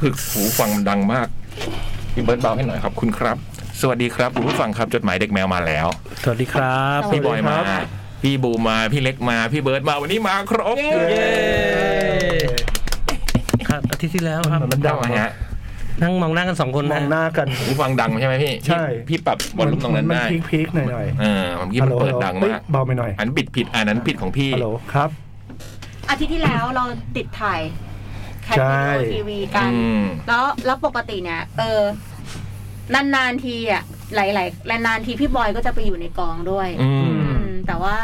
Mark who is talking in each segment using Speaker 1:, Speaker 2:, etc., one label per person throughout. Speaker 1: พึกษ์หูฟังมันดังมากพี่เบิร์ดเบาให้หน่อยครับคุณครับ สวัสดีครับคุณผู้ฟังครับจดหมายเด็กแมวมาแล้ว
Speaker 2: สวัสดีครับ
Speaker 1: พี่บอยมา พี่บูมมา พี่เล็กมา พี่เบิร์ดมาวันนี้มาครบ
Speaker 2: ครับอาทิตย์ที่แล้วครับ
Speaker 3: มันดั
Speaker 1: ดั
Speaker 3: ง
Speaker 1: งไหม
Speaker 3: มาก
Speaker 1: ฮะ
Speaker 2: นั่งมองหน้ากันสองคน
Speaker 3: ม
Speaker 2: นะ
Speaker 3: องหน้ากัน
Speaker 1: หูฟังดังใช่ไหมพี่
Speaker 3: ใช่
Speaker 1: พี่พี่ปรับวอลลุ่มตรงนั้นได้
Speaker 3: พีคพีคๆหน่อยหน่อย
Speaker 1: เออผมคิดมันเปิดดังมาก
Speaker 3: เบาไปหน่อย
Speaker 1: อันบิดผิดอันนั้นผิดของพี่
Speaker 3: ฮัลโหลครับ
Speaker 4: อาทิตย์ที่แล้วเราติดถ่ายแคท
Speaker 3: ใช่
Speaker 4: ทีวีกัน
Speaker 1: อืม
Speaker 4: แล้วแล้วปกติเนี่ย เออนานๆทีอ่ะหลายๆหลายนานๆทีพี่บอยก็จะไปอยู่ในกองด้วย
Speaker 1: อืม
Speaker 4: อืม แต่ว่า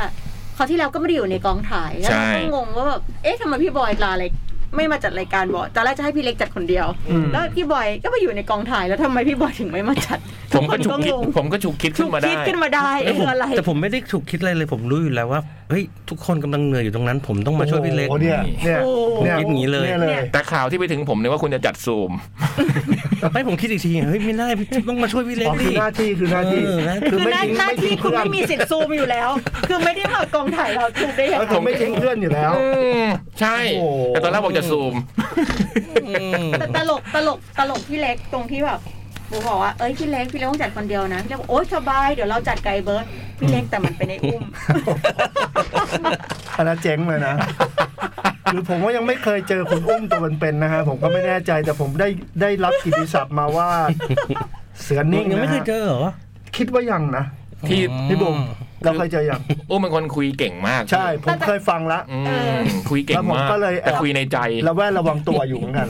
Speaker 4: เขาวที่แล้วก็ไม่ได้อยู่ในกองถ่ายแล้ว
Speaker 1: ใช่
Speaker 4: เราก็งงว่าแบบเอ๊ะทำไมพี่บอยลาอะไรไม่มาจัดรายการบอกตอนแรกจะให้พี่เล็กจัดคนเดียว
Speaker 3: อืม
Speaker 4: แล้วพี่บอยก็ไปอยู่ในกองถ่ายแล้วทำไมพี่บอยถึงไม่มาจัด
Speaker 1: ผ
Speaker 4: ทุก
Speaker 1: ม
Speaker 4: ค
Speaker 1: ก็
Speaker 4: น
Speaker 1: ฉุก
Speaker 4: ก็
Speaker 1: คิ
Speaker 4: ง
Speaker 1: ด
Speaker 4: ง
Speaker 1: ผมก็ฉุกคิดขึ้นมา
Speaker 4: คิ
Speaker 1: ได้
Speaker 4: ดขึ้นมาได้เอ๊ะคืออะไร
Speaker 2: แต่ผมไม่ได้ถูกคิดอะไรเลย ผมรู้อยู่แล้วว่าเฮ้ยทุกคนกำลังเหนื่อยอยู่ตรงนั้น ผมต้องมาช่วยพี่เล็ก
Speaker 3: โอ้โหเนี่ยเนี่ย
Speaker 4: โอ้โห
Speaker 3: เนี่
Speaker 2: คิดอย่างนี้เลย
Speaker 3: นี่เลย
Speaker 1: แต่ข่าวที่ไปถึงผมเนี่ยว่าคุณจะจัดซูม
Speaker 2: ไม่ผมคิดอีกทีเฮ้ยไม่ได้พี่ต้องมาช่วยพี่เล็ก
Speaker 3: อ๋อ
Speaker 2: ดิ
Speaker 3: คือหน้าที่คือหน้าที่
Speaker 2: เออนะ
Speaker 4: คือห
Speaker 3: ไม่
Speaker 4: น้า
Speaker 3: ทิ้ง
Speaker 4: หน้าที่
Speaker 3: ทิ้ง
Speaker 4: คุณ
Speaker 3: เพื่อน
Speaker 4: ไม่มีสิทธิ์ซูมอยู่แล้ว คือไม่ได้มากองถ่ายเราซูมได้ยัง
Speaker 3: แล้ว
Speaker 4: ไง
Speaker 3: ผมไม่ทิ้งเพื่อนอยู่แล้ว
Speaker 1: อืมใช่
Speaker 3: โอ้โห
Speaker 1: แต่ตอนแรกบอกจะซูม
Speaker 2: อืม
Speaker 4: แต่ตลกตลกตลกพี่เล็กตรงที่แบบบูบอกว่าเอ้ยพี่เล็กพี่เล็กต้องจัดคนเดียวนะพี่เล็กบอกโอ๊ยสบายเดี๋ยวเราจัดไกลเบิร์ดพี่เล็กแต่มันเป็นไอ้อุ้ม
Speaker 3: อันนั้นเจ๊งเลยนะหรือผมว่ายังไม่เคยเจอคุณอุ้มตัวเป็นๆนะฮะผมก็ไม่แน่ใจแต่ผมได้ได้รับกิตติศัพท์มาว่า เสือนิ่ง
Speaker 2: ยัง
Speaker 3: นะ
Speaker 2: ไม่เคยเจ
Speaker 3: ฮะ
Speaker 2: อเหรอ
Speaker 3: คิดว่ายังนะ
Speaker 1: ที่
Speaker 3: พี่บุ๋มเราเคยเจอยัง
Speaker 1: โอ้เป็นคนคุยเก่งมาก
Speaker 3: ใช่ ผมเคยฟังละ
Speaker 1: อื
Speaker 4: เอ
Speaker 1: ม
Speaker 4: อ
Speaker 1: คุยเก่ง
Speaker 3: แล้วผม
Speaker 1: มาก
Speaker 3: ก็เลย
Speaker 1: แต่คุยในใจ
Speaker 3: ระแวดระวังตัวอยู่เหมือนกัน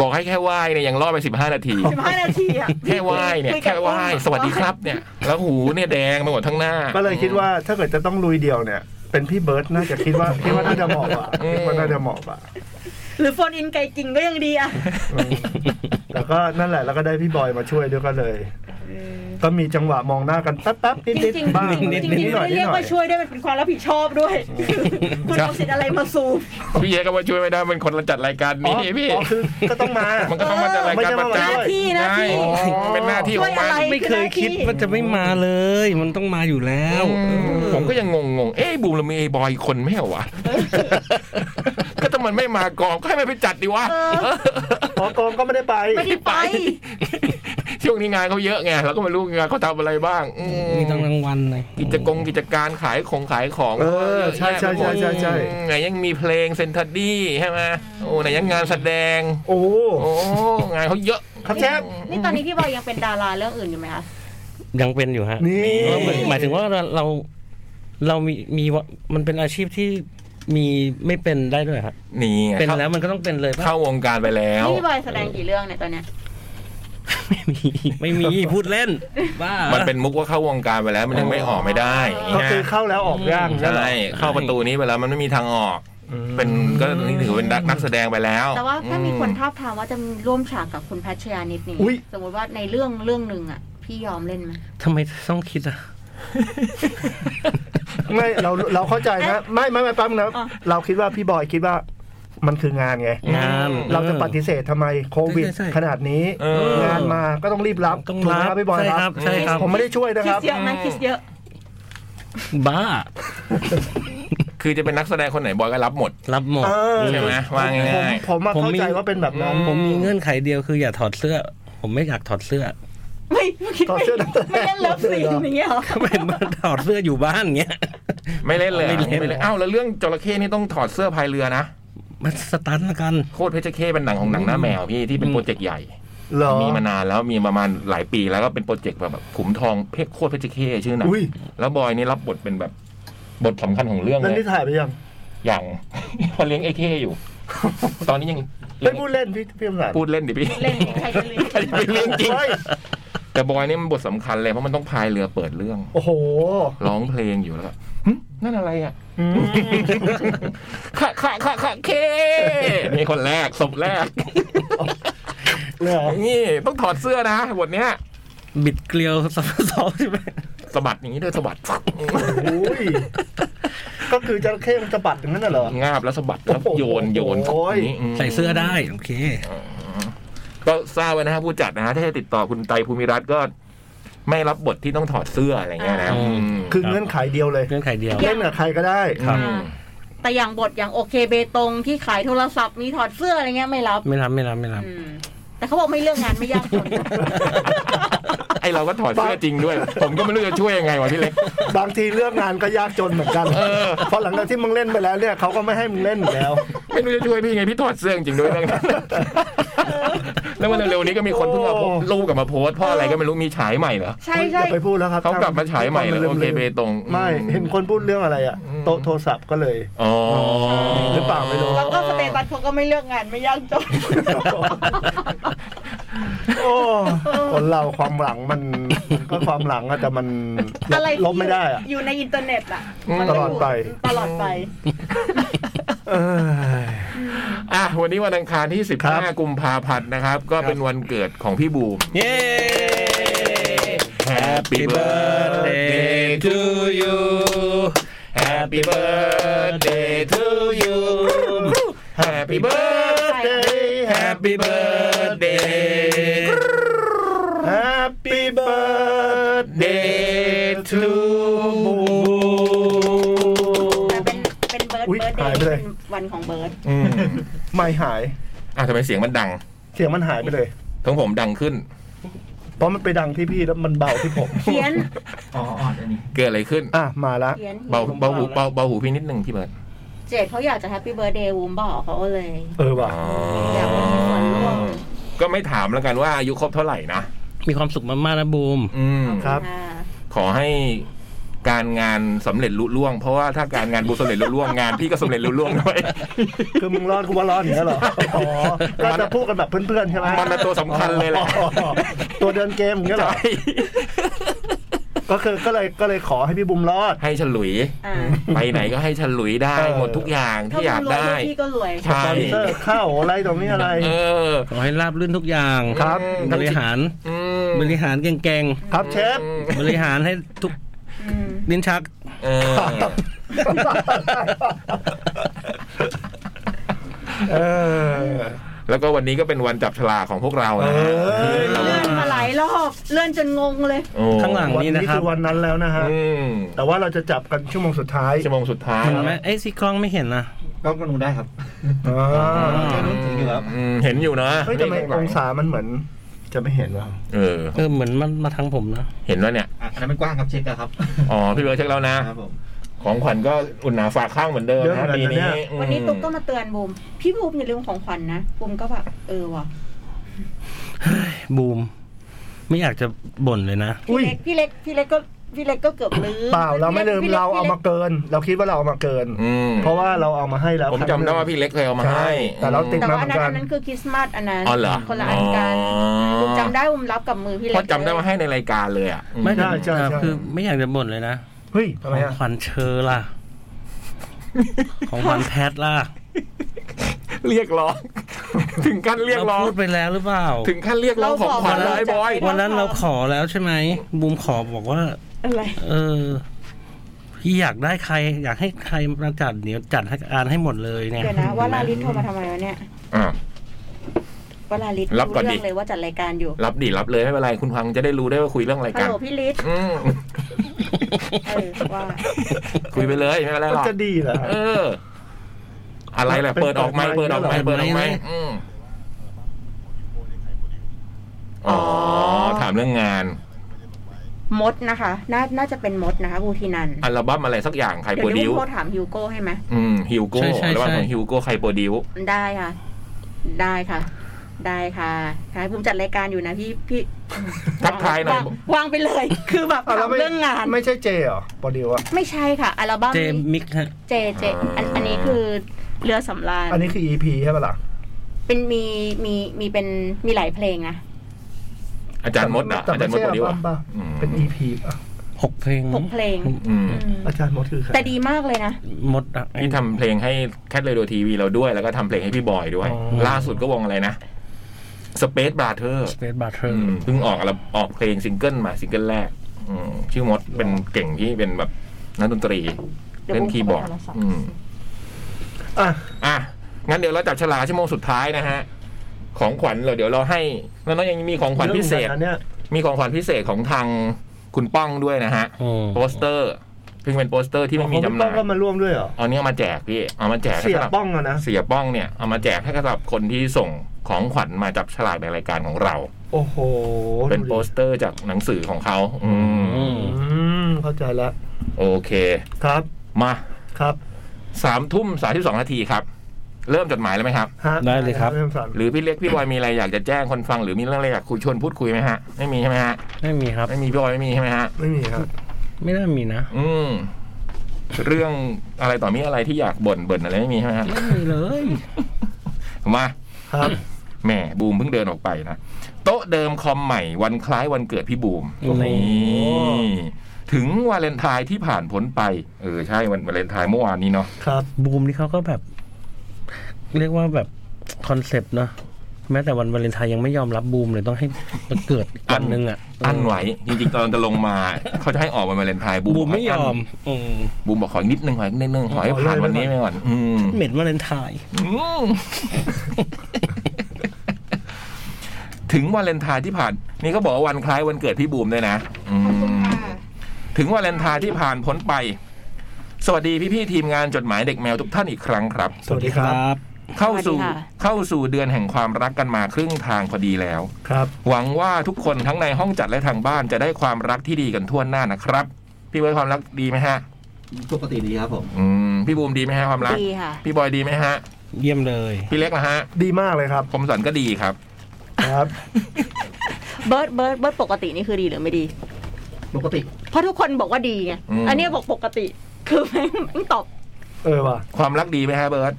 Speaker 1: บอกให้แค่ไหว้เนี่ยยังรอดไปสิบห้านาที
Speaker 4: สิบห้านาทีอ่ะ
Speaker 1: แค่ไหว้เนี่ย
Speaker 4: อกับ
Speaker 1: แค่ไหว้
Speaker 4: อุ้ม
Speaker 1: สวัสดีครับเนี่ย แล้วหูเนี่ยแดงไปหมดทั้งหน้า
Speaker 3: ก็เลยคิดว่าถ้าเกิดจะต้องลุยเดียวเนี่ย เป็นพี่เบิร์ตน่าจะคิดว่าคิดว่าน่าจะเหมาะอ่ะคิดว่าน่าจะเหมาะอ่ะ
Speaker 4: หรือโฟนอินไกลจริงก็ยังดีอ่ะ
Speaker 3: อืมแต่ก็นั่นแหละแล้วก็ได้พี่บอยมาช่วยด้วยก็เลย ก็มีจังหวะมองหน้ากันแป๊บๆ
Speaker 4: จริ
Speaker 3: นิ
Speaker 4: ง
Speaker 3: ด
Speaker 4: จริง
Speaker 3: ๆบ้าง
Speaker 4: จริงจริง
Speaker 3: นิดๆหน่อยนิ
Speaker 4: ไม่
Speaker 3: ด
Speaker 4: เรียก
Speaker 3: หน่อย
Speaker 4: ว่าช่วยด้วยมันเป็นความรับผิดชอบด้วยคือคุณเอาสิทธิ์อะไรมาซูม
Speaker 1: พี่เยก็มาช่วยไม่ได้เป็นคนจัดรายการ
Speaker 3: อ๋อ
Speaker 1: นี้นี่พี่
Speaker 3: อ๋อคือก็ต้องมา
Speaker 1: มันก็ต้องมาจัดรายการประ
Speaker 3: เออไม่ใช่
Speaker 1: จำ
Speaker 3: ว่า
Speaker 4: หน้าที่หน้าที่
Speaker 1: ใช่
Speaker 3: อ๋อ
Speaker 1: เป็นหน้าที่ของมัน
Speaker 4: ช่วยอะไร
Speaker 2: ไม่เคยคิดว่าจะไม่มาเลย มันต้องมาอยู่แล้ว
Speaker 1: อืม
Speaker 2: เออ
Speaker 1: ผมก็ยังงงงๆเอ๊ะบูมเรามีไอ้บอยคนไม่เหรอ วะ ก็ถ้ามันไม่มากองก็ให้มันไปจัดดีวะ
Speaker 4: เออ
Speaker 3: อ๋อกองก็ไม่ได้ไป
Speaker 4: ไม่ได้ไป
Speaker 1: ช่วงนี้งานเขาเยอะไงเราก็ไม่รู้งานเขาทำอะไรบ้างอืม
Speaker 2: มีทั้งรางวัลเลย
Speaker 1: กิจกงกิจการขายของขายของ
Speaker 3: เออใช่ใช่ใช่ใช่ใช่
Speaker 1: อืมไหนยังมีเพลงเซนทัดดี้ใช่ไหมโอ้ไหนยังงานแสดง
Speaker 3: โอ้
Speaker 1: โอ้งานเขาเยอะ
Speaker 3: ครับแจ๊บ
Speaker 4: นี่ตอนนี้พี่บอยยังเป็นดาราเรื่องอื่นอยู่ไหมคะ
Speaker 2: ยังเป็นอยู่ฮะ
Speaker 3: นี่
Speaker 2: เออหมายหมายถึงว่าเราเราเรามีมีว่ามันเป็นอาชีพที่มีไม่เป็นได้ด้วยครับ
Speaker 1: นี่ไง
Speaker 2: เป็น
Speaker 1: เข้า
Speaker 2: แล้วมันก็ต้องเป็นเลยป่ะ
Speaker 1: เข้าวงการไปแล้ว
Speaker 4: พี่บอยแสดงกี่เรื่องเนี่ยตอนเนี้ย
Speaker 2: ไม่มีไม่มีพูดเล่นบ้า
Speaker 1: มันเป็นมุกว่าเข้าวงการไปแล้ว มันยังไม่ออกไม่ได้
Speaker 3: ก็
Speaker 1: นะ
Speaker 3: คือเข้าแล้วออกย่าง
Speaker 1: ใช่
Speaker 3: นั่นแหละ
Speaker 1: เข้าประตูนี้ไปแล้วมันไม่มีทางออก เป็นก็นี่ถือเป็นนักแสดงไปแล้ว
Speaker 4: แต่ว่าถ้ามีคน
Speaker 1: อื
Speaker 4: ท้าบทามว่าจะร่วมฉากกับคุณแพทชยานิดนี่
Speaker 3: อุ๊ย
Speaker 4: สมมติว่าในเรื่องเรื่องหนึ่งอ่ะ พี่ยอมเล่นไหม
Speaker 2: ทำไมต้องคิดอ่ะ
Speaker 3: ไม่เราเราเข้าใจนะไม่ไม่ไม่แปั๊มนะเราคิดว่าพี่บอยคิดว่า มันคืองานไง
Speaker 2: งาน
Speaker 3: เราจะปฏิ
Speaker 2: เ
Speaker 3: เสธทำไมโควิด
Speaker 2: ใช่ใช่
Speaker 3: ขนาดนี้
Speaker 1: เออ
Speaker 3: งานมาก็ต้องรีบ
Speaker 2: ออ
Speaker 3: รับ
Speaker 2: ต้อง
Speaker 3: ถูก
Speaker 2: รั
Speaker 3: ไหมค
Speaker 2: บ
Speaker 3: รับพี่บอยค
Speaker 2: ใช่ค
Speaker 3: รั
Speaker 2: รับ บใช่ครับ
Speaker 3: ผมไม่ได้ช่วยนะค
Speaker 4: คิด
Speaker 3: รับ
Speaker 4: เยอะไหมคิดเยอะ
Speaker 2: บ้า
Speaker 1: คือจะเป็นนักแสดงคนไหนบอยก็รับหมด
Speaker 2: รับหมด
Speaker 3: เออ
Speaker 1: ใช่ไหมว่าง่
Speaker 3: ผม
Speaker 1: าย
Speaker 3: ผมอะ
Speaker 2: ผม
Speaker 3: เข้า
Speaker 2: มี
Speaker 3: ใจว่าเป็นแบบนั้น
Speaker 1: อื
Speaker 2: ผมมีเงื่อนไขเดียวคืออย่าถอดเสื้อ ผมไม่อยากถอดเสื้อ
Speaker 4: ไม่คิด
Speaker 3: ต่อ
Speaker 4: ไม่
Speaker 3: เสื้อตั้งแต่
Speaker 4: ไม่เล่นเลิฟ ซีนอย่างเงี้ยเหรอ
Speaker 2: ก็เป็นมาถอดเสื้ออยู่บ้านเงี้ย
Speaker 1: ๆไม่เล่นเลย
Speaker 2: ไม่
Speaker 1: ไม่
Speaker 2: เล่น
Speaker 1: เล่นอ้าวแล้วเรื่องจระเข้นี่ต้องถอดเสื้อพายเรือนะ
Speaker 2: มันสตันละกัน
Speaker 1: โคตรเพชรเข้เป็นหนังของหนังหน้าแมวพี่ที่เป็นโปรเจกต์ใหญ่
Speaker 3: เหรอ
Speaker 1: มีมานานแล้วมีประมาณหลายปีแล้วก็เป็นโปรเจกต์แบบขุมทองเพชรโคตรเพชรเข้ชื่อหนัง
Speaker 3: อุ้ย
Speaker 1: แล้วบอยนี่รับบทเป็นแบบบทสำคัญของเรื่อง
Speaker 3: แล้ว
Speaker 1: เล
Speaker 3: นี่
Speaker 1: ย
Speaker 3: ถ่ายไปยัง
Speaker 1: อย่าง พอเลี้ยงไอ้เข้อยู่ ตอนนี้ยัง
Speaker 3: ไม่พูดเล่นพี่พี่อำนาจ
Speaker 1: พูดเล่นดิพี่
Speaker 4: เล่นใครจะเล่น
Speaker 1: อันนี้เป็นเรื่องจริง
Speaker 3: เฮ้ย
Speaker 1: แต่บอยนี่มันบทสำคัญเลยเพราะมันต้องพายเรือเปิดเรื่อง
Speaker 3: โอ้โห
Speaker 1: ร้องเพลงอยู่แล้วก็หึนั่นอะไรอ่ะค่ะค่ะค่ะค่ะเคนี่คนแรกศพแรก
Speaker 3: เหรอ
Speaker 1: นี่ต้องถอดเสื้อนะบทเนี้ย
Speaker 2: บิดเกลียวซับซ้อนใช่ไหม
Speaker 1: สะบัดอย่างนี้ด้วยสะบัด
Speaker 3: อุ้ยก็คือจระเข้มันจะปัดอย่างนั้นน่ะเหรอ
Speaker 1: งาบแล้วสะบัดแล้วโยนโยน
Speaker 3: โอ้ย
Speaker 1: นี่ม
Speaker 2: ใส่เสื้อได้โอเค
Speaker 1: ก็ทราบไว้นะฮะผู้จัดนะฮะถ้าจะติดต่อคุณไตรภูมิรัตน์ก็ ไม่รับบทที่ต้องถอดเสื้ออะไรอย่างเงี้ยนะ
Speaker 2: อ่า
Speaker 1: อืม
Speaker 3: คือเงื่อนไขเดียวเลย
Speaker 2: เงื่อนไขเดียว
Speaker 3: เล่นกับใครก็ได้
Speaker 1: ครับ
Speaker 4: แต่อย่างบทอย่างโอเคเบตงที่ขายโทรศัพท์มีถอดเสื้ออะไรเงี้ยไม่รับ
Speaker 2: ไม่รับไม่รับไม่รับ
Speaker 4: อืมแต่เขาบอกไม่เรื่องงานไม่ยากจน
Speaker 1: ไอเราก็ถอดเสื้อจริงด้วย ผมก็ไม่รู้จะช่วยยังไงวะพี่เล็ก
Speaker 3: บางทีเลือกงานก็ยากจนเหมือนกันเพราะหลังจากที่มึงเล่นไปแล้วเนี่ยเขาก็ไม่ให้มึงเล่นอีกแล้ว
Speaker 1: ไม่รู้จะช่วยพี่ไงพี่ถอดเสื้อจริงด้วยเรื่อง นั้นแล้ววันเร็วๆนี้ก็มีคนเพิ่งเอาโพสต์รูปกลับมาโพสต์เพราะอะไรก็ไม่รู้มีฉายใหม่เหรอ
Speaker 4: ใช่
Speaker 3: อ
Speaker 4: ใช่
Speaker 3: ย่าไปพูดแล้วครับ
Speaker 1: เขากลับมาฉายใหม่แล้ว
Speaker 3: ลื
Speaker 1: โอเคเบตง
Speaker 3: ไม่ เห็นคนพูดเรื่องอะไรอ่ะ โตะโทรศัพท์ก็เลย
Speaker 1: อ๋อ
Speaker 3: หรือเปล่าไม่รู้
Speaker 4: แล้วก็สเตตัสเขาก็ไม่เลือกงานไม่ยากจน
Speaker 3: โอ้คนเราความหลังมันมันก็ความหลังอะแต่มันลบ
Speaker 4: อะไรที่
Speaker 3: ลบไม่ได้อะ
Speaker 4: อยู่ในอินเทอร์เน็ตอ่ะมัน
Speaker 3: ตลอดไป
Speaker 4: ตลอดไป
Speaker 3: เอ้ย
Speaker 1: อ่ะวันนี้วันอังคารที่
Speaker 3: ครับ
Speaker 1: 15 กุมภาพันธ์นะครับ ก็เป็นวันเกิดของพี่บูม
Speaker 2: เย้
Speaker 1: Happy birthday to you Happy birthday to you Happy birthday Happy birthday
Speaker 3: Happy birthday
Speaker 1: Day to Boom
Speaker 4: แต่เป็นเป็นเบิร์ด
Speaker 3: อุ๊ย
Speaker 4: เบิร์ดเด
Speaker 3: หาย
Speaker 4: ย์
Speaker 3: ไปเลย
Speaker 4: เป็นวันของเบิร์ด
Speaker 1: อืม
Speaker 3: ไม่หาย
Speaker 1: อ่ะทำไมเสียงมันดัง
Speaker 3: เสียงมันหายไปเลย
Speaker 1: ของผมดังขึ้น
Speaker 3: เพราะมันไปดังที่พี่แล้วมันเบาที่ผม
Speaker 4: เพี้ยน
Speaker 5: อ๋ออ่อนอันนี้
Speaker 1: เกิดอะไรขึ้น
Speaker 3: อ่ะ มาละ
Speaker 4: เพี้ยน
Speaker 1: เบาเบาหูเบาเบาหูพี่นิดนึงพี่เบิร์ด
Speaker 4: เจดเขาอยากจะแฮปปี้เบิร์ดเดย์วูมบอกเขาเลย
Speaker 3: เออว่ะ
Speaker 4: อยากมีส่วนร่วม
Speaker 1: ก็ไม่ถามแล้วกันว่าอายุครบเท่าไหร่นะ
Speaker 2: มีความสุขมากๆนะบูม
Speaker 1: อืม
Speaker 3: ครับ
Speaker 4: อ่า
Speaker 1: ขอให้การงานสำเร็จลุล่วง เพราะว่าถ้าการงานบูสำเร็จลุล่วงงานพี่ก็สำเร็จลุล่วงด้วย
Speaker 3: คือมึงรอดกูว่ารอดอย่างนี้ยเหรออ๋อก็จะพูดกันแบบเพื่อนๆใช่ไหม
Speaker 1: มันน่ะตัวสำคัญเลยแหละ
Speaker 3: อ๋อตัวเดินเกมอย่างเงี้ยเหรอ ก็คือก็เลยก็เลยขอให้พี่บุมรอด
Speaker 1: ให้ฉลุย
Speaker 4: อ่า
Speaker 1: ไปไหนก็ให้ฉลุยได้
Speaker 3: เออ
Speaker 1: หมดทุกอย่าง
Speaker 4: ถ้า
Speaker 1: ที่อยาก
Speaker 4: มึงรวย
Speaker 1: ได้
Speaker 4: พี่ก็รวย
Speaker 1: ใช่
Speaker 3: สปอนเซอร์ข้าวอะไรตรงนี้อะไร
Speaker 1: เออ
Speaker 2: ขอให้ราบรื่นทุกอย่าง
Speaker 3: ครับ
Speaker 2: บริหาร
Speaker 1: อืม
Speaker 2: บริหารเก่ง
Speaker 3: ครับเชฟ
Speaker 2: ๆ บริหารให้ทุก
Speaker 4: อืม
Speaker 2: ลิ้นชัก
Speaker 1: เออ
Speaker 3: เออ
Speaker 1: แล้วก็วันนี้ก็เป็นวันจับฉลากของพวกเรานะฮะ
Speaker 3: เอ้ย
Speaker 4: เลื่อนมาหลายรอบ เลื่อนจนงงเลย
Speaker 1: โอ้
Speaker 2: ข้างหลัง
Speaker 3: วันนี้คือวันนั้นแล้วนะฮะ
Speaker 1: อืม
Speaker 3: แต่ว่าเราจะจับกันชั่วโมงสุดท้าย
Speaker 1: ชั่วโมงสุดท้าย
Speaker 2: เห็นไหมไอ้ซีกล้องไม่เห็นนะ
Speaker 5: ก็กนูได้ครับ
Speaker 3: อ๋อ
Speaker 1: อืมเห็นอยู่นะ
Speaker 3: เฮ้ยทำไมองศามันเหมือน จะไม่เห็นวะ
Speaker 1: เออ
Speaker 2: เออเหมือนมันมาทางผมนะ
Speaker 1: เห็นว่าเนี่ย
Speaker 5: อ่ะอันนั้นมันกว้างครับเช็คอะครับ
Speaker 1: อ๋อ พี่เบิร์ดเช็คแล้วนะ
Speaker 5: ครับผม
Speaker 1: ของขวัญก็อุ่นหนาฝากข้างเหมือนเดิมนะปีนี้
Speaker 4: วันนี้ตุ๊กก็มาเตือนบูม พี่บูมอย่าลืมของขวัญนะบูมก็แบบเออว่ะ
Speaker 2: บูม ไม่อยากจะบ่นเลยนะ
Speaker 3: อุ้ย
Speaker 4: พี่เล็กพี่เล็กพี่เล็กก็พี่เล็กก็เกือบลืม
Speaker 3: เปล่าเราไม่ลืม
Speaker 4: พี่ก
Speaker 3: เราเอามาเกิน เราคิดว่าเราเอามาเกิน
Speaker 1: อืม
Speaker 3: เพราะว่าเราเอามาให้แล้ว
Speaker 1: ผม
Speaker 3: ครั้ง
Speaker 1: จำ
Speaker 3: หนึ่ง
Speaker 1: ได้ว่าพี่เล็กเคยเอามา
Speaker 3: ใช่
Speaker 1: ให้
Speaker 3: แต่เราติด
Speaker 4: แต่ว่าอันนั้น
Speaker 3: มาเหมือนกัน
Speaker 4: อันนั้นคือคริสต์มาสอันนั้น
Speaker 1: อ๋อเหรอ
Speaker 4: คนละอันกัน
Speaker 1: อ๋อ
Speaker 4: บูมจำได้บูมรับกับมือพี่เล็ก
Speaker 1: เพราะจำได้ว่าให้ในรายการเลยอ่ะ
Speaker 2: ไม่
Speaker 3: ใช่ใช่
Speaker 2: เออ
Speaker 3: ใช่
Speaker 2: คือไม่อยากจะบ่นเลยนะ
Speaker 3: เฮ้ยทำ
Speaker 2: ข
Speaker 3: ไม
Speaker 2: อง
Speaker 3: อ่ะ
Speaker 2: ขวัญเชอล่ะ ของขวัญแพทล่ะ
Speaker 1: เรียกร้อง ถึงขั้นเรียกร้อง
Speaker 2: พูดไปแล้วหรือเปล่า
Speaker 1: ถึงขั้นเรียกร้องของขวัญเลยไอ้บอย
Speaker 2: วันนั้นเราขอแล้วใช่ไหมบูมขอบอกว่า
Speaker 4: อะไร
Speaker 2: เออ พี่อยากได้ใคร อยากให้ใครมาจัดเดี๋ยวจัดให้อ่านให้หมดเลยเนี่ย
Speaker 4: เดี๋ยวนะว่าลาลิสโทรมาทำไมวะเนี่ย
Speaker 1: อ่ะ
Speaker 4: ว่าลาลิส
Speaker 1: รับก่อนดิ
Speaker 4: เรื่องเลยว่าจัดรายการอยู่
Speaker 1: รับดิรับเลยไม่เป็นไรคุณพังจะได้รู้ได้ว่าคุยเรื่องอะไร
Speaker 4: ฮั
Speaker 1: กั
Speaker 4: ล
Speaker 1: น
Speaker 4: โหลพี่ลิส
Speaker 1: อืม
Speaker 4: เออว่า
Speaker 1: คุยไปเลยไม่เป็นไร
Speaker 3: มัน
Speaker 1: หรอก
Speaker 3: จะดีเหรอ
Speaker 1: เออ อะไรแหละเปิดออกไหมเปิดออกไหมเปิดออกไหมอืมอ๋อถามเรื่องงาน
Speaker 4: มดนะคะน่าน่าจะเป็นมดนะคะบูทีนัน
Speaker 1: อัลบั้มอะไรสักอย่างใคร
Speaker 4: เดี๋
Speaker 1: โปร
Speaker 4: ยวนี้
Speaker 1: ดิว
Speaker 4: บูมโทรถามฮิวโก้ให้ไหม
Speaker 1: อืมฮิวโก้อัลบั้มของฮิวโก้ใครโปรดิว
Speaker 4: ได้ค่ะ ได้ค่ะ ได้ค่ะค่ะบูมจัดรายการอยู่นะพี่พี่
Speaker 1: ทักทายหน่อยว
Speaker 4: งวางไปเลย คือแบบ
Speaker 3: อ่ะแล้
Speaker 4: ถาว ม
Speaker 3: ไม่
Speaker 4: เรื่องงาน
Speaker 3: ไม่ใช่เจเหรอโปรดิวอะ
Speaker 4: ไม่ใช่ค่ะอัลบั้ม
Speaker 2: เจ
Speaker 4: นี้
Speaker 2: มิกฮะ
Speaker 4: เจเจอันอันนี้คือเรือสำราญ
Speaker 3: อันนี้คือ EP ใช่ปะล่ะ
Speaker 4: เป็นมีมีมีเป็นมีหลายเพลงนะ
Speaker 1: อาจารย์มดอ่ะ
Speaker 3: แต่
Speaker 1: อาจา
Speaker 3: ไม่
Speaker 1: รย์มด
Speaker 3: ใช่
Speaker 1: โปร
Speaker 3: อั
Speaker 1: ดิ
Speaker 3: ล
Speaker 1: วอ่ะ
Speaker 3: บั้มป่ะ
Speaker 1: อืม
Speaker 3: เป็น EP ป่ะ
Speaker 2: หกเพลง
Speaker 4: หกเพลง
Speaker 1: อืม
Speaker 4: อืม
Speaker 3: อาจารย์มดคือใคร
Speaker 4: แต่ดีมากเลยนะ
Speaker 2: หมดอ่ะไอ้
Speaker 1: ที่ทำเพลงให้แคทเรดิโอทีวีเราด้วย แล้วก็ทำเพลงให้พี่บอยด้วย ล่าสุดก็วงอะไรนะ Space Brother
Speaker 2: สเปซบาร์เทอ
Speaker 1: อื
Speaker 2: ร์
Speaker 1: มเพิ่งออกอัลบออกเพลงซิงเกิลมาซิงเกิลแรก อืมชื่อมดเป็นเก่งที่เป็นแบบนักดนตรี เล่นคีย์บอร์ดอืม
Speaker 3: อ่ะ
Speaker 1: อ่ะ งั้นเดี๋ยวเราจับฉลากชั่วโมงสุดท้ายนะฮะ ของขวัญเราเดี๋ยวเราให้แล้วน้องยังมีของขวัญพิเศษ
Speaker 3: รื่องของอันเนี้ย
Speaker 1: มีของขวัญพิเศษของทางคุณป้องด้วยนะฮะ
Speaker 2: โอ้
Speaker 1: โปสเตอร์ เพ พิ่งเป็นโปสเตอร์ที่ไม่มี
Speaker 3: ของ
Speaker 1: จำ
Speaker 3: พี่
Speaker 1: ห
Speaker 3: ป้อ
Speaker 1: น่าง ย
Speaker 3: ก็มาร่วมด้วยเหรอ
Speaker 1: เอาเนี้ยมาแจกพี่เอามาแจกให้
Speaker 3: เสีย
Speaker 1: สำหรับ
Speaker 3: ป้องอะนะ
Speaker 1: เสียป้องเนี่ยเอามาแจกให้กับคนที่ส่งของขวัญมาจับฉลากในรายการของเรา
Speaker 3: โอ้โห
Speaker 1: เป็นโป
Speaker 3: ดูดิ
Speaker 1: สเตอร์จากหนังสือของเขา อื
Speaker 2: อื
Speaker 1: ม
Speaker 2: ม
Speaker 3: อืมเข้าใจแล้ว
Speaker 1: โอเค
Speaker 3: ครับ
Speaker 1: มา
Speaker 3: ครับ
Speaker 1: สามทุ่มสามที่สองนาทีครับ เริ่มจดหมายแล้วไหมครับ
Speaker 3: ฮะ
Speaker 2: ได้เลยครับ
Speaker 3: ริ่มสั่น
Speaker 1: หรือพี่เล็กพี่บอยมีอะไรอยากจะแจ้งคนฟังหรือมีเรื่องอะไรอยากคุยชวนพูดคุยไหมฮะ ไม่มีใช่ไหมฮะ
Speaker 2: ไม่มีครับ
Speaker 1: ไม่มีพี่บอยไม่มีใช่ไหมฮะ
Speaker 3: ไม่มีครับ
Speaker 2: ไม่น่ามีนะ
Speaker 1: อืม เรื่องอะไรต่อมีอะไรที่อยากบ่นเบ่นอะไรไม่มีใช่ไหมฮะ
Speaker 2: ไม่มีเลย
Speaker 1: มา
Speaker 3: ครับ
Speaker 1: แหมบูมเพิ่งเดินออกไปนะ โต๊ะเดิมคอมใหม่วันคล้ายวันเกิดพี่บูม
Speaker 2: โอ้โห
Speaker 1: นี่ถึงวาเลนไทน์ที่ผ่านพ้นไป เออใช่วันวาเลนไทน์เมื่อวานนี้เนาะ
Speaker 3: ครับ
Speaker 2: บูมนี่เขาก็แบบ เรียกว่าแบบคอนเซปต์เนอะแม้แต่วันวาเลนไทน์ยังไม่ยอมรับบูมเลยต้องให้มันเกิดอีกวันหนึ่งอ่ะ
Speaker 1: อั้นไว้จริงๆตอนจะลงมา เขาจะให้ออกวันวาเลนไทน์บู
Speaker 2: บู
Speaker 1: บก
Speaker 2: มไม่ยอม
Speaker 1: น
Speaker 2: อืม
Speaker 1: บูมบอกขออีกนิดนึงขออีกนิดนึงขอให้ผ่านวันนี้ไปก่อนอืม
Speaker 2: เหม็นวาเลนไทน์
Speaker 1: อืมถึงวาเลนไทน์ที่ผ่าน นี่ก็บอกว่าวันคล้ายวันเกิดพี่บูมด้วยนะอืมถึงวาเลนไทน์ที่ผ่านพ้นไป สวัสดีพี่ๆทีมงานจดหมายเด็กแมวทุกท่านอีกครั้งครับ
Speaker 3: สวัสดีครับ
Speaker 2: บ
Speaker 1: เข้าสู่
Speaker 4: สวัสดีค่ะ
Speaker 1: เข้าสู่เดือนแห่งความรักกันมาครึ่งทางพอดีแล้ว
Speaker 3: ครับ
Speaker 1: หวังว่าทุกคนทั้งในห้องจัดและทางบ้านจะได้ความรักที่ดีกันทั่วหน้านะครับ พี่เบิร์ดความรักดีไหมฮะ
Speaker 5: ปกติดีครับผม
Speaker 1: อืมพี่บูมดีไหมฮะความรัก
Speaker 4: ดีค่ะ
Speaker 1: พี่บอยดีไหมฮะ
Speaker 2: เยี่ยมเลย
Speaker 1: พี่เล็กนะฮะ
Speaker 3: ดีมากเลยครับ
Speaker 1: คมสันก็ดีครับ
Speaker 3: ครับ
Speaker 4: เบิร์ดเบิร์ดเบิร์ดปกตินี่คือดีหรือไม่ดี
Speaker 5: ปกติ
Speaker 4: เพราะทุกคนบอกว่าดีไง
Speaker 1: อืม
Speaker 4: อันเนี้ยบอกปกติ คือแม่งแม่งตอบ
Speaker 3: เออว่ะ
Speaker 1: ความรักดีไหมฮะเบิร์ต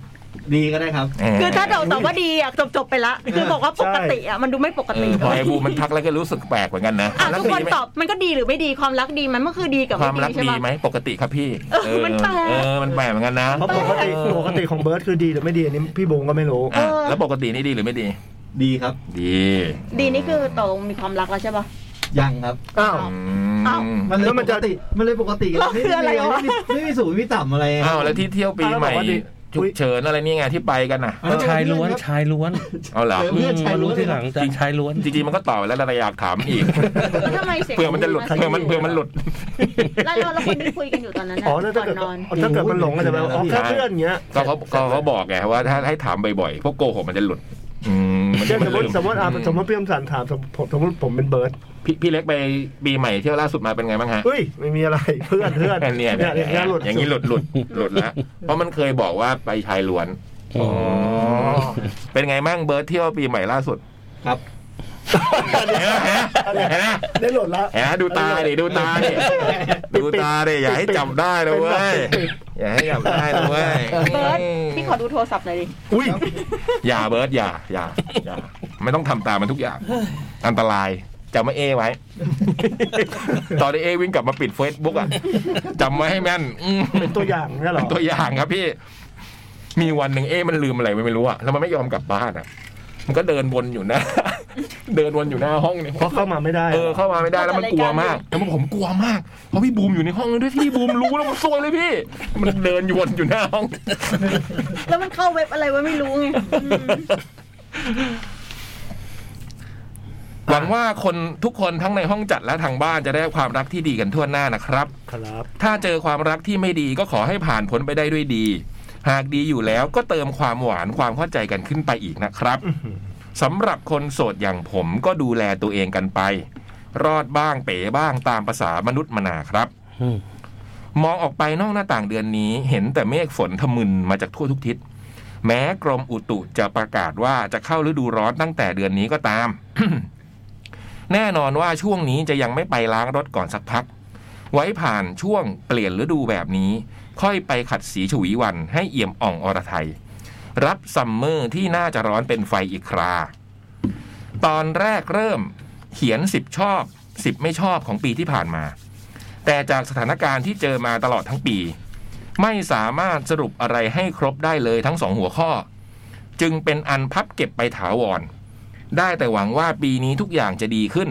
Speaker 5: ดีก็ได้ครับ
Speaker 4: คือถ้าเราตอบว่าดีอะจบจบๆไปละ คือบอกว่าปกติอะมันดูไม่ปก
Speaker 1: เอ
Speaker 4: ติ
Speaker 1: อพอไอ้บูมมันทักแล้วก็รู้สึกแปลกเหมือนกันนะ
Speaker 4: อ่ะทุก
Speaker 1: ดี
Speaker 4: คน
Speaker 1: ไหม
Speaker 4: ตอบมันก็ดีหรือไม่ดีความรักดีมันมันคือดีกับ
Speaker 1: ค
Speaker 4: ไม่
Speaker 1: วาม
Speaker 4: ดี
Speaker 1: รัก
Speaker 4: ใช่
Speaker 1: ดี
Speaker 4: ปะ
Speaker 1: ไหมปกติครับพี่
Speaker 4: เออมันแปลก
Speaker 1: เออมันแปลกเหมือนกันนะ
Speaker 3: เพราะปกติ ปกติของเบิร์ดคือดีหรือไม่ดีอันนี้พี่บงก็ไม่รู้
Speaker 1: อ่ะแล้วปกตินี่ดีหรือไม่ดี
Speaker 5: ดีครับ
Speaker 1: ดี
Speaker 4: ดีนี่คือตรงมีความรักแล้วใช่ปะ
Speaker 5: ยังครับ
Speaker 3: อ้าว
Speaker 1: ม
Speaker 4: อ้าว
Speaker 5: มันเลย
Speaker 3: แล้วมันจะ
Speaker 5: ปกติมันเลยปกติ
Speaker 4: เราคืออะไรวะ
Speaker 5: ม่มีไม่มีสูงไม่มีต่ำอะไรครับ
Speaker 1: อ้าวแล้วที่เที่ยวปีใหม่
Speaker 3: อ้าวแล้วบอกว่าดี
Speaker 1: ฉุกเฉินอะไรนี่ไงที่ไปกันน่ะ
Speaker 5: อั
Speaker 2: ชายล้วนชายล้วน
Speaker 1: เอาเหรอ
Speaker 5: เพื่อนชาย
Speaker 2: มา
Speaker 5: ล้
Speaker 2: รู้
Speaker 5: วน
Speaker 2: ที่หลัง
Speaker 5: เลย
Speaker 2: จากชายล้วน
Speaker 1: จริงๆมันก็ตอบแล้วแต่เราอยากถามอีก
Speaker 4: แล้วทำไมเสียง
Speaker 1: เผื่อมันจะหลุด
Speaker 4: า
Speaker 1: เผื่อมันเผื่อมันหลุด
Speaker 4: แล้วเราแล้วคนที่คุยกันอยู่ตอนนั้นนะ
Speaker 3: อ๋อแล้ว
Speaker 4: ก่
Speaker 3: ถ้า
Speaker 4: อน
Speaker 3: เกิด
Speaker 4: นอน
Speaker 3: ถ้าเกิดมันหลงอาจจะแบบอ๋อแค่เพื่อนอย่างเงี้ย
Speaker 1: ก็เขาก็เขาบอกไงว่าถ้าให้ถามบ่อยๆพวกโกหกมันจะหลุด อืมมัน
Speaker 3: เช่
Speaker 1: จะ
Speaker 3: นสมมติสมมติอ่าสมมติพี่อมสันถามสมมติผมสมมติผมเป็นเบิร์ด
Speaker 1: พี่พี่เล็กไปปีใหม่เที่ยวล่าสุดมาเป็นไงบ้างฮะ
Speaker 3: เฮ้ย ไม่มีอะไร เพื่อนเพื่อน
Speaker 1: เนี่ย
Speaker 3: เนี่ยอย่างเงี้ยหลุด
Speaker 1: อย่างนี้หลุดหลุดหลุดแล้วเพราะมันเคยบอกว่าไปชายล้วน
Speaker 2: อืม
Speaker 1: เป็นไงมั่งเบิร์ดเที่ยวปีใหม่ล่าสุด
Speaker 5: ครับ
Speaker 1: เห็นไหมเห็นไหม
Speaker 3: ได้หลุดละ
Speaker 1: เห็นไหมดูตาดิดูตาดิดูตาดิอย่าให้จับได้นะเว้ยอย่าให้จับได้นะเว้ย
Speaker 4: เบิร์ดพี่ขอดูโทรศัพท์หน่อยดิ
Speaker 3: อุ้ย
Speaker 1: อย่าเบิร์ดอย่าอย่าอย่าไม่ต้องทำตามมันทุกอย่าง อันตรายจำไว้เอไว้ ตอนที่เอวิ่งกลับมาปิดเฟซบุ๊กอ่ะจำไว้ให้แม่นอืม
Speaker 3: เป็นตัวอย่างเนี่ยเหรอ
Speaker 1: ตัวอย่างครับพี่ มีวันหนึ่งเอ๊ะมันลืมอะไรไม่รู้อะแล้วมันไม่ยอมกลับบ้านอะมันก็เดินวนอยู่หนะ เดินวนอยู่หน้าห้องเนี่ย
Speaker 3: เพราะเข้ามาไม่ได้
Speaker 1: เออเข้ามาไม่ได้แล้วมันกลัวมาก
Speaker 4: เข้าใจ
Speaker 1: แล้วผมกลัวมากเพราะพี่บูมอยู่ในห้องนั้นด้วยพี่บูมรู้แล้วมันซวยเลยพี่ มันเดินอยู่วนอยู่หน้าห้อง
Speaker 4: แล้วมันเข้าเว็บอะไรวะไม่รู้ไงอืม
Speaker 1: หวังว่าคนทุกคนทั้งในห้องจัดและทางบ้านจะได้ความรักที่ดีกันทั่วหน้านะครับ
Speaker 3: ครับ
Speaker 1: ถ้าเจอความรักที่ไม่ดีก็ขอให้ผ่านพ้นไปได้ด้วยดี หากดีอยู่แล้วก็เติมความหวานความเข้าใจกันขึ้นไปอีกนะครับ สำหรับคนโสดอย่างผมก็ดูแลตัวเองกันไป รอดบ้างเป๋บ้างตามภาษามนุษย์มนาครับ
Speaker 2: อืม
Speaker 1: มองออกไปนอกหน้าต่างเดือนนี้ เห็นแต่เมฆฝนทะมึนมาจากทั่วทุกทิศ แม้กรมอุตุจะประกาศว่าจะเข้าฤดูร้อนตั้งแต่เดือนนี้ก็ตาม แน่นอนว่าช่วงนี้จะยังไม่ไปล้างรถก่อนสักพัก ไว้ผ่านช่วงเปลี่ยนฤดูแบบนี้ ค่อยไปขัดสีฉวีวันให้เอี่ยมอ่องอรไทย รับซัมเมอร์ที่น่าจะร้อนเป็นไฟอีกครา ตอนแรกเริ่มเขียน 10 ชอบ 10 ไม่ชอบของปีที่ผ่านมา แต่จากสถานการณ์ที่เจอมาตลอดทั้งปี ไม่สามารถสรุปอะไรให้ครบได้เลยทั้งสองหัวข้อ จึงเป็นอันพับเก็บไปถาวร ได้แต่หวังว่าปีนี้ทุกอย่างจะดีขึ้น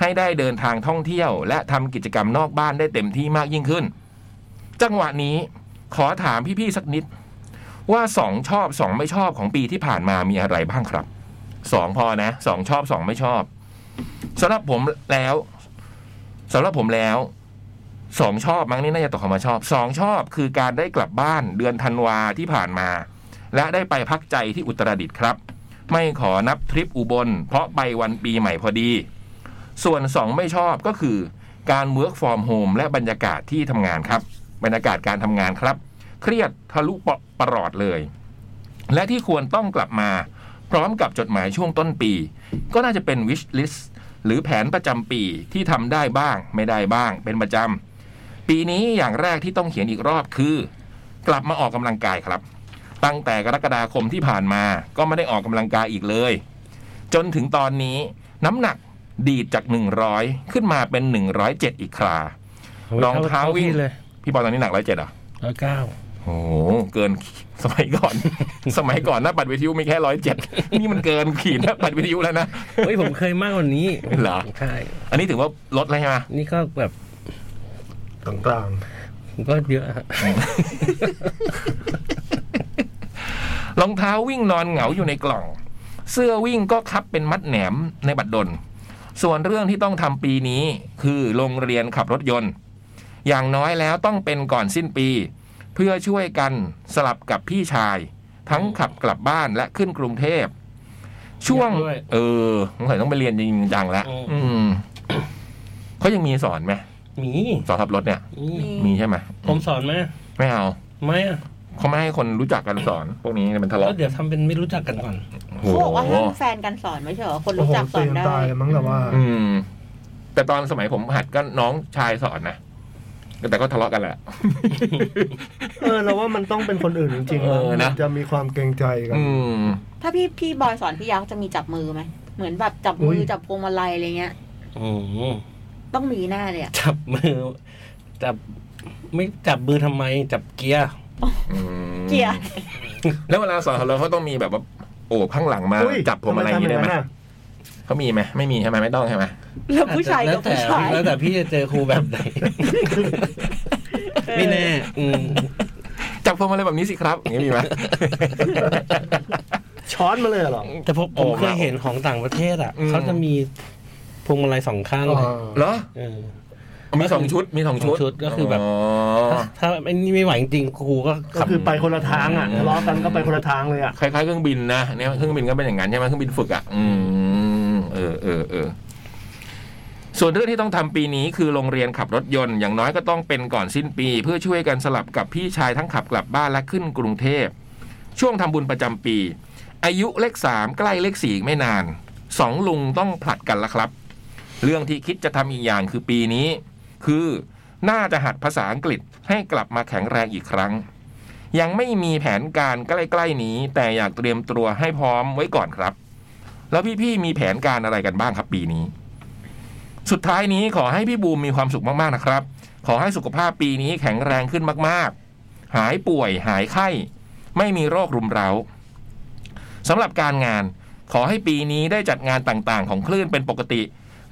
Speaker 1: ให้ได้เดินทางท่องเที่ยว และทำกิจกรรมนอกบ้านได้เต็มที่มากยิ่งขึ้น จังหวะนี้ขอถามพี่ๆสักนิด ว่าสองชอบสองไม่ชอบของปีที่ผ่านมามีอะไรบ้างครับ สองพอนะสองชอบสองไม่ชอบสำหรับผมแล้วสำหรับผมแล้ว สองชอบมั้งนี่น่าจะตกคำว่าชอบสองชอบคือการได้กลับบ้านเดือนธันวาที่ผ่านมา และได้ไปพักใจที่อุตรดิตถ์ครับ ไม่ขอนับทริปอุบล เพราะไปวันปีใหม่พอดี ส่วนสองไม่ชอบก็คือ การ work from home และบรรยากาศที่ทำงานครับ บรรยากาศการทำงานครับ เครียดทะลุปะประหลอดเลย และที่ควรต้องกลับมา พร้อมกับจดหมายช่วงต้นปี ก็น่าจะเป็น wish list หรือแผนประจำปีที่ทำได้บ้าง ไม่ได้บ้าง เป็นประจำปีนี้อย่างแรกที่ต้องเขียนอีกรอบคือ กลับมาออกกำลังกายครับ ตั้งแต่กรกฎาคมที่ผ่านมาก็ไม่ได้ออกกำลังกายอีกเลย จนถึงตอนนี้น้ำหนักดีดจาก 100 ขึ้นมาเป็น 107 อีกครา รองเท้าวิ่ง
Speaker 2: ที่เลย
Speaker 1: พี่บอลตอนนี้หนัก107เหรอ
Speaker 2: ร้อยเก้า
Speaker 1: โอ้โหเกิน สมัยก่อน สมัยก่อนหนะปัดวิทยุมีแค่ร้อยเจ็ดนี่มันเกิน ขีดหนะปัดวิทยุแล้วนะ
Speaker 2: เฮ้ยผมเคยมากกว่านี้
Speaker 1: เหรอ
Speaker 2: ใช่
Speaker 1: อันนี้ถือว่าลดแล้วใช่ไหม
Speaker 2: นี่ก็แบบ
Speaker 3: ต่าง
Speaker 2: ผมก็เยอะฮะ
Speaker 1: รองเท้าวิ่งนอนเหงาอยู่ในกล่อง เสื้อวิ่งก็คับเป็นมัดแหนมในบัตรดล ส่วนเรื่องที่ต้องทำปีนี้คือโรงเรียนขับรถยนต์ อย่างน้อยแล้วต้องเป็นก่อนสิ้นปี เพื่อช่วยกันสลับกับพี่ชาย ทั้งขับกลับบ้านและขึ้นกรุงเทพ ช่วง เออสงสัยต้องไปเรียนจริงจังแล้วอืมเขายังมีสอนไหม
Speaker 2: มี
Speaker 1: สอนขับรถเนี่ย
Speaker 2: มี
Speaker 1: มีใช่ไหม
Speaker 2: ผมสอนไหม
Speaker 1: ไม่เอา
Speaker 2: ไม่อะเขา
Speaker 1: เขาไม่ให้คนรู้จักกันสอน พวกนี้เป็นทะเลาะ
Speaker 2: ก็เดี๋ยวทำเป็นไม่รู้จักกันก่อน
Speaker 1: โอ้โห
Speaker 4: เขาบอกว่าห้ามแฟนกันสอนไม่ใช่เหรอคน
Speaker 3: ๆโอ้
Speaker 4: รู้
Speaker 3: โห
Speaker 4: จักสอ
Speaker 3: ตื่
Speaker 4: น
Speaker 3: น
Speaker 4: ได้
Speaker 3: ตายมั้งแต่ว่า
Speaker 1: อืม แต่ตอนสมัยผมหัดก็น้องชายสอนนะแต่ก็ทะเลาะกันแหละ
Speaker 3: เออเราว่ามันต้องเป็นคนอื่นจริงๆ
Speaker 1: เออนะ
Speaker 3: มันจะมีความเกรงใจกัน
Speaker 1: อืม
Speaker 4: ถ้าพี่พี่บอยสอนพี่ยักษ์จะมีจับมือไหมเหมือนแบบจับมืออย จับพวงมาลัยอะไรเงี้ย
Speaker 2: อืม
Speaker 4: ต้องมีหน้าเลยอะ
Speaker 2: จับมือ จับ ไม่จับมือทำไม จับเกียร์
Speaker 1: อืม
Speaker 4: เกลียร์
Speaker 1: แล้วเวลาสอนขับรถเขาต้องมีแบบว่าโอบข้างหลังมา
Speaker 3: อุ้ย
Speaker 1: จับผมอะไรอ
Speaker 3: ทำ
Speaker 1: ย่างนี้ได้ไหม
Speaker 3: ทำอะ
Speaker 1: เขามีไหมไม่มีใช่ไหมไม่ต้องใช่ไหม
Speaker 4: แล้วผู้ชาย
Speaker 2: แล้
Speaker 4: กั
Speaker 2: วแต่
Speaker 4: บผู้ชาย
Speaker 2: แล้วแต่พี่จะเจอครูแบบไหน ไม่แน่ อืม
Speaker 1: จับผมอะไรแบบนี้สิครับอย่างนี้มีไหม
Speaker 3: ช้อนมาเลยเหรอ
Speaker 2: แต่ผมผมเคยเห็นของต่างประเทศอ่ะ
Speaker 1: อืม
Speaker 2: เขาจะมีพวงมาลัยสองข้าง
Speaker 3: อ๋
Speaker 2: เลย
Speaker 3: อ
Speaker 1: เหรอ
Speaker 2: เออ
Speaker 1: มีสองชุดมีสองชุด
Speaker 2: สองชุดก็คือแบบ
Speaker 1: อ
Speaker 2: ถ้าไอ้นี่ไม่ไหวจริงๆครูก็
Speaker 3: ก็
Speaker 2: ขับ
Speaker 3: คือไปคนละทางอ่ะ
Speaker 1: อืม
Speaker 3: ทะเลาะกันก็ไปคนละทางเลยอ่ะ
Speaker 1: คล้ายๆเครื่องบินนะเนี่ยเครื่องบินก็เป็นอย่างนั้นใช่ไหมเครื่องบินฝึกอ่ะอืมเออเออเออส่วนเรื่องที่ต้องทำปีนี้คือโรงเรียนขับรถยนต์อย่างน้อยก็ต้องเป็นก่อนสิ้นปี เพื่อช่วยกันสลับกับพี่ชายทั้งขับกลับบ้านและขึ้นกรุงเทพ ช่วงทำบุญประจำปี อายุเลขสามใกล้เลขสี่อีกไม่นานสองลุงต้องผลัดกันละครับ เรื่องที่คิดจะทำอีกอย่างคือปีนี้ คือน่าจะหัดภาษาอังกฤษให้กลับมาแข็งแรงอีกครั้ง ยังไม่มีแผนการใกล้ๆนี้ แต่อยากเตรียมตัวให้พร้อมไว้ก่อนครับ แล้วพี่ๆมีแผนการอะไรกันบ้างครับปีนี้ สุดท้ายนี้ขอให้พี่บูมมีความสุขมากๆนะครับ ขอให้สุขภาพปีนี้แข็งแรงขึ้นมากๆ หายป่วยหายไข้ ไม่มีโรครุมเร้าสำหรับการงาน ขอให้ปีนี้ได้จัดงานต่างๆ ของคลื่นเป็นปกติ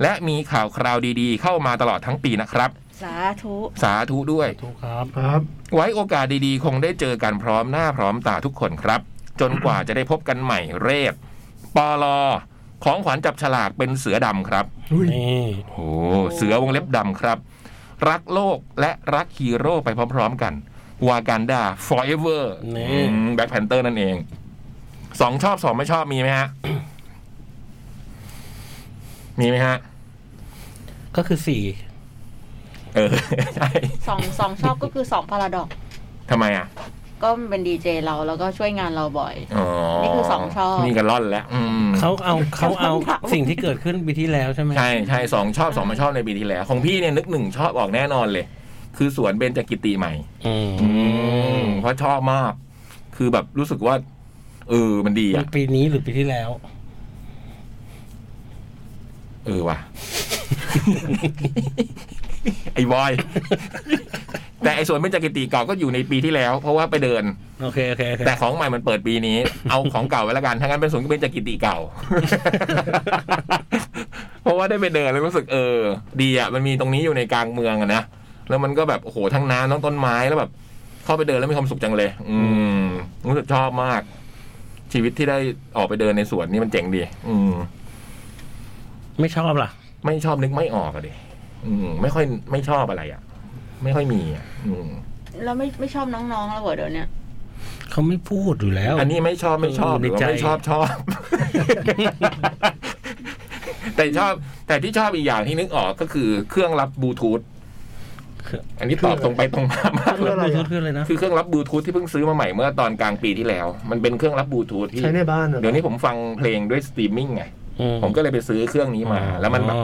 Speaker 1: และมีข่าวคราวดีๆ เข้ามาตลอดทั้งปีนะครับ
Speaker 4: สาธุ
Speaker 1: สาธุด้วย
Speaker 2: ถูกครับ
Speaker 3: ครับ
Speaker 1: ไว้โอกาสดีๆ คงได้เจอกันพร้อมหน้าพร้อมตาทุกคนครับ จนกว่าจะได้พบกันใหม่เรศปอลอ ของขวัญจับฉลากเป็นเสือดำครับ
Speaker 3: อุ้ย
Speaker 2: นี่
Speaker 1: โอ้เสือวงเล็บดำครับ รักโลกและรักฮีโร่ไปพร้อมๆกันวากันดา forever แบ็คแพนเตอร์นั่นเอง สองชอบสองไม่ชอบมีไหมฮะ มีไหมฮะ
Speaker 2: ก็คือสี่
Speaker 1: เอ อ ใช่
Speaker 4: สองสองชอบก็คือสองพาราดอก
Speaker 1: ทำไมอ่ะ
Speaker 4: ก็เป็นดีเจเราแล้วก็ช่วยงานเราบ่อย
Speaker 1: อ๋อ
Speaker 4: นี่คือสองชอบ
Speaker 1: นี่กันล่อนแล้วอืม
Speaker 2: เขาเอาเขาเอา
Speaker 4: คำถาม
Speaker 2: สิ่งที่เกิดขึ้นปีที่แล้วใช่ไหม
Speaker 1: ใช่ใช่สองชอบสองไมาชอบในปีที่แล้ว ของพี่เนี่ยนึกหนึ่งชอบออกแน่นอนเลย คือสวนเบญจกิติใหม่
Speaker 2: อืม
Speaker 1: เพราะชอบมาก คือแบบรู้สึกว่า เออมันดี
Speaker 2: มั
Speaker 1: อ่ะ
Speaker 2: นปีนี้หรือปีที่แล้ว
Speaker 1: เออว่ะ ไอ้บอย แต่ไอ้สวนเบญจกิติเก่าก็อยู่ในปีที่แล้ว เพราะว่าไปเดิน
Speaker 2: โอเคโอเคโอเค
Speaker 1: แต่ของใหม่มันเปิดปีนี้ เอาของเก่าไว้แล้วกันถ้างั้นเป็นสวนเบญจกิติเก่า เพราะว่าได้ไปเดินแล้วรู้สึกเออ ดีอ่ะมันมีตรงนี้อยู่ในกลางเมืองอะนะแล้วมันก็แบบโอ้โหทั้งน้ำทั้งต้นไม้แล้วแบบ เข้าไปเดินแล้วมีความสุขจังเลย อืมรู้สึกชอบมาก ชีวิตที่ได้ออกไปเดินในสวนนี่มันเจ๋งดี อืม
Speaker 2: ไม่ชอบล่ะ
Speaker 1: ไม่ชอบนึกไม่ออกอะดิอืม ไม่ค่อยไม่ชอบอะไรอ่ะ ไม่ค่อยมีอ่ะอืม
Speaker 4: เราไม่ไม่ชอบน้องๆแล้วเหรอเดี๋ยวเนี้ย
Speaker 2: เขาไม่พูดอยู่แล้ว
Speaker 1: อันนี้ไม่ชอบไม่ชอบหรือว่าไม่ชอบชอบ แต่ชอบ แต่ที่ชอบอีกอย่างที่นึกออกก็คือเครื่องรับบลูทูธ
Speaker 2: คือ
Speaker 1: อันนี้ตอบตรงไปตรงมามาก
Speaker 3: คื
Speaker 1: เล
Speaker 3: อย อะไร
Speaker 2: พูด
Speaker 3: อะ
Speaker 2: คืออะไรนะ
Speaker 1: คือเครื่องรับบลูทูธที่เพิ่งซื้อมาใหม่เมื่อตอนกลางปีที่แล้ว มันเป็นเครื่องรับบลูทูธที่
Speaker 3: ใช้ในบ้านเหรอ
Speaker 1: เดี๋ยวนี้ผมฟังเพลงด้วยสตรีมมิ่งไง ผมก็เลยไปซื้อเครื่องนี้มา
Speaker 2: อ๋อ
Speaker 1: แล้วมันแบบ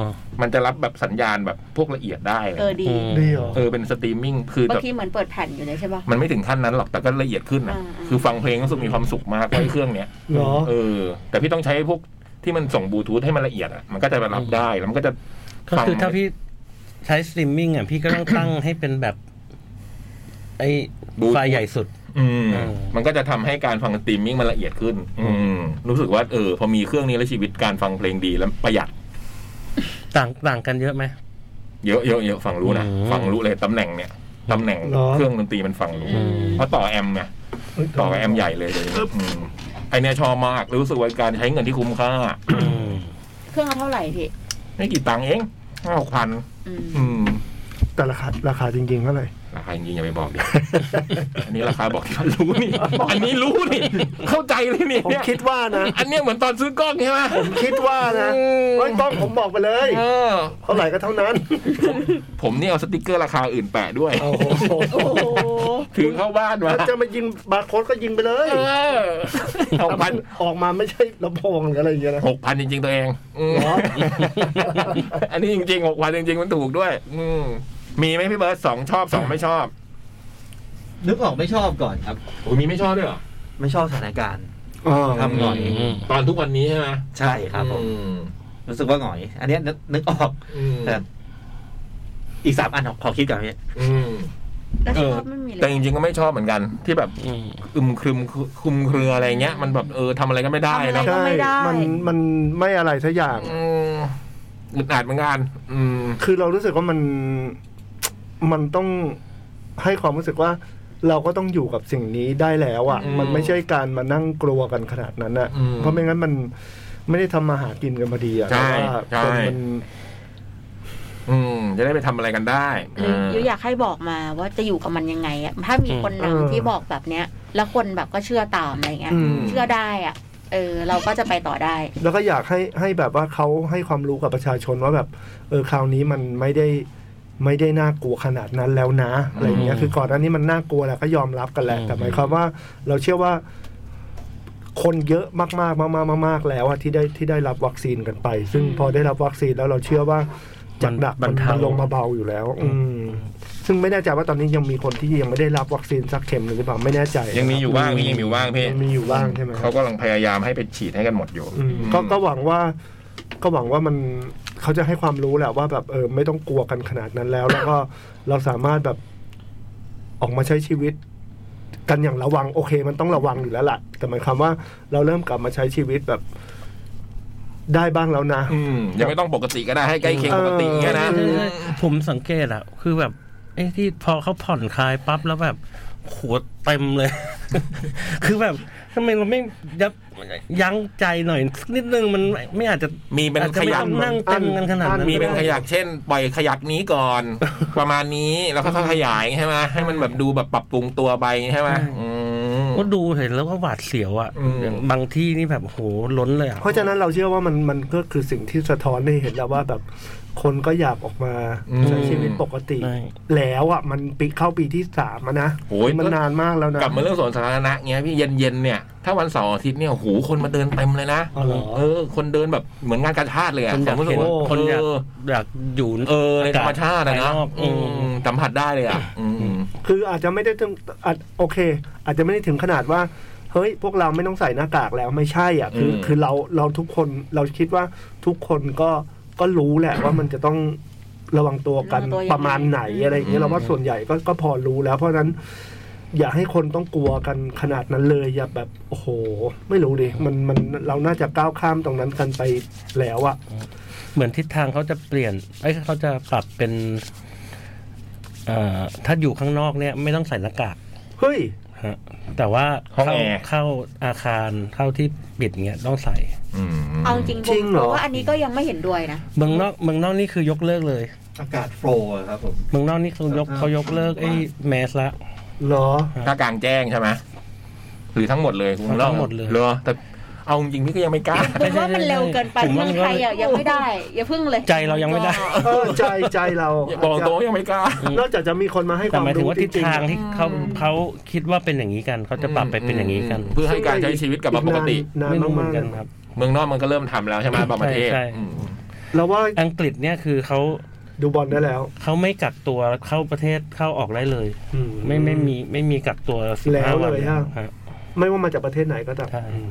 Speaker 1: มันจะรับแบบสัญญาณแบบพวกละเอียดได้เลย
Speaker 4: เออดี
Speaker 2: อืม
Speaker 3: ดีเหรอ
Speaker 1: เออเป็นสตรีมมิ่งคือแบบ
Speaker 4: บางทีเหมือนเปิดแผ่นอยู่เลยใช่ป่ะ
Speaker 1: มันไม่ถึงขั้นนั้นหรอกแต่ก็ละเอียดขึ้นนะ
Speaker 4: อ่า
Speaker 1: คือฟังเพลงรู้สึกมีความสุขมากไว้เครื่องเนี้ย
Speaker 3: เหรอ
Speaker 1: เออ แต่พี่ต้องใช้พวกที่มันส่งบลูทูธให้มันละเอียดอ่ะมันก็จะรับได้แล้วมันก็จะ
Speaker 2: ก็คือ
Speaker 1: ฟัง
Speaker 2: ถ้าพี่ใช้สตรีมมิ่งอ่ะพี่ก็ต้องตั้ง ให้เป็นแบบ ไอ้ไฟล์ใหญ่สุด
Speaker 1: อืม
Speaker 2: เออ
Speaker 1: มันก็จะทำให้การฟังสตรีมมิ่งมันละเอียดขึ้น อืมรู้สึกว่าเออพอมีเครื่องนี้แล้วชีวิตการฟังเพลงดีแล้วประหยัด
Speaker 2: ต่างต่างกันเยอะไหม
Speaker 1: เยอะเยอะเยอะฟังรู้นะ
Speaker 2: อืม
Speaker 1: ฟังรู้เลยตำแหน่งเนี่ยตำแหน่ง
Speaker 3: เหรอ
Speaker 1: เครื่องดนตรีมันฟังรู้
Speaker 4: อืม
Speaker 1: เพราะต่อแอมไง
Speaker 3: เฮ้ย
Speaker 1: ต่อกับแอมใหญ่เลยเลยวนี้อืมไอเนี่ยชอบมากรู้สึกว่าการใช้เงินที่คุ้มค่า
Speaker 2: อืม
Speaker 4: เครื่องละเท่าไหร่พี่
Speaker 1: ไม่กี่ตังค์เองห้าหกพัน
Speaker 4: อืม
Speaker 1: อืม
Speaker 3: แต่ราคาราคาจริงๆเท่าไหร่
Speaker 1: ราคาจริงๆอย่าไปบอกดิ อันนี้ราคาบอกที่มันรู้ นี่อันนี้รู้นี่เข้าใจเลยนี่
Speaker 3: ผม
Speaker 1: เนี่ย
Speaker 3: คิดว่านะ
Speaker 1: อันเนี้ยเหมือนตอนซื้อกล้องใช่ไหม
Speaker 3: ผมคิดว่านะ
Speaker 1: อืม
Speaker 3: ไม่ต้องผมบอกไปเลย
Speaker 1: เออ
Speaker 3: เท่าไหร่ก็เท่านั้น
Speaker 1: ผมนี่เอาสติกเกอร์ราคาอื่นแปะด้วย
Speaker 3: โอ้โห
Speaker 4: โอ้โห
Speaker 1: ถือเข้าบ้านมา
Speaker 3: ถ้าจะมายิงบาร์โค้ดก็ยิงไปเลย
Speaker 1: เออหกพัน
Speaker 3: ออกมาไม่ใช่ลำโพงหรืออะไรอย่างเงี้ยนะ
Speaker 1: หกพันจริง ๆ ตัวเองอืม
Speaker 3: เหรอ
Speaker 1: อันนี้จริงๆหกพันจริง ๆ มันถูกด้วย อืมมีไหมพี่เบิร์ตสองชอบสองไม่ชอบ
Speaker 5: นึกออกไม่ชอบก่อนครับ
Speaker 1: โอ้มีไม่ชอบด้วยเหรอ
Speaker 5: ไม่ชอบสถานการณ์ ทำ หน่อย
Speaker 2: อืม
Speaker 1: ตอนทุกวันนี้ใช่ไหม
Speaker 5: ใช่ครับผม
Speaker 1: อืม
Speaker 5: รู้สึกว่าหงอย อันเนี้ยนึกนึกออก
Speaker 1: อืม
Speaker 5: แต่ อีกสามอันขอคิดก่อนพี่
Speaker 1: อืม
Speaker 4: แล้ว
Speaker 1: เอ
Speaker 4: ช
Speaker 1: อ
Speaker 4: อบไม่มีเล
Speaker 1: แต่
Speaker 4: ย
Speaker 1: จริงๆก็ไม่ชอบเหมือนกัน ที่แบบ
Speaker 2: อืม
Speaker 1: อึมครึมคุมเครืออะไรเงี้ย มันแบบเออทำอะไรก็ไม่ได้แล้ว
Speaker 4: ำอะร
Speaker 3: ใช่
Speaker 4: ไม่ได้
Speaker 3: มันมันไม่อะไรสักอย่าง
Speaker 1: อืมอึดอัดเหมือนกันอืม
Speaker 3: คือเรารู้สึกว่ามันมันต้องให้ความรู้สึกว่า เราก็ต้องอยู่กับสิ่งนี้ได้แล้วอะ่ะ
Speaker 1: อืม
Speaker 3: มันไม่ใช่การมานั่งกลัวกันขนาดนั้นอะ่ะ
Speaker 1: อืม
Speaker 3: เพราะไม่งั้นมันไม่ได้ทำมาหากินกันพอดีอะ่ะ
Speaker 1: ใช่
Speaker 3: ว่า
Speaker 1: ใช่
Speaker 3: คนมัน
Speaker 1: อืมจะได้ไปทำอะไรกันได้
Speaker 4: หรือ
Speaker 1: ม
Speaker 4: ยูอยากให้บอกมาว่าจะอยู่กับมันยังไงอะถ้ามีคน
Speaker 3: เออ
Speaker 4: นำที่บอกแบบเนี้ย แล้วคนแบบก็เชื่อตามอะไรเงี้ย
Speaker 3: อืม
Speaker 4: เชื่อได้อ่ะ เออ เราก็จะไปต่อได้
Speaker 3: แล้วก็อยากให้ให้แบบว่าเขาให้ความรู้กับประชาชนว่าแบบ เออคราวนี้มันไม่ได้ไม่ได้น่ากลัวขนาดนั้นแล้วนะอะไรอย่างเงี้ยคือก่อนอันนี้มันน่ากลัวแหละก็ยอมรับกันแหละแต่หมายความว่า เราเชื่อว่า คนเยอะมากๆมากๆมากๆแล้วอะที่ได้ที่ได้รับวัคซีนกันไป ซึ่งพอได้รับวัคซีนแล้วเราเชื่อว่าจากดัก
Speaker 2: บร
Speaker 3: มั
Speaker 2: ร
Speaker 3: น
Speaker 2: เทา
Speaker 3: มันลงมาเบาอยู่แล้ว อืม ซึ่งไม่แน่ใจว่าตอนนี้ยังมีคนที่ยังไม่ได้รับวัคซีนสักเข็มหรือเปล่าไม่แน่ใจ
Speaker 1: ยังมีอยู่บ้างพี่ยังมีอยู่บ้างพี่
Speaker 3: ยังมีอยู่บ้างใช่ไหมครับ
Speaker 1: เขากำลังพยายามให้ไปฉีดให้กันหมดอยู่
Speaker 3: อืมก็
Speaker 1: อืม
Speaker 3: ก็หวังว่าก็หวังว่ามันเขาจะให้ความรู้แหละว่าแบบเออไม่ต้องกลัวกันขนาดนั้นแล้ว แล้วก็เราสามารถแบบออกมาใช้ชีวิต กันอย่างระวังโอเค มันต้องระวังอยู่แล้วล่ะ แต่หมายความว่าเราเริ่มกลับมาใช้ชีวิตแบบ ได้บ้างแล้วนะ
Speaker 1: อืมยังไม่ต้องปกติก็ได้ให้ใกล้เคียงปกติอย่างเงี้ยนะ
Speaker 3: เออ
Speaker 2: ผมสังเกตอ่ะ คือแบบไอ้ที่พอเขาผ่อนคลายปั๊บแล้วแบบโหเต็มเลย คือแบบทำไมเราไม่ยับยั้งใจหน่อยสักนิดนึงมันไม่อาจจะ
Speaker 1: มีเป็น
Speaker 2: อาจจะ
Speaker 1: ข
Speaker 2: ไม่
Speaker 1: ยัก
Speaker 2: ต้องนั่งเต็มกันขนาดนั้น
Speaker 1: มีเป็นขยักเช่น ปล่อยขยักนี้ก่อน ประมาณนี้แล้วค่อยๆขยายใช่ไหมให้มันแบบดูแบบปรับปรุงตัวไปใช่ไหมอืม
Speaker 2: ก็ดูเห็นแล้วก็หวาดเสียวอ่ะ
Speaker 1: อืม
Speaker 2: อย่างบางที่นี่แบบโหล้นเลยอ่ะ
Speaker 3: เพราะฉะนั้นเราเชื่อว่ามันมันก็คือสิ่งที่สะท้อนให้เห็นแล้วว่าแบบ คนก็อยากออกมาใช้ชีวิตปกติ
Speaker 2: ใช่
Speaker 3: แล้วอ่ะมันปีเข้าปีที่สามอะนะ
Speaker 1: โอ้ย
Speaker 3: มันนานมากแล้วนะ
Speaker 1: กลับมาเรื่องสวนสาธารณะเงี้ยพี่เย็นๆเนี่ย ถ้าวันเสาร์อาทิตย์เนี่ยโอ้โหคนมาเดินเต็มเลยนะ
Speaker 3: อ๋อเหรอ
Speaker 1: เออ คนเดินแบบเหมือนงานกาชาติเลยอะ
Speaker 2: คนอยาก
Speaker 1: ผมรู้สึ
Speaker 2: เห็น
Speaker 1: ว่
Speaker 2: คนอยาก
Speaker 1: เออ
Speaker 2: อยากอยู่
Speaker 1: เออในธรรมชาติอะนะ
Speaker 2: ภายนอกอืม
Speaker 1: อืมสัมผัสได้เลยอ่ะอืม
Speaker 3: คืออาจจะไม่ได้ถึงอาจโอเค อาจจะไม่ได้ถึงขนาดว่า เฮ้ย พวกเราไม่ต้องใส่หน้ากากแล้วไม่ใช่อ่ะ คือ
Speaker 1: อืม
Speaker 3: คือเราเราทุกคนเราคิดว่าทุกคนก็ก็รู้แหละ ว่ามันจะต้องระวังตัวกัน
Speaker 4: ระวังตัวยังไง
Speaker 3: ประมาณไหนอะไรอย่างเงี้ยเราว่าส่วนใหญ่ก็ก็พอรู้แล้ว เพราะฉะนั้น อย่าให้คนต้องกลัวกันขนาดนั้นเลย อย่าแบบโอ้โห ไม่รู้ดิมันมันเราน่าจะก้าวข้ามตรงนั้นกันไปแล้วอะ
Speaker 2: เหมือนทิศทางเขาจะเปลี่ยนไอ้ยเขาจะปรับเป็นเอ่อถ้าอยู่ข้างนอกเนี่ย ไม่ต้องใส่หน้ากาก
Speaker 3: เฮ้ย
Speaker 2: ฮะแต่ว่า
Speaker 1: ห้อง
Speaker 2: เข้า
Speaker 1: แอร์
Speaker 2: เข้าอาคารเข้าที่ปิดเงี้ยต้องใส่
Speaker 1: อืม
Speaker 4: เอาจริง
Speaker 3: จริงเหรอ
Speaker 4: ผมว่าอันนี้ก็ยังไม่เห็นด้วยนะ
Speaker 2: เมืองนอกเมืองนอกนี่คือยกเลิกเลย
Speaker 5: อากาศโฟลว์อะครับผม
Speaker 2: เมืองนอกนี่เขายกเขายกเลิกไอ้แมสละ
Speaker 3: เหรอ
Speaker 1: ถ้ากลางแจ้งใช่ไหมหรือทั้งหมดเลยคุณ
Speaker 2: ทั้งหมดเลย
Speaker 1: หรอแต่เอาจริงๆพี่ก็ยังไม่กล้า
Speaker 4: ผมว่ามันเร็วเกินไป
Speaker 2: ผมว่า
Speaker 4: เมื
Speaker 2: มั
Speaker 4: อนง
Speaker 2: ก็
Speaker 4: ไทยอ่ะยังไม่ได้ อย่าพึ่งเลย
Speaker 2: ใจเรายังไม่ได้
Speaker 3: เออใจใจเรา
Speaker 1: บอกตรงว่ายังไม่กล้า
Speaker 3: นอกจากจะมีคนมาให้ค
Speaker 2: แต่
Speaker 3: วาม
Speaker 2: หมายถึง
Speaker 3: รู้
Speaker 2: ว่า
Speaker 3: จ
Speaker 2: ทิศ
Speaker 3: ริง
Speaker 2: ทางที่เขาเขาคิดว่าเป็นอย่างนี้กันเขาจะปรับไปเป็นอย่างนี้กัน
Speaker 1: เพื่อให้การใช้ชีวิตกลับมาปกติ
Speaker 3: อีนาน
Speaker 2: ไม่รู้เหมื
Speaker 3: มา
Speaker 2: อก น
Speaker 3: ๆ
Speaker 2: กันครับ
Speaker 1: เมืองนอกมันก็เริ่มทำแล้วใช่ไหมบางประเทศ
Speaker 2: ใช่
Speaker 1: อืม
Speaker 3: เราว่า
Speaker 2: อังกฤษเนี่ยคือเขา
Speaker 3: ดูบอลได้แล้ว
Speaker 2: เขาไม่กักตัวเข้าประเทศเข้าออกได้เลย
Speaker 3: อื
Speaker 2: ไม่ไม่มีไม่มีกักตัวสิบ
Speaker 3: แล้
Speaker 2: ห้าว วัน
Speaker 3: เลยอะ
Speaker 2: ฮะ
Speaker 3: ไม่ว่ามาจากประเทศไหนก็ตาม
Speaker 2: ใช่
Speaker 3: อืม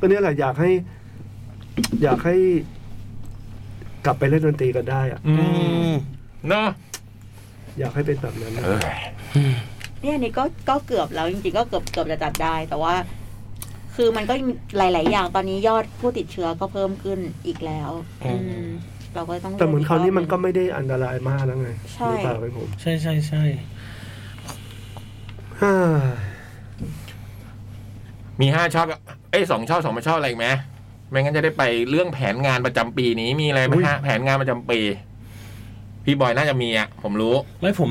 Speaker 3: ก็เนี่ยแหละอยากให้ อยากให้ กลับไปเล่นดนตรีกันได้อะ
Speaker 1: อืมเนาะ
Speaker 3: อยากให้เป็นแบบนั้นนะ
Speaker 1: เออ
Speaker 4: เนี่ยนี่ก็ก็เกือบแล้วจริงๆก็เกือบเกือบจะจัดได้ แต่ว่า คือมันก็มีหลาย ๆ อย่างตอนนี้ยอดผู้ติดเชื้อก็เพิ่มขึ้นอีกแล้ว อืม
Speaker 2: อืม
Speaker 4: เราก็ต้อง
Speaker 3: แต่เหมือนคราวนี้มันก็
Speaker 4: รบ
Speaker 3: ไม่ได้อันตรายมากแล้วไง
Speaker 4: ใช่
Speaker 3: หรือเปล่าเป็นผม
Speaker 2: ใช่ใช่ใช่
Speaker 3: ฮ่า
Speaker 1: มีห้าชอบเอ้ยสองชอบสองไม่ชอบอะไรอีกไหมไม่งั้นจะได้ไปเรื่องแผนงานประจำปีนี้มีอะไรไหมฮะแผนงานประจำปี พี่บอยน่าจะมีอ่ะ ผมรู้
Speaker 2: ไม่ผม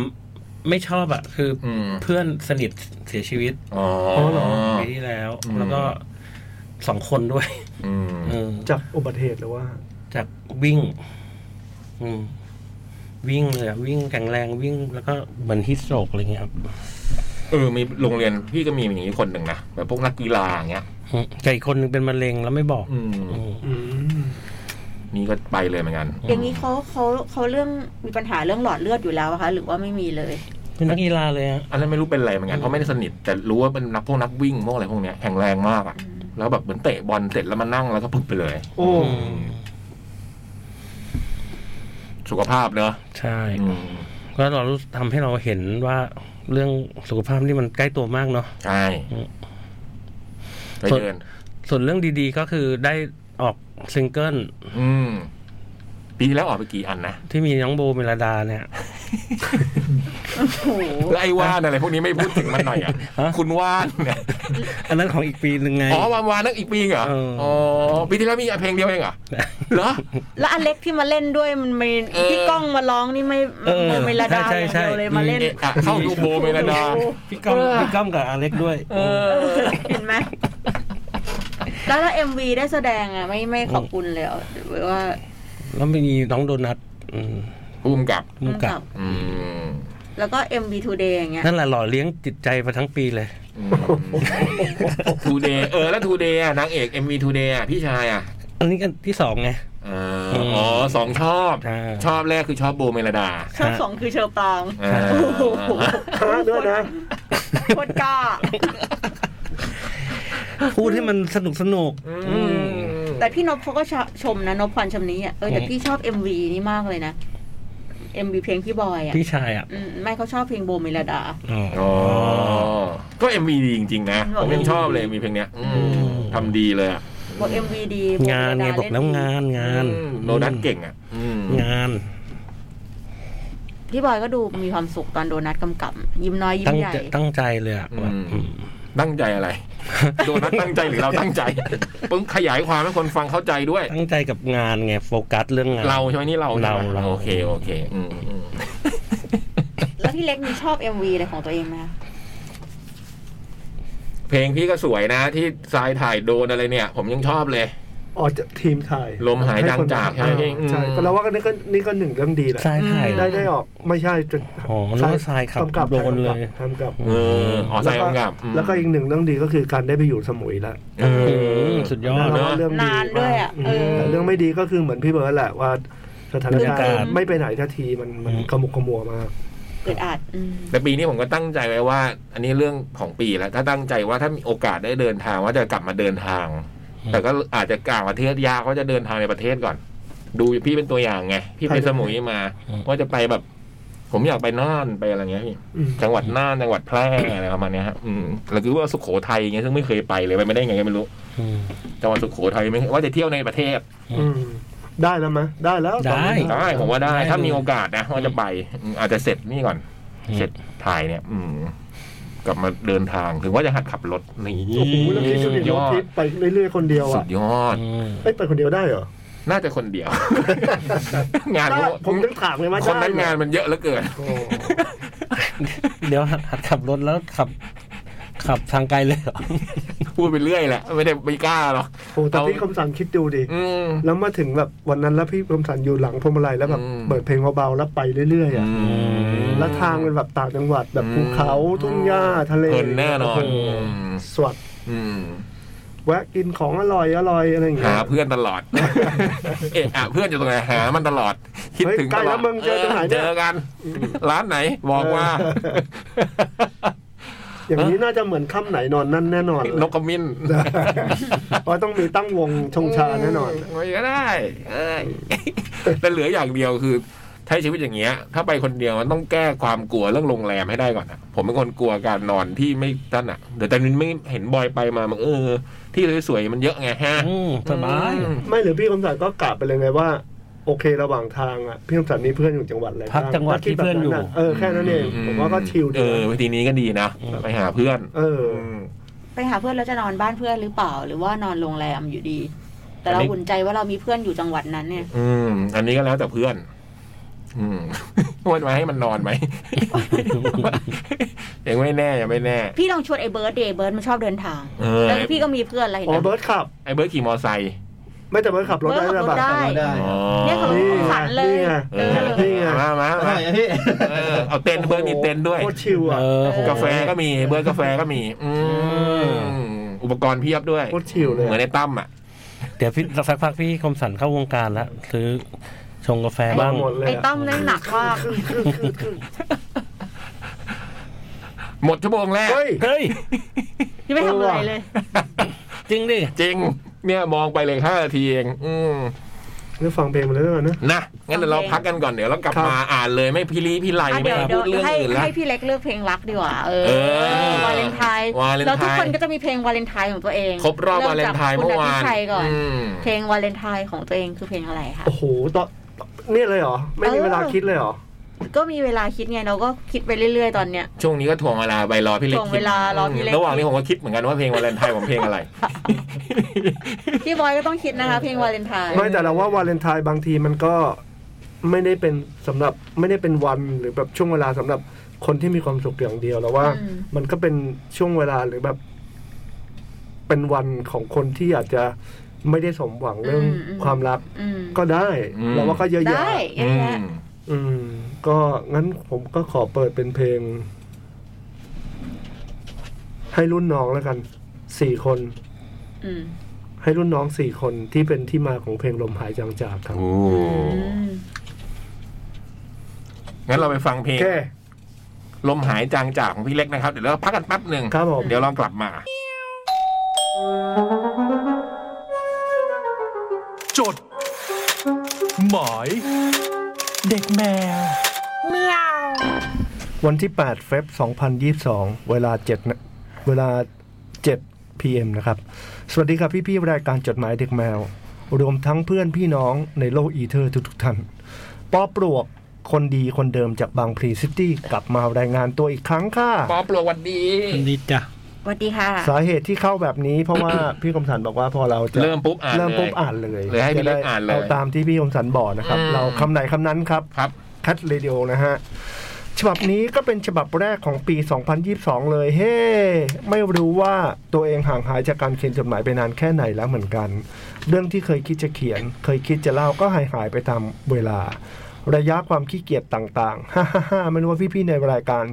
Speaker 2: ไม่ชอบอะคืออ
Speaker 1: อืม
Speaker 2: เพื่อนสนิทเสียชีวิต
Speaker 1: อ๋อ
Speaker 2: ปีที่แล้ว
Speaker 1: อืม
Speaker 2: แล้วก็สองคนด้วย
Speaker 1: อืม
Speaker 2: เออ
Speaker 3: จากอุบัติเหตุหรือว่า
Speaker 2: จากวิ่ง อืมวิ่งเลยอะวิ่งแข็งแรงวิ่งแล้วก็เหมือนฮิสโตรกอะไรเงี้ยครับ
Speaker 1: เออมีโรงเรียนพี่ก็มีอย่างนี้คนหนึ่งนะแบบพวกนักกีฬาอย่างเงี้ย
Speaker 2: อืมแต่อีกคนนึงเป็นมะเร็งแล้วไม่บอก
Speaker 1: อืม
Speaker 2: อืม
Speaker 3: อืม
Speaker 1: นี่ก็ไปเลยเหมือนกัน
Speaker 4: อย่างนี้เขาเขาเขาเรื่องมีปัญหาเรื่องหลอดเลือดอยู่แล้วอะคะ หรือว่าไม่มีเลย
Speaker 2: เป็นนักกีฬาเลยฮะ
Speaker 1: อันนั้นไม่รู้เป็นอะไรเหมือนกันเพราะไม่ได้สนิท แต่รู้ว่าเป็นนักพวกนักวิ่งพวกอะไรพวกเนี้ยแข็งแรงมากอ่ะ แล้วแบบเหมือนเตะบอลเสร็จแล้วมานั่งแล้วก็พึบไปเลย
Speaker 3: โอ้
Speaker 1: สุขภาพเนอะ
Speaker 2: ใช่
Speaker 1: อืม
Speaker 2: ก็เรารู้ทำให้เราเห็นว่าเรื่องสุขภาพนี่มันใกล้ตัวมากเนาะ
Speaker 1: ใช่
Speaker 2: อืม
Speaker 1: ไปเดิน
Speaker 2: ส่วนเรื่องดีๆก็คือได้ออกซิงเกิล
Speaker 1: อืม ปีที่แล้วออกไปกี่อันนะ
Speaker 2: ที่มีน้องโบเมลดาเนี่ย
Speaker 4: โอ้โห
Speaker 1: แล้วไอ้ว่านอะไรพวกนี้ไม่พูดถึงมันหน่อยอ่ะ
Speaker 2: ฮะ
Speaker 1: คุณว่านเนี่ย
Speaker 2: อันนั้นของอีกปีหนึ่งไง
Speaker 1: อ๋อวานวานนั่งอีกปีเหรอ
Speaker 2: เอออ๋
Speaker 1: อ๋อ ปีที่แล้วมีเพลงเดียวเองเหรอ เหรอ
Speaker 4: แล้วอเล็กที่มาเล่นด้วยมันมี
Speaker 1: เออ
Speaker 4: ที่กล้องมาร้องนี่ไม่
Speaker 2: เออ
Speaker 4: โมเมลดา
Speaker 2: ใช่
Speaker 4: อย่าง
Speaker 2: ใช่
Speaker 4: เดียวเลยมาเล่น
Speaker 1: เอะอะเข้าดูโบเมลดา
Speaker 2: พี่ก้องพี่ก้องกับอเล็กด้วย
Speaker 1: เอ
Speaker 4: เอ
Speaker 1: อ
Speaker 4: อเห็นไหมแล้วถ้าเอ็มวีได้แสดงอ่ะ ไม่ไม่ขอบคุณเลยเหรอหรือว่า
Speaker 2: แล้วมีน้องโดนัทอืม
Speaker 1: ภูมิกับ
Speaker 2: ภูมิกับ
Speaker 1: อืม
Speaker 4: แล้วก็ MV Today อย่างเงี้ย
Speaker 2: นั่นแหละหล่อเลี้ยงจิตใจมาทั้งปีเลย
Speaker 1: ทูเดย์เออ แล้วทูเดย์นางเอก MV ทูเดย์พี่ชายอ่ะ
Speaker 2: อันนี้อันที่สองไง
Speaker 1: เอออ๋อสองชอบ
Speaker 2: ใช่
Speaker 1: ชอบแรกคือชอบโบเมลดา
Speaker 4: ชอบสองคือเชอปราง
Speaker 1: อ่า
Speaker 4: โอ้โห
Speaker 3: ฮะด้วยนะ
Speaker 4: โคตรกล้า
Speaker 2: พูดให้มันสนุกสนุก
Speaker 1: อืม
Speaker 4: แต่พี่นพเขาก็ชชมนะนพพรชมนี้อ่ะเออแต่พี่ชอบ MV นี่มากเลยนะ MV เพลงพี่บอยอ่ะ
Speaker 2: พี่ชายอ่ะ
Speaker 4: อืมไม่เขาชอบเพลงโบเมลดา
Speaker 2: อ๋ออ
Speaker 1: อ๋อก็ MV ดีจริง ๆ นะ ผมยังชอบเลยมีเพลงเนี้ยอืม
Speaker 2: อืม
Speaker 1: ทำดีเลยอะ
Speaker 4: บอก MV ดี
Speaker 2: งานไงบอกแล้วงานงาน
Speaker 1: อืมโนดัทเก่งอ่ะอืม
Speaker 2: งาน
Speaker 4: พี่บอยก็ดูมีความสุขตอนโดนัทกำกับ ยิ้มน้อยยิ้ม
Speaker 2: ตั้ง
Speaker 4: ใหญ่
Speaker 2: ใจตั้งใจเลยอ่ะแบบอืม
Speaker 1: ตั้งใจ อะไร โดนัทตั้งใจหรือเราตั้ง ใจเพิ่งขยายความให้คนฟังเข้าใจด้วย
Speaker 2: ตั้งใจกับงานไงโฟกัสเรื่องงาน
Speaker 1: เราใช่ไหมนี่เราใช่ไหม
Speaker 2: เราเรา
Speaker 1: โอเคโอเคอืมอืม
Speaker 4: แล้วพี่เล็กมีชอบ MV อะไรของตัวเองไหมคะ
Speaker 1: เพลงพี่ก็สวยนะที่ทรายถ่ายโดนอะไรเนี่ย ผมยังชอบเลย
Speaker 3: ออกจากทีมถ่าย
Speaker 1: ลมหายจางจากใช่ไหมพี่
Speaker 3: ใช่
Speaker 1: อืม
Speaker 3: ก็เราว่าก็นี่ก็นี่ก็หนึ่งเรื่องดีแหละ
Speaker 2: ทรายถ่าย
Speaker 3: ได้ได้ออกไม่ใช่จะ
Speaker 2: อ๋อแล้วก็ทรายขับ
Speaker 3: กำกับ
Speaker 2: โดนเลย
Speaker 3: กำกับ
Speaker 1: เอออ๋อทรายกำกับอืม
Speaker 3: แล้วก็อีกหนึ่งเรื่องดีก็คือการได้ไปอยู่สมุยละ
Speaker 1: เออ
Speaker 2: สุดยอด
Speaker 3: แล้ว
Speaker 1: เนอะ
Speaker 3: ก็เรื่องดี
Speaker 4: นานด้วยอ่ะเออ
Speaker 3: แต่เรื่องไม่ดีก็คือเหมือนพี่เบิร์ดแหละว่าสถาน
Speaker 2: บร
Speaker 3: กาย
Speaker 2: ราร กาศ
Speaker 3: ณ์ไม่ไปไหนทันทีมันมัน
Speaker 2: อืม
Speaker 3: ขมุกขมัวมาก
Speaker 4: เกิดอาจอืม
Speaker 1: แต่ปีนี้ผมก็ตั้งใจไว้ว่า อันนี้เรื่องของปีแล้ว ถ้าตั้งใจว่าถ้ามีโอกาสได้เดินทางว่าจะกลับมาเดินทาง แต่ก็อาจจะกลางประเทศยากว่าจะเดินทางในประเทศก่อน ดูพี่เป็นตัวอย่างไง พี่ไปสมุยมา
Speaker 2: อืม
Speaker 1: ว่าจะไปแบบ ผมอยากไปน่านไปอะไรเงี้ยพี่
Speaker 3: อืม
Speaker 1: จังหวัดน่านจังหวัดแพร่อะไรประมาณเนี้ยฮะอืมแล้วคือว่าสุโขทัยเงี้ยซึ่งไม่เคยไปเลยไปไม่ได้ไงก็ไม่รู้
Speaker 2: อืม
Speaker 1: จังหวัดสุโขทัยไม่ว่าจะเที่ยวในประเทศ
Speaker 3: อืมได้แล้วมั้ยได้แล้ว
Speaker 2: ได้
Speaker 1: ได้ผมว่าได้
Speaker 2: ได้
Speaker 1: ถ้ามี
Speaker 2: เลย
Speaker 1: โอกาสนะว่าจะไปอืมอาจจะเสร็จนี่ก่อน เสร็จถ่ายเนี่ย อืม กลับมาเดินทางถึงว่าจะหัดขับรถนี่
Speaker 3: โอ้โหแล้วคิดดูดิ
Speaker 1: ย
Speaker 3: รถ
Speaker 1: อ
Speaker 3: ทริ
Speaker 1: ด
Speaker 3: ปไปเรื่อยๆคนเดียว
Speaker 1: สุ
Speaker 3: อ่ะ
Speaker 1: ดยอด
Speaker 2: อืม
Speaker 3: เอ้ยไปคนเดียวได้เหรอ
Speaker 1: น่าจะคนเดียว งาน
Speaker 3: ได้ผมยังถามเลยว่า
Speaker 1: คนนั้
Speaker 3: ได้เหรอง
Speaker 1: นานมันเยอะเหลือ เกิน
Speaker 3: โอ้
Speaker 2: เดี๋ยวหัดขับรถแล้วขับ ขับทางไกลเลยเหร อ
Speaker 1: พูดไปเรื่อยแหละ ไม่ได้ไม่กล้าหรอก
Speaker 3: โหแต่
Speaker 1: เอา
Speaker 3: พี่คำสันคิดดูดิ
Speaker 1: อืม
Speaker 3: แล้วมาถึงแบบวันนั้นแล้วพี่คำสันอยู่หลังพวงมาลัยแล้วแบบ
Speaker 1: อืม
Speaker 3: เปิดเพลงเบาๆแล้วไปเรื่อยๆอ่ะ
Speaker 2: ม
Speaker 3: แล้วทางเป็นแบบต่างจังหวัดแบบภูเขาทุ่งหญ้าทะเล
Speaker 1: เพลินแน่นอน
Speaker 3: โโห
Speaker 1: อืม
Speaker 3: สวด
Speaker 1: อืม
Speaker 3: แวะกินของอร่อยอร่อยอะไรอย่างเงี้
Speaker 1: หาย เพื่อนตลอด เอะอะเพื่อนอยู่ตรงไหนหามันตลอด คิด
Speaker 3: เฮ้ย
Speaker 1: ถึง
Speaker 3: ใก
Speaker 1: ต
Speaker 3: ล้
Speaker 1: ลอ
Speaker 3: แล้
Speaker 1: ด
Speaker 3: วมึงเจอตรงไหน
Speaker 1: เจ
Speaker 3: เนี่ย
Speaker 1: อกัน ร้านไหน บอกว่า
Speaker 3: เอย่างนี้น่าจะเหมือนค่ำไหนนอนนั่นแน่นอนเลย
Speaker 1: นกกระมิน
Speaker 3: เพราะต้องมีตั้งวงชงชาแน่นอน
Speaker 1: ไม่ก็ได้ เอ้ยแต่เหลืออย่างเดียวคือใช้ชีวิตอย่างเงี้ย ถ้าไปคนเดียวมันต้องแก้ความกลัวเรื่องโรงแรมให้ได้ก่อนนะผมเป็นคนกลัวการนอนที่ไม่ตั้นอ่ะเดี๋ยวแต่นี้ไม่เห็นบอยไปมามันเออ ที่สวยๆมันเยอะไงฮะ
Speaker 2: อืมสบาย
Speaker 1: อืม
Speaker 3: ไม่หรือพี่คมสันก็กลับไปเลยไงว่า โอเคระหว่างทางอ่ะพี่คมสันมีเพื่อนอยู่จังหวัดอะไร
Speaker 2: พักจังหวัดที่เพื่อนอยู่
Speaker 3: ถ้าคิดแบบะเออแค่นั้นเองผมว่าก็ชิล
Speaker 1: เอ
Speaker 3: ดี
Speaker 1: อวิธีนี้ก็ดีนะ ไปหาเพื่อน
Speaker 3: เออ
Speaker 1: ม
Speaker 4: ไปหาเพื่อนแล้วจะนอนบ้านเพื่อนหรือเปล่า หรือว่านอนโรงแรมอยู่ดี แต่เรา
Speaker 1: อันนี้
Speaker 4: อุ่นใจว่าเรามีเพื่อนอยู่จังหวัดนั้นเนี่ย
Speaker 1: อืม อันนี้ก็แล้วแต่เพื่อน อืม ว่าจะให้มันนอนไหม ยังไม่แน่ยังไม่แน่
Speaker 4: พี่ลองชวนไอ้เบิร์ดเดย์เบิร์ดมันชอบเดินทาง
Speaker 1: เออ
Speaker 4: แล้วพี่ก็มีเพื่อนอะไรเห็น
Speaker 3: อ๋อ
Speaker 4: ไหม
Speaker 3: เบิร์ดขับ
Speaker 1: ไอ้เบิร์ดขี่มอไซค์
Speaker 3: ไม่แต่เบิร์ดขับรถ
Speaker 4: เบิร์
Speaker 3: ได้
Speaker 4: ดขั
Speaker 3: ระ
Speaker 4: บร
Speaker 3: บา
Speaker 4: ถได้
Speaker 5: ได้
Speaker 1: อ๋อ
Speaker 4: เนี่ยเขา
Speaker 3: นี่
Speaker 4: ขับเลย
Speaker 3: นี่ไง
Speaker 1: เออ
Speaker 4: นี่
Speaker 3: นี่ไง
Speaker 1: มามา
Speaker 5: อร่
Speaker 1: มา
Speaker 5: อยอะพี่
Speaker 1: เออเอาเต้นเบิร์ดมีเต้นด้วย
Speaker 3: โคตรชิลอ่ะ
Speaker 2: เออโห
Speaker 1: กาแฟก็มีเบิร์ดกาแฟก็มี อืมอุปกรณ์เพียบด้วย
Speaker 3: โคตรชิลเลย
Speaker 1: เหมือนในตั้มอ่ะ
Speaker 2: เดี๋ยวพี่สักพักพี่คมสันเข้าวงการแล้วซื้อชงกาแฟบ้าง
Speaker 3: หมดเลย
Speaker 4: ไอ้
Speaker 3: อะ
Speaker 4: ต้อมนั่นหนักมาก
Speaker 1: หมดชั่วโมงแรก
Speaker 3: เฮ้ย
Speaker 2: เฮ้ย
Speaker 4: ยังไม่ทำอะไรเลย
Speaker 2: จริงดิ
Speaker 1: จริง เนี่ยมองไปเลยห้านาทีเอง อืม
Speaker 3: เรื่องฟังเพลงมาแล้วด้วยนะ
Speaker 1: นะงั้นเดี๋ยวเราพักกันก่อนเดี๋ยวเรากลับ
Speaker 3: ครับ
Speaker 1: มาอ่านเลยไม่พิลีพิไล
Speaker 4: อ่ะ
Speaker 1: ไม่
Speaker 4: เดี๋ยว
Speaker 1: พูด
Speaker 4: เดี๋ยว
Speaker 1: เรื่อง
Speaker 4: ให้
Speaker 1: อื่นละ
Speaker 4: ให้พี่เล็กเลือกเพลงรักดีกว่า เออ
Speaker 1: เออ
Speaker 4: วาเลนไทน์
Speaker 1: วาเลนไทน์
Speaker 4: เราทุกคนก็จะมีเพลงวาเลนไทน์ของตัวเอง
Speaker 1: ครบรอบวาเลนไทน์เมื่อวาน
Speaker 4: ริ่จกคุณอภิชัยก่อน
Speaker 1: อืม
Speaker 4: เพลงวาเลนไทน์ของตัวเองคือเพลงอะไรคะ
Speaker 3: โอ้โหตอนเนี่ยเลยเหรอ ไม่มีเวลาคิดเลยเหรอ
Speaker 4: ก็มีเวลาคิดไงเราก็คิดไปเรื่อยๆตอนเนี้ย
Speaker 1: ช่วงนี้ก็ถ่วงเวลาไปรอพี่เล็ก
Speaker 4: ถ่วง
Speaker 1: คิด
Speaker 4: เวลารอพี่เล็ก
Speaker 1: ระหว่างนี้ผมก็คิดเหมือนกันว่าเพลงวาเลนไทน์ผมเพลงอะไร
Speaker 4: พี่บอยก็ต้องคิดนะคะ เพลงวาเลนไทน์
Speaker 3: ไม่แต่เราว่าวาเลนไทน์บางทีมันก็ไม่ได้เป็นสำหรับไม่ได้เป็นวันหรือแบบช่วงเวลาสำหรับคนที่มีความสุขอย่างเดียวแล้วว่า มันก็เป็นช่วงเวลาหรือแบบ เป็นวันของคนที่อาจจะไม่ได้สมหวังเรื่องความรัก
Speaker 4: อืม
Speaker 3: ก็ได้
Speaker 1: อืม
Speaker 3: เราว่าก็เยอะแยะ
Speaker 4: ได้เยอะแยะ
Speaker 1: อืม
Speaker 3: อืม ก็งั้นผมก็ขอเปิดเป็นเพลง ให้รุ่นน้องแล้วกันสี่คน
Speaker 4: อืม
Speaker 3: ให้รุ่นน้องสี่คนที่เป็นที่มาของเพลงลมหายจางจากครับ
Speaker 1: โอ้
Speaker 4: อืม
Speaker 1: งั้นเราไปฟังเพล
Speaker 3: โอง เค
Speaker 1: ลมหายจางจากของพี่เล็กนะครับ เดี๋ยวเราพักกันแป๊บหนึ่ง
Speaker 3: ครับผม
Speaker 1: เดี๋ยวลองกลับมา
Speaker 6: จด หมาย เด็กแมว
Speaker 3: วันที่ 8 เฟบ2022 เวลา7นะเวลา 7 PM นะครับ สวัสดีครับพี่ ๆ รายการจดหมายเด็กแมว รวมทั้งเพื่อนพี่น้องในโลกอีเทอร์ทุก ๆ ท่าน ปอปลวกคนดีคนเดิมจากบางพลีซิตี้กลับมารายงานตัวอีกครั้งค่ะ
Speaker 1: ปอปลวกหวันดี
Speaker 2: ดีจ้ะ
Speaker 4: สวัสดีค่ะ
Speaker 3: สาเหตุที่เข้าแบบนี้เพราะ ว่า พี่คมสันบอกว่าพอเราจะ
Speaker 1: เริ่มปุ๊บอ่านเลย
Speaker 3: เริ่มปุ๊บอ่านเลย
Speaker 1: เลยให้พี่เล็ก
Speaker 3: จะได้
Speaker 1: อ่านเลย
Speaker 3: เอาตามที่พี่คมสันบอกนะครับ
Speaker 1: อืม
Speaker 3: เราคำไหนคำนั้นครับ
Speaker 1: ครับ
Speaker 3: คัทเรดิโอนะฮะ ฉบับนี้ก็เป็นฉบับแรกของปี 2022 เลย เฮ้ ไม่รู้ว่าตัวเองห่างหายจากการเขียนจดหมายไปนานแค่ไหนแล้วเหมือนกัน เรื่องที่เคยคิดจะเขียน เคยคิดจะเล่าก็หายหายไปตามเวลา ระยะความขี้เกียจต่างๆ ฮ่าฮ่าฮ่าไม่รู้ว่าพี่ๆในรายการ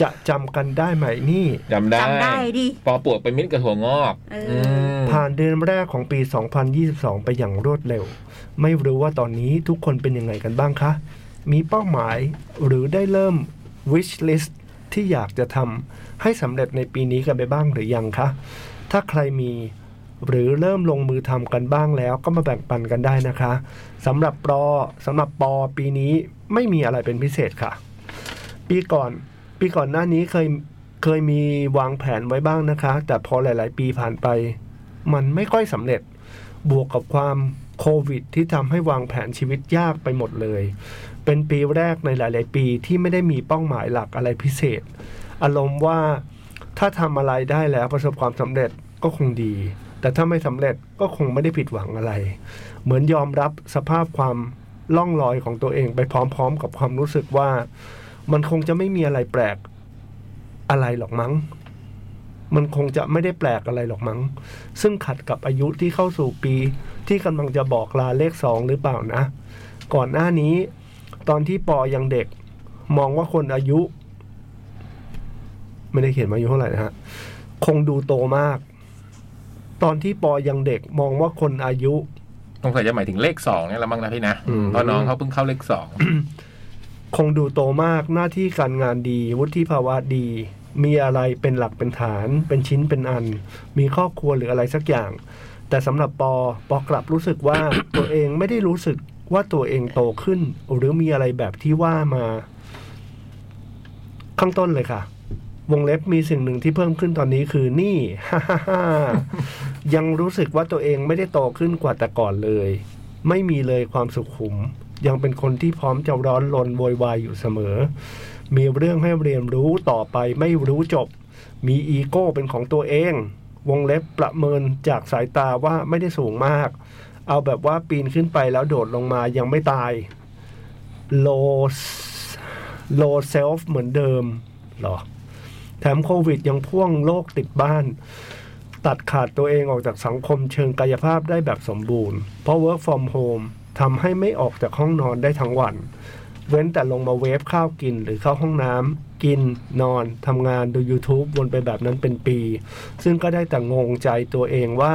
Speaker 3: จะจำกันได้ไหมนี่
Speaker 1: จำได้
Speaker 4: จำได้ดิ
Speaker 1: ปอปลวกเป็นมิตรกับถั่วงอก
Speaker 4: เออ
Speaker 1: ม
Speaker 3: ผ่านเดือนแรกของปี 2022 ไปอย่างรวดเร็ว ไม่รู้ว่าตอนนี้ทุกคนเป็นยังไงกันบ้างคะ มีเป้าหมายหรือได้เริ่ม wish list ที่อยากจะทำให้สำเร็จในปีนี้กันไปบ้างหรือยังคะ ถ้าใครมีหรือเริ่มลงมือทำกันบ้างแล้วก็มาแบ่งปันกันได้นะคะสำหรับปอสำหรับปอปีนี้ไม่มีอะไรเป็นพิเศษค่ะ ปีก่อน ปีก่อนหน้านี้เคยเคยมีวางแผนไว้บ้างนะคะ แต่พอหลาย ๆ ปีผ่านไป มันไม่ค่อยสำเร็จ บวกกับความโควิด ที่ทำให้วางแผนชีวิตยากไปหมดเลย เป็นปีแรกในหลาย ๆ ปีที่ไม่ได้มีเป้าหมายหลักอะไรพิเศษ อารมณ์ว่าถ้าทำอะไรได้แล้วประสบความสำเร็จก็คงดี แต่ถ้าไม่สำเร็จก็คงไม่ได้ผิดหวังอะไร เหมือนยอมรับสภาพความล่องลอยของตัวเองไปพร้อม ๆ กับความรู้สึกว่า มันคงจะไม่มีอะไรแปลกอะไรหรอกมั้ง มันคงจะไม่ได้แปลกอะไรหรอกมั้ง ซึ่งขัดกับอายุที่เข้าสู่ปีที่กำลังจะบอกลาเลขสองหรือเปล่านะ ก่อนหน้านี้ ตอนที่ปอยังเด็ก มองว่าคนอายุ ไม่ได้เขียนมาอายุเท่าไหร่นะฮะ คงดูโตมาก ตอนที่ปอยังเด็กมองว่าคนอายุ
Speaker 1: ตรงสัยจะหมายถึงเลขสองเนี่ยละมั้งนะพี่นะ
Speaker 3: อืม
Speaker 1: เพราะน้องเขาเพิ่งเข้าเลขสอง
Speaker 3: คงดูโตมากหน้าที่การงานดี วุฒิภาวะดี มีอะไรเป็นหลักเป็นฐาน เป็นชิ้นเป็นอัน มีครอบครัวหรืออะไรสักอย่าง แต่สำหรับปอปอกลับรู้สึกว่า ตัวเองไม่ได้รู้สึกว่าตัวเองโตขึ้น หรือมีอะไรแบบที่ว่ามา ข้างต้นเลยค่ะ วงเล็บมีสิ่งหนึ่งที่เพิ่มขึ้นตอนนี้คือหนี่ ยังรู้สึกว่าตัวเองไม่ได้โตขึ้นกว่าแต่ก่อนเลย ไม่มีเลยความสุขุม ยังเป็นคนที่พร้อมจะร้อนรนโวยวายอยู่เสมอ มีเรื่องให้เรียนรู้ต่อไปไม่รู้จบ มีอีโก้เป็นของตัวเอง วงเล็บประเมินจากสายตาว่าไม่ได้สูงมาก เอาแบบว่าปีนขึ้นไปแล้วโดดลงมายังไม่ตาย โลโลเซลฟ์เหมือนเดิมเหรอ แถมโควิดยังพ่วงโรคติดบ้าน ตัดขาดตัวเองออกจากสังคมเชิงกายภาพได้แบบสมบูรณ์ เพราะ work from home ทำให้ไม่ออกจากห้องนอนได้ทั้งวัน เว้นแต่ลงมาเวฟข้าวกินหรือเข้าห้องน้ำกินนอนทำงานดู YouTube วนไปแบบนั้นเป็นปี ซึ่งก็ได้แต่งงใจตัวเองว่า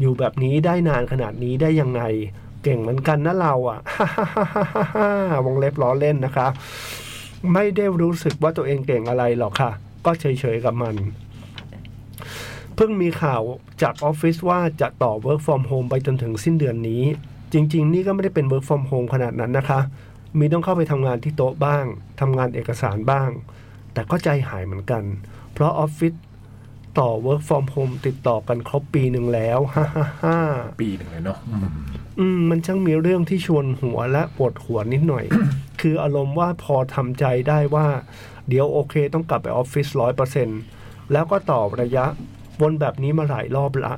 Speaker 3: อยู่แบบนี้ได้นานขนาดนี้ได้ยังไง เก่งเหมือนกันนะเราอ่ะ วงเล็บล้อเล่นนะคะ ไม่ได้รู้สึกว่าตัวเองเก่งอะไรหรอกค่ะ ก็เฉยๆกับมัน เพิ่งมีข่าวจากออฟฟิศว่าจะต่อ work from home ไปจนถึงสิ้นเดือนนี้ จริง ๆ นี่ก็ไม่ได้เป็น work from home ขนาดนั้นนะคะ มีต้องเข้าไปทำงานที่โต๊ะบ้างทำงานเอกสารบ้าง แต่ก็ใจหายเหมือนกัน เพราะออฟฟิศต่อ work from home ติดต่อกันครบปีหนึ่งแล้ว ฮ่าฮ่าฮ่า
Speaker 1: ปีหนึ่งเลยเนาะอืม
Speaker 3: อืมมันช่างมีเรื่องที่ชวนหัวและปวดหัวนิดหน่อย คืออารมณ์ว่าพอทำใจได้ว่า เดี๋ยวโอเคต้องกลับไปออฟฟิศร้อยเปอร์เซ็นแล้วก็ต่อระยะ วนแบบนี้มาหลายรอบละ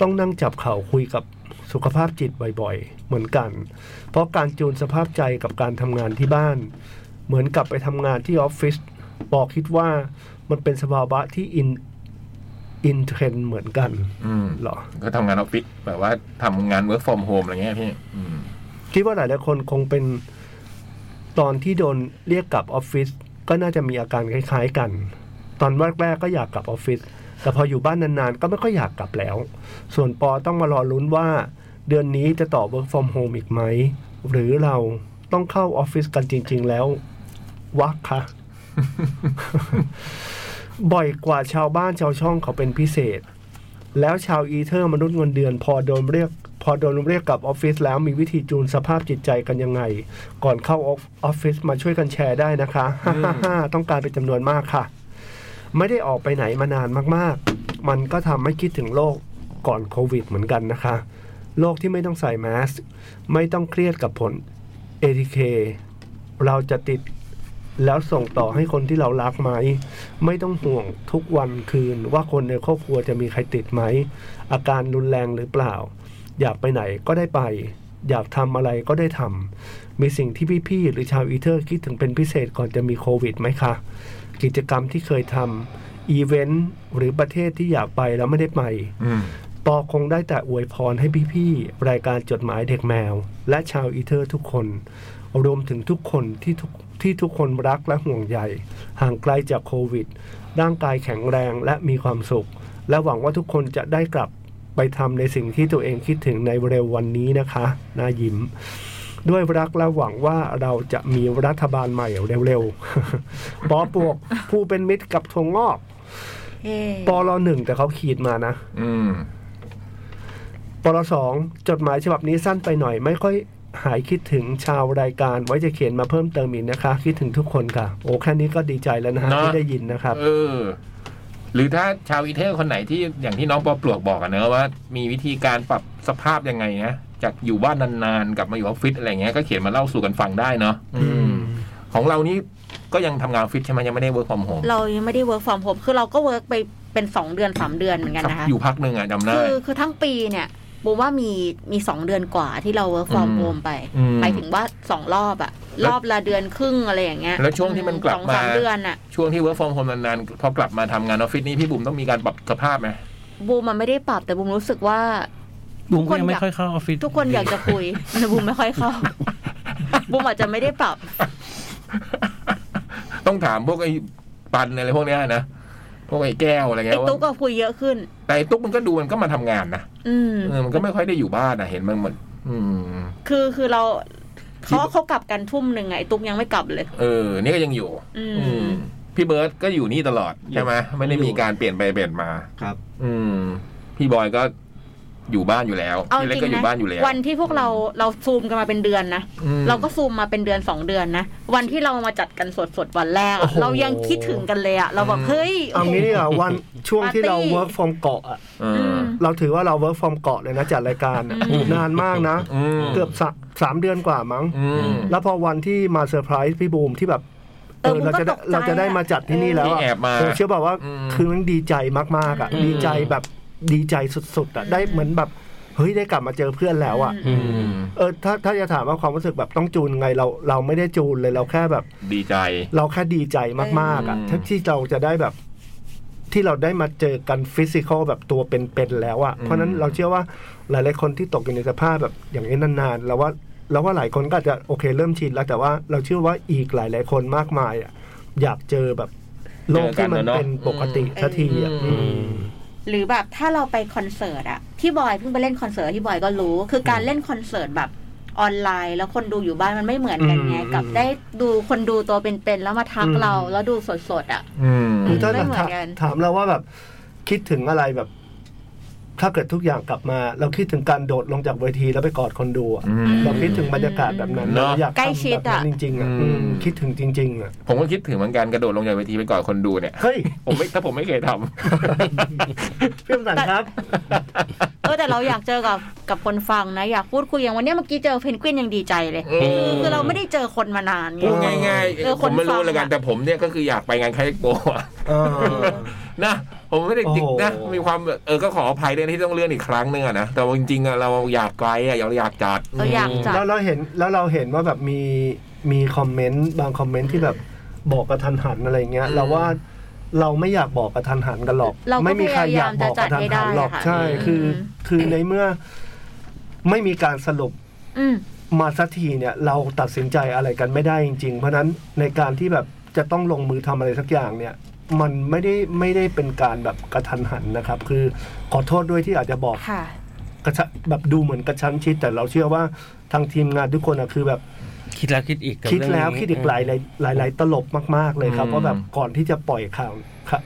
Speaker 3: ต้องนั่งจับเข่าคุยกับสุขภาพจิตบ่อยๆ เหมือนกัน เพราะการจูนสภาพใจกับการทำงานที่บ้าน เหมือนกลับไปทำงานที่ออฟฟิศบอกคิดว่ามันเป็นสภาวะที่อินอินเทรนเหมือนกัน
Speaker 1: อืม
Speaker 3: เหรอ
Speaker 1: ก็ทำงานออฟฟิศแบบว่าทำงาน work from home อะไรเงี้ยพี่อืม
Speaker 3: คิดว่าหลายหลายๆคนคงเป็นตอนที่โดนเรียกกลับออฟฟิศก็น่าจะมีอาการคล้ายๆกัน ตอนแรกๆก็อยากกลับออฟฟิศแต่พออยู่บ้านนานๆ ก็ไม่ค่อยอยากกลับแล้ว ส่วนปอต้องมารอลุ้นว่า เดือนนี้จะต่อ work from home อีกไหม หรือเราต้องเข้าออฟฟิศกันจริงๆแล้ววะคะ บ่อยกว่าชาวบ้านชาวช่องเขาเป็นพิเศษ แล้วชาวอีเทอร์มนุษย์เงินเดือน พอโดนเรียก พอโดนเรียกกลับออฟฟิศแล้วมีวิธีจูนสภาพจิตใจกันยังไง ก่อนเข้าออฟออฟฟิศมาช่วยกันแชร์ได้นะคะ ต้องการเป็นจำนวนมากค่ะ ไม่ได้ออกไปไหนมานานมากๆ มันก็ทำให้คิดถึงโลกก่อนโควิดเหมือนกันนะคะ โลกที่ไม่ต้องใส่แมสไม่ต้องเครียดกับผล ATK เราจะติดแล้วส่งต่อให้คนที่เรารักไหม ไม่ต้องห่วงทุกวันคืนว่าคนในครอบครัวจะมีใครติดไหม อาการรุนแรงหรือเปล่า อยากไปไหนก็ได้ไป อยากทำอะไรก็ได้ทำมีสิ่งที่พี่ๆหรือชาวอีเทอร์คิดถึงเป็นพิเศษก่อนจะมีโควิดไหมคะ กิจกรรมที่เคยทำอีเวนต์หรือประเทศที่อยากไปแล้วไม่ได้ไป
Speaker 1: อืม
Speaker 3: ปอคงได้แต่อวยพรให้พี่ๆรายการจดหมายเด็กแมว และชาวอีเทอร์ทุกคน รวมถึงทุกคนที่ทุกที่ทุกคนรักและห่วงใยห่างไกลจากโควิด ร่างกายแข็งแรงและมีความสุข และหวังว่าทุกคนจะได้กลับไปทำในสิ่งที่ตัวเองคิดถึงในเร็ววันนี้นะคะน่ายิ้ม ด้วยรักและหวังว่าเราจะมีรัฐบาลใหม่เร็วๆ ปอปวกผู้เป็นมิตรกับทวงงอก
Speaker 4: เอ๊ะ
Speaker 3: ปอรอหนึ่งแต่เขาขีดมานะ
Speaker 1: อืม
Speaker 3: ปรสองจดหมายฉบับนี้สั้นไปหน่อยไม่ค่อยหายคิดถึงชาวรายการไว้จะเขียนมาเพิ่มเติมอีกนะคะ คิดถึงทุกคนค่ะ โอ้แค่นี้ก็ดีใจแล้วนะฮะที่ได้ยินนะครับ
Speaker 1: เออ หรือถ้าชาวอีเทอร์คนไหนที่อย่างที่น้องปอปลวกบอกอะเนอะว่า มีวิธีการปรับสภาพยังไงนะจากอยู่บ้านนานๆกลับมาอยู่ออฟฟิศอะไรเงี้ยก็เขียนมาเล่าสู่กันฟังได้เนาะอืม ของเรานี่ก็ยังทำงานออฟฟิศใช่ไหมยังไม่ได้ work from home
Speaker 4: เรายังไม่ได้ work from home คือเราก็ work ไป เป็นสองเดือนสามเดือนเหมือนกัน
Speaker 1: สัก
Speaker 4: นะคะ
Speaker 1: อยู่พักหนึ่งอ่ะจำได้
Speaker 4: คือคือทั้งปีเนี่ยบูมว่ามีมีสองเดือนกว่าที่เราเวิร์กฟอร์ม
Speaker 1: อืม
Speaker 4: โฮมไป
Speaker 1: อืม
Speaker 4: หมายถึงว่าสองรอบอะ
Speaker 1: แล้ว
Speaker 4: รอบละเดือนครึ่งอะไรอย่างเงี้ย
Speaker 1: แล้วช่วงที่มันกลับ
Speaker 4: สองสาม
Speaker 1: มา
Speaker 4: เดือนอะ
Speaker 1: ช่วงที่เวิร์กฟอร์มโฮมนานๆพอกลับมาทำงานออฟฟิศนี้พี่บุ๋มต้องมีการปรับสภาพไหม
Speaker 4: บูมมันไม่ได้ปรับแต่บูมรู้สึกว่า
Speaker 2: บุ้งก็ยังไม่ค่อยเข้าออฟฟิศ
Speaker 4: ทุกคนอยากจะคุย แต่บูมไม่ค่อยเข้าบูมอาจจะไม่ได้ปรับ
Speaker 1: ต้องถามพวกไอ้ปันอะไรพวกเนี้ยนะพวกไอ้แก้วอะไรเงี้
Speaker 4: ไอ้
Speaker 1: ย
Speaker 4: ตุ๊กก็คุยเยอะขึ้น
Speaker 1: แต่ไอ้ตุ๊กมันก็ดูมันก็มาทำงานนะ
Speaker 4: อืม
Speaker 1: เออมันก็ไม่ค่อยได้อยู่บ้านอ่ะเห็นมันเหมือนอืม
Speaker 4: คือคือเรา
Speaker 1: ที่
Speaker 4: เขาเขากลับกันทุ่มหนึ่งอะไงตุ๊กยังไม่กลับเลย
Speaker 1: เออนี่ก็ยังอยู่
Speaker 4: อื
Speaker 1: อื
Speaker 4: ม
Speaker 1: มพี่เบิร์ตก็อยู่นี่ตลอด
Speaker 5: อยู่
Speaker 1: ใช่ไหมไม่ได้
Speaker 5: อยู่
Speaker 1: มีการเปลี่ยนไปเปลี่ยนมา
Speaker 5: ครับ
Speaker 1: อืม พี่บอยก็อยู่บ้านอยู่แล้ว
Speaker 4: เอาจ
Speaker 1: พี่เล็ก
Speaker 4: ริ
Speaker 1: ก็
Speaker 4: ง
Speaker 1: อยู่บ้านอยู่แล้
Speaker 4: นะ
Speaker 1: ว
Speaker 4: วันที่พวกเราเราซูมกันมาเป็นเดือนนะ
Speaker 1: อืม
Speaker 4: เราก็ซูมมาเป็นเดือนสองเดือนนะ วันที่เรามาจัดกันสดสดๆวันแรกอะ
Speaker 1: โอ้โห
Speaker 4: เรายังคิดถึงกันเลยอะเราแบบเฮ้ย
Speaker 3: เอางี้ดีก ว่าวันช่วงที่เรา work from เกาะอะ
Speaker 1: เอ
Speaker 4: อื
Speaker 1: อ
Speaker 4: ม
Speaker 3: เราถือว่าเรา work from เกาะเลยนะจัดรายการอะ
Speaker 4: อืม
Speaker 3: นานมากนะ
Speaker 1: อืม
Speaker 3: เกือบสะสามเดือนกว่ามั้ง
Speaker 1: อืม
Speaker 3: แล้วพอวันที่มาเซอร์ไพรส์พี่บูมที่แบบ
Speaker 4: เออ
Speaker 3: เราจะได้
Speaker 4: บูมก็ตกใจ
Speaker 3: เราจะได้มาจัดที่นี่แล้ว
Speaker 1: ที่
Speaker 3: อะ
Speaker 1: แอบมา
Speaker 3: เเชื่อบอกว่า
Speaker 1: อืม
Speaker 3: คือมันดีใจมากๆอ่ะ
Speaker 4: อืม
Speaker 3: ดีใจแบบดีใจสุดๆอ่ะได้เหมือนแบบเฮ้ยได้กลับมาเจอเพื่อนแล้วอ่ะ
Speaker 2: อืม
Speaker 3: เออถ้าถ้าจะถามว่าความรู้สึกแบบต้องจูนไงเราเราไม่ได้จูนเลยเราแค่แบบ
Speaker 1: ดีใจ
Speaker 3: เราแค่ดีใจมากๆอ่ะ
Speaker 1: อืม
Speaker 3: ที่ที่เราจะได้แบบ ที่เราได้มาเจอกันฟิสิกอลแบบตัวเป็นๆแล้วอ่ะเพราะฉะนั้นเราเชื่อว่าหลายๆคนที่ตกอยู่ในสภาพแบบอย่างนี้นานๆเราว่าเราว่าหลายคนก็อาจจะโอเคเริ่มชินแล้วแต่ว่าเราเชื่อว่าอีกหลายๆคนมากมายอ่ะอยากเจอแบบโลกที่มันเป็นปกติสักทีอ่ะ
Speaker 1: อืม
Speaker 3: อืม
Speaker 4: หรือแบบถ้าเราไปคอนเสิร์ตอะพี่บอยเพิ่งไปเล่นคอนเสิร์ตพี่บอยก็รู้ คือการเล่นคอนเสิร์ตแบบออนไลน์ แล้วคนดูอยู่บ้านมันไม่เหมือนกันไง
Speaker 3: อืม
Speaker 4: กับได้ดูคนดูตัวเป็นๆแล้วมาทัก
Speaker 3: อืม
Speaker 4: เราแล้วดูสดๆอะ
Speaker 1: อืม
Speaker 3: คือถ้า
Speaker 4: ไม่เหมือนกัน
Speaker 3: ถามเราว่าแบบคิดถึงอะไรแบบ ถ้าเกิดทุกอย่างกลับมา เราคิดถึงการโดดลงจากเวทีแล้วไปกอดคนดูอะ
Speaker 1: อืม
Speaker 3: เราคิดถึงบรรยากาศแบบนั้น
Speaker 1: เนอะ
Speaker 3: เราอยาก
Speaker 4: ใกล้ชิ
Speaker 3: ทำ
Speaker 4: ด
Speaker 3: แบบ
Speaker 4: อะ
Speaker 3: นั้นจริงๆอะ
Speaker 1: อืม
Speaker 3: อืมคิดถึงจริงๆอะ
Speaker 1: ผมก็คิดถึงเหมือนกันกระโดดลงจากเวทีไปก่อนคนดูเนี่ย
Speaker 3: เฮ้ย
Speaker 1: ผมไม่ถ้าผมไม่เคยท
Speaker 3: เพื่อนสันครับ
Speaker 4: เออแต่เราอยากเจอกับกับคนฟังนะ อยากพูดคุยอย่างวันเนี้ยเมื่อกี้เจอเพนกวินยังดีใจเลย
Speaker 1: ำอืม
Speaker 4: คือเราไม่ได้เจอคนมานานไง
Speaker 1: พูดง่าย
Speaker 4: เออ
Speaker 1: ๆ
Speaker 4: ค
Speaker 1: ผ
Speaker 4: น
Speaker 1: มไม่รู้
Speaker 4: ฟัง
Speaker 1: แล้วกัน
Speaker 4: อะ
Speaker 1: แต่ผมเนี่ยก็คืออยากไปงานคายโกะนะ ผมไม่ได้จริง
Speaker 3: โอ้โห
Speaker 1: นะ มีความเออก็ขออภัยด้วยที่ต้องเลื่อนอีกครั้งหนึงอะนะแต่ว่าจริงๆอะเราอยากไปอะเราอยากจัด
Speaker 4: เราอยากจัด
Speaker 3: แล้วเราเห็นแล้วเราเห็นว่าแบบมีมีคอมเมนต์บางคอมเมนต์ที่แบบบอกกระทันหันอะไรเงี้ย เราว่าเราไม่อยากบอกกระทันหันกันหรอก
Speaker 4: เราก็
Speaker 3: ไม่มีใครอยากบอกกระทันหันหรอก
Speaker 4: พยายามจะจัดให้ได้อะค่ะ
Speaker 3: ใช่ คืออ
Speaker 4: ม
Speaker 3: คือในเมื่อไม่มีการสรุป
Speaker 4: อืม
Speaker 3: มาสักทีเนี่ยเราตัดสินใจอะไรกันไม่ได้จริง ๆ เพราะฉะนั้นในการที่แบบจะต้องลงมือทำอะไรสักอย่างเนี่ย มันไม่ได้ไม่ได้เป็นการแบบกระทันหันนะครับ คือขอโทษด้วยที่อาจจะบอก
Speaker 4: ค่ะ
Speaker 3: กระชะแบบดูเหมือนกระชั้นชิด แต่เราเชื่อว่าทางทีมงานทุกคนอะคือแบบ
Speaker 2: คิดแล้วคิดอีกกับ
Speaker 3: คิด
Speaker 2: เรื่อง
Speaker 3: แล้ว
Speaker 2: นี้
Speaker 3: คิดอีกหลายหลายหลายๆตลบมากๆเลยครับ
Speaker 1: อืม
Speaker 3: ว่าแบบก่อนที่จะปล่อยข่าวข่าว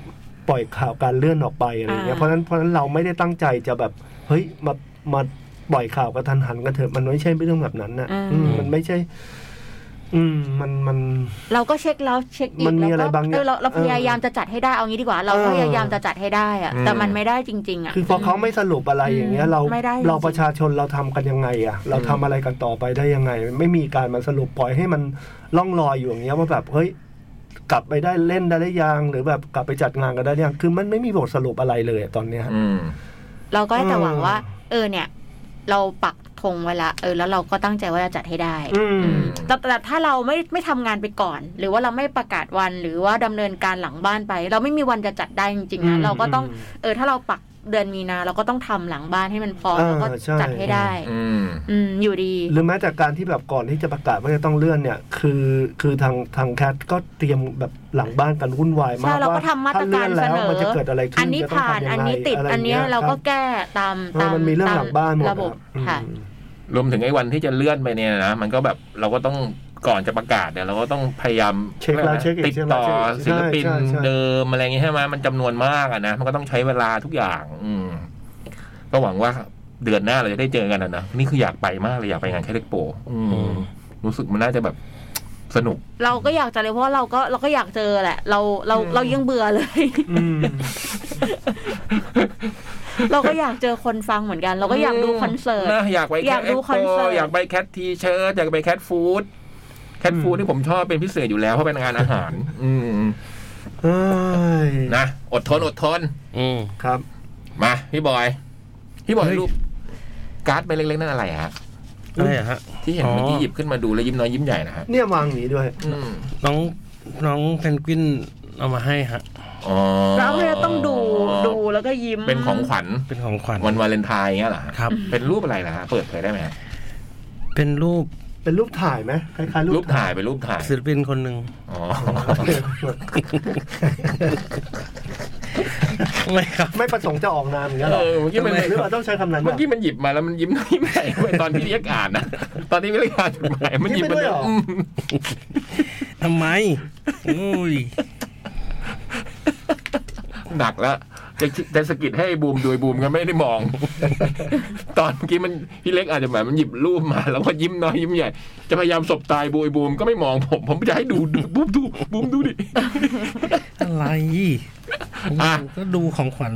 Speaker 3: ปล่อยข่าวการเลื่อนออกไปอะไรอย่างเงี้ย
Speaker 4: อ่า
Speaker 3: เพราะฉะนั้นเพราะฉะนั้นเราไม่ได้ตั้งใจจะแบบเฮ้ยมามาปล่อยข่าวกระทันหันกันเถอะมันไม่ใช่เรื่องแบบนั้นนะอืมมันไม่ใช่ อืมมันมัน
Speaker 4: เราก็เช็คแล้วเช็คอีก
Speaker 3: มันมี
Speaker 4: แล้ว
Speaker 3: อะไร
Speaker 4: ก็
Speaker 3: บางอย่าง
Speaker 4: เออเราเรา
Speaker 3: เออย
Speaker 4: พายามจะจัดให้ได้เอางี้ดีกว่า เรา
Speaker 3: เออ
Speaker 4: พยายามจะจัดให้ได้อะ
Speaker 1: อืม
Speaker 4: แต่มันไม่ได้จริง ๆอะ
Speaker 3: คือพอเขาไม่สรุปอะไรอย่างเงี้ย เรา
Speaker 4: ไม่ได้จริงๆ
Speaker 3: เราประชาชนเราทำกันยังไงอะเราทำอะไรกันต่อไปได้ยังไง ไม่มีการมาสรุปปล่อยให้มันล่องลอยอยู่อย่างเงี้ยว่าแบบเฮ้ยกลับไปได้เล่นได้หรือยังหรือแบบกลับไปจัดงานกันได้หรือยังคือมันไม่มีบทสรุปอะไรเลยอะตอนเนี้ย
Speaker 1: อืม
Speaker 4: เราก็ได้แต่หวัง
Speaker 3: เออ
Speaker 4: ว่า เออเนี่ย เราปักธงไว้ละเออแล้วเราก็ตั้งใจว่าจะจัดให้ได้
Speaker 3: อืม
Speaker 4: แต่แต่ถ้าเราไม่ไม่ทำงานไปก่อน หรือว่าเราไม่ประกาศวันหรือว่าดำเนินการหลังบ้านไป เราไม่มีวันจะจัดได้จริงๆนะ
Speaker 3: อืม
Speaker 4: เราก็ต้องเออถ้าเราปักเดือนมีนาเราก็ต้องทำหลังบ้านให้มันพร้อม
Speaker 3: เออ
Speaker 4: แล้วก็
Speaker 3: ใช่
Speaker 4: จัดให้ได้
Speaker 1: อืม
Speaker 4: อืมอยู่ดี
Speaker 3: หรือแม้แต่การที่แบบก่อนที่จะประกาศว่าจะต้องเลื่อนเนี่ย คือคือทางทางแคทก็เตรียมแบบหลังบ้านกันวุ่นวายมาก
Speaker 4: ใช่เราก็
Speaker 3: ว่า
Speaker 4: ทำมาตรการ
Speaker 3: ถ้เลื่อนแล้ว
Speaker 4: เสนอ
Speaker 3: มันจะเกิดอะไรขึ้น
Speaker 4: อันนี้
Speaker 3: จะต้ง
Speaker 4: ผ่าน
Speaker 3: ทำยังไง
Speaker 4: อันนี้ติด
Speaker 3: ะไร
Speaker 4: อันเนี้ย
Speaker 3: ย่งงี้ย
Speaker 4: เราก็
Speaker 3: คบ
Speaker 4: แก้ตาม
Speaker 3: เอ
Speaker 4: ตา
Speaker 3: อ
Speaker 4: ม
Speaker 3: มันมีเรื่องหลังบ้านหมด
Speaker 4: ระบบ
Speaker 3: อืม
Speaker 4: ค่ะ
Speaker 1: รวมถึงไอ้วันที่จะเลื่อนไปเนี่ยนะ มันก็แบบเราก็ต้องก่อนจะประกาศเนี่ยเราก็ต้องพยายาม
Speaker 3: เช็คแล้วเช็คอีก
Speaker 1: ติดต่อ
Speaker 3: เช็คแล้วเช็คอีก
Speaker 1: ศิลปิน
Speaker 3: ใช่ใช่ใช่
Speaker 1: เดิมอะไรอย่างงี้ใช่ไหมมันจำนวนมากอะนะ มันก็ต้องใช้เวลาทุกอย่าง อืม ก็หวังว่าเดือนหน้าเราจะได้เจอกันอะนะนี่คืออยากไปมากเลยอยากไปงานแค่เล็กโปอืม
Speaker 2: อืม
Speaker 1: รู้สึกมันน่าจะแบบสนุก
Speaker 4: เราก็อยากจะเลยเพราะเราก็เราก็อยากเจอแหละ เราเรา
Speaker 3: อืม
Speaker 4: เรายังเบื่อเลย
Speaker 3: อืม
Speaker 4: เราก็อยากเจอคนฟังเหมือนกัน เราก็อยากดูคอนเสิร์ต
Speaker 1: นะอยากไป
Speaker 4: อยากดูคอนเสิร์ต
Speaker 1: อยากไปแคททีเชิร์ตอยากไปแคทฟู้ดแคทฟู้ด
Speaker 3: อืม
Speaker 1: ที่ผมชอบเป็นพิเศษอยู่แล้วเพราะเป็นงานอาหาร อืม
Speaker 3: เอ้ย
Speaker 1: นะอดทนอดทน
Speaker 2: อืม
Speaker 3: ครับ
Speaker 1: มาพี่บอย พี่บอย
Speaker 3: เฮ้ย
Speaker 1: รูปการ์ดใบเล็กๆนั่นอะไรฮะ
Speaker 2: อะไรอะฮะ
Speaker 1: ที่เห็น
Speaker 2: อ๋อ
Speaker 1: เมื่อกี้หยิบขึ้นมาดูแล้วยิ้มน้อยยิ้มใหญ่นะฮะ
Speaker 3: เนี่ยวางอย่างนี้ด้วย
Speaker 1: อืม
Speaker 2: น้องน้องเพนกวินเอามาให้ฮะ
Speaker 1: อ๋อ
Speaker 4: เราเลยต้องดูดูแล้วก็ยิ้ม
Speaker 1: เป็นของขวัญ
Speaker 2: เป็นของขวัญ
Speaker 1: วันวาเลนไทน์เงี้ยเหรอฮะ
Speaker 2: ครับ
Speaker 1: เป็นรูปอะไรนะฮะเปิดเผยได้ไหมฮะ
Speaker 2: เป็นรูป
Speaker 3: เป็นรูปถ่ายไหมคล้ายๆ
Speaker 1: รู
Speaker 3: รู
Speaker 1: ปถ่ายเป็นรูปถ่าย
Speaker 2: ศิลปินคนหนึ่ง
Speaker 1: อ๋อ
Speaker 2: ไม่ครับ
Speaker 3: ไม่ประสงค์จะออกนามอย่างเงี้ยหร
Speaker 1: เอ
Speaker 3: อ
Speaker 1: อเมื่อกี้มัน
Speaker 2: ทำไม
Speaker 3: หรือว่าต้องใช้คำนั้น
Speaker 1: เมื่
Speaker 3: ปะ
Speaker 1: อกี้มันหยิบมาแล้วมันยิ้มน้อยยิ้มใหญ่เว้ยตอนที่เรียกอ่านนะตอนที่เรียกอ่านจดหมายมันหยิบมา
Speaker 3: ยิ้มไปด้วยเหรอ
Speaker 1: อืม
Speaker 2: ทำไมอุ้ย
Speaker 1: หนักแล้วจะจะสะกิดให้บูมดูบูมก็ไม่ได้มอง ตอนเมื่อกี้มันพี่เล็กอ่านจดหมายมันหยิบรูปมาแล้วก็ยิ้มน้อยยิ้มใหญ่จะพยายามสบตายบูมบูมก็ไม่มองผม ผมจะให้ดูดูบูมดูบูมดูดิ
Speaker 2: อะไร
Speaker 1: อ่ะ
Speaker 2: ก็ดูของขวัญ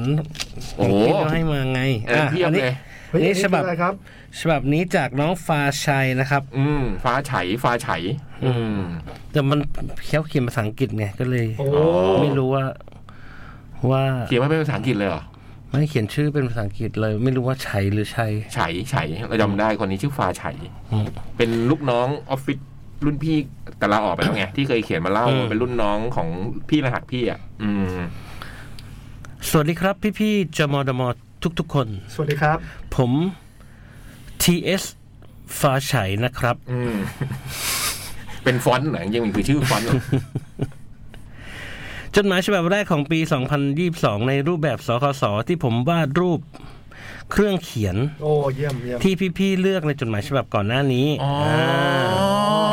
Speaker 1: โอ้โห
Speaker 2: ที่เราให้มาไง
Speaker 1: เออเพียบ
Speaker 2: นนี้
Speaker 1: เลย
Speaker 3: เฮ้ยอั
Speaker 2: นี่
Speaker 3: นนี่
Speaker 2: ฉ
Speaker 3: ฉบั
Speaker 2: บับ
Speaker 3: บอะไรครับ
Speaker 2: ฉบับนี้จากน้องฟ้าชัยนะครับ
Speaker 1: อืม ฟ้าไฉฟ้าไฉ
Speaker 2: อืม
Speaker 1: ม
Speaker 2: แต่มันเขียวเขียนภาษาอังกฤษไงก็เลย
Speaker 3: โอ้
Speaker 2: ไม่รู้ว่า ว่า
Speaker 1: เขียนมาเป็นภาษาอังกฤษเลยเหรอ
Speaker 2: ไม่เขียนชื่อเป็นภาษาอังกฤษเลย ไม่รู้ว่าชัยหรือชัย
Speaker 1: ไฉไฉเราจำได้คนนี้ชื่อฟ้าไฉ
Speaker 2: อืม
Speaker 1: เป็นลูกน้องออฟฟิศรุ่นพี่แต่ลาออกไปแล้วไง ที่เคยเขียนมาเล่า
Speaker 2: อืม
Speaker 1: เป็นรุ่นน้องของพี่รหัสพี่อ่ะ อืม
Speaker 2: สวัสดีครับพี่ๆจมดมทุกๆคน
Speaker 3: สวัสดีครับ
Speaker 2: ผม TS ฟ้าชัยนะครับ
Speaker 1: อืม เป็นฟอนต์เหรอจริงๆมันคือชื่อฟอนต์เหรอ
Speaker 2: จดหมายฉบับแรกของปี 2022 ในรูปแบบสคสที่ผมวาดรูปเครื่องเขียน
Speaker 3: โอ้เยี่ยมเยี่ยม
Speaker 2: ที่พี่ๆเลือกในจดหมายฉบับก่อนหน้านี้
Speaker 1: อ๋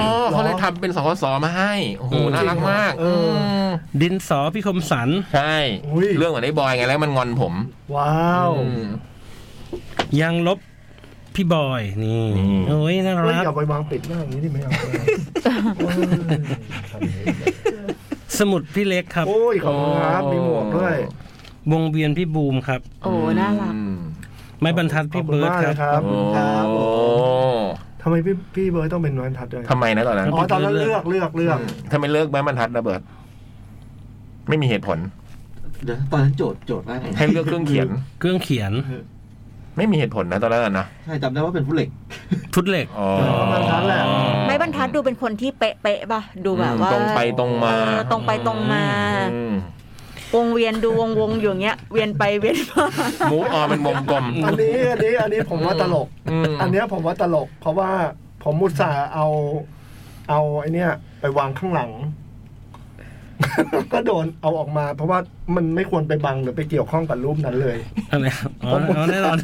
Speaker 1: อา เขาเลยทำเป็นสคสมาให้โอ้โห
Speaker 2: อืม
Speaker 1: น่ารักมาก
Speaker 3: เอออื
Speaker 1: ม
Speaker 2: ดินสอพี่คมสัน
Speaker 1: ใช่
Speaker 3: อุ๊ย
Speaker 1: เรื่องของไอ้บอยไงแล้วมันงอนผม
Speaker 3: ว้าว
Speaker 1: อืม
Speaker 2: ยางลบพี่บอยนี่
Speaker 1: นี่
Speaker 2: โอ้ยน่า
Speaker 3: เฮ้ย
Speaker 2: รัก
Speaker 3: อย่าไปวางปิดหน้าอย่างนี้ดิไม่เอาไม่เอา
Speaker 2: สมุดพี่เล็กครับ
Speaker 3: โอ้ยขอบคุณครับมีหมวกด้วย
Speaker 2: วงเวียนพี่บูมครับ
Speaker 4: โอ้น่ารัก
Speaker 1: อืม
Speaker 2: ไม้บรรทัด
Speaker 3: ขอบ
Speaker 2: พี่
Speaker 3: คุณ
Speaker 2: เบิร์ด
Speaker 3: มากเลย
Speaker 2: ค
Speaker 3: ครับ รับครับ
Speaker 1: โอ้
Speaker 3: ทำไมพี่พี่เบิร์ดต้องเป็นวันทัดด้วย
Speaker 1: ทำไมนะตอนนั้น
Speaker 3: อ๋อตอนนั้นเลือกเลือกเลือก
Speaker 1: ทำไมเลิกไม้บรรทัดระเบิด ไม่มีเหตุผล
Speaker 5: เดี๋ยวตอนนั้นโจทย์โจทย์ว่าไง
Speaker 1: ให้เลือกเครื่อง เขียน
Speaker 2: เครื่องเขียน
Speaker 1: ไม่มีเหตุผลนะตอนนั้นนะ
Speaker 5: ใช่จำได้ว่าเป็นผู้เหล็ก
Speaker 2: ฟุตเหล็ก
Speaker 1: อ๋อ
Speaker 3: ไม้บรรทัดแหละ
Speaker 4: ไม้บรรทัดดูเป็นคนที่เป๊ะเป๊ะๆป่ะดูแบบว่า
Speaker 1: อืมตรงไปตรงมา
Speaker 4: เออตรงไปตรงมา
Speaker 1: อืม
Speaker 4: วงเวียนดูวงวงๆอยู่อย่างเงี้ย เวียนไปเวียนมา
Speaker 1: หมูออมันวงกลม
Speaker 3: อันนี้อันนี้อันนี้ผมว่าตลก
Speaker 1: อืม
Speaker 3: อันเนี้ยผมว่าตลก เพราะว่าผมมุตส่าห์เอา เอาไอเนี้ยไปวางข้างหลั ง ก็โดนเอาออกมา เพราะว่ามันไม่ควรไปบังหรือไปเกี่ยวข้องกับรูปนั้นเลย
Speaker 2: อะไรครับอ๋ออ๋อแน่นอน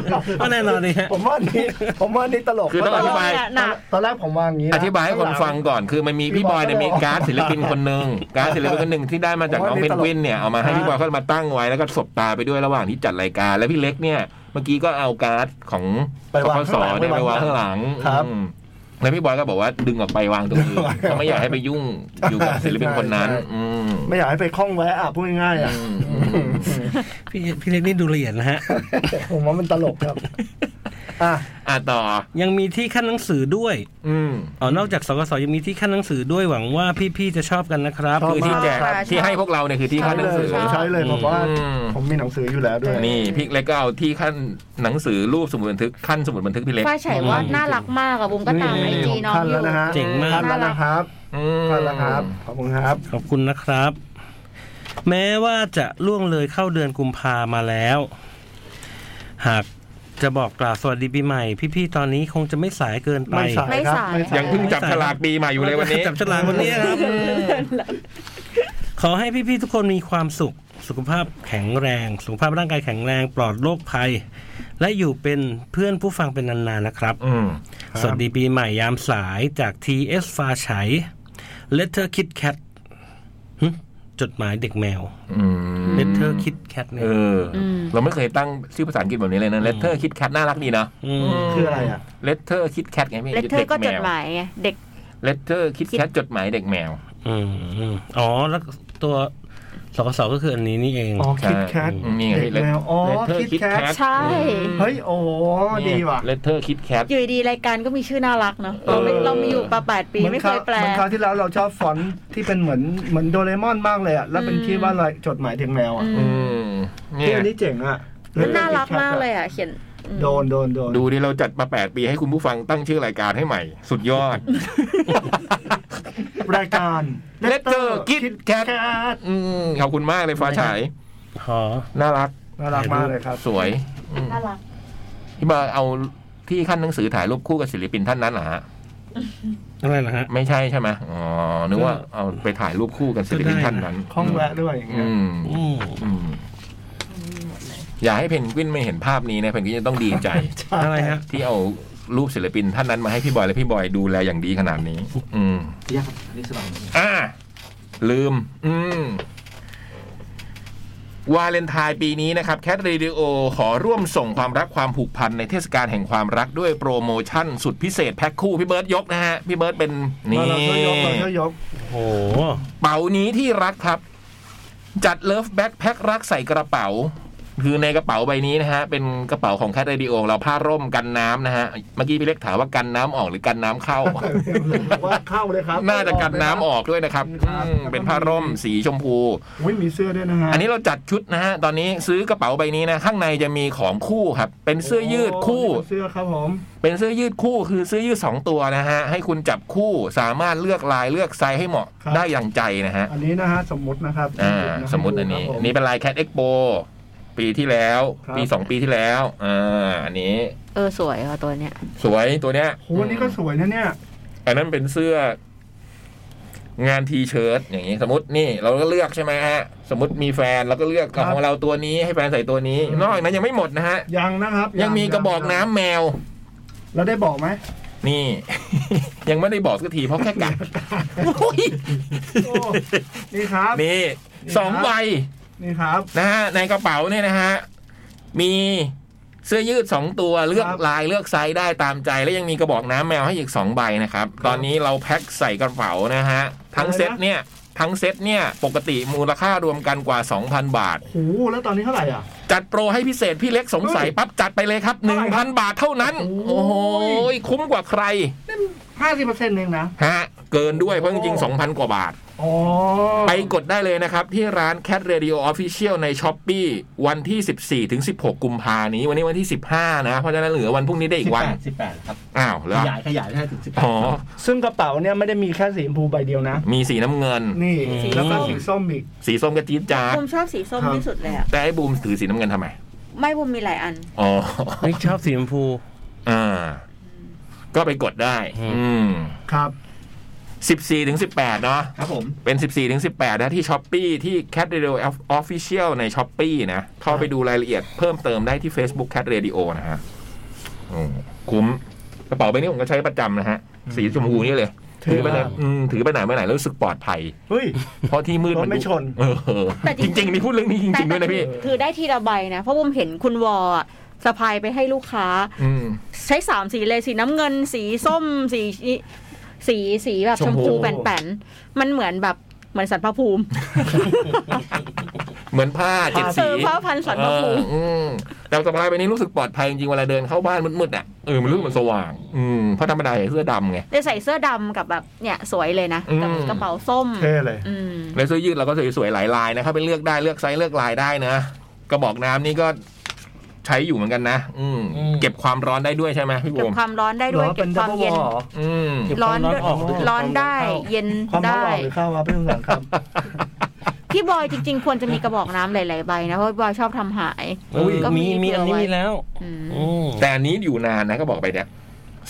Speaker 2: ครับก็แน่นอนนี่ฮะ
Speaker 3: ผมว่านี่ผมว่านี่ตลก
Speaker 1: คือต้องอธิบาย
Speaker 4: หนัก
Speaker 3: ตอนแรกผมวางอย่างนี้นะ
Speaker 1: อธิบายให้คนฟังก่อนคือมันมีพี่บอยเนี่ยมีการ์ดศิลปิน คนหนึ่งการ์ดศิลปินคนหนึ่งที่ได้มาจากน้องเพนกวินเนี่ยเอามาให้พี่บอยเขามาตั้งไว้แล้วก็สบตาไปด้วยระหว่างที่จัดรายการแล้วพี่เล็กเนี่ย เมื่อกี้ก็เอาการ์ดของ
Speaker 3: ไปวาง
Speaker 1: ส
Speaker 3: ข้างหลัง
Speaker 1: เนี่ยไปวางข้างหลัง
Speaker 3: ครับ
Speaker 1: อืมแล้วพี่บอยก็บอกว่าดึงออกไปวางตรงอื่นเขาไม่อยากให้ไปยุ่งอยู่กับศิลปินคนนั้น
Speaker 3: ใช่ใช่
Speaker 1: อืม
Speaker 3: ไม่อยากให้ไปคล้องแวะอ่ะพูดง่ายๆอ่ะ
Speaker 2: พี่พี่เล็กนี่ดูละเอียดนะฮะ
Speaker 3: ผมว่ามันตลกครับอ่ะ
Speaker 1: อ่ะต่อ
Speaker 2: ยังมีที่ขั้นหนังสือด้วย
Speaker 1: อืม
Speaker 2: อ๋อนอกจากสกสยังมีที่ขั้นหนังสือด้วยหวังว่าพี่ๆจะชอบกันนะครับ
Speaker 1: คือที่แจก
Speaker 4: ชอบ
Speaker 1: ที่ให้พวกเราเนี่ยคือที่
Speaker 3: ใช้
Speaker 1: ขั้นห
Speaker 3: เล
Speaker 1: นังสื
Speaker 3: ย
Speaker 1: อ
Speaker 3: ใช้เลยเพราะว่า
Speaker 1: อืม
Speaker 3: ผมมีหนังสืออยู่แล้วด้วย
Speaker 1: นี่พี่เล็กก็เอาที่ขั้นหนังสือรูปสมุดบันทึกขั้นสมุดบันทึกพี่เล็ก
Speaker 4: ้าเฉยว่าน่ารักมากอะบุมก็ตามไอ
Speaker 3: นี่
Speaker 4: จี
Speaker 3: ผม
Speaker 4: น้อง
Speaker 3: ขั้น
Speaker 4: อ
Speaker 3: แล้
Speaker 4: ยู่
Speaker 3: วนะฮะ
Speaker 2: เจ๋งมาก
Speaker 3: ขั้นแล้วนะครับ
Speaker 1: อืม
Speaker 3: ขั้นแล้วครับ ขอบคุณครับ
Speaker 2: ขอบคุณนะครับ แม้ว่าจะล่วงเลยเข้าเดือนกุมภามาแล้ว หากจะบอกกล่าวสวัสดีปีใหม่ พี่ๆตอนนี้คงจะไม่สายเกินไป
Speaker 3: ไม่สาย
Speaker 4: ไม่
Speaker 3: ครับ
Speaker 4: สาย
Speaker 3: ไม่สา
Speaker 1: ยังเพิ่งจับฉลากปีใหม่อยู่เลยวันนี้
Speaker 2: จับฉลากวันนี้ครับ ขอให้พี่ๆทุกคนมีความสุข สุขภาพแข็งแรง สุขภาพร่างกายแข็งแรงปลอดโรคภัย และอยู่เป็นเพื่อนผู้ฟังเป็นนานๆนะครับ
Speaker 1: อืม
Speaker 2: สวัสดีปีใหม่ยามสายจาก TS ฟ้าฉาย Letter Kit Kat หึจดหมายเด็กแมว
Speaker 1: อืม
Speaker 2: Letter Kit Kat เนี่
Speaker 1: เอย ออ
Speaker 4: ม
Speaker 1: เราไม่เคยตั้งชื่อภาษาอังกฤษแบบนี้เลยนะ letter kit cat น่ารักดีเนาะ
Speaker 2: ม
Speaker 3: คืออะไรอ่ะ
Speaker 1: letter kit cat ไงพี่
Speaker 4: เลเธอร์ก็จดหมายไงเด็ก
Speaker 1: เ letter kit cat จดหมายเด็กแมว
Speaker 2: อืมอ๋อ แล้วตัว สกสก็คืออันนี้นี่เอง
Speaker 3: อ๋อคิดแคท
Speaker 1: นี่ไง
Speaker 3: เด็กแมวอ๋อ
Speaker 1: Letter
Speaker 3: คิดแคท
Speaker 1: Kit Kat
Speaker 4: ใช่
Speaker 3: เฮ้ย โอ้โหดีว่ะ
Speaker 1: เลเทอร์คิดแคท
Speaker 4: อยู่ดีๆรายการก็มีชื่อน่ารักเนาะเราไม่
Speaker 1: เออ
Speaker 4: เรามีอยู่มาแปดปี
Speaker 3: หอน
Speaker 4: ไม่เคยแปล
Speaker 3: หมือนคราวที่แล้วเราชอบฟอนต์ที่เป็นเหมือนเหมือนโดเรมอนมากเลยอ่ะ แล้วเป็น
Speaker 4: อืม
Speaker 3: ที่ว่าอะไรจดหมายถึงแมวอ่ะ
Speaker 4: อืม
Speaker 1: เนี่
Speaker 3: ที่
Speaker 1: ย
Speaker 3: อันนี้เจ๋งอ่ะ
Speaker 4: มันน่ารักมากเลยอ่ะ เขียนอืม
Speaker 3: โดนโดนโดน
Speaker 1: ดูดิเราจัดมา 8 ปีให้คุณผู้ฟังตั้งชื่อรายการให้ใหม่ สุดยอด
Speaker 3: รายการ
Speaker 1: Letter Kit Kat อืมขอบคุณมากเลยฟ้าฉาย
Speaker 2: หอ
Speaker 1: น่ารัก
Speaker 3: น่ารักมากเลยครับ
Speaker 1: สวยอืม
Speaker 4: น่ารัก
Speaker 1: พี่บาเอาที่ขั้นหนังสือถ่ายรูปคู่กับศิลปินท่านนั้นเหรอฮะ
Speaker 2: อะไรนะฮะ
Speaker 1: ไม่ใช่ใช่ไหมอ๋อนึกว่าเอาไปถ่ายรูปคู่กับศิลปินท่านนั้น
Speaker 3: ข้องแวะด้วยอย่างเงี้ย
Speaker 1: อืม
Speaker 2: อืม
Speaker 1: อืมอย่าให้เพนกวินไม่เห็นภาพนี้นะเพนกวินจะต้องดีใจ
Speaker 2: อะไรฮะ
Speaker 1: ที่เอารูปศิลปินท่านนั้นมาให้พี่บอยและพี่บอยดูแลอย่างดีขนาดนี้ อืม
Speaker 5: ยากอันนี่สบาย
Speaker 1: อ่า ลืม อืม วาเลนไทน์ปีนี้นะครับแคทเรดิโอขอร่วมส่งความรักความผูกพันในเทศกาลแห่งความรักด้วยโปรโมชั่นสุดพิเศษแพ็คคู่พี่เบิร์ดยกนะฮะ พี่เบิร์ดเป็นนี่
Speaker 3: เราช่วยยกเราช่วยยก
Speaker 2: โห
Speaker 1: เป๋านี้ที่รักครับ จัดเลิฟแบ็คแพ็ครักใส่กระเป๋า คือในกระเป๋าใบนี้นะฮะ เป็นกระเป๋าของแคทเรดิโอเราผ้าร่มกันน้ำนะฮะ เมื่อกี้พี่เล็กถามว่ากันน้ำออกหรือกันน้ำเข้า
Speaker 3: ว่าเข้าเลยครับ
Speaker 1: น่าจะกันน้ำออกด้วยนะครับ
Speaker 3: ครับ
Speaker 1: อืมเป็นผ้าร่มสีชมพู
Speaker 3: อุ้ยมีเสื้อด้วยนะฮะ
Speaker 1: อันนี้เราจัดชุดนะฮะ ตอนนี้ซื้อกระเป๋าใบนี้นะ ข้างในจะมีของคู่ครับ เป็นเสื้อยืดคู่
Speaker 3: โอ้โหนี่เป็นเสื้อครับผม
Speaker 1: เป็นเสื้อยืดคู่คือเสื้อยืดสองตัวนะฮะ ให้คุณจับคู่สามารถเลือกลายเลือกไซส์ให้เหมาะ
Speaker 3: ครับ
Speaker 1: ได้อย่างใจนะฮะ
Speaker 3: อันนี้นะฮะสมมตินะครับ
Speaker 1: อ่าสมมติอันนี้
Speaker 3: ครับผ
Speaker 1: อันนี้เป็นลายแค t เอ็กโปปีที่แล้ว
Speaker 3: ครับ
Speaker 1: ปีสองปีที่แล้วอ่าอันนี้
Speaker 4: เออสวยอ่ะตัวเนี้ย
Speaker 1: สวยตัวเนี้ย
Speaker 3: โหอันนี้ก็สวยนะเนี่ย
Speaker 1: อันนั้นเป็นเสื้อ งานทีเชิ้ตอย่างนี้ สมมตินี่ เราก็เลือกใช่ไหมฮะ สมมติมีแฟนเราก็เลือก
Speaker 3: ครับ
Speaker 1: ของเราตัวนี้ให้แฟนใส่ตัวนี้
Speaker 3: อืม
Speaker 1: นอกจากนั้นยังไม่หมดนะฮะ
Speaker 3: ยังนะครับ
Speaker 1: ยังมีกระบอกน้ำแมว
Speaker 3: เราได้บอกไหม
Speaker 1: นี่ ยังไม่ได้บอกสักทีเพราะแค่กัดโอ้ย
Speaker 3: โอ้นี่ครับ
Speaker 1: นี่สองใบ
Speaker 3: นี่ครับ
Speaker 1: นะฮะในกระเป๋าเนี่ยนะฮะมีเสื้อยืด 2 ตัวเลือก
Speaker 3: ครับ
Speaker 1: ลายเลือกไซส์ได้ตามใจ และยังมีกระบอกน้ำแมวให้อีก 2 ใบนะครับ ตอนนี้เราแพ็คใส่กระเป๋านะฮะ ทั้ง
Speaker 3: อะไรนะ
Speaker 1: เซ็ตเนี่ย ทั้งเซ็ตเนี่ย ปกติมูลค่ารวมกันกว่า 2,000 บาท
Speaker 3: โหแล้วตอนนี้เท่าไหร่อ่ะ
Speaker 1: จัดโปรให้พิเศษพี่เล็กสงสัย
Speaker 3: เฮ้ย
Speaker 1: ปั๊บจัดไปเลยครับ
Speaker 3: เท่าไหร่ครับ
Speaker 1: 1,000 บาทเท่านั้น
Speaker 3: โอ้
Speaker 1: โอ้
Speaker 3: โห
Speaker 1: โหคุ้มกว่าใคร
Speaker 3: ห้าสิบเปอร์เซ็นต์เองนะ
Speaker 1: ฮะเกินด้วยเพราะจริงๆ2,000 กว่าบาท
Speaker 3: อ๋อ
Speaker 1: ไปกดได้เลยนะครับ ที่ร้าน Cat Radio Official ใน s h อ p e e วันที่ 14 ถึง 16 กุมภานี้ วันนี้วันที่ 15 นะ เพราะฉะนั้นเหลือวันพรุ่งนี้ได้อีกวัน
Speaker 5: สิบแปดครับ
Speaker 1: อ้าว
Speaker 5: ข
Speaker 1: แล้ว
Speaker 5: ยายขยายได้ถึงสิบแปด
Speaker 1: อ๋อ
Speaker 3: ซึ่งกระเป๋าเนี่ยไม่ได้มีแค่สีชมพูใบเดียวนะ
Speaker 1: มีสีน้ำเงิน
Speaker 3: นี่
Speaker 4: สี
Speaker 3: แล้วก็สีส้มอีก
Speaker 1: สีส้มกระจี๊ดจ้าด
Speaker 4: บุมชอบสีส้ม
Speaker 3: ครับ
Speaker 4: ที่สุดเลยอ่ะ
Speaker 1: แต่ไอ้บูมถือสีน้ำเงินทำไม
Speaker 4: ไม่บุมมีหลายอัน
Speaker 1: อ๋อ
Speaker 2: นี่ชอบสีชมพู
Speaker 1: อ่า ก็ไปกดได้
Speaker 2: อืม
Speaker 1: อืม
Speaker 3: ครับ
Speaker 1: 14 ถึง 18 เนาะ
Speaker 5: ครับผม
Speaker 1: เป็น 14 ถึง 18 นะที่ช้อปปีที่ Cat Radio Official ในช้อปปีนะ เข้าไปดูรายละเอียดเพิ่มเติมได้ที่ Facebook Cat Radio นะฮะอืมคุ้มกระเป๋าใบนี้ผมก็ใช้ประจำนะฮะ สีชมพูนี่เลย
Speaker 3: เท่
Speaker 1: ถือไปไหน
Speaker 3: มาก
Speaker 1: อืมถือไปไหนมาไหนแล้วรู้สึกปลอดภัย
Speaker 3: เฮ้ย
Speaker 1: เพราะที่มืด
Speaker 3: รถ
Speaker 1: มัน
Speaker 3: ไม่ชน
Speaker 1: เออ
Speaker 4: แต่จ
Speaker 1: จ
Speaker 4: ริง
Speaker 1: ริงๆนี่พูดเรื่องนี้จริง ๆ ด้วยนะพี่
Speaker 4: คือได้ทีละใบนะ เพราะบุมเห็นคุณวออะสะพายไปให้ลูกค้า
Speaker 1: อืม
Speaker 4: ใช้สามสีเลยสีน้ำเงิน สีส้ม สีสีสีแบบ
Speaker 1: ช
Speaker 4: ช
Speaker 1: ม
Speaker 4: ม
Speaker 1: พู
Speaker 4: พูแป่นๆมันเหมือนแบบเหมือนสันพระภูมิ
Speaker 1: เหมือนผ้าเจ็ดสี
Speaker 4: เออผ้าพันสันพระภูมิ
Speaker 1: เอออืมแต่สบายไปนี้รู้สึกปลอดภัยจริงๆเวลาเดินเข้าบ้านมืดๆอ่ะเออมันรู้สึกมันสว่าง อืมเพราะธรรมดาใส่เสื้อดำไง
Speaker 4: ได้ใส่เสื้อดำกับแบบเนี่ยสวยเลยนะกับ
Speaker 1: อืม
Speaker 4: กระเป๋าส้ม
Speaker 3: เท่เลย
Speaker 4: อืม
Speaker 1: ในเสื้อยืดเราก็สวยๆหลายลายนะครับไปเลือกได้เลือกไซส์เลือกลายได้นะกระบอกน้ำนี่ก็ใช้อยู่เหมือนกันนะ อืม
Speaker 2: อืม
Speaker 1: เก็บความร้อนได้ด้วยใช่ไหมพี่บู
Speaker 4: เก็บ
Speaker 1: ม
Speaker 4: ความร้อนได้ด้วย
Speaker 3: หรอ
Speaker 4: เก็บความเย็น
Speaker 3: ป็ double wall หรอ
Speaker 1: อืม
Speaker 2: เก็บค
Speaker 4: ร้อ
Speaker 2: วาม
Speaker 4: น
Speaker 2: ร้อน
Speaker 4: ด้วย
Speaker 2: ออกด้วย
Speaker 4: ร้อนได้
Speaker 3: ความร้อนเข้า
Speaker 4: เย็น
Speaker 3: ความร้อนอ
Speaker 4: ได้
Speaker 3: อกหรือเข้าวะพี่สงสารครับ
Speaker 4: พี่บอยจริง ๆ ควรจะมีกระบอกน้ำหลายๆใบนะ เพราะบอยชอบทำหาย
Speaker 2: เอ้ย
Speaker 4: ก็มี
Speaker 2: มีมี
Speaker 4: เผื่
Speaker 2: อัน
Speaker 4: อ
Speaker 2: นี้
Speaker 4: ไว้
Speaker 2: มีแล้ว
Speaker 4: อืม
Speaker 2: อืม
Speaker 1: แต่อันนี้อยู่นานนะก็บอกไปเนี่ย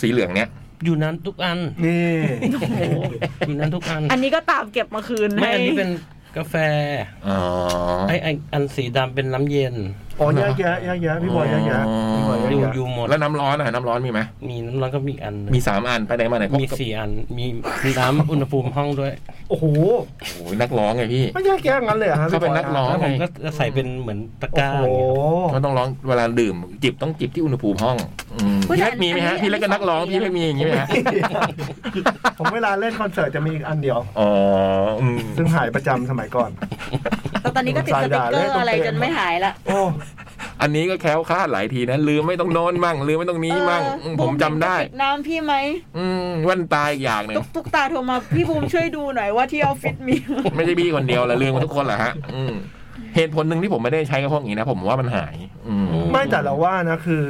Speaker 1: สีเหลืองเนี้ย
Speaker 2: อยู่นั้นทุกอัน
Speaker 3: นี่
Speaker 2: อยู่นั้นทุกอัน
Speaker 4: อันนี้ก็ตามเก็บมาคืน
Speaker 2: ไม่
Speaker 4: ให้
Speaker 2: อันนี้เป็นกาแฟ
Speaker 1: อ๋อ
Speaker 2: ไอไออันสีดำเป็นน้ำเย็น
Speaker 3: อ๋อแยกแยะแยกแยะพี่บอยแยกแยะพี่บอยแยก
Speaker 2: อยู่
Speaker 3: แยะ
Speaker 2: อยู่หมด
Speaker 1: แล้วน้ำร้อนอ่ะน้ำร้อนมีไหม
Speaker 2: มีน้ำร้อนก็มีอีกอันหนึ่ง
Speaker 1: มีสามอันไปไหนมาไหนพก
Speaker 2: มี
Speaker 1: กระ
Speaker 2: สี่อันมีมีน้ำอุณหภูมิห้องด้วย
Speaker 3: โอ้โห
Speaker 1: โอ้ยนักร้องไงพี่
Speaker 3: ไม่แยกแยะงั้นเลยหรอฮะ
Speaker 1: เขาเป็น
Speaker 3: พี่บย
Speaker 1: นักร้อง
Speaker 2: แล้วผมก็จะใส่เป็นเหมือนตะก
Speaker 3: โอ้
Speaker 2: ร้า
Speaker 3: โห
Speaker 2: อย่างเงี้ย
Speaker 1: มันต้องร้องเวลาดื่ม จิบต้องจิบที่อุณหภูมิห้องอืมพี่เล็กมีไหมฮะพี่เล็กก็นักร้องพี่เล็กมีอย่างนี้ไหมฮะ
Speaker 3: ผมเวลาเล่นคอนเสิร์ตจะมีอีกอันเดียว
Speaker 1: อ๋ออืม
Speaker 3: ซึ่งหายประจำสมัยก่อน
Speaker 4: แล้วตอนนี้ก็ติดสติกเกอร์อะไรจนไม่หายละ
Speaker 3: โอ้
Speaker 1: อันนี้ก็แคล้วคลาดหลายทีนะลืมไม่ต้องโน้นมั่งลืมไม่ต้องนี้มั่ง
Speaker 4: เออ
Speaker 1: อืมผมจำได้
Speaker 4: บูมเห็นกระติกน้ำพี่ไหม
Speaker 1: อืมแว่นตายอีกอย่างหนึ่ง
Speaker 4: ตุ๊กตุ๊กตาโทรมาพี่บูมช่วยดูหน่อยว่าที่ออฟฟิศมี
Speaker 1: ไม่ใช่พี่คนเดียวละลืมกันทุกคนแหละฮะ อืมเหตุผลหนึ่งที่ผมไม่ได้ใช้กับพวกนี้นะ ผมว่ามันหาย อืม
Speaker 3: ไม่แต่เราว่านะคือ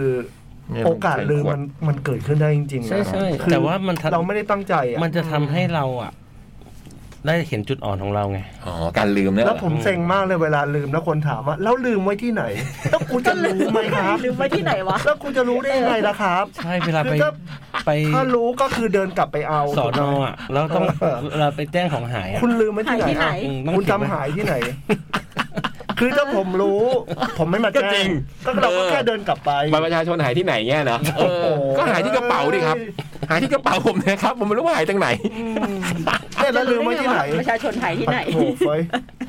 Speaker 3: โอกาสลืมมันมันเกิดขึ้นได้จริงๆนะ
Speaker 2: ใช่ใช่
Speaker 3: คือ
Speaker 2: แต่ว่ามันทำ
Speaker 3: เราไม่ได้ตั้งใจอ่ะ
Speaker 2: มันจะทำให้เราอ่ะ ได้เห็นจุดอ่อนของเราไง
Speaker 1: อ๋อการลืมเนี่ย
Speaker 3: แล้วผมเซ็งมากเลยเวลาลืมแล้วคนถามว่าแล้วลืมไว้ที่ไหน แล้วกูจะรู้ไหมครับ
Speaker 4: ลืมไว้ที่ไหนวะ
Speaker 3: แล้วกูจะรู้ได้ยังไงล่ะครับ
Speaker 2: ใช่เวลา
Speaker 3: คือ
Speaker 2: ไป
Speaker 3: ถ้า
Speaker 2: ไป
Speaker 3: ถ้ารู้ก็คือเดินกลับไปเอา
Speaker 2: สอนออ่ะ เราต้องเราไปแจ้งของหายอ่ะ
Speaker 3: คุณลืมไว้ที่ไหน
Speaker 4: หายที่ไหน
Speaker 3: อ่ะ
Speaker 2: อืมต้อง
Speaker 3: คุณ
Speaker 2: เก็บไว้
Speaker 3: จำหายที่ไหน คือถ้าผมรู้ ผมไม่มา
Speaker 1: ก็
Speaker 3: แจ้
Speaker 1: จริ
Speaker 3: ง
Speaker 1: ง
Speaker 3: ก็เราก็แค่เดินกลับไป
Speaker 1: บัตรประชาชนหายที่ไหนเงี้ยนะเออ
Speaker 3: โอ้โห
Speaker 1: ก็หายที่กระเป๋าดิครับ หายที่กระเป๋าผมนะครับ ผมไม่รู้ว่าหายจากไหน
Speaker 3: เนี่ยแล้วลืมไว้ที่ไหน
Speaker 4: ประชาชนหายที่ไหน
Speaker 3: โอ้โหย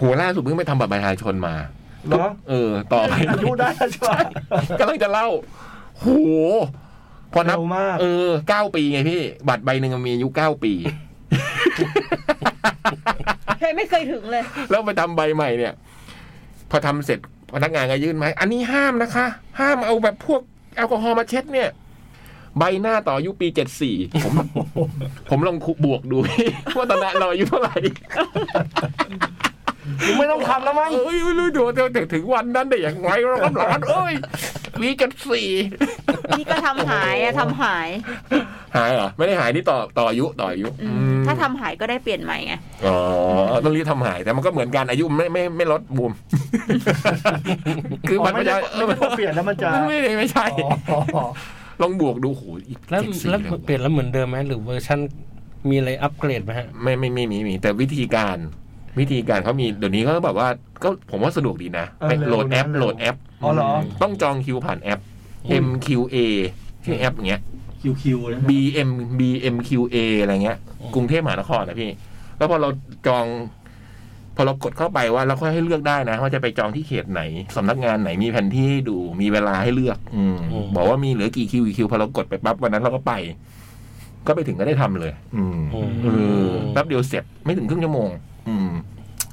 Speaker 1: หัวล่าสุดเพิ่งไปทำบัตรประชาชนมา
Speaker 3: เหรอ
Speaker 1: เออ ต่อไป
Speaker 3: อายุได้ใช่ไหม
Speaker 1: กำลังจะเล่า โห พอนับ
Speaker 3: เร็วมาก
Speaker 1: เออเก้าปีไงพี่ บัตรใบหนึ่งมันมีอายุเก้าปี
Speaker 4: เคยไม่เคยถึงเลย
Speaker 1: แล้วไปทำใบใหม่เนี่ย พอทำเสร็จพนักงานก็ยื่นมาให้อันนี้ห้ามนะคะ ห้ามเอาแบบพวกแอลกอฮอล์มาเช็ดเนี่ย ใบหน้าต่ออายุปีเจ็ดสี่ผม ผมลองคูบวกดู ว่าตอนนั้นเราอายุเท่าไหร่
Speaker 3: ยังไม่ต้องทำแล้วมั้ง
Speaker 1: เอ้ยไม่รู้ดูแต่ถึงวันนั้นได้อย่างไรเราก็หลานเอ้ยปีเจ็ดสี่
Speaker 4: นี่ก็ทำหายอะทำหาย
Speaker 1: หายเหรอไม่ได้หายนี่ต่อต่ออายุต่ออายุ
Speaker 4: อืม
Speaker 1: อืม
Speaker 4: ถ้าทำหายก็ได้เปลี่ยนใหม่ไง
Speaker 1: อ๋อต้องรีบทำหายแต่มันก็เหมือนกันอายุไม่ไม่ไม่ลดบูม คือมัน
Speaker 3: ไม่
Speaker 1: ไม่
Speaker 3: ได้
Speaker 1: ได้
Speaker 3: ไม่ได้ว่าเปลี่ยนแล้วมันจะ
Speaker 1: ไม่ได้ไม่ใช่
Speaker 3: อ๋ออ๋อ
Speaker 1: ลองบวกดูโหอีก
Speaker 2: แล้ว
Speaker 1: เจ็ดสิบ
Speaker 2: แล้ว
Speaker 1: เลย
Speaker 2: เปลี่ยนแล้วเหมือนเดิมไหมหรือเวอร์ชันมีอะไรอัปเกรดไหมฮะ
Speaker 1: ไม่ไม่ไม่มีมี แต่วิธีการ วิธีการเขามีเดี๋ยวนี้ก็แบบว่าก็ผมว่าสะดวกดีนะไปโหลดแอปโหลดแอป
Speaker 3: อ๋อเหรอ
Speaker 1: ต้องจองคิวผ่านแอป MQA ชื่อแอปอย่างเงี้ย
Speaker 5: คิวคิวนะ
Speaker 1: BM BMQA อะไรเงี้ย
Speaker 2: อืม
Speaker 1: กรุงเทพมหานครนะพี่ แล้วพอเราจอง พอเรากดเข้าไปว่าเราก็ให้เลือกได้นะ ว่าจะไปจองที่เขตไหนสำนักงานไหนมีแผนที่ให้ดูมีเวลาให้เลือก อืมบอกว่ามีเหลือกี่คิวกี่คิวพอเรากดไปปั๊บวันนั้นเราก็ไป ก็ไปถึงก็ได้ทำเลย อืมเออแป๊บเดียวเสร็จไม่ถึงครึ่งชั่วโมง อืม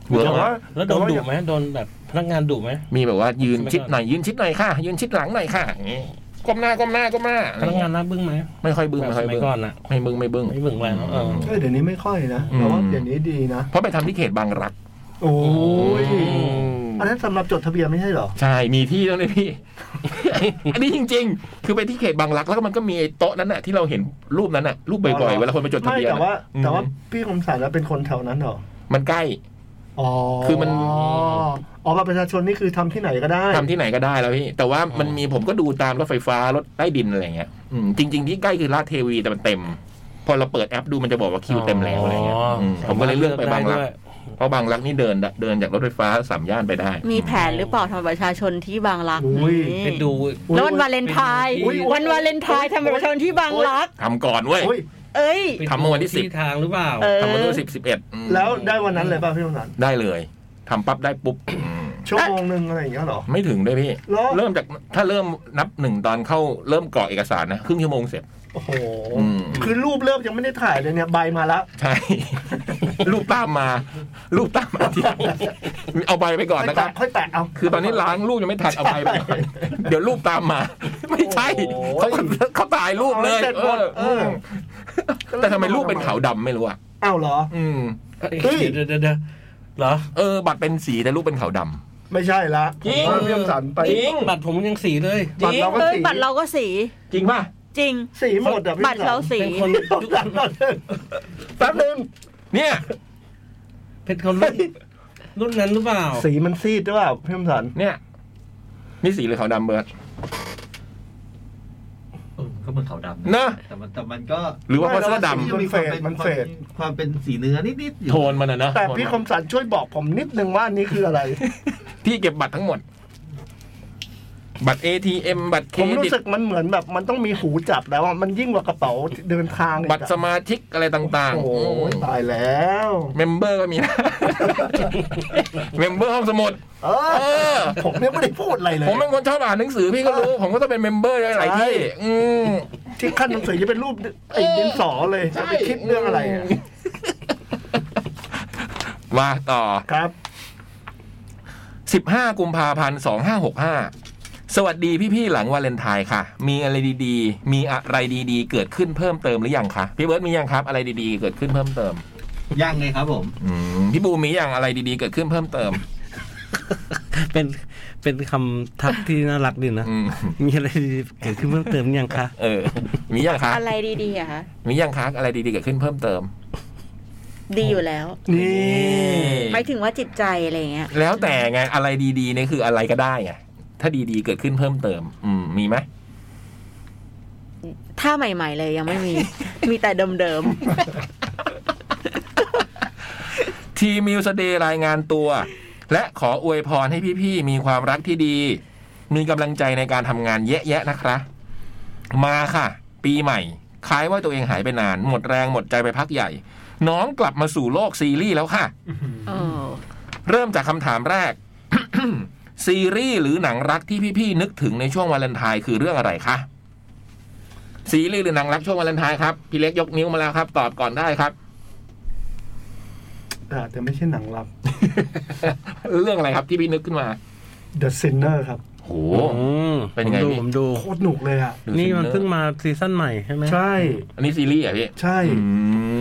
Speaker 1: เวิร์ก
Speaker 3: แต่
Speaker 1: มา
Speaker 3: ว่า
Speaker 1: ก
Speaker 2: แล้วโดนดุไหมโดนแบบพนักงานดุไหม
Speaker 1: มีแบบว่ายืนชิดหน่อยยืนชิดหน่อยค่ะ ยืนชิดหลังหน่อยค่ะอย่างงี้ก้มหน้าก้มหน้าก้มหน้าอะไร
Speaker 2: พนัก
Speaker 1: เงี้
Speaker 2: งาย นน่าบึ้งไหม
Speaker 1: ไม่ค่อยบึ้ง
Speaker 2: แบบ
Speaker 1: ไม่
Speaker 2: ส
Speaker 1: ค่อย
Speaker 2: มัย
Speaker 1: บึ้ง
Speaker 2: ก่อนอ่ะ
Speaker 1: ไม่บึ้งไม่บึ้ง
Speaker 2: ไม่บึ้งแล้วเออ
Speaker 3: เอ้ยเดี๋ยวนี้ไม่ค่อยนะ
Speaker 1: อืม
Speaker 3: แต่ว่าเดี๋ยวนี้ดีนะ
Speaker 1: เพราะไปทำที่เขตบางรัก
Speaker 3: โอ้ย
Speaker 1: ม
Speaker 3: อันนั้นสำหรับจดทะเบียนไม่ใช่เหรอ
Speaker 1: ใช่ มีที่แล้วเนี่ยพี่ อันนี้จริง ๆ คือไปที่เขตบางรักแล้วก็มันก็มีไอ้โต๊ะนั้นน่ะที่เราเห็นรูปนั้นน่ะรูปบ่อยๆ เวลาคนไปจดทะ
Speaker 3: ไม่
Speaker 1: เบียน
Speaker 3: แต่ว่า
Speaker 1: น่ะอืม
Speaker 3: แต่ว่าพี่คมสารแล้วเป็นคนแถวนั้นเหรอ
Speaker 1: มันใกล้
Speaker 3: อ๋อ
Speaker 1: คือมัน
Speaker 3: อ๋อบัตรประชาชนนี่คือทำที่ไหนก็ได้
Speaker 1: ทำที่ไหนก็ได้แล้วพี่ แต่ว่ามันมีผมก็ดูตามรถไฟฟ้ารถใต้ดินอะไรเงี้ยอืมจริง ๆ ที่ใกล้คือลาดเทวีแต่มันเต็ม พอเราเปิดแอปดูมันจะบอกว่าคิวเต็มแล้วอะไรเงี้ยอืมผมก็เลยเลือกไปบางรัก เพราะบางรักนี่เดินเดินจากรถไฟฟ้าสามย่านไปได้
Speaker 4: มีแผนหรือเปล่าทำประชาชนที่บางรัก
Speaker 3: อุ้ย
Speaker 4: นี่
Speaker 2: ไปดู
Speaker 4: แล้ววันวาเลนไทน์
Speaker 2: อุ๊ย
Speaker 4: วันวาเลนไทน์ทำประชาชนที่บางรัก
Speaker 1: ทำก่อนเว้ย
Speaker 3: โอ้ย
Speaker 4: เอ้ย
Speaker 2: ไปดู
Speaker 1: ทำเมื่อวันที่สิบ
Speaker 2: ทางหรือเปล่า
Speaker 4: เออ
Speaker 1: ทำมาตั้งสิบสิบเอ็ดอืม
Speaker 3: แล้วได้วันนั้นเลยป่ะพี่คมสาร
Speaker 1: ได้เลยทำปั๊บได้ปุ๊บอืม
Speaker 3: ชั่วโมงหนึ่งอะไรอย่างเงี้ยเหรอ
Speaker 1: ไม่ถึงด้วยพี่
Speaker 3: เหรอ
Speaker 1: เริ่มจากถ้าเริ่มนับหนึ่งตอนเข้าเริ่มกรอกเอกสารนะครึ่งชั่วโมงเสร็จ
Speaker 3: โอ้โห
Speaker 1: อืม
Speaker 3: คือรูปเริ่มยังไม่ได้ถ่ายเลยเนี่ยใบมาละ
Speaker 1: ใช่ รูปตามมา รูปตามมาทีหลังเอาใบไปก่อน
Speaker 3: ค่
Speaker 1: นะ
Speaker 3: อย
Speaker 1: ครั
Speaker 3: แตะ
Speaker 1: บ
Speaker 3: ค่อยแตะเอา
Speaker 1: คือตอนนี้ล้างรูปยังไม่ทันเอาใบไปก่อนเดี๋ยวรูปตามมา ไม่ใช่
Speaker 3: โอ้
Speaker 1: เขา
Speaker 3: ย
Speaker 1: เขาตายรูปเลย
Speaker 3: เอาให้เสร็จหมด
Speaker 1: เออ
Speaker 3: เออ
Speaker 1: แต่ทำไมรูปเป็นขาวดำไม่รู้อ่ะ
Speaker 3: อ้าวเหรอ
Speaker 1: อืม
Speaker 3: เฮ้ย
Speaker 2: เดี๋ยวเดี๋ยวเดี๋ยวเหรอ
Speaker 1: เออ บัตรเป็นสีแต่รูปเป็นขาวดำ
Speaker 3: ไม่ใช่ละ
Speaker 1: จริง
Speaker 3: ผมว่าพี่คมสารไป
Speaker 2: บัตรผมยังสีเลย
Speaker 3: บัตรเราก็
Speaker 4: เอ้ย
Speaker 3: สี
Speaker 4: บัตรเราก็สี
Speaker 1: จริงป่ะ
Speaker 4: จริง
Speaker 3: สีหมดอ่ะพี่
Speaker 4: บัตรเราสี
Speaker 2: เป็น คน
Speaker 3: ทุกคนแป๊บนึง
Speaker 1: เนี่ย
Speaker 2: เป็นคนรุ่นรุ่นนั้นหรือเปล่า
Speaker 3: สีมันซีดหรือเปล่าพี่คมสาร
Speaker 1: เนี่ย นี่สีหรือขาวดำเบิร์ด
Speaker 5: เออก็เหมือนขาวดำ
Speaker 1: นะ
Speaker 5: แต่มันแต่มันก็
Speaker 1: หรือว่าเพราะเสื้อด
Speaker 5: ยังมีความเป็นความเป็นสีเนื้อนิดๆอ
Speaker 1: ำ
Speaker 5: ยู่
Speaker 1: โทนมันนะนะ
Speaker 3: แต่พี่คมสารช่วยบอกผมนิดนึงว่าอันนี้คืออะไร
Speaker 1: ที่เก็บบัตรทั้งหมด บัตร ATM บัตรเค
Speaker 3: ผม
Speaker 1: ร
Speaker 3: รู้
Speaker 1: ดิต
Speaker 3: สึกมันเหมือนแบบมันต้องมีหูจับแล้วอะมันยิ่งกว่ากระเป๋าเดินทางอีกอะ
Speaker 1: บัตรสมาชิกอะไรต่าง
Speaker 3: โอ้โห
Speaker 1: ๆ
Speaker 3: ตายแล้ว
Speaker 1: เมมเบอร์ก็มีนะ เมมเบอร์ห้องสมุด
Speaker 3: เอ
Speaker 1: เอ
Speaker 3: อ
Speaker 1: อ
Speaker 3: ผมเนี่ยไม่ได้พูดอะไรเลย
Speaker 1: ผมเป็นคนชอบอ่านหนังสือพี่ก็รู้ ผมก็ต้องเป็นเมมเบอร์หลายๆที่
Speaker 3: ใช่
Speaker 1: อืม
Speaker 3: ที่ขั้นหนังสือจะเป็นรูปไอ้ดินสอเลย
Speaker 1: ใช่
Speaker 3: จะไปคิดเรื่องอะไรอะ
Speaker 1: มาต่อ
Speaker 3: ครับ
Speaker 1: 15 กุมภาพันธ์ 2565 สวัสดีพี่ๆหลังวาเลนไทน์ค่ะ มีอะไรดีๆ มีอะไรดีๆ เกิดขึ้นเพิ่มเติมหรือยังคะพี่เบิร์ดมียังครับ อะไรดีๆ เกิดขึ้นเพิ่มเติม
Speaker 5: ยังไงครับผม
Speaker 1: อืมพี่บูมมียังอะไรดีๆ เกิดขึ้นเพิ่มเติม
Speaker 2: เป็นเป็นคำทักที่น่ารักดี นะ
Speaker 1: อืม
Speaker 2: มีอะไรดีๆเกิดขึ้นเพิ่มเติมยังคะ
Speaker 1: เออ มียังคะ
Speaker 4: อะไรดีๆอะคะ
Speaker 1: มียังคะอะไรดีๆ เกิดขึ้นเพิ่มเติม
Speaker 4: ดีอยู่แล้ว
Speaker 3: นี่
Speaker 4: หมายถึงว่าจิตใจอะไรอย่างเงี้ย
Speaker 1: แล้วแต่ไงอะไรดีๆเนี่ยคืออะไรก็ได้ไงถ้าดีๆ เกิดขึ้นเพิ่มเติม อืมมีไหม
Speaker 4: ถ้าใหม่ ๆ เลยยังไม่มี มีแต่เดิม
Speaker 1: ทีมิวสเดย์รายงานตัว และขออวยพรให้พี่ๆ มีความรักที่ดี มีกำลังใจในการทำงานเยอะแยะๆนะครับมาค่ะ ปีใหม่ คล้ายว่าตัวเองหายไปนาน หมดแรงหมดใจไปพักใหญ่ น้องกลับมาสู่โลกซีรีส์แล้วค่ะ
Speaker 4: ๆเออ
Speaker 1: เริ่มจากคำถามแรก ซีรีส์หรือหนังรักที่พี่ๆนึกถึงในช่วงวาเลนไทน์คือเรื่องอะไรคะซีรีส์หรือหนังรักช่วงวาเลนไทน์ครับพี่เล็กยกนิ้วมาแล้วครับ ตอบก่อนได้ครับ
Speaker 3: อ่าแต่ไม่ใช่หนังลับ
Speaker 1: เรื่องอะไรครับที่พี่นึกขึ้นมา
Speaker 3: The Sinner ครับ
Speaker 1: โห
Speaker 2: อืม
Speaker 1: เป็นยังไง
Speaker 2: ผมดูผมดู
Speaker 3: โคตรหนุกเลยอ่ะ
Speaker 1: ดู
Speaker 2: นี่
Speaker 1: ซิล
Speaker 2: มั
Speaker 1: อ
Speaker 2: น
Speaker 1: ร์
Speaker 2: เพิ่งมาซีซั่นใหม่ใช่ไหม
Speaker 3: ใช่
Speaker 1: อันนี้ซีรีส์เหรอ่ะพี่
Speaker 3: ใช่
Speaker 1: อื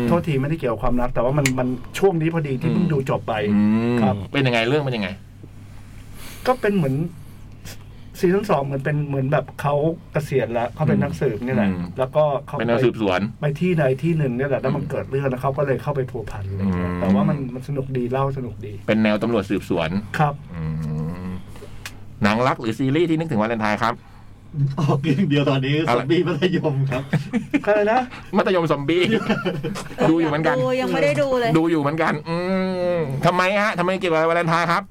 Speaker 1: ม
Speaker 3: โทษทีไม่ได้เกี่ยวกับความรักแต่ว่ามันมันช่วงนี้พอดีที่เพิ่งดูจบไป
Speaker 1: อืม
Speaker 3: ครับ
Speaker 1: เป็นยังไงเรื่องเป็นยังไง
Speaker 3: ก็เป็นเหมือนซีซั่นสองเหมือนเป็นเหมือนแบบเขาเกษียณแล้วเขาเป็นนักสืบนี่แหละ
Speaker 1: อืม
Speaker 3: แล้วก็เขา
Speaker 1: เป็น
Speaker 3: ไป
Speaker 1: แนวสืบสวน
Speaker 3: ไปที่ใดที่หนึ่งเนี่ยแหละแล้วมัน
Speaker 1: อืม
Speaker 3: เกิดเรื่องแล้วเขาก็เลยเข้าไปผัวพันอะไรเงี้ย
Speaker 1: อืม
Speaker 3: แต่ว่ามันมันสนุกดีเล่าสนุกดี
Speaker 1: เป็นแนวตำรวจสืบสวน
Speaker 3: ครับ
Speaker 1: อืมหนังรักหรือซีรีส์ที่นึกถึงวาเลนไทน์ครับ
Speaker 5: ออกเพียงเดียวตอนนี้
Speaker 1: อะ
Speaker 5: ซ
Speaker 1: ไร
Speaker 5: อมบี้มัธยมครับ
Speaker 3: ก็เลยนะ
Speaker 1: มัธยมซอมบี้ ดูอยู่เหมือนกัน
Speaker 4: ดูยังไม่ได้ดูเลย
Speaker 1: ดูอยู่เหมือนกัน อืมทำไมฮะทำไมเกี่ยวกับวาเลนไทน์ครับ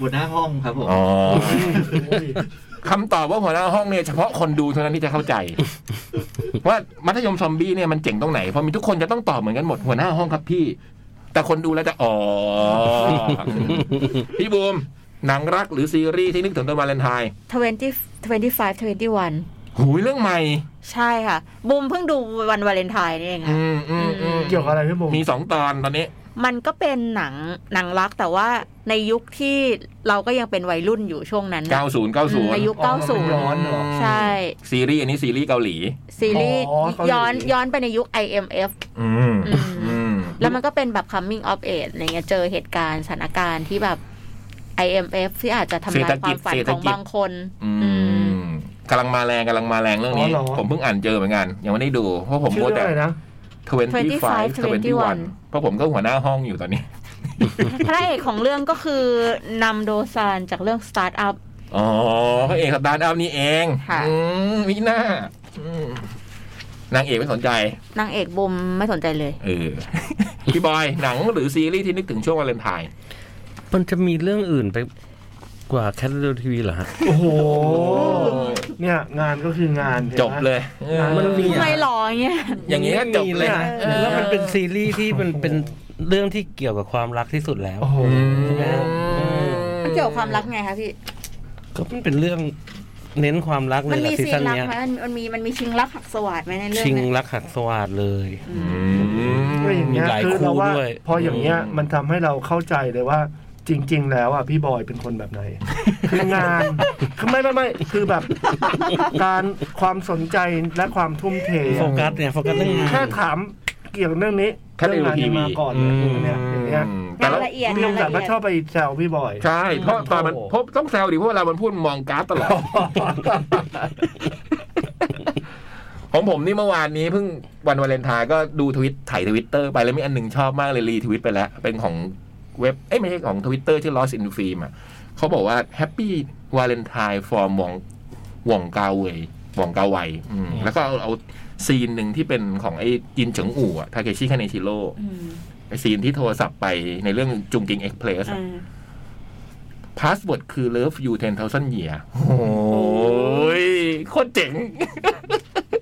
Speaker 5: หัวหน้าห้องครับผม
Speaker 1: อ๋อ
Speaker 3: โอ้ย
Speaker 1: คำตอบว่าหัวหน้าห้องเนี่ยเฉพาะคนดูเท่านั้นที่จะเข้าใจ ว่ามัธยมซอมบี้เนี่ยมันเจ๋งตรงไหน เพราะมีทุกคนจะต้องตอบเหมือนกันหมดหัวหน้าห้องครับพี่ แต่คนดูแล้วจะอ๋อ พี่บูม หนังรักหรือซีรีส์ที่นึกถึงตอนวาเลนไทน์
Speaker 4: 20 25
Speaker 1: หูยเรื่องใหม่
Speaker 4: 21 ใช่ค่ะ บุมเพิ่งดูวันวาเลนไทน์นี่เอง
Speaker 1: อื
Speaker 4: ค่ะ
Speaker 1: มอืมอืม
Speaker 3: เกี่ยวกับอะไรพี่โม
Speaker 1: มีสองตอนตอนนี้
Speaker 4: มันก็เป็นหนังหนังรักแต่ว่าในยุคที่เราก็ยังเป็นวัยรุ่นอยู่ช่วงนั้นน่ะ
Speaker 1: 90 90
Speaker 4: ในยุค 90
Speaker 3: ร้อนเหรอ
Speaker 4: ใช่
Speaker 1: ซีรีส์อันนี้ซีรีส์เกาหลี
Speaker 4: ซีรีส์
Speaker 3: อ๋อเกาหลี
Speaker 4: ย้อนย้อนไปในยุค IMF
Speaker 1: อืมอืม
Speaker 4: แล้วมันก็เป็นแบบ coming of age อะไรเงี้ยเจอเหตุการณ์สถานการณ์ที่แบบ IMF ที่อาจจะทำลายความฝัน
Speaker 1: เศรษฐ
Speaker 4: ข
Speaker 1: กิจ
Speaker 4: องบางคน
Speaker 1: อื
Speaker 4: อื
Speaker 1: ม
Speaker 4: ม
Speaker 1: กำลังมาแรงกำลังมาแรงเรื่องนี้
Speaker 3: อ๋อเหรอ
Speaker 1: ผมเพิ่งอ่านเจอเหมือนกัน ยังไม่ได้ดู เพราะผม
Speaker 3: ชื่อ
Speaker 1: มัว
Speaker 3: เรื่อง
Speaker 1: แต่
Speaker 3: อะไรนะ
Speaker 1: ทเวนตี้ไฟ
Speaker 4: 25
Speaker 1: ทเวนตี้วันเพราะผมก็หัวหน้าห้องอยู่ตอนนี้
Speaker 4: พระเอกของเรื่องก็คือนำโดซานจากเรื่อง Start Up
Speaker 1: อ๋อพระเอกสตาร์ทอัพนี่เอง
Speaker 4: ค่ะ
Speaker 1: อืมมีหน้าอืมนางเอกไม่สนใจ
Speaker 4: นางเอกบุมไม่สนใจเลย
Speaker 1: เอ อ พี่บอย หนังหรือซีรีส์ที่นึกถึงช่วงวาเลนไทน์
Speaker 2: มันจะมีเรื่องอื่นไปกว่าแคทเดอร์ทีวีเหรอฮะ
Speaker 3: โอ้โหเนี่ยงานก็คืองานห็นไหม
Speaker 1: จบเลยเออ
Speaker 2: มันมี
Speaker 4: ทำไมหล่ออย่างเงี้ย
Speaker 1: อย่างนี้ก็จบเลยนะ
Speaker 3: ไม่มีเลย
Speaker 1: เออ
Speaker 2: แล้วมันเป็นซีรีส์ที่มันเป็นเรื่องที่เกี่ยวกับความรักที่สุดแล้ว
Speaker 3: โอ้โห
Speaker 1: อืม
Speaker 4: มันเกี่ยวกับความรักไงคะพี่
Speaker 2: ก็มันเป็นเรื่องเน้นความรักเล
Speaker 4: มั
Speaker 2: ย
Speaker 4: น
Speaker 2: ละ
Speaker 4: มี
Speaker 2: ซี
Speaker 4: ซีน
Speaker 2: ซั่น
Speaker 4: รัก
Speaker 2: เนี้ย
Speaker 4: ไหมมันมันมีมันมีชิงรักหักสวัสดไหมในเรื่อง
Speaker 2: ชิง
Speaker 4: นั้น
Speaker 2: รักหักสวาดเลย
Speaker 4: อืม
Speaker 3: ก็อย่างเงี้ย
Speaker 2: มีหลาย
Speaker 3: คือ
Speaker 2: คู่
Speaker 3: เราว่า
Speaker 2: ด้วย
Speaker 3: พออย่างเงี้ย
Speaker 1: อืม
Speaker 3: มันทำให้เราเข้าใจเลยว่าจริง ๆ แล้วอ่ะพี่บอยเป็นคนแบบไหน คืองาน คือไม่ไม่ไม่คือแบบ การความสนใจและความทุ่มเท
Speaker 2: โฟ
Speaker 3: อะ
Speaker 2: กัสเนี่ยโฟกัสเรื่องงาน
Speaker 3: แค่ถามเกี่ยวเรื่องนี้
Speaker 1: แค่ใน
Speaker 3: เรื่องงาน
Speaker 1: ทีวี
Speaker 3: มาก่อนเลย
Speaker 2: อืม
Speaker 3: เนี่ยอย่างเงี้ย
Speaker 1: แต่ละ
Speaker 4: งานละเอียด
Speaker 3: พี่
Speaker 4: งา
Speaker 3: ลุ
Speaker 4: น
Speaker 3: ง
Speaker 4: ละ
Speaker 3: ศักดิ์
Speaker 4: เอี
Speaker 3: ก็
Speaker 4: ยด
Speaker 3: ชอบไปแซวพี่บอย
Speaker 1: ใช่เพราะตอนมัน
Speaker 3: โอ้โห
Speaker 1: พบต้องแซวดิเพราะเวลามันพูดมองการ์ดตลอด ของผมนี่เมื่อวานนี้เพิ่งวันวาเลนไทน์ก็ดูทวิตไถทวิตเตอร์ไปแล้วมีอันหนึ่งชอบมากเลยรีทวิตไปแล้ว เป็นของเว็บ เอ้ยไม่ใช่ของทวิตเตอร์ชื่อ Lost in Film อ่ะเขาบอกว่า Happy Valentine from วองวองกาเวยหวองกาไวยอืมแล้วก็เอาเอาซีนหนึ่งที่เป็นของไอ้จินเฉิงอู่อะทาเคชิคาเนชิโร่
Speaker 4: อืม
Speaker 1: ไอ้ซีนที่โทรศัพท์ไปในเรื่องจุงกิงเอ็กเพลส
Speaker 4: อ่า
Speaker 1: พาสเวิร์ดคือ love you 10,000 year โอ้ยโคตรเจ๋ง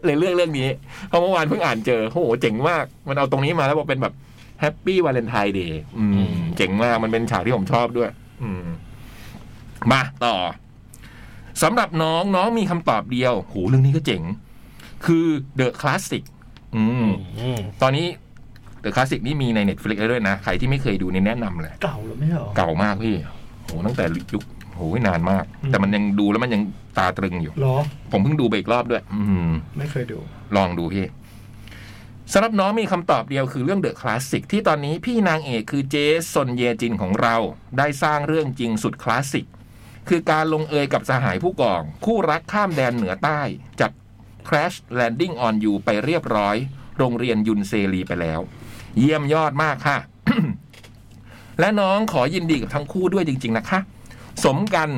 Speaker 1: เลยเรื่องเรื่องนี้เพราะเมื่อวานเพิ่งอ่านเจอ โอ้โห เจ๋งมาก มันเอาตรงนี้มาแล้วบอกเป็นแบบ happy valentine day อืม เจ๋งมาก มันเป็นฉากที่ผมชอบด้วย อืม มาต่อสำหรับน้องน้องมีคำตอบเดียวโหเรื่องนี้ก็เจ๋ง คือ the classic อืม
Speaker 2: อืม
Speaker 1: ตอนนี้ the classic นี่มีใน Netflix แล้วด้วยนะ ใครที่ไม่เคยดูเนี่ยแนะนำเลย
Speaker 3: เก่าหรือไม่เหรอ
Speaker 1: เก่ามากพี่ โหตั้งแต่ยุคโหยนานมาก แต่มันยังดูแล้วมันยังตาตรึงอยู่
Speaker 3: หรอ
Speaker 1: ผมเพิ่งดูไปอีกรอบด้วย อืม
Speaker 3: ไม่เคยดู
Speaker 1: ลองดูพี่สำหรับน้องมีคำตอบเดียวคือเรื่องเดอะคลาสสิกที่ตอนนี้พี่นางเอกคือเจสนเยจินของเรา ได้สร้างเรื่องจริงสุดคลาสสิก คือการลงเอยกับสหายผู้กอง คู่รักข้ามแดนเหนือใต้ จาก Crash Landing on You ไปเรียบร้อย โรงเรียนยุนเซรีไปแล้ว เยี่ยมยอดมากค่ะ และน้องขอยินดีกับทั้งคู่ด้วยจริง ๆ นะคะ สมกัน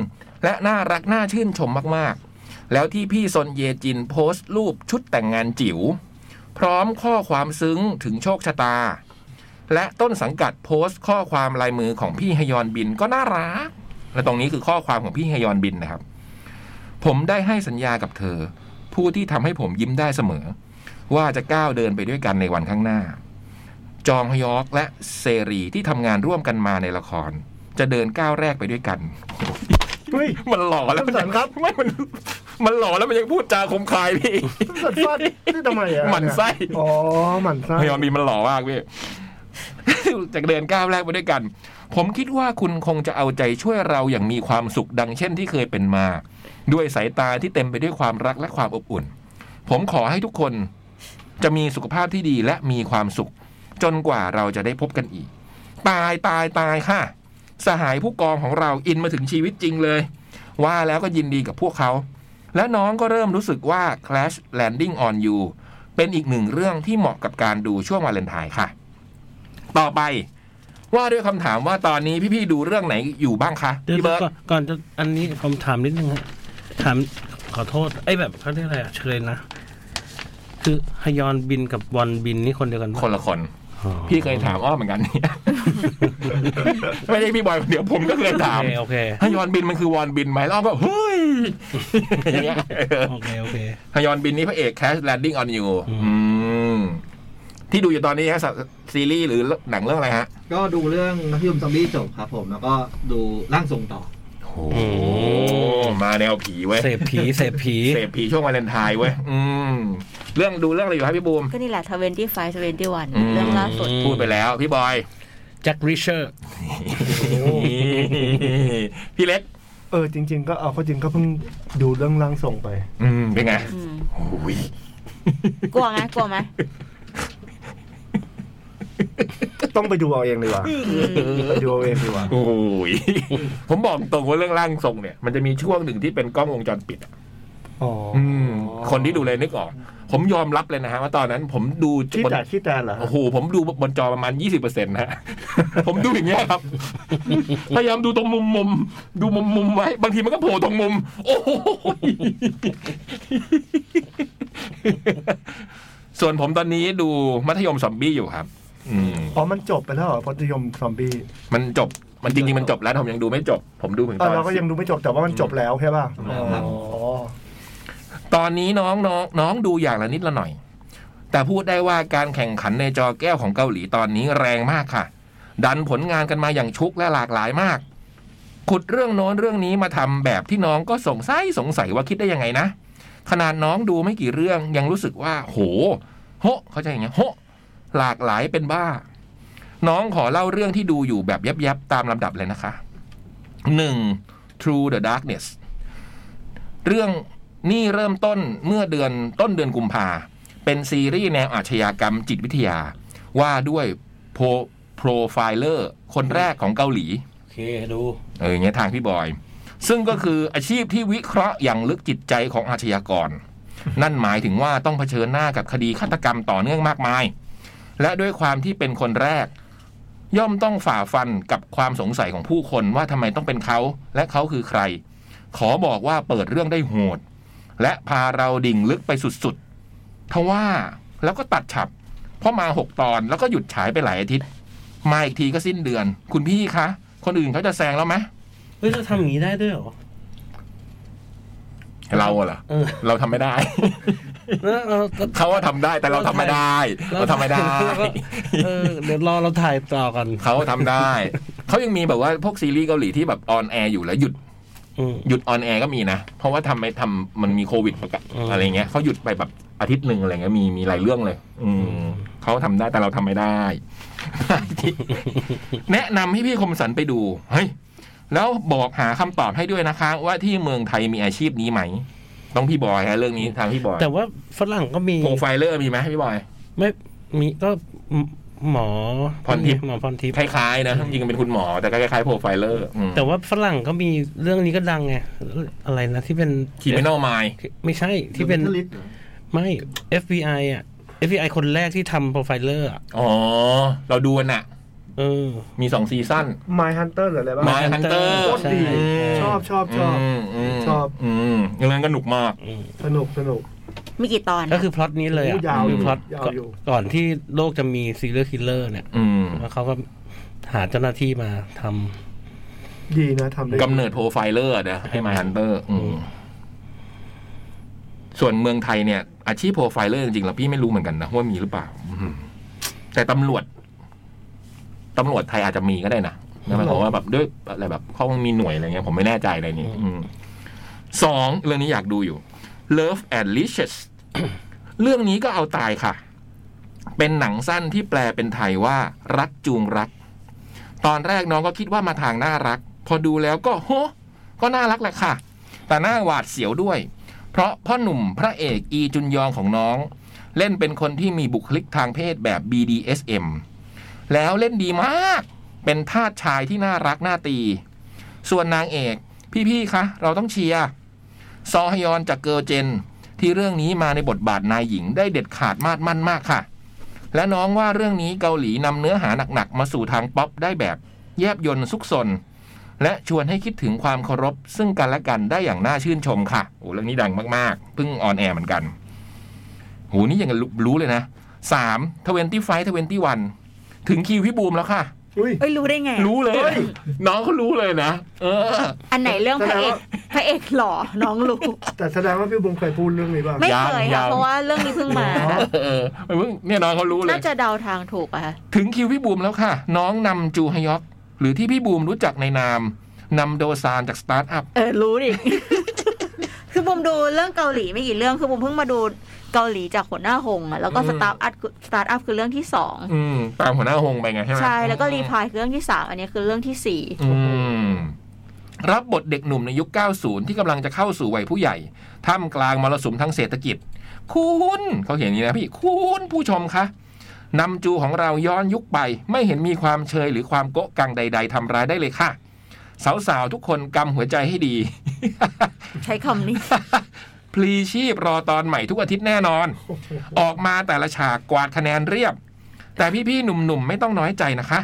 Speaker 1: และน่ารักน่าชื่นชมมากๆ แล้วที่พี่ซนเยจินโพสต์รูปชุดแต่งงานจิ๋ว พร้อมข้อความซึ้งถึงโชคชะตา และต้นสังกัดโพสต์ข้อความลายมือของพี่ฮยอนบินก็น่ารัก และตรงนี้คือข้อความของพี่ฮยอนบินนะครับ ผมได้ให้สัญญากับเธอ ผู้ที่ทำให้ผมยิ้มได้เสมอ ว่าจะก้าวเดินไปด้วยกันในวันข้างหน้า จองฮยอกและเซรีที่ทำงานร่วมกันมาในละคร จะเดินก้าวแรกไปด้วยกัน
Speaker 3: เฮ้ย
Speaker 1: มันหล่อแล้วมัน
Speaker 3: ท่านสันครับ
Speaker 1: ไม่มันมันหล่อแล้วมันยังพูดจาคมคายพี่
Speaker 3: สัตว์ฟาดนี่ทำไมอ่ะ
Speaker 1: หมั่นไส้
Speaker 3: อ๋อหมันไส้
Speaker 1: พยอมบีมันหล่อมากพี่ จากเดินก้าวแรกไปด้วยกัน ผมคิดว่าคุณคงจะเอาใจช่วยเราอย่างมีความสุขดังเช่นที่เคยเป็นมา ด้วยสายตาที่เต็มไปด้วยความรักและความอบอุ่น ผมขอให้ทุกคนจะมีสุขภาพที่ดีและมีความสุข จนกว่าเราจะได้พบกันอีก ตายตายตายค่ะ สหายผู้กองของเราอินมาถึงชีวิตจริงเลย ว่าแล้วก็ยินดีกับพวกเขา และน้องก็เริ่มรู้สึกว่า Clash Landing on You เป็นอีกหนึ่งเรื่องที่เหมาะกับการดูช่วงวาเลนไทน์ค่ะ ต่อไป ว่าด้วยคำถามว่าตอนนี้พี่ๆดูเรื่องไหนอยู่บ้างคะ
Speaker 2: เดี๋ยว
Speaker 1: พี่เบิร์ต
Speaker 2: ก่อนก่อนจะอันนี้ผมถามนิดนึงฮะถามขอโทษไอ้ยแบบเขาเรียกอะไรอะเชยนะ คือฮยอนบินกับวอนบินนี่คนเดียวกันปะ
Speaker 1: คนละคน
Speaker 2: อ๋อ
Speaker 1: พี่เคยถามอ้อมเหมือนกันเนี่ย ไม่ได้พี่บอยคนเดียวผมก็เคยถาม
Speaker 2: โอเคโอเค
Speaker 1: ฮยอนบินมันคือวอนบินไหมแล้วอ้อมก็เฮ้ยอย่างเงี้ยเออ
Speaker 2: โอเคโอเค
Speaker 1: ฮยอนบินนี่พระเอกแคชแลนดิ้งออนยู
Speaker 2: อืม
Speaker 1: ที่ดูอยู่ตอนนี้ฮะสัซีรีส์หรือหนังเรื่องอะไรฮะ
Speaker 5: ก็ดูเรื่องมัธยมซอมบี้จบครับผมแล้วก็ดูร่างทรงต่อ
Speaker 1: โอ้มาแนวผีเว้ย
Speaker 2: เสพผีเสพผี
Speaker 1: เสพผีช่วงวาเลนไทน์เว้ยอืม เรื่องดูเรื่องอะไรอยู่ครับพี่บูม
Speaker 4: ก็นี่แหละทเวนตี้ไฟทเวนตี้วัน
Speaker 1: อืม
Speaker 4: เรื่องล่าสุด
Speaker 1: พูดไปแล้วพี่บอย
Speaker 2: แจ็คริเชอร์
Speaker 1: พี่เล็ก
Speaker 3: เออจริง ๆ ก็เอาเข้าจริงก็เพิ่งดูเรื่องร่างส่งไป
Speaker 1: อืม เป็นไง
Speaker 4: อืม
Speaker 1: โอ้ย
Speaker 4: กลัวไหมกลัวไหม
Speaker 3: ต้องไปดูเอาเองดีกว่าไปดูเอาเองดีกว่า
Speaker 1: โอ้ยผมบอกตรงว่าเรื่องร่างทรงเนี่ย มันจะมีช่วงหนึ่งที่เป็นกล้องวงจรปิดอะ
Speaker 3: อ๋ออ
Speaker 1: อืม คนที่ดูเลยนึกออก ผมยอมรับเลยนะฮะว่าตอนนั้น ผมดู
Speaker 3: ขี้
Speaker 1: บน
Speaker 3: แต่ขี้แต่เหรอ
Speaker 1: โอ้โหผมดูบนจอประมาณยี่สิบเปอร์เซ็นต์ฮะ ผมดูอย่างเงี้ยครับ พยายามดูตรงมุมมุมๆดูมุมมุมๆไว้ บางทีมันก็โผล่ตรงมุม โอ้โห ส่วนผมตอนนี้ดูมัธยมซอมบี้อยู่ครับ อืม
Speaker 3: อ๋อมันจบไปแล้วเหรอพจยมซอมบี้
Speaker 1: มันจบ มันจริงๆ มันจบแล้วผมยังดูไม่จบ ผมดูถึง
Speaker 3: เอ
Speaker 1: ต
Speaker 3: อ
Speaker 1: อน
Speaker 3: เราก็ยังดูไม่จบแต่ว่ามันจบแล้วใช่ป่ะ
Speaker 5: อ๋
Speaker 3: อ๋
Speaker 5: อ
Speaker 3: อ
Speaker 1: ตอนนี้น้องน้องน้องดูอย่างละนิดละหน่อย แต่พูดได้ว่าการแข่งขันในจอแก้วของเกาหลีตอนนี้แรงมากค่ะ ดันผลงานกันมาอย่างชุกและหลากหลายมาก ขุดเรื่องโน้นเรื่องนี้มาทำแบบที่น้องก็สงสัยสงสัยว่าคิดได้ยังไงนะ ขนาดน้องดูไม่กี่เรื่องยังรู้สึกว่า โห โหเขาจะอย่างเงี้ยโหหลากหลายเป็นบ้า น้องขอเล่าเรื่องที่ดูอยู่แบบยับๆตามลำดับเลยนะคะ 1. True the Darkness เรื่องนี่เริ่มต้นเมื่อเดือนต้นเดือนกุมภาเป็นซีรีส์แนวอาชญากรรมจิตวิทยา ว่าด้วยโปรไฟเลอร์คนแรกของเกาหลี
Speaker 2: โอเคดู
Speaker 1: เอออย่างเงี้ยทางพี่บอย ซึ่งก็คืออาชีพที่วิเคราะห์อย่างลึกจิตใจของอาชญากร นั่นหมายถึงว่าต้องเผชิญหน้ากับคดีฆาตกรรมต่อเนื่องมากมาย และด้วยความที่เป็นคนแรก ย่อมต้องฝ่าฟันกับความสงสัยของผู้คนว่าทำไมต้องเป็นเขาและเขาคือใคร ขอบอกว่าเปิดเรื่องได้โหด และพาเราดิ่งลึกไปสุดๆทว่าแล้วก็ตัดฉับ เพราะมาหกตอนแล้วก็หยุดฉายไปหลายอาทิตย์ มาอีกทีก็สิ้นเดือน คุณพี่คะ คนอื่นเขาจะแซงแล้วไหม
Speaker 2: เฮ้ยเราทำอย่างนี้ได้ด้วยเหรอ
Speaker 1: เราอะเหรอ
Speaker 2: เออ
Speaker 1: เราทำ ไม่ได้
Speaker 2: แล้วเรา
Speaker 1: เขาว่าทำได้แต่เราทำไม่ได้ เราทำไม่ได้
Speaker 2: เออเดี๋ยวรอเราถ่ายต่อกัน
Speaker 1: เขาทำได้ เขายังมีแบบว่าพวกซีรีส์เกาหลีที่แบบออนแอร์อยู่แล้วหยุด
Speaker 2: อืม
Speaker 1: หยุดออนแอร์ก็มีนะ เพราะว่าทำไม่ทำมันมีโควิดประกาศ
Speaker 2: อืม
Speaker 1: อะไรเงี้ยเขาหยุดไปแบบอาทิตย์หนึ่งอะไรเงี้ยมีมีหลายเรื่องเลย อืมเขาทำได้ แต่เราทำไม่ได้ แนะนำให้พี่คมสันไปดู เฮ้ย แล้วบอกหาคำตอบให้ด้วยนะคะ ว่าที่เมืองไทยมีอาชีพนี้ไหม ต้องพี่บอยฮะเรื่องนี้ทางพี่บอย
Speaker 2: แต่ว่าฝรั่งก็มี
Speaker 1: พงไฟเลอร์มีไหมพี่บอย
Speaker 2: ไม่มีก็หมอ
Speaker 1: พรทิพย์
Speaker 2: หมอพรทิพย์
Speaker 1: คล้ายๆนะจริงๆเป็นคุณหมอแต่ก็คล้ายๆโปรไฟเลอร์
Speaker 2: แต่ว่าฝรั่งก็มีเรื่องนี้ก็ดังไงอะไรนะที่เป็น
Speaker 1: คีเมนอลไมล์
Speaker 2: ไม่ใช่ที่เป็น
Speaker 5: Mentalist หรอ
Speaker 2: ไม่ FBI อ่ะ FBI คนแรกที่ทำโปรไฟเลอร์อะ
Speaker 1: อ๋อ เราดูน่ะ
Speaker 2: เออ
Speaker 1: มีสองซีซั่น
Speaker 3: ไมฮันเตอร์หรืออะไรบ้าง
Speaker 1: My Hunter
Speaker 3: โคตรดี
Speaker 2: ใช่
Speaker 3: ชอบชอบชอบ
Speaker 1: มม
Speaker 3: ชอบ
Speaker 1: อืมอย่างนั้นก็หนุกมาก
Speaker 2: อืม
Speaker 3: สนุกสนุก
Speaker 4: มีกี่ตอน
Speaker 2: ก็คือพล็อตนี้เลยอะ
Speaker 3: โอ้ยาว
Speaker 1: อยู่
Speaker 2: คือพล็อต
Speaker 3: ยาวอยู่
Speaker 2: ก่อนที่โลกจะมีซีเรียลคิลเลอร์เนี่ย
Speaker 1: อืม
Speaker 2: แล้วเขาก็หาเจ้าหน้าที่มาทำ
Speaker 3: ดีนะทำได้
Speaker 1: กำเนิดโปรไฟเลอร์นะให้มาฮันเตอร์ส่วนเมืองไทยเนี่ย อาชีพโปรไฟเลอร์จริงๆแล้วพี่ไม่รู้เหมือนกันนะว่ามีหรือเปล่า อืมแต่ตำรวจตำรวจไทยอาจจะมีก็ได้นะนะหมายความว่าแบบด้วยอะไรแบบเขามีหน่วยอะไรเงี้ยผมไม่แน่ใจอะไรนี้อืมสองเรื่องนี้อยากดูอยู่ Love and Riches เรื่องนี้ก็เอาตายค่ะ เป็นหนังสั้นที่แปลเป็นไทยว่า รักจูงรัก ตอนแรกน้องก็คิดว่ามาทางน่ารัก พอดูแล้วก็โฮะก็น่ารักแหละค่ะ แต่หน้าหวาดเสียวด้วย เพราะพ่อหนุ่มพระเอกอีจุนยองของน้อง เล่นเป็นคนที่มีบุคลิกทางเพศแบบ BDSM แล้วเล่นดีมาก เป็นทาสชายที่น่ารักน่าตี ส่วนนางเอก พี่ๆคะเราต้องเชียร์ซอฮยอนจากเกิร์ลเจน ที่เรื่องนี้มาในบทบาทนายหญิงได้เด็ดขาดมาดมั่นมากค่ะ และน้องว่าเรื่องนี้เกาหลีนำเนื้อหาหนักๆ มาสู่ทางป๊อปได้แบบแยบยนซุกซน และชวนให้คิดถึงความเคารพ ซึ่งกันและกันได้อย่างน่าชื่นชมค่ะโอ้เรื่องนี้ดังมากๆ เพิ่งออนแอร์เหมือนกันโหนี่ยังรู้เลยนะสามทเวนตี้ไฟทเวนตี้วันถึงคิวพี่บูมแล้วค่ะ
Speaker 3: อุ้ย
Speaker 4: เอ้ยรู้ได้ไง
Speaker 1: รู้เลย น้องเขารู้เลยนะ เออ
Speaker 4: อันไหนเรื่องพระเอกพระเอกหล่อ น้องรู้
Speaker 3: แต่แสดงว่าพี่บุงเคยพูดเรื่องนี้บ้าง
Speaker 4: ไม่
Speaker 1: ยัง
Speaker 4: เคย
Speaker 1: ยั
Speaker 4: ค่ะ
Speaker 1: ง
Speaker 4: เพราะว่าเรื่องนี้เพิ่งมา
Speaker 1: เออเพิ่งเนี่ยน้องเขารู้เลย
Speaker 4: น่าจะเดาทางถูกอะค่ะ
Speaker 1: ถึงคิวพี่บูมแล้วค่ะ น้องนำจูฮยอก หรือที่พี่บูมรู้จักในนามนำโดซานจากสตาร์ทอัพ
Speaker 4: เออรู้ดิ คือบุมดูเรื่องเกาหลีไม่กี่เรื่องคือบุมเพิ่งมาดูเกาหลีจากหัวหน้าหงอะแล้วก็
Speaker 1: อืม
Speaker 4: สตาร์ทอัพสตาร์ทอัพคือเรื่องที่สอง
Speaker 1: อืมตามหัวหน้าหงไปไงใช่ไหม
Speaker 4: ใช่แล้วก็รีพายคือเรื่องที่สามอันนี้คือเรื่องที่สี่
Speaker 1: อืมรับบทเด็กหนุ่มในยุค 90 ที่กำลังจะเข้าสู่วัยผู้ใหญ่ท่ามกลางมรสุมทางเศรษฐกิจ คุณเขาเขียนอย่างนี้นะพี่ คุณผู้ชมคะนำจูของเราย้อนยุคไป ไม่เห็นมีความเชยหรือความโกะกังใด ๆทำร้ายได้เลยค่ะ สาวๆทุกคนกำหัวใจให้ดี
Speaker 4: ใช้คำนี้
Speaker 1: พลีชีพรอตอนใหม่ทุกอาทิตย์แน่นอน ออกมาแต่ละฉากกวาดคะแนนเรียบ แต่พี่ๆหนุ่มๆ ไม่ต้องน้อยใจนะคะ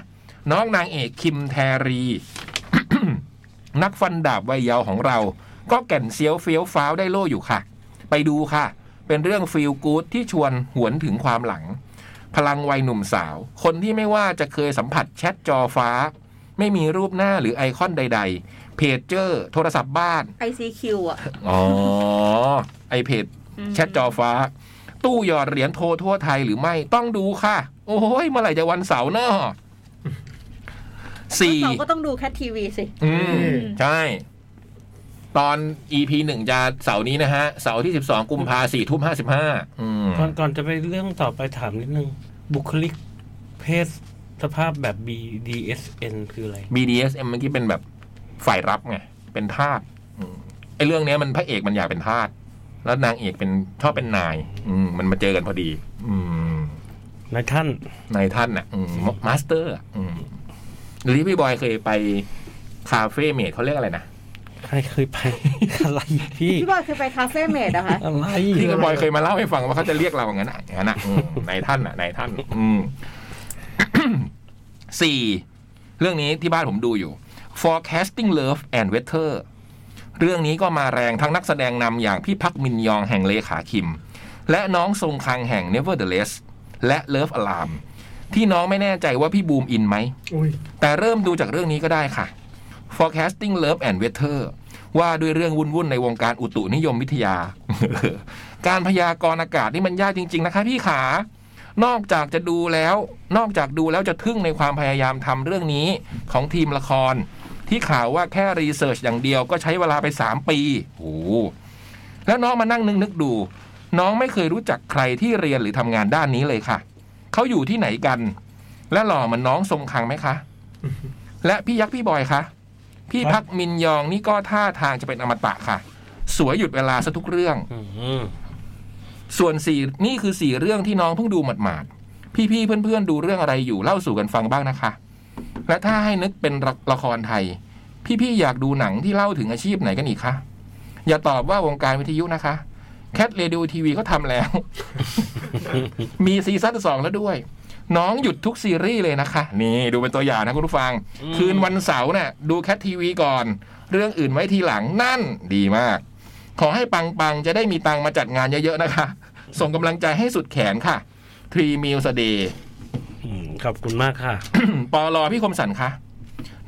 Speaker 1: น้องนางเอกคิมแทรี นักฟันดาบวัยเยาว์ของเรา ก็แก่นเซียวเฟี้ยวฟ้าวได้โล่อยู่ค่ะ ไปดูค่ะ เป็นเรื่องฟีลกู๊ดที่ชวนหวนถึงความหลัง พลังวัยหนุ่มสาว คนที่ไม่ว่าจะเคยสัมผัสแชทจอฟ้า ไม่มีรูปหน้าหรือไอคอนใด ๆ เพจเจอร์ โทรศัพท์บ้าน
Speaker 4: ICQ อะ
Speaker 1: อ๋อ ไอเพจ
Speaker 4: อืม
Speaker 1: แชทจอฟ้า ตู้หยอดเหรียญโทรทั่วไทยหรือไม่ต้องดูค่ะ โอ้ยเมื่อไหร่จะวันเสาร์เนาะสี่
Speaker 4: เราก็ต้องดูแคททีวีสิ
Speaker 1: อืม
Speaker 3: อืม
Speaker 1: ใช่ ตอน EP หนึ่งจะเสาร์นี้นะฮะ เสาร์ที่ 12 กุมภาสี่ทุ่มห้าสิบห้าอืม
Speaker 2: ก่อนก่อนจะไปเรื่องต่อไปถามนิดนึง บุคลิกเพศสภาพแบบ BDSN คืออะไร
Speaker 1: BDSM เมื่อกี้เป็นแบบฝ่ายรับไง เป็นทาสอืมไอ้เรื่องเนี้ยมันพระเอกมันอยากเป็นทาสแล้วนางเอกเป็นชอบเป็นนาย อืม มันมาเจอกันพอดี อืม
Speaker 2: นายท่าน
Speaker 1: ในท่านน่ะอืมมาสเตอร์อ่ะอืมหรือพี่บอยเคยไปคาเฟ่เมดเขาเรียกอะไรนะ
Speaker 2: ใครเคยไป อะไรพี่
Speaker 4: พี่บอยเคยไปคาเฟ่เมดอะคะ
Speaker 2: อะไร
Speaker 1: พี่กับบอยเคยมาเล่าให้ฟังว่าเขาจะเรียกเราอย่างนั้นอ่ะอย่างนั้นอ่ะอื มในท่านอ่ะในท่าน อืม สี่เรื่องนี้ที่บ้านผมดูอยู่ forecasting love and weather เรื่องนี้ก็มาแรงทั้งนักแสดงนำอย่างพี่พักมินยองแห่งเลขาคิม และน้องทรงคังแห่ง nevertheless และ love alarm ที่น้องไม่แน่ใจว่าพี่บูมอินไหม
Speaker 3: อุ้ย
Speaker 1: แต่เริ่มดูจากเรื่องนี้ก็ได้ค่ะ forecasting love and weather ว่าด้วยเรื่องวุ่น ๆ ในวงการอุตุนิยมวิทยา การพยากรณ์อากาศนี่มันยากจริง ๆ นะคะพี่ขา นอกจากจะดูแล้ว นอกจากดูแล้วจะทึ่งในความพยายามทำเรื่องนี้ของทีมละคร ที่ข่าวว่าแค่รีเสิร์ชอย่างเดียวก็ใช้เวลาไป 3 ปีโอ้โหแล้วน้องมานั่งนึกนึกดู น้องไม่เคยรู้จักใครที่เรียนหรือทำงานด้านนี้เลยค่ะ เขาอยู่ที่ไหนกัน และหล่อเหมันน้องทรงคังไหมคะ และพี่ยักษ์พี่บอยคะ พี่พักมินยองนี่ก็ท่าทางจะเป็นอมตะค่ะ สวยหยุดเวลาซะทุกเรื่อง
Speaker 2: อืม
Speaker 1: ส่วนสี่นี่คือสี่เรื่องที่น้องเพิ่งดูหมาดๆ พี่ๆ เพื่อนๆ ดูเรื่องอะไรอยู่เล่าสู่กันฟังบ้างนะคะ และถ้าให้นึกเป็นละละครไทย พี่ๆ อยากดูหนังที่เล่าถึงอาชีพไหนกันอีกคะ อย่าตอบว่าวงการวิทยุนะคะ แคทเรดิโอทีวีก็ทำแล้ว มีซีซั่นสองแล้วด้วย น้องหยุดทุกซีรีส์เลยนะคะ นี่ดูเป็นตัวอย่างนะคุณผู้ฟัง คืนวันเสาร์น่ะดูแคททีวีก่อน เรื่องอื่นไว้ทีหลังนั่นดีมาก ขอให้ปัง ๆ จะได้มีตังค์มาจัดงานเยอะ ๆ นะคะ ส่งกำลังใจให้สุดแขนค่ะทรีมิลสเดย์
Speaker 2: อืมขอบคุณมากค่ะ
Speaker 1: ปอลอพี่คมสันคะ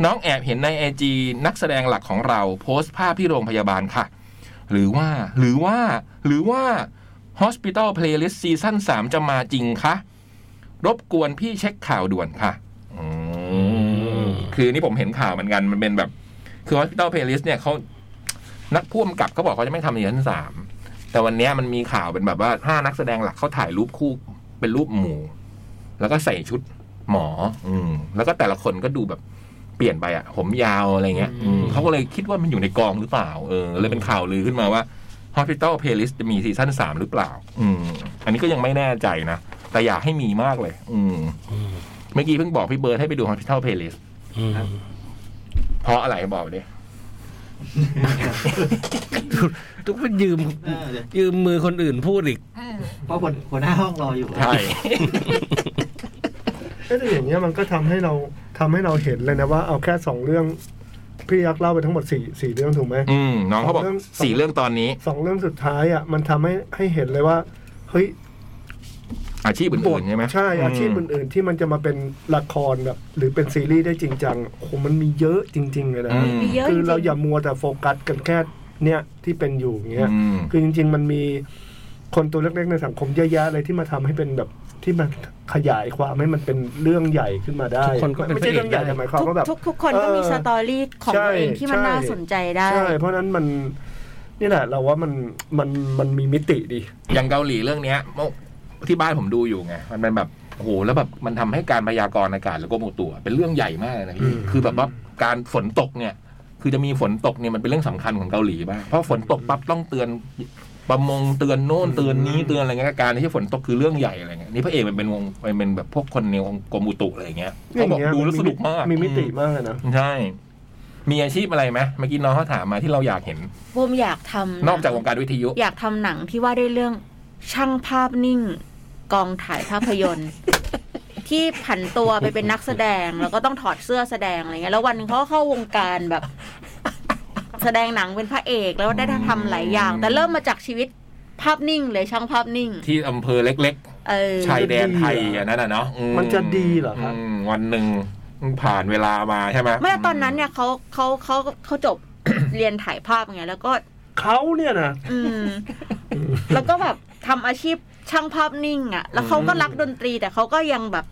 Speaker 1: น้องแอบเห็นในไอจีนักแสดงหลักของเราโพสต์ภาพที่โรงพยาบาลค่ะ หรือว่าหรือว่า หรือว่า Hospital Playlist ซีซั่น3จะมาจริงคะ รบกวนพี่เช็คข่าวด่วนค่ะอืมคือนี่ผมเห็นข่าวเหมือนกันมันเป็นแบบ คือ Hospital Playlist เนี่ยเขานักพ่วมกับเขาบอกเขาจะไม่ทำซีซั่นสามแต่วันเนี้ยมันมีข่าวเป็นแบบว่าห้านักแสดงหลักเขาถ่ายรูปคู่เป็นรูปหมู่ แล้วก็ใส่ชุดหมอ อืม แล้วก็แต่ละคนก็ดูแบบเปลี่ยนไปอะผมยาวอะไรเงี้ยอืมเขาก็เลยคิดว่ามันอยู่ในกองหรือเปล่า เออ เลยเป็นข่าวลือขึ้นมาว่า Hospital Playlist จะมีซีซั่นสามหรือเปล่า อืม อันนี้ก็ยังไม่แน่ใจนะ แต่อยากให้มีมากเลย อืม
Speaker 2: อืม
Speaker 1: เมื่อกี้เพิ่งบอกพี่เบิร์ดให้ไปดู Hospital Playlist
Speaker 2: อืม
Speaker 1: เพราะอะไรบอกดิ
Speaker 2: ทุกคนยืม
Speaker 5: เออเดี๋ยว
Speaker 2: ยืมมือคนอื่นพูดอีก
Speaker 5: เพราะคนหัวหน้าห้องรออยู่
Speaker 1: ใช่
Speaker 3: เอ้ยแต่อย่างเงี้ยมันก็ทำให้เราทำให้เราเห็นเลยนะว่าเอาแค่สองเรื่อง พี่ยักษ์เล่าไปทั้งหมดสี่สี่เรื่องถูกไหม
Speaker 1: อืม น้องเขาบอก
Speaker 3: สองเรื่อง
Speaker 1: สี่เรื่องตอนนี้
Speaker 3: สองเรื่องสุดท้ายอ่ะมันทำให้ให้เห็นเลยว่าเฮ้ย
Speaker 1: อาชีพอื่นๆใช่ไหม
Speaker 3: ใช่อาชีพอื่นๆที่มันจะมาเป็นละครแบบหรือเป็นซีรีส์ได้จริงจังโอ้โหมันมีเยอะจริง ๆ เลยนะ
Speaker 1: อืม
Speaker 4: มีเยอะจ
Speaker 3: คื
Speaker 4: ริ
Speaker 3: อง เราอ
Speaker 4: ๆ
Speaker 3: ย่ามัวแต่โฟกัสกันแค่เนี่ยที่เป็นอยู่อย่างเงี้ย
Speaker 1: อืม
Speaker 3: คือจริง ๆ มันมีคนตัวเล็กๆในสังคมเยอะแยะเลยที่มาทำให้เป็นแบบที่มันขยายความให้มันเป็นเรื่องใหญ่ขึ้นมาได้
Speaker 2: ทุกคนก็เป็น
Speaker 3: ไม่ใช่เรื่องใหญ่
Speaker 2: พระเอ
Speaker 3: แต่
Speaker 2: กได้
Speaker 3: หมายความ
Speaker 4: ทุก
Speaker 3: ว่าแบบ
Speaker 4: ทุกทุกคนก็มี
Speaker 3: เออ
Speaker 4: สตอรี่ของ
Speaker 3: ใช่
Speaker 4: ตัวเองที่มัน
Speaker 3: ใช่
Speaker 4: น่าสนใจได้
Speaker 3: ใช่ เพราะฉะนั้นมันนี่แหละเราว่ามันมันมันมีมิติดี
Speaker 1: อย่างเกาหลีเรื่องเนี้ยเมื่อที่บ้านผมดูอยู่ไง มันเป็นแบบโอ้โหแล้วแบบมันทำให้การพยากรณ์อากาศแล้วก็มูตัว เป็นเรื่องใหญ่มากเลยนะ
Speaker 3: อื
Speaker 1: พี่
Speaker 3: ม
Speaker 1: คือแบบว่าการฝนตกเนี่ย คือจะมีฝนตกเนี่ยมันเป็นเรื่องสำคัญของเกาหลีมากเพราะฝนตกปั๊บต้องเตือนประมงเตือนโน่นเตือนนี้เตือนอะไรเงี้ยการที่ฝนตกคือเรื่องใหญ่อะไรเงี้ยนี่พระเอกมันเป็นวงมันเป็นแบบพวกคนในวงกรมอุตุอะไรเงี้ยเขาบอก
Speaker 3: ย่งงี้ย
Speaker 1: ดูแล้วสนุกมาก
Speaker 3: มีมิติมากเลยนะ
Speaker 1: อืมใช่ มีอาชีพอะไรไหมเมื่อกี้น้องเขาถามมาที่เราอยากเห็น
Speaker 4: บูมอยากทำ
Speaker 1: นอกจากวงการวิทยุ
Speaker 4: อยากทำหนังที่ว่าด้วยเรื่องช่างภาพนิ่ง กองถ่ายภาพย นตร์ ที่ผันตัวไปเป็นนักแสดงแล้วก็ต้องถอดเสื้อแสดงอะไรเงี้ยแล้ววันหนึงเขาก็เข้าวงการ แบบ แสดงหนังเป็นพระเอกแล้วได้ทำหลายอย่าง แต่เริ่มมาจากชีวิตภาพนิ่งเลยช่างภาพนิ่ง
Speaker 1: ที่อำเภอเล็ก ๆ
Speaker 4: เออ
Speaker 1: ชายแดนไทยอันนั้นน่ะเนาะอื
Speaker 3: มันจะดีเหรอครับ
Speaker 1: มวันหนึ่งผ่านเวลามาใช่ไหม
Speaker 4: ไม่ตอนนั้นเนี่ยเขาเขาเขาเขาจบ เรียนถ่ายภาพไงแล้วก็
Speaker 3: เขาเนี่ยนะ
Speaker 4: อืม แล้วก็แบบทำอาชีพช่างภาพนิ่งอะ่ะ แล้วเขาก็รักดนตรี แต่เขาก็ยังแบบ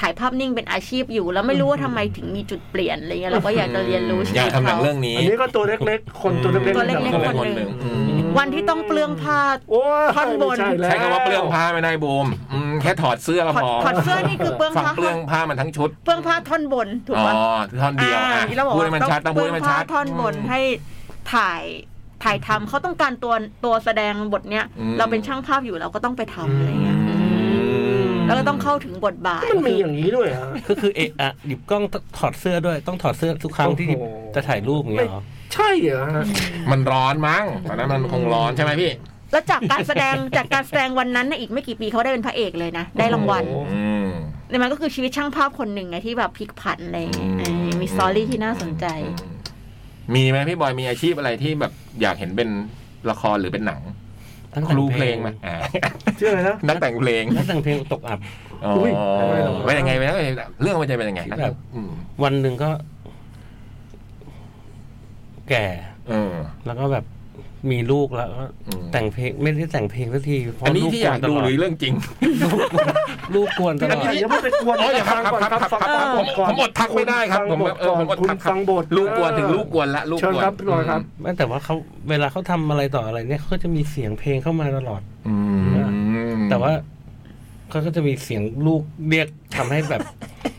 Speaker 4: ถ่ายภาพนิ่งเป็นอาชีพอยู่ แล้วไม่รู้ว่าทำไมถึงมีจุดเปลี่ยนอะไรเงี้ยเราก็อยากจะเรียนรู้ชี
Speaker 1: อยา
Speaker 4: วิ
Speaker 1: ก
Speaker 4: ต
Speaker 1: ทำหนั
Speaker 4: เขา
Speaker 1: งเรื่องนี้
Speaker 3: อันนี้ก็ตัวเล็กๆ คนตัวเล็กๆ
Speaker 4: ตัวเล็กๆ
Speaker 3: ใน
Speaker 1: ค
Speaker 3: สั
Speaker 1: น
Speaker 3: งคม
Speaker 1: หนึ่ง
Speaker 4: คนหนึ่ง
Speaker 1: อืม
Speaker 4: วันที่ต้องเปลืองผ้า
Speaker 3: โอ้ย
Speaker 4: ท่อนบน
Speaker 3: ไม่แล้
Speaker 1: ใช้คำว่าเปลืองผ้าไม่ได้บูมอืมแค่ถอดเสื้อก็
Speaker 4: ถอ
Speaker 1: พอ
Speaker 4: ดถอดเสื้อนี่คือเปลือง
Speaker 1: ฝัง
Speaker 4: ผ้า
Speaker 1: เปลืองผ้ามันทั้งชุด
Speaker 4: เปลืองผ้าท่อนบนถูก
Speaker 1: อ๋อ
Speaker 4: ปะ
Speaker 1: ท่อนเดียว
Speaker 4: า
Speaker 1: อ่ะ
Speaker 4: แล้วบอก
Speaker 1: พูด
Speaker 4: ว่า
Speaker 1: ให้มันชัดต้อง
Speaker 4: เป
Speaker 1: พู
Speaker 4: ลื
Speaker 1: ด
Speaker 4: อง
Speaker 1: ให้มัน
Speaker 4: ผ้า
Speaker 1: ชัด
Speaker 4: ท่อนบน
Speaker 1: อืม
Speaker 4: ให้ถ่ายถ่ายทำเขาต้องการตัวตัวแสดงบทเนี้ย
Speaker 1: อืม
Speaker 4: เราเป็นช่างภาพอยู่เราก็ต้องไปทำอะไรเงี้ยแล้วก็ต้องเข้าถึงบทบาท
Speaker 3: มันมีอย่างนี้ด้วยฮะ
Speaker 2: ก็คือเอะอะหยิบกล้องถอดเสื้อด้วย ต้องถอดเสื้อทุกครั้งที่หยิบ
Speaker 3: โอ้โห
Speaker 2: จะถ่ายรูปอย่างเงี้ยเหรอ
Speaker 3: ใช่เหรอฮะ
Speaker 1: มันร้อนมั้งตอนนั้นมันคงร้อนใช่ไหมพี่
Speaker 4: แล้วจากการแสดง จากการแสดงวันนั้นนะอีกไม่กี่ปีเขาได้เป็นพระเอกเลยนะ ได้รางวัล
Speaker 3: โอ้โห
Speaker 1: อืม
Speaker 4: ในมันก็คือชีวิตช่างภาพคนหนึ่งไงที่แบบพลิกผันอะไรอย่างเงี้ย
Speaker 1: อื
Speaker 4: เออมีสตอรี่ที่น่าสนใจ
Speaker 1: อืมมีไหมพี่บอยมีอาชีพอะไรที่แบบอยากเห็นเป็นละครหรือเป็นหนัง
Speaker 2: ตั้ง
Speaker 1: ครูเพลงไหม
Speaker 2: มา
Speaker 1: อ่า
Speaker 3: ชื่ออะไรนะ
Speaker 1: นักแต่งเพลง
Speaker 2: ตั้งแต่งเพลงตกอับ
Speaker 1: อ๋อ
Speaker 3: อุ๊ยอะไรหรอ
Speaker 1: เป็นยังไงเป็นยังไงเรื่องมันจะเป็นยังไง
Speaker 2: แบบ
Speaker 1: อืม
Speaker 2: วันหนึ่งก็ แก่
Speaker 1: เออ
Speaker 2: แล้วก็แบบมีลูกแล้วก็
Speaker 1: อืม
Speaker 2: แต่งเพลงไม่ได้แต่งเพลงสักทีเพราะ
Speaker 1: อันนี้
Speaker 2: ลู
Speaker 1: ที่อยากดูหรือเรื่องจริง
Speaker 2: ลูกกวนตล
Speaker 3: อัน
Speaker 2: อด
Speaker 3: นี้อย่าเพิ่งไปกวน
Speaker 1: อ๋ออย่าครับครับครับครับครับผมผมอดทักไม่ได้ครับ ผมแบบเออผมอด
Speaker 3: คุณ
Speaker 1: ทักครั
Speaker 3: ฟั
Speaker 1: บ
Speaker 3: งบท
Speaker 1: ลูกกวนถึงลูกกวนละลูกกวน
Speaker 3: เชิญครับพี่บอยครับ
Speaker 2: ไม่แต่ว่าเขาเวลาเขาทำอะไรต่ออะไรเนี่ยเขาก็จะมีเสียงเพลงเข้ามาตลอด
Speaker 1: อืม
Speaker 2: แต่ว่าเขาก็จะมีเสียงลูกเรียกทำให้แบบ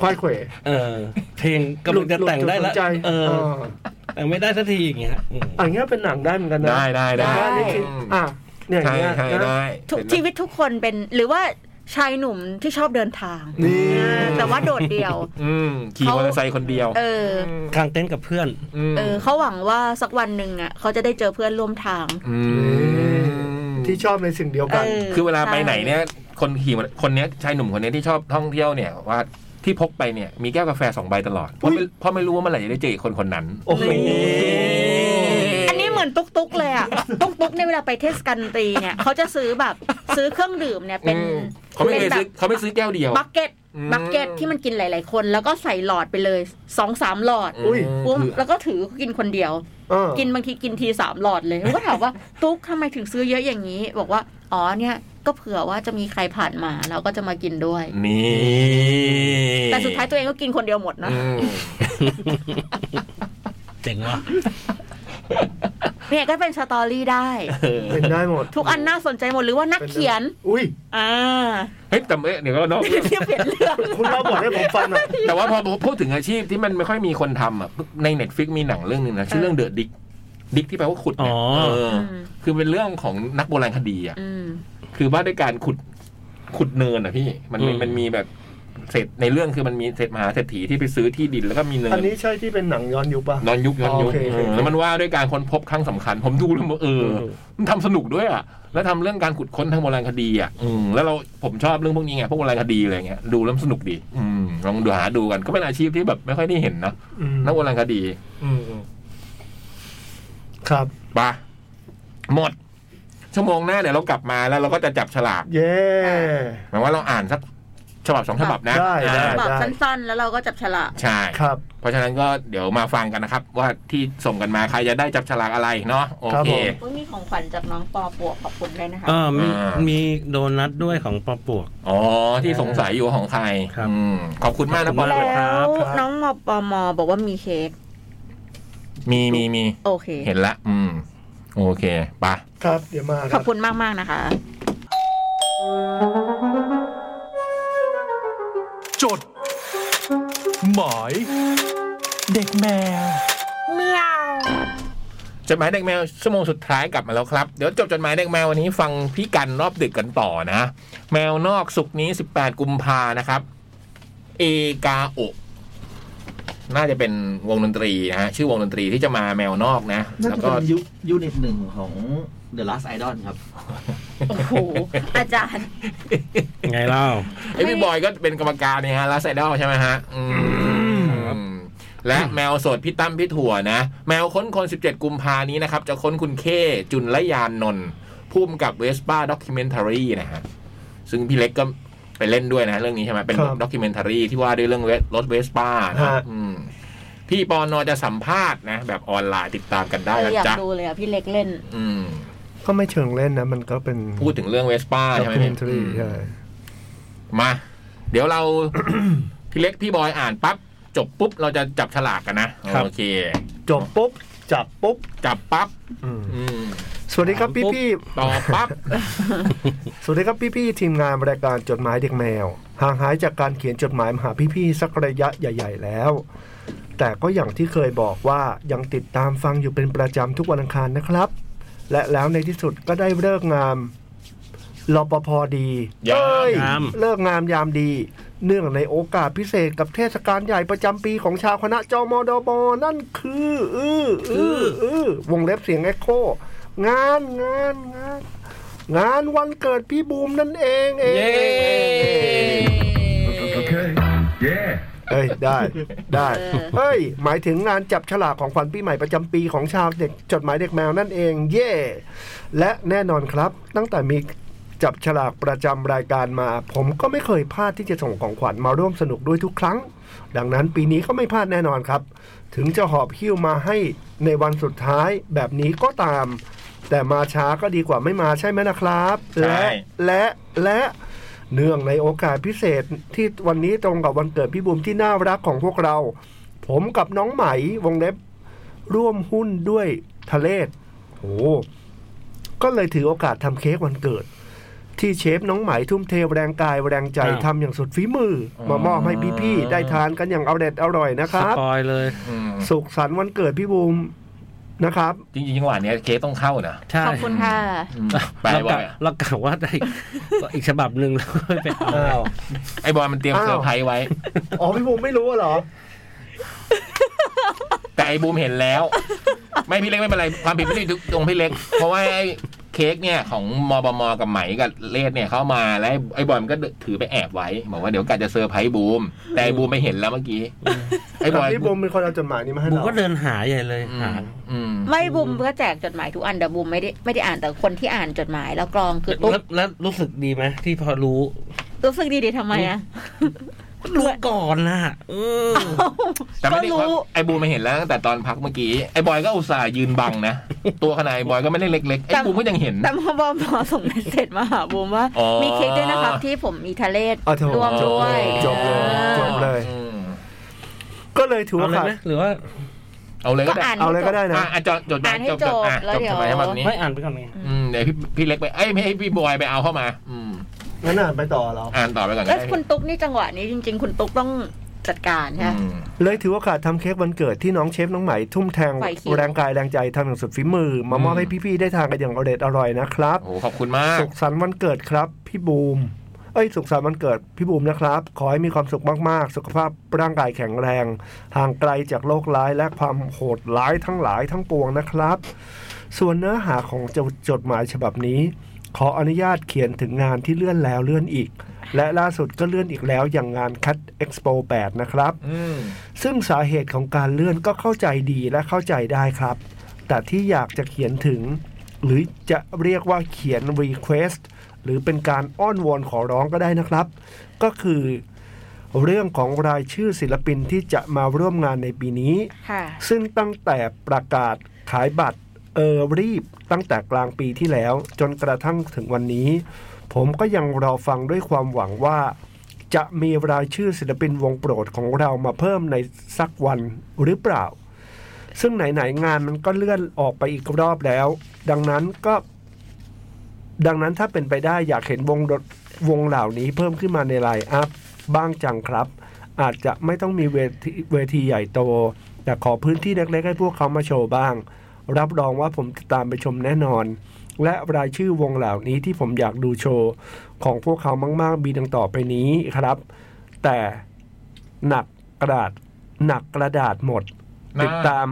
Speaker 3: ควายเขว
Speaker 2: เออเพลงกำลังจะแต่งได้แล้
Speaker 3: ห
Speaker 2: ว
Speaker 3: ลุดหลุด
Speaker 2: เออ
Speaker 3: เออ
Speaker 2: แต่ไม่ได้สักทีอย่างเงี้ยอืม
Speaker 3: อันเงี้ยเป็นหนังได้เหมือนกันนะ
Speaker 1: ได้ได้ได้
Speaker 3: ว่านี่คืออ่ะเนี่ยอ
Speaker 1: ใช่
Speaker 3: ย่างเงี้ย
Speaker 1: ใช่
Speaker 3: นะ
Speaker 1: ได้
Speaker 4: ทุก
Speaker 1: เป็น
Speaker 4: ชีวิตทุกคนเป็นหรือว่าชายหนุ่มที่ชอบเดินทาง
Speaker 3: นี่
Speaker 4: อ่าแต่ว่าโดดเดี่ยว
Speaker 1: อืมขี่มอเตอร์ไซค์คนเดียว
Speaker 4: เออ
Speaker 2: กางเต็นท์กับเพื่อน
Speaker 1: ม
Speaker 4: เออเขาหวังว่าสักวันหนึ่งอ่ะเขาจะได้เจอเพื่อนร่วมทาง
Speaker 1: ม
Speaker 3: ที่ชอบในสิ่งเดียวกัน
Speaker 4: เออ
Speaker 1: คือเวลาไปไหนเนี่ย คนขี่มอเตอร์คนเนี้ยชายหนุ่มคนเนี้ยที่ชอบท่องเที่ยวเนี่ยว่าที่พกไปเนี่ยมีแก้วกาแฟสองใบตลอดเพราะไม่เพราะไม่รู้ว่าเมื่อไหร่จะได้เจออีกคนคนนั้น
Speaker 3: โอ้โห
Speaker 4: อันนี้เหมือนตุ๊กตุ๊กเลยอ่ะ ตุ๊กตุ๊กในยเวลาไปเทศกาลดนตรีเนี่ยเขาจะซื้อแบบซื้อเครื่องดื่มเนี่ยเป็น
Speaker 1: อืม เขาไม่เคย
Speaker 4: ป็นแบ
Speaker 1: ซื้อบ เขาไม่ซื้อแก้วเดียว
Speaker 4: บักเก็ต
Speaker 1: อืม
Speaker 4: บักเก็ตที่มันกินหลาย ๆ คน แล้วก็ใส่หลอดไปเลยสองสามหลอด
Speaker 3: อุ๊ย
Speaker 4: ปุ๊บแล้วก็ถือกินคนเดียว
Speaker 3: เออ
Speaker 4: กินบางทีกินทีสามหลอดเลยผมก็ถามว่า ตุ๊กทำไมถึงซื้อเยอะอย่างนี้ บอกว่าอ๋อเนี่ยก็เผื่อว่าจะมีใครผ่านมาเราก็จะมากินด้วย
Speaker 1: นี่
Speaker 4: แต่สุดท้ายตัวเองก็กินคนเดียวหมดนะ
Speaker 1: อืม
Speaker 2: เจ๋งว่ะ
Speaker 4: เนี่ยก็เป็นสตอรี่ได้
Speaker 3: เป็นได้หมด
Speaker 4: ทุกอันน่าสนใจหมดหรือว่านักเขียน
Speaker 3: อุ้ย
Speaker 4: อ่า
Speaker 1: เฮ้ยแต่เอ๊ะเดี๋ยวก็นอกเรื่อง
Speaker 4: เรียบเปลี่ยนเรื่อง
Speaker 3: คุณเล่าบทให้ผมฟังหน่อย
Speaker 1: แต่ว่าพอพูดถึงอาชีพที่มันไม่ค่อยมีคนทำอ่ะในเน็ตฟิกมีหนังเรื่องหนึ่งนะชื่อเรื่องเดอะดิกดิกที่แปลว่าขุดเนี่ย
Speaker 2: อ๋อ
Speaker 1: เออ
Speaker 4: อืม
Speaker 1: คือเป็นเรื่องของนักโบราณคดีอ่ะ
Speaker 4: อืม
Speaker 1: คือว่าด้วยการขุดขุดเนินอ่ะพี่ มันมี
Speaker 2: อืม
Speaker 1: มันมีแบบเศรษในเรื่องคือมันมีเศรษมหาเศรษฐีที่ไปซื้อที่ดินแล้วก็มีเนิ
Speaker 3: อัน
Speaker 1: น
Speaker 3: นี้ใช่ที่เป็นหนังย้อนยุคปะ
Speaker 1: นอนยุคย้อนยุค
Speaker 3: โอเคโอเค
Speaker 1: เออแล้วมันว่าด้วยการค้นพบครั้งสำคัญ ผมดูแล้วเออ มันทำสนุกด้วยอ่ะ แล้วทำเรื่องการขุดค้นทางโบราณคดีอ่ะ อืมแล้วเราผมชอบเรื่องพวกนี้ไงพวกโบราณคดีอะไรเงี้ยดูแล้วมันสนุกดี อืมลองดูหาดูกันก็เป็นอาชีพที่แบบไม่ค่อยได้เห็นนะ
Speaker 3: อืม
Speaker 1: นักโบราณคดี
Speaker 3: อืมครับ
Speaker 1: ไปะหมด ชั่วโมงหน้าเดี๋ยวเรากลับมาแล้วเราก็จะจับฉลาก
Speaker 3: เย้
Speaker 1: หมายว่าเราอ่านสักฉบับสองฉบับนะ
Speaker 3: ได้ได้
Speaker 1: อ่า
Speaker 4: แบบสั้นๆ แล้วเราก็จับฉลาก
Speaker 1: ใช่
Speaker 3: ครับ
Speaker 1: เพราะฉะนั้นก็เดี๋ยวมาฟังกันนะครับ ว่าที่ส่งกันมาใครจะได้จับฉลากอะไรเนาะโอ
Speaker 3: ครับ
Speaker 1: เค
Speaker 3: ผม
Speaker 4: อุ๊ยมีของขวัญจากน้องปอปวกขอบคุณด้วยนะคะ
Speaker 2: อ่ามี
Speaker 1: อ่ามี
Speaker 2: มีโดนัทด้วยของปอปวก
Speaker 1: อ๋อที่สงสัยอยู่ว่าของใคร
Speaker 2: ครับ
Speaker 1: อืมขอบคุณมากนะปอ
Speaker 2: ขอบคุณมาก
Speaker 4: แล้
Speaker 2: ครั
Speaker 4: ว
Speaker 2: บ
Speaker 4: น้องมอปอมอบอกว่ามีเค้ก
Speaker 1: มีมีมี
Speaker 4: โอเค
Speaker 1: เห็นละ อืม โอเคไปะ
Speaker 3: ครับ เดี๋ยวมา
Speaker 4: ข
Speaker 3: ค
Speaker 4: อ
Speaker 3: รั
Speaker 4: บบ คุณมากมากๆนะคะ
Speaker 6: จด หมาย เด็กแมว
Speaker 1: จดหมายเด็กแมวชั่วโมงสุดท้ายกลับมาแล้วครับ เดี๋ยวจบจดหมายเด็กแมววันนี้ฟังพี่กันรอบดึกกันต่อนะ แมวนอกสุกร์นี้ 18 กุมภานะครับ เอกาโอะน่าจะเป็นวงดนตรีนะฮะชื่อวงดนตรีที่จะมาแมวนอกนะ
Speaker 5: น่า
Speaker 1: แล้ว
Speaker 5: จะ
Speaker 1: ก็
Speaker 5: เป็นยุคยูนิตหนึ่งของ The Last Idol ครับ
Speaker 4: โอ้โห อาจารย์
Speaker 2: ไงเล่า
Speaker 1: ไอ้พี่บอยก็เป็นกรรมการเนี่ยฮะลาไซดอลใช่ไหมฮะอืมและแมวสดพี่ตั้มพี่ถั่วนะ แมวค้นคน 17 กุมภานี้นะครับ จะค้นคุณเคจุนละยานนท์พุ่มกับเวสป้าด็อกิเมนทารีนะฮะ ซึ่งพี่เล็กก็ไปเล่นด้วยนะ เรื่องนี้ใช่ไหมเป็น
Speaker 3: ครับ
Speaker 1: ด็อกิเมนทารีที่ว่าด้วยเรื่องเวสรถเวสป้านะ
Speaker 3: ฮะ
Speaker 1: อืมพี่ปอนอจะสัมภาษณ์นะ แบบออนไลน์ติดตามกันได้
Speaker 4: เออ
Speaker 1: นะ
Speaker 4: อยาก
Speaker 1: จ๊ะ
Speaker 4: ดูเลยอ่ะ พี่เล็กเล่น
Speaker 1: อืม
Speaker 3: ก็ไม่เชิงเล่นนะ มันก็เป็น
Speaker 1: พูดถึงเรื่องเวสป้า
Speaker 3: ด็อ
Speaker 1: ใช่ไหม
Speaker 3: กิเม
Speaker 1: พี่
Speaker 3: นทรี
Speaker 1: อืม
Speaker 3: ใช่
Speaker 1: มา เดี๋ยวเรา พี่เล็กพี่บอยอ่านปั๊บจบปุ๊บเราจะจับฉลากกันนะครับ โอเค
Speaker 3: จบปุ๊บ จับปุ๊บ
Speaker 1: จับปั๊บ
Speaker 3: อืม
Speaker 1: อืม
Speaker 3: สวัสดีครับพี่พี่ๆ
Speaker 1: ต่อปั๊บ
Speaker 3: สวัสดีครับพี่ๆทีมงานรายการจดหมายเด็กแมวห่างหายจากการเขียนจดหมายมาหาพี่ๆสักระยะใหญ่ ๆ แล้ว แต่ก็อย่างที่เคยบอกว่ายังติดตามฟังอยู่เป็นประจำทุกวันอังคารนะครับ และแล้วในที่สุดก็ได้เลิกงามรปภดี
Speaker 1: ยาม
Speaker 3: เอ้ย
Speaker 2: ยาม
Speaker 3: เลิกงามยามดี เนื่องในโอกาสพิเศษกับเทศกาลใหญ่ประจำปีของชาวคณะจมดบนั่นคืออืออืออือวงเล็บเสียงเอ็กโคงานงานงาน งานวันเกิดพี่บูมนั่นเองเอง
Speaker 1: เย้
Speaker 3: เอ้ยได้ได้
Speaker 4: เออ
Speaker 3: เฮ้ย หมายถึงงานจับฉลากของขวัญปีใหม่ประจำปีของชาวเด็กจดหมายเด็กแมวนั่นเอง เย่และแน่นอนครับ ตั้งแต่มีจับฉลากประจำรายการมา ผมก็ไม่เคยพลาดที่จะส่งของขวัญมาร่วมสนุกด้วยทุกครั้ง ดังนั้นปีนี้ก็ไม่พลาดแน่นอนครับ ถึงจะหอบหิ้วมาให้ในวันสุดท้ายแบบนี้ก็ตาม แต่มาช้าก็ดีกว่าไม่มาใช่ไหมนะครับ
Speaker 1: ใช่
Speaker 3: และและและ เนื่องในโอกาสพิเศษที่วันนี้ตรงกับวันเกิดพี่บุมที่น่ารักของพวกเรา ผมกับน้องไหมวงเล็บร่วมหุ้นด้วยทะเลศโอ้ก็เลยถือโอกาสทำเค้กวันเกิด ที่เชฟน้องไหมทุ่มเทแรงกายแรงใจ
Speaker 2: ครับ
Speaker 3: ทำอย่างสุดฝีมืออมามอบให้พี่ๆได้ทานกันอย่างเอาเด็ดอร่อยนะค
Speaker 2: ส
Speaker 3: รับ
Speaker 2: ปอยเลย
Speaker 1: อืม
Speaker 3: สุขสันต์วันเกิดพี่บูมนะครับ
Speaker 1: จริงๆจังหวะเนี้ยเคสต้องเข้านะ
Speaker 2: ใช่
Speaker 4: ขอบคุณค่ะ
Speaker 1: อืมไป
Speaker 2: เรา
Speaker 1: บอ
Speaker 2: กะ
Speaker 1: ยอะ
Speaker 2: เรากะว่าได้อีกฉบับหนึ่ง แล้วค่อยไปเอา
Speaker 1: ไอ้บอยมันเตรียม
Speaker 3: อ้าว
Speaker 1: เซอร์ไพรส์ไว้
Speaker 3: อ๋อพี่บูมไม่รู้เหรอ
Speaker 1: แต่ไอ้บูมเห็น แล้ว ไม่พี่เล็กไม่เป็นไรความผิดไม่ได้ตรงพี่เล็ก เพราะว่าไอ้เค้กเนี่ยของมบมกับไหมกับเลดเนี่ยเข้ามาแล้วไอ้ไอ้บอยมันก็ถือไปแอบไว้บอกว่าเดี๋ยวกะจะเซอร์ไพรส์บูม แต่ไอ้บูมไม่เห็นแล้วเมื่อกี้ไอ้บอย
Speaker 3: พี่บูมเป็นคนเอาจดหมายนี้มาให้
Speaker 2: บุม
Speaker 3: เรา
Speaker 2: ก็เดินหาใหญ่เลย
Speaker 1: อื
Speaker 2: หาม
Speaker 1: อืม
Speaker 4: ไม่บุมก็แจกจดหมายทุกอันแต่บุมไม่ได้ไม่ได้อ่านแต่คนที่อ่านจดหมายแล้วกรองคือตุ๊ก
Speaker 2: แล้วแล้วรู้สึกดีไหมที่พอรู้
Speaker 4: รู้สึกดีดีๆทำไมอ่ะ
Speaker 2: รู้ก่อนน่ะเออ
Speaker 1: แต่
Speaker 4: ก็
Speaker 1: ไม่ได้ว่า
Speaker 4: รู้
Speaker 1: ไอ้บูมมาเห็นแล้วตั้งแต่ตอนพักเมื่อกี้ไอ้บอยก็อุตส่าห์ยืนบัง นะ ตัวขนาดไอ้บอยก็ไม่ได้เล็กๆไอ้บูมก็ยังเห็น
Speaker 4: แต่พอบอมหมอส่งเมสเสร็จมาหาบุมว่า
Speaker 1: อ๋อ
Speaker 4: มีเค้กด้วยนะครับที่ผมมีทะเลศ
Speaker 3: อ๋อโถ
Speaker 4: ร่วม
Speaker 3: จบ
Speaker 4: ด้ว
Speaker 3: เลย ยจบเลยจบเลย
Speaker 1: อืม
Speaker 3: ก็เลยถือ
Speaker 2: เอา
Speaker 3: ว่าขาด
Speaker 2: เลยไหมหรือว่า
Speaker 1: เอาเลย
Speaker 4: ก็
Speaker 1: ก็ได้
Speaker 4: อ่าน
Speaker 3: เอาเลยก็ได้นะ
Speaker 1: อ่ะอ่ะจดจด
Speaker 4: อ่านให้
Speaker 1: จด
Speaker 4: จ
Speaker 1: จด
Speaker 4: บ
Speaker 1: อ่ะ
Speaker 4: แล้ว
Speaker 1: จด
Speaker 4: เดี๋ย
Speaker 1: ทำ
Speaker 4: ว
Speaker 1: ไมให้มันนี้
Speaker 2: ไม่อ่านไปก่อนไง
Speaker 1: อืมเดี๋ยวพี่พี่เล็กไปเอ้ยไม่ให้พี่บอยไปเอาเข้ามา อืม
Speaker 3: งั้นอ่านไปต่อเหรา
Speaker 1: อ่านต่อไปก่อนก็
Speaker 4: แล้ว
Speaker 1: ได้
Speaker 4: คุณตุ๊กนี่จังหวะนี้จริง ๆ คุณตุ๊กต้องจัดการใช่ไหม
Speaker 1: อืม
Speaker 3: เลยถือโอกาสทำเค้กวันเกิดที่น้องเชฟน้องไหมทุ่มแทง
Speaker 4: ไหวคิว
Speaker 3: แรงกายแรงใจทำอย่างสุดฝีมือ มามอบให้พี่ๆได้ทานกันอย่างอเด็ดอร่อยนะครับ
Speaker 1: โอ้โหขอบคุณมาก
Speaker 3: สุขสันต์วันเกิดครับพี่บูม เอ้ยสุขสันต์วันเกิดพี่บูมนะครับ ขอให้มีความสุขมากๆ สุขภาพร่างกายแข็งแรง ห่างไกลจากโรคร้ายและความโหดร้ายทั้งหลายทั้งปวงนะครับ ส่วนเนื้อหาของจดจดหมายฉบับนี้ ขออนุญาตเขียนถึงงานที่เลื่อนแล้วเลื่อนอีก และล่าสุดก็เลื่อนอีกแล้วอย่างงานคัด Expo 8 นะครับ
Speaker 1: อืม
Speaker 3: ซึ่งสาเหตุของการเลื่อนก็เข้าใจดีและเข้าใจได้ครับ แต่ที่อยากจะเขียนถึง หรือจะเรียกว่าเขียน Request หรือเป็นการอ้อนวอนขอร้องก็ได้นะครับ ก็คือเรื่องของรายชื่อศิลปินที่จะมาร่วมงานในปีนี้
Speaker 4: ค่ะ
Speaker 3: ซึ่งตั้งแต่ประกาศขายบัตรเออรีบตั้งแต่กลางปีที่แล้ว จนกระทั่งถึงวันนี้ ผมก็ยังรอฟังด้วยความหวังว่า จะมีรายชื่อศิลปินวงโปรดของเรามาเพิ่มในสักวันหรือเปล่า ซึ่งไหนๆงานมันก็เลื่อนออกไปอีกรอบแล้ว ดังนั้นก็ ดังนั้นถ้าเป็นไปได้อยากเห็นวงดวงเหล่านี้เพิ่มขึ้นมาในไลน์อัพบ้างจังครับ อาจจะไม่ต้องมีเวทีเวทีใหญ่โต แต่ขอพื้นที่เล็กๆให้พวกเขามาโชว์บ้าง รับรองว่าผมจะตามไปชมแน่นอน และรายชื่อวงเหล่านี้ที่ผมอยากดูโชว์ ของพวกเขามาก ๆ มีดังต่อไปนี้ครับ แต่หนักกระดาษ หนักกระดาษหมด
Speaker 1: หน้
Speaker 3: ติดตาม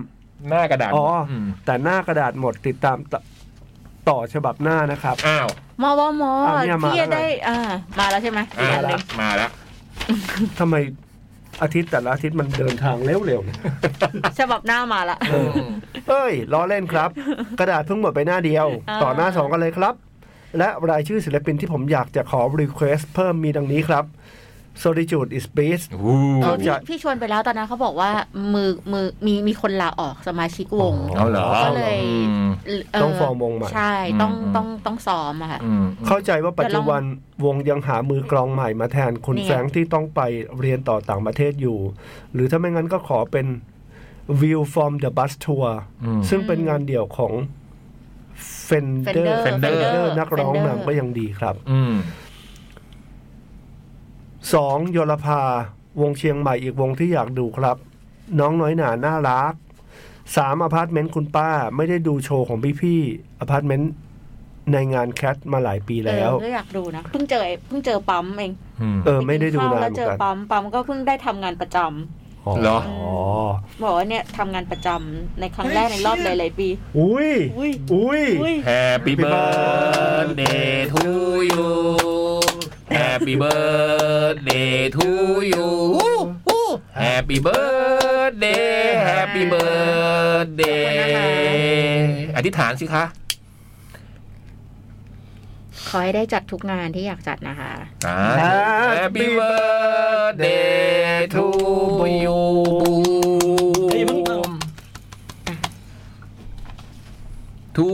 Speaker 1: หน้ากระดาษ
Speaker 3: อ๋ออื
Speaker 1: ม
Speaker 3: แต่หน้ากระดาษหมดติดตามตต่อฉบับหน้านะครับ
Speaker 1: อ้าว
Speaker 4: มอวมอ
Speaker 3: อ่ะเนี่ยมา
Speaker 4: ที่จะ
Speaker 3: แล้ว
Speaker 4: ได้อ่ามาแล้วใช่ไหม
Speaker 1: มา
Speaker 4: อีกอันห
Speaker 1: ละ
Speaker 4: นึ่ง
Speaker 1: มาละ
Speaker 3: ทำไมอาทิตย์แต่ละอาทิตย์มันเดินทางเร็วๆเนี่ย
Speaker 4: ฉบับหน้ามาละ
Speaker 1: อืม
Speaker 3: เอ้ยล้อเล่นครับ กระดาษเพิ่งหมดไปหน้าเดียว
Speaker 4: อ่า
Speaker 3: ต่อหน้าสองกันเลยครับ และรายชื่อศิลปินที่ผมอยากจะขอรีเควสเพิ่มมีดังนี้ครับ Solitude is Beast
Speaker 1: โอ้โห
Speaker 4: เออพี่
Speaker 3: จะ
Speaker 4: พี่ชวนไปแล้วตอนนั้นเขาบอกว่ามือมือมีมีคนลาออกสมาชิกวง
Speaker 1: เอาเหรอ
Speaker 4: ก็เลย
Speaker 1: อืม
Speaker 4: เ
Speaker 3: ต้องฟอร์มวงใหม่
Speaker 4: ใช่ต้อง
Speaker 1: อืม
Speaker 4: ต้องต้องซ้อมอะค่ะ
Speaker 1: อืม
Speaker 3: เข้าใจว่าปัจจุบันวงยังหามือกลองใหม่มาแทนคุณ
Speaker 4: เนี่ย
Speaker 3: แฟรงค์ที่ต้องไปเรียนต่อต่างประเทศอยู่ หรือถ้าไม่งั้นก็ขอเป็น View from the Bus Tour
Speaker 1: อืม
Speaker 3: ซึ่งเป็นงานเดี่ยวของ Fender
Speaker 4: Fender
Speaker 1: Fender
Speaker 4: Fender
Speaker 3: นักร้อง
Speaker 4: Fender
Speaker 3: นำก็ยังดีครับ
Speaker 1: อืม
Speaker 3: สองโยลภาวงเชียงใหม่อีกวงที่อยากดูครับ น้องน้อยหนาน่ารักสามอพาร์ตเมนต์คุณป้าไม่ได้ดูโชว์ของพี่ๆอพาร์ตเมนต์ในงานแคทมาหลายปีแล้ว
Speaker 4: เออก็อยากดูนะเพิ่งเจอไอ้เพิ่งเจอปั๊มเอง
Speaker 1: อืม
Speaker 3: เออไม่ได้
Speaker 4: ปกิข้วน
Speaker 3: ดูาน
Speaker 4: แล้ว
Speaker 3: เหมื
Speaker 4: เจ
Speaker 3: อน
Speaker 4: อ
Speaker 3: กัน
Speaker 4: ปั๊มปั๊มก็เพิ่งได้ทำงานประจำ
Speaker 1: เหรอ
Speaker 4: บอกว่าเนี่ยทำงานประจำในครั้งแรกในรอบหลายๆปี
Speaker 3: อุ้ย
Speaker 4: อุ้ย
Speaker 3: อุ้ย
Speaker 4: อุ้ย
Speaker 1: Happy birthday to you Happy birthday to you Happy birthday Happy
Speaker 4: ขอบคุณนะ
Speaker 1: birthday
Speaker 4: ค
Speaker 1: อธิษฐานสิคะ
Speaker 4: ขอให้ได้จัดทุกงานที่อยากจัดนะคะ
Speaker 1: Happy birthday to you
Speaker 2: เฮ้ยอย่าเพิ่งเติม
Speaker 1: to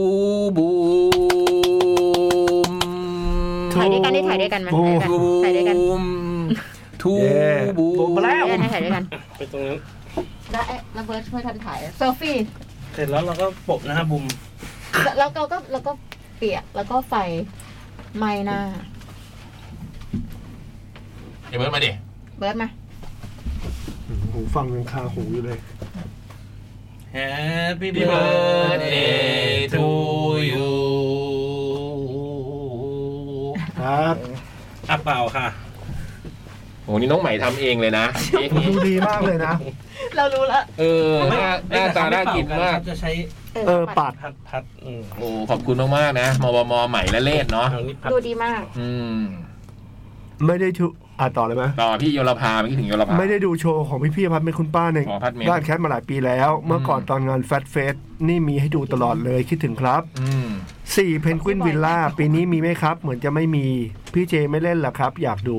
Speaker 1: boom
Speaker 4: ถ่ายด้วยกันได้ถ่ายด้วยกันไหม
Speaker 3: โอ้
Speaker 4: ถ่ายด้วยกัน
Speaker 1: to
Speaker 3: เย้
Speaker 1: boom
Speaker 4: ถ่ายด้วยกันได้ถ่ายด้วยกัน
Speaker 2: ไปตรงนั้น
Speaker 4: แล้วไอ้ระเบิดช่วยทันถ่ายเซลฟี่
Speaker 2: เสร็จแล้วเราก็โปะหน้าบุม
Speaker 4: แล้วเราก็เราก็เปียกแล้วก็ไฟ ไม่น่า
Speaker 1: ไอ้เบิร์ดมาดิ
Speaker 4: เบิร์ดมา
Speaker 3: หูฟังยังคาหูอยู่เลย
Speaker 2: Happy
Speaker 1: พี่เบิร์ดเด
Speaker 2: birthday
Speaker 1: ย์ทู
Speaker 2: to
Speaker 1: ยู
Speaker 2: you
Speaker 3: ครับ
Speaker 2: อ่ะเปล่าค่ะ
Speaker 1: โอ้นี่น้องใหม่ทำเองเลยนะเค้กนี้
Speaker 3: ดูดีมากเลยนะ
Speaker 4: เรารู้ละ
Speaker 1: เออหน้าหน้าตาน่ากินมาก
Speaker 2: จะใช้
Speaker 3: เออปัด
Speaker 2: พัดพัดอืม
Speaker 1: โอ้ขอบคุณมากๆนะมวมใหม่และเลศเนาะ
Speaker 2: ทางนี้พัด
Speaker 4: ดูดีมาก
Speaker 1: อืม
Speaker 3: ไม่ได้ชูอ่านต่อเลยไหม
Speaker 1: ต่อพี่โยลภาเมื่อกี้ถึงโยลภา
Speaker 3: ไม่ได้ดูโชว์ของพี่พี่พัฒน์เป็นคุณป้าใน
Speaker 1: อ๋อพัฒน์เมน
Speaker 3: บ้านแคทมาหลายปีแล้ว เมื่อก่อนตอนงานแฟตเฟสนี่มีให้ดูตลอดเลยคิดถึงครับ
Speaker 1: อืม
Speaker 3: สี่เพนกวินวิลล่าปีนี้มีไหมครับ เหมือนจะไม่มี พี่เจไม่เล่นเหรอครับ อยากดู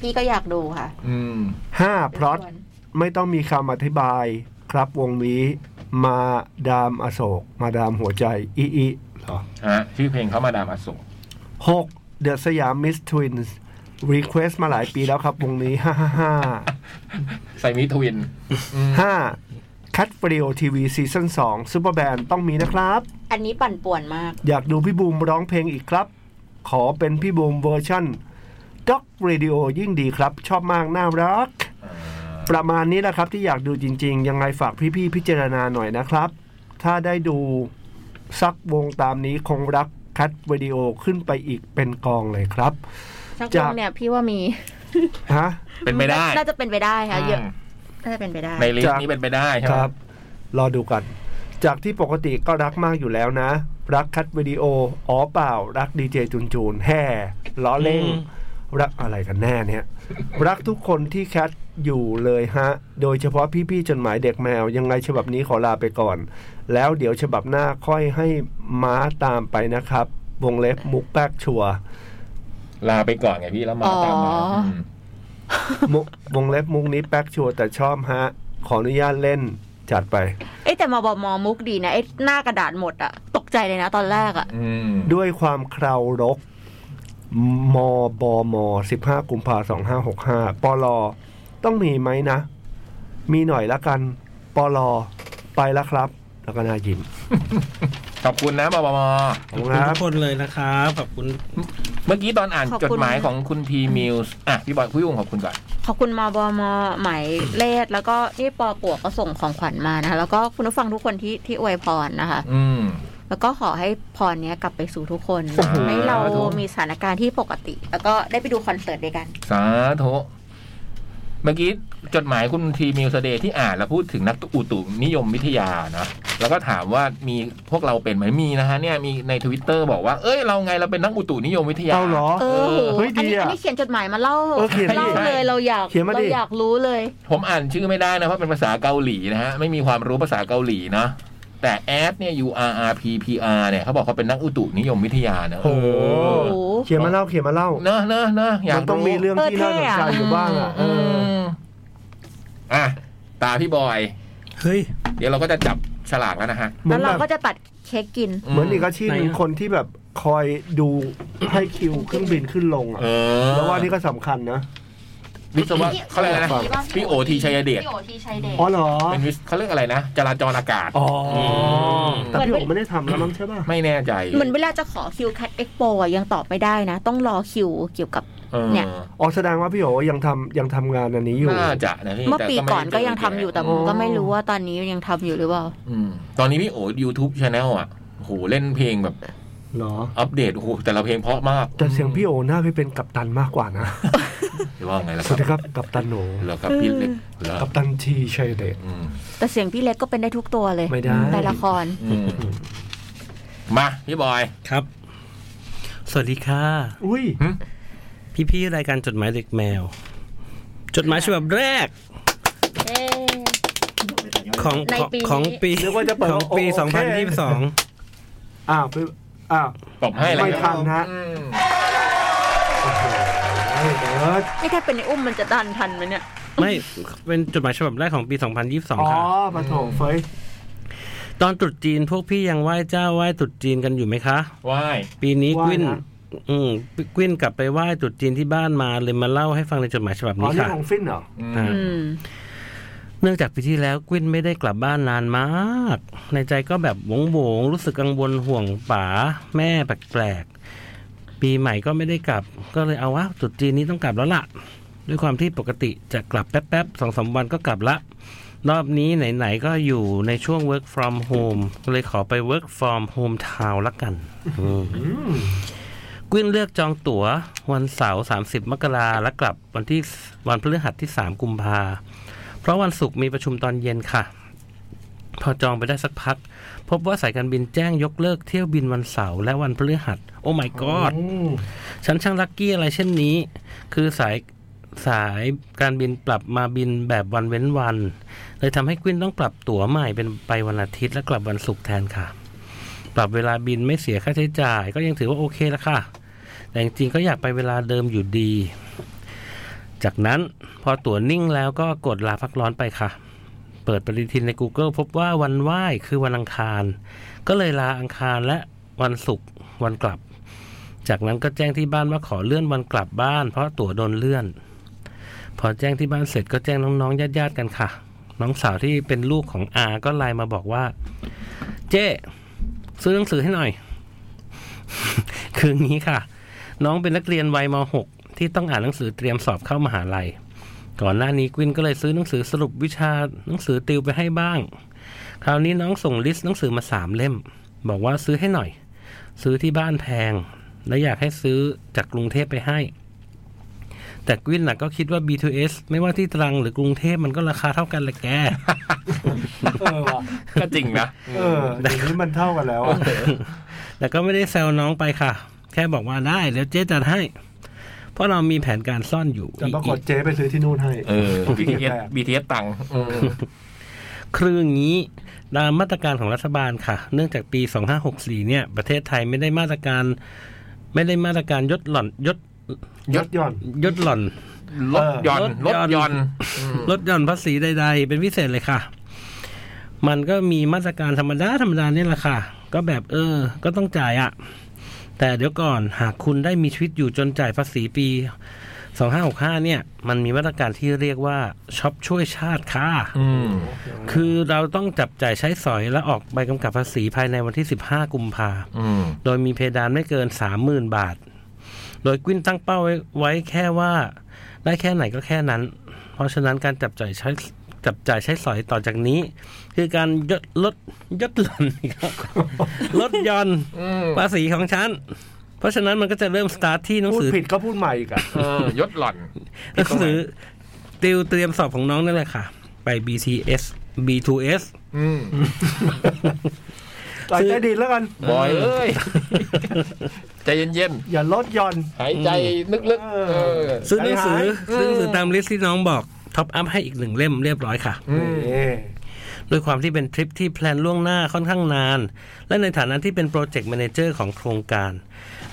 Speaker 4: พี่ก็อยากดูค่ะ
Speaker 1: อืม
Speaker 3: ห้าพลอตไม่ต้องมีคำอธิบายครับวงนี้มาดามอโศก มาดามหัวใจอีอีเหรอ
Speaker 1: ฮะชื่อเพลงเขามาดามอโศก
Speaker 3: หกเดอะสยามมิสทวินส์รีเควสมาหลายปีแล้วครับ วงนี้ ห้าห้าห้า
Speaker 1: ไซมิทวินอืม
Speaker 3: ห้าคัตเปรียวทีวีซีซั่นสองซูเปอร์แบนต้องมีนะครับ
Speaker 4: อันนี้ปั่นป่วนมาก
Speaker 3: อยากดูพี่บูมร้องเพลงอีกครับ ขอเป็นพี่บูมเวอร์ชั่นด็อกเรดิโอยิ่งดีครับ ชอบมากน่ารัก ประมาณนี้แหละครับที่อยากดูจริง ๆ ยังไงฝากพี่ๆพิจารณาหน่อยนะครับ ถ้าได้ดูซักวงตามนี้คงรักคัดวิดีโอขึ้นไปอีกเป็นกองเลยครับ
Speaker 4: ช่าง
Speaker 3: จาก
Speaker 4: คงเนี่ยพี่ว่ามี
Speaker 3: ฮะ
Speaker 1: เป็นไปได้
Speaker 4: น่าจะเป็นไปได้ค่ะเยอะ
Speaker 1: อืม
Speaker 4: น่าจะเป็นไปได้
Speaker 1: ในลิส
Speaker 3: จา
Speaker 1: ต์
Speaker 3: ก
Speaker 1: นี้เป็นไปได้ใช่ไห
Speaker 3: ค
Speaker 1: ม
Speaker 3: รับ รอดูกัน จากที่ปกติก็รักมากอยู่แล้วนะ รักคัดวิดีโออ๋อเปล่า รักดีเจจุนจูนแห่ล้อเล่ง รักอะไรกันแน่เนี่ย รักทุกคนที่แคทอยู่เลยฮะ โดยเฉพาะพี่ๆจดหมายเด็กแมว ยังไงฉบับนี้ขอลาไปก่อน แล้วเดี๋ยวฉบับหน้าค่อยให้ม้าตามไปนะครับ วงเล็บมุกแป๊กชัวร์
Speaker 1: ลาไปก่อนไงพี่แล้วมา
Speaker 4: อ๋อ
Speaker 1: ตามมาอืม
Speaker 3: มุกวงเล็บมุกนี้แป๊กชัวร์แต่ชอบฮะ ขออนุญาตเล่นจัดไป
Speaker 4: เอ้ยแต่มาบอกมอมุกดีนะไอ้หน้ากระดาษหมดอะตกใจเลยนะตอนแรกอะ
Speaker 1: อืม
Speaker 3: ด้วยความเคราวรก มบม15 กุมภา2565ปลอต้องมีไหมนะ มีหน่อยละกันปลอไปแล้วครับ แล้วก็น่ายิ้ม
Speaker 1: ขอบคุณนะมวม
Speaker 2: ขอบคุณทุกคนเลยนะครับขอบคุณ
Speaker 1: เมื่อกี้ตอนอ่านจดหมายของคุณพีมิวส์อ่ะพี่บอยพี่อุ้งขอบคุณก่อน
Speaker 4: ขอบคุณมอบมไหมเลศแล้วก็นี่ปอปวกก็ส่งของขวัญมานะคะแล้วก็คุณผู้ฟังทุกคนที่ที่อวยพรนะคะ
Speaker 1: อืม
Speaker 4: แล้วก็ขอให้พรเนี้ยกลับไปสู่ทุกคน
Speaker 1: โอ้โห
Speaker 4: ให้เรามีสถานการณ์ที่ปกติ แล้วก็ได้ไปดูคอนเสิร์ตด้วยกัน
Speaker 1: สาธุเมื่อกี้จดหมายคุณทีมิวสเดย์ที่อ่านแล้วพูดถึงนักอุตุนิยมวิทยานะแล้วก็ถามว่ามีพวกเราเป็นไหมมีนะฮะเนี่ยมีในทวิตเตอร์บอกว่าเอ้ยเราไงเราเป็นนักอุตุนิยมวิทยา
Speaker 3: เอาเหรอ
Speaker 4: เออโห
Speaker 3: เฮ้ยดี
Speaker 4: อันนี้
Speaker 3: อะ
Speaker 4: อันนี้เขียนจดหมายมาเล่า
Speaker 3: เออเขียนดิ
Speaker 4: ล่าเลยเราอยาก
Speaker 3: เขียนมาดิ
Speaker 4: เราอยากรู้เลย
Speaker 1: ผมอ่านชื่อไม่ได้นะเพราะเป็นภาษาเกาหลีนะฮะ ไม่มีความรู้ภาษาเกาหลีนะแต่แอดเนี่ย U R R P P R เนี่ยเขาบอกเขาเป็นนักอุตุนิยมวิทยานะ
Speaker 3: โอ้โห
Speaker 4: โอ้โห
Speaker 3: เขียนมาเล่าเขียนมาเล่า
Speaker 1: เนอะเนอะเนอะอยา
Speaker 3: มั
Speaker 1: ก
Speaker 3: นต้องมีเรื่องที่น่าสนใจอยู่บ้างอ่ะเอ
Speaker 1: อื
Speaker 3: อ
Speaker 1: มอ่ะตาพี่บอย
Speaker 2: เฮ้ย
Speaker 1: เดี๋ยวเราก็จะจับฉลากแล้วนะฮะ
Speaker 3: เหมื
Speaker 4: แล้
Speaker 3: อ
Speaker 4: วน เรา
Speaker 3: แบบ
Speaker 4: ก็จะตัดเค้กกิน
Speaker 3: เหมือนอีกอาชีพหนึ่ง
Speaker 2: ไหนอะ
Speaker 3: คนที่แบบคอยดูให้คิวเครื่องบินขึ้นลงอ่ะ
Speaker 1: เออ
Speaker 3: แล้วว่านี่ก็สำคัญนะ
Speaker 1: วิศวะเขาเรียกอะไรนะพี่โอทีชัยเดช
Speaker 4: พี่โอทีชัยเดช
Speaker 3: อ๋อเหรอ
Speaker 1: เป็นวิศเขาเรียกอะไรนะจราจรอากาศ
Speaker 3: อ๋ออ
Speaker 1: ม
Speaker 3: แต่พี่โอ๋ไม่ได้ทำแล้วมั้งใช่ป่ะ
Speaker 1: ไม่แน่ใจ
Speaker 4: เหมือนเวลาจะขอคิวแคดเอ็กโปยังตอบไม่ได้นะ ต้องรอคิวเกี่ยวกับ
Speaker 1: ออ
Speaker 4: เนี่ย
Speaker 3: อ๋อแสดงว่าพี่โอยังทำยังทำงานอันนี้อยู่
Speaker 1: น่าจะนะพี่
Speaker 4: เมื่อ
Speaker 1: แต่
Speaker 4: ปี
Speaker 1: ไม่ได้
Speaker 4: ก่อนก็ยังทำอยู่แต่ผมก็
Speaker 3: อ๋อ
Speaker 4: ไม่รู้ว่าตอนนี้ยังทำอยู่หรือเปล่า
Speaker 1: อืมตอนนี้พี่โอ YouTube Channel อ่ะโหเล่นเพลงแบบ
Speaker 3: เหรอ
Speaker 1: อัปเดตโอ้โหแต่ละเพลงเพราะมาก
Speaker 3: แต่เสียงพี่โอน่าไปเป็นกัปตันมากกว่านะ
Speaker 1: หรือว่าไงล่ะ
Speaker 3: ส
Speaker 1: ค
Speaker 3: วัส
Speaker 1: รั
Speaker 3: ดี
Speaker 1: บ
Speaker 3: ครับกัปตัน โหน
Speaker 1: เหรอครับพี่เล็กเหรอ
Speaker 3: กัปตันทีชัยเดช
Speaker 1: อืม
Speaker 4: แต่เสียงพี่เล็กก็เป็นได้ทุกตัวเลย
Speaker 3: ไม่ได้
Speaker 4: ในละคร
Speaker 1: อืมมาพี่บอย
Speaker 2: ครับ สวัสดีค่ะ
Speaker 3: อุ้ย
Speaker 2: พี่ๆรายการจดหมายเด็กแมว จดหมายฉบับแรกของ
Speaker 4: ใน
Speaker 2: ของ
Speaker 4: ปี
Speaker 2: ของปี
Speaker 4: นี้
Speaker 3: นึกว่าจะเปิด
Speaker 2: ของปี
Speaker 3: โเค
Speaker 2: 2022
Speaker 3: อ้าวไปอ้าว
Speaker 1: ตบให้เลย
Speaker 3: ไม่ทัน
Speaker 1: ครั
Speaker 3: ฮะ
Speaker 1: บอืม
Speaker 3: เฮ้ยเบิร์ด
Speaker 4: ไม่ถ้าเป็นในอุ้มมันจะดันทันไหมเนี่ย
Speaker 2: ไม่เป็นจดหมายฉบับแรกของปี
Speaker 3: อ๋อ
Speaker 2: 2022 ค่ะ
Speaker 3: มาโถเฟย
Speaker 2: ตอนตรุษจีนพวกพี่ยังไหว้เจ้าไหว้ตรุษจีนกันอยู่ไหมคะ
Speaker 1: ไหว้าย
Speaker 2: ปีนี้กวิน
Speaker 3: ว่าะ
Speaker 2: อืมกวินกลับไปไหว้ตรุษจีนที่บ้านมาเลยมาเล่าให้ฟังในจดหมายฉบับ
Speaker 3: อ๋อ
Speaker 2: นี้
Speaker 3: นี่
Speaker 2: ค่ะ
Speaker 3: ของฟินเหรอ
Speaker 2: อ่า
Speaker 4: อืม
Speaker 2: เนื่องจากปีที่แล้วกวินไม่ได้กลับบ้านนานมาก ในใจก็แบบหวงๆ รู้สึกกังวลห่วงป๋าแม่แปลกๆ ปีใหม่ก็ไม่ได้กลับ ก็เลยเอาว่าจุดจีนนี้ต้องกลับแล้วล่ะ ด้วยความที่ปกติจะกลับแป๊บๆสองสามวันก็กลับละ รอบนี้ไหนๆก็อยู่ในช่วง work from home ก็เลยขอไป work from home town ละกันอืมกวิ้นเลือกจองตั๋ววันเสาร์30 มกราและกลับวันที่วันพฤหัสที่ 3 กุมภาเพราะวันศุกร์มีประชุมตอนเย็นค่ะ พอจองไปได้สักพัก พบว่าสายการบินแจ้งยกเลิกเที่ยวบินวันเสาร์และวันพฤหัส โอ้ my god
Speaker 3: ม
Speaker 2: ฉันช่างลัคกี้อะไรเช่นนี้ คือสายสายการบินปรับมาบินแบบวันเว้นวัน เลยทำให้กวินต้องปรับตั๋วใหม่เป็นไปวันอาทิตย์และกลับวันศุกร์แทนค่ะ ปรับเวลาบินไม่เสียค่าใช้จ่าย ก็ยังถือว่าโอเคแล้วค่ะ แต่จริงๆก็อยากไปเวลาเดิมอยู่ดี จากนั้นพอตั๋วนิ่งแล้วก็กดลาพักร้อนไปค่ะ เปิดปฏิทินใน Google พบว่าวันไหว้คือวันอังคาร ก็เลยลาอังคารและวันศุกร์วันกลับ จากนั้นก็แจ้งที่บ้านว่าขอเลื่อนวันกลับบ้าน เพราะตั๋วโดนเลื่อน พอแจ้งที่บ้านเสร็จก็แจ้งน้องๆญาติๆกันค่ะ น้องสาวที่เป็นลูกของอาก็ไลน์มาบอกว่า เจ๊ซื้อหนังสือให้หน่อย คืองี้ค่ะ น้องเป็นนักเรียนวัยม .6 ที่ต้องอ่านหนังสือเตรียมสอบเข้ามหาลัย ก่อนหน้านี้กวินก็เลยซื้อหนังสือสรุปวิชาหนังสือติวไปให้บ้าง คราวนี้น้องส่งลิสต์หนังสือมาสามเล่ม บอกว่าซื้อให้หน่อย ซื้อที่บ้านแพง และอยากให้ซื้อจากกรุงเทพไปให้ แต่กวินน่ะก็คิดว่า B2S ไม่ว่าที่ตรังหรือกรุงเทพมันก็ราคาเท่ากันแหละ แก
Speaker 3: เออว่ะ
Speaker 1: ก็จริงนะ
Speaker 3: เออ เดี๋ยวนี้มันเท่ากันแล้วอะ
Speaker 2: แต่ก็ไม่ได้แซวน้องไปค่ะ แค่บอกว่าได้แล้วเจ๊จัดให้ เพราะเรามีแผนการซ่อนอยู่
Speaker 3: แต่ปรากฏเจ๊ไปซื้อที่นู่นให้
Speaker 1: เออ BTS BTS ตังค์อืม
Speaker 2: คืออย่างนี้ตามมาตรการของรัฐบาลค่ะ เนื่องจากปี 2564 เนี่ย ประเทศไทยไม่ได้มาตรการ ไม่ได้มาตรการยดหล่อนยด
Speaker 3: ยดหย่อน
Speaker 2: ยดหล่อน
Speaker 1: ลดหย่อน
Speaker 2: ล
Speaker 1: ล
Speaker 2: ด
Speaker 1: ด
Speaker 2: ห
Speaker 1: ห
Speaker 2: ย่
Speaker 1: ย่
Speaker 2: อ
Speaker 1: อน น
Speaker 2: ลดหย่อนภาษีใด ๆ เป็นพิเศษเลยค่ะ มันก็มีมาตรการธรรมดาธรรมดาเนี่ยแหละค่ะ ก็แบบเออ ก็ต้องจ่ายอะแต่เดี๋ยวก่อนหากคุณได้มีชีวิตอยู่จนจ่ายภาษีปี 2565 เนี่ย มันมีมาตรการที่เรียกว่าช็อปช่วยชาติค่ะ
Speaker 1: อืม
Speaker 2: คือเราต้องจับจ่ายใช้สอยและออกใบกำกับภาษีภายในวันที่ 15 กุมภา
Speaker 1: อืม
Speaker 2: โดยมีเพดานไม่เกิน 30,000 บาท โดยกวินตั้งเป้าไว้ไว้แค่ว่า ได้แค่ไหนก็แค่นั้น เพราะฉะนั้นการจับจ่ายใช้จับจ่ายใช้สอยต่อจากนี้ คือการยดลดยดหล่อนอีกแล้วลดหย่อน
Speaker 1: อืม
Speaker 2: ภาษีของฉัน เพราะฉะนั้นมันก็จะเริ่มสตาร์ทที่หนัง
Speaker 3: พูด
Speaker 2: สือ
Speaker 3: ผิดก็พูดใหม่อีกอะ
Speaker 1: เออยศหล่อน
Speaker 2: หนังสือติวเตรียมสอบของน้องนั่นแหละค่ะ ไป BTS B2S
Speaker 1: อืม
Speaker 3: ใจใจดีแล้วกัน
Speaker 1: บอยเอ้ย ใจเย็น
Speaker 3: อย่าลดหย่อน
Speaker 1: ๆ หายใจลึกๆ เออ
Speaker 2: ซื้อหนังสือ
Speaker 3: หาย
Speaker 2: ซื้อหนังสือตามลิสต์ที่น้องบอกท็อปอัพให้อีกหนึ่งเล่มเรียบร้อยค่ะ
Speaker 1: อืม
Speaker 3: นี่
Speaker 2: ด้วยความที่เป็นทริปที่แพลนล่วงหน้าค่อนข้างนาน และในฐานะที่เป็นโปรเจกต์แมเนเจอร์ของโครงการ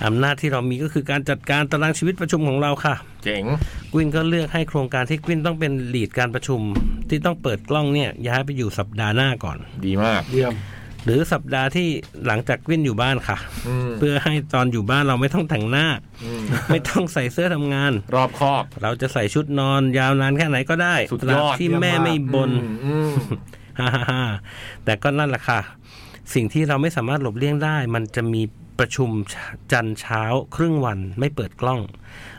Speaker 2: อำนาจที่เรามีก็คือการจัดการตารางชีวิตประชุมของเราค่ะ
Speaker 1: เจ๋ง
Speaker 2: กวินก็เลือกให้โครงการที่กวินต้องเป็นลีดการประชุม ที่ต้องเปิดกล้องเนี่ยย้ายไปอยู่สัปดาห์หน้าก่อน
Speaker 1: ดีมาก
Speaker 3: เยี่ยม
Speaker 2: หรือสัปดาห์ที่หลังจากกวินอยู่บ้านค่ะ
Speaker 1: อืม
Speaker 2: เพื่อให้ตอนอยู่บ้านเราไม่ต้องแต่งหน้า
Speaker 1: อืม
Speaker 2: ไม่ต้องใส่เสื้อทำงาน
Speaker 1: รอบคอบ
Speaker 2: เราจะใส่ชุดนอนยาวนานแค่ไหนก็ได้
Speaker 1: สุด
Speaker 2: ต
Speaker 1: ย
Speaker 2: รา
Speaker 1: อบ ด
Speaker 2: ที่แม่ไม่บน่น
Speaker 1: อืม
Speaker 2: ฮ่าฮ่าๆๆ แต่ก็นั่นแหละค่ะ สิ่งที่เราไม่สามารถหลบเลี่ยงได้ มันจะมีประชุมจันทร์เช้าครึ่งวันไม่เปิดกล้อง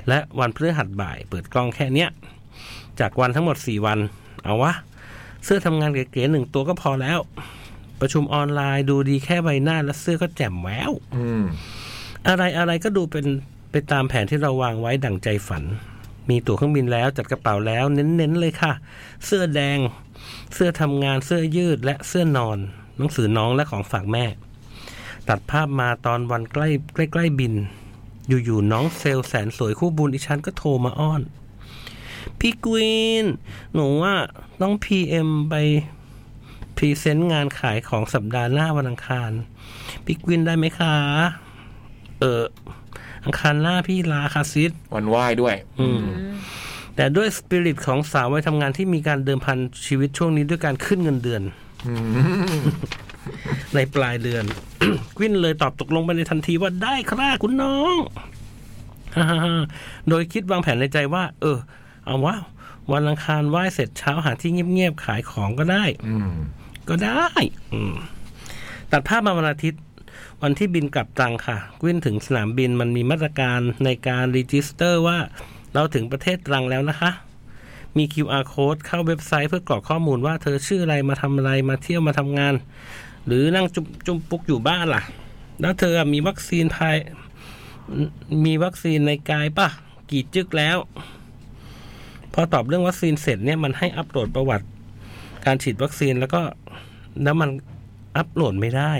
Speaker 2: และวันพฤหัสบ่าย เปิดกล้องแค่เนี้ย จากวันทั้งหมด 4 วัน เอาวะ เสื้อทำงานเก๋ๆหนึ่งตัวก็พอแล้ว ประชุมออนไลน์ดูดีแค่ใบหน้าและเสื้อก็แจ่มแวว
Speaker 1: อืม
Speaker 2: อะไรอะไรก็ดูเป็นไปตามแผนที่เราวางไว้ดั่งใจฝัน มีตั๋วเครื่องบินแล้วจัดกระเป๋าแล้วเน้นๆเลยค่ะ เสื้อแดง เสื้อทำงานเสื้อยืดและเสื้อนอน หนังสือน้องและของฝากแม่ ตัดภาพมาตอนวันใกล้ใกล้ๆบิน อยู่ๆน้องเซลล์แสนสวยคู่บุญอีชันก็โทรมาอ้อน พี่กวินหนูว่าต้องพีเอ็มไปพรีเซนต์งานขายของสัปดาห์หน้าวันอังคาร พี่กวินได้ไหมคะ เอออังคารหน้าพี่ลาคาซิส
Speaker 1: วันไหว้ด้วย
Speaker 2: อืม แต่ด้วยสปิริตของสาววัยทำงานที่มีการเดิมพันชีวิตช่วงนี้ด้วยการขึ้นเงินเดือน ในปลายเดือน กวินเลยตอบตกลงไปในทันทีว่าได้ครับคุณน้อง ฮ่าๆๆโดยคิดวางแผนในใจว่า เออ เอาวะวันอังคารไหว้เสร็จเช้าหาที่เงียบๆขายของก็ได้
Speaker 1: อืม
Speaker 2: ก็ได้ อืม ตัดภาพมาวันอาทิตย์ วันที่บินกลับตรังค่ะกวินถึงสนามบินมันมีมาตรการในการรีจิสเตอร์ว่าเราถึงประเทศตรังแล้วนะคะ มี QR code เข้าเว็บไซต์เพื่อกรอกข้อมูลว่าเธอชื่ออะไรมาทำอะไรมาเที่ยวมาทำงาน หรือนั่งจุมจุมปุกอยู่บ้านล่ะ แล้วเธอมีวัคซีนภายมีวัคซีนในกายป่ะ กี่จึกแล้ว พอตอบเรื่องวัคซีนเสร็จเนี่ยมันให้อัปโหลดประวัติ การฉีดวัคซีนแล้วก็แล้วมันอัปโหลดไม่ได้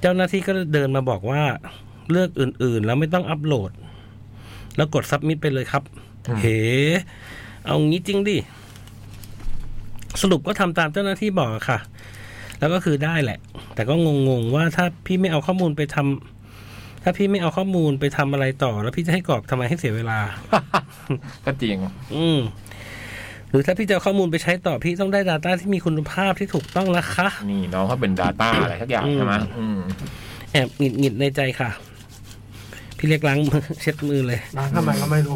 Speaker 2: เจ้าหน้าที่ก็เดินมาบอกว่าเลือกอื่นๆ แล้วไม่ต้องอัปโหลด แล้วกดซับมิดไปเลยครับ เฮ้เอางี้จริงดิ สรุปก็ทำตามเจ้าหน้าที่บอกอะค่ะ แล้วก็คือได้แหละ แต่ก็งงๆว่าถ้าพี่ไม่เอาข้อมูลไปทำถ้าพี่ไม่เอาข้อมูลไปทำอะไรต่อ แล้วพี่จะให้กรอกทำไมให้เสียเวลา
Speaker 1: ก็จริง
Speaker 2: อืม หรือถ้าพี่จะเอาข้อมูลไปใช้ต่อพี่ต้องได้ Data ที่มีคุณภาพที่ถูกต้องนะคะ
Speaker 1: นี่น้องเขาเป็น Data อะไรทักอย่างใช่ไหมอืม
Speaker 2: แอบหงิดหงิดในใจค่ะ พี่เล็กล้างมือ เช็ดมือเลย
Speaker 3: นะทำไมก็ไม่ รู้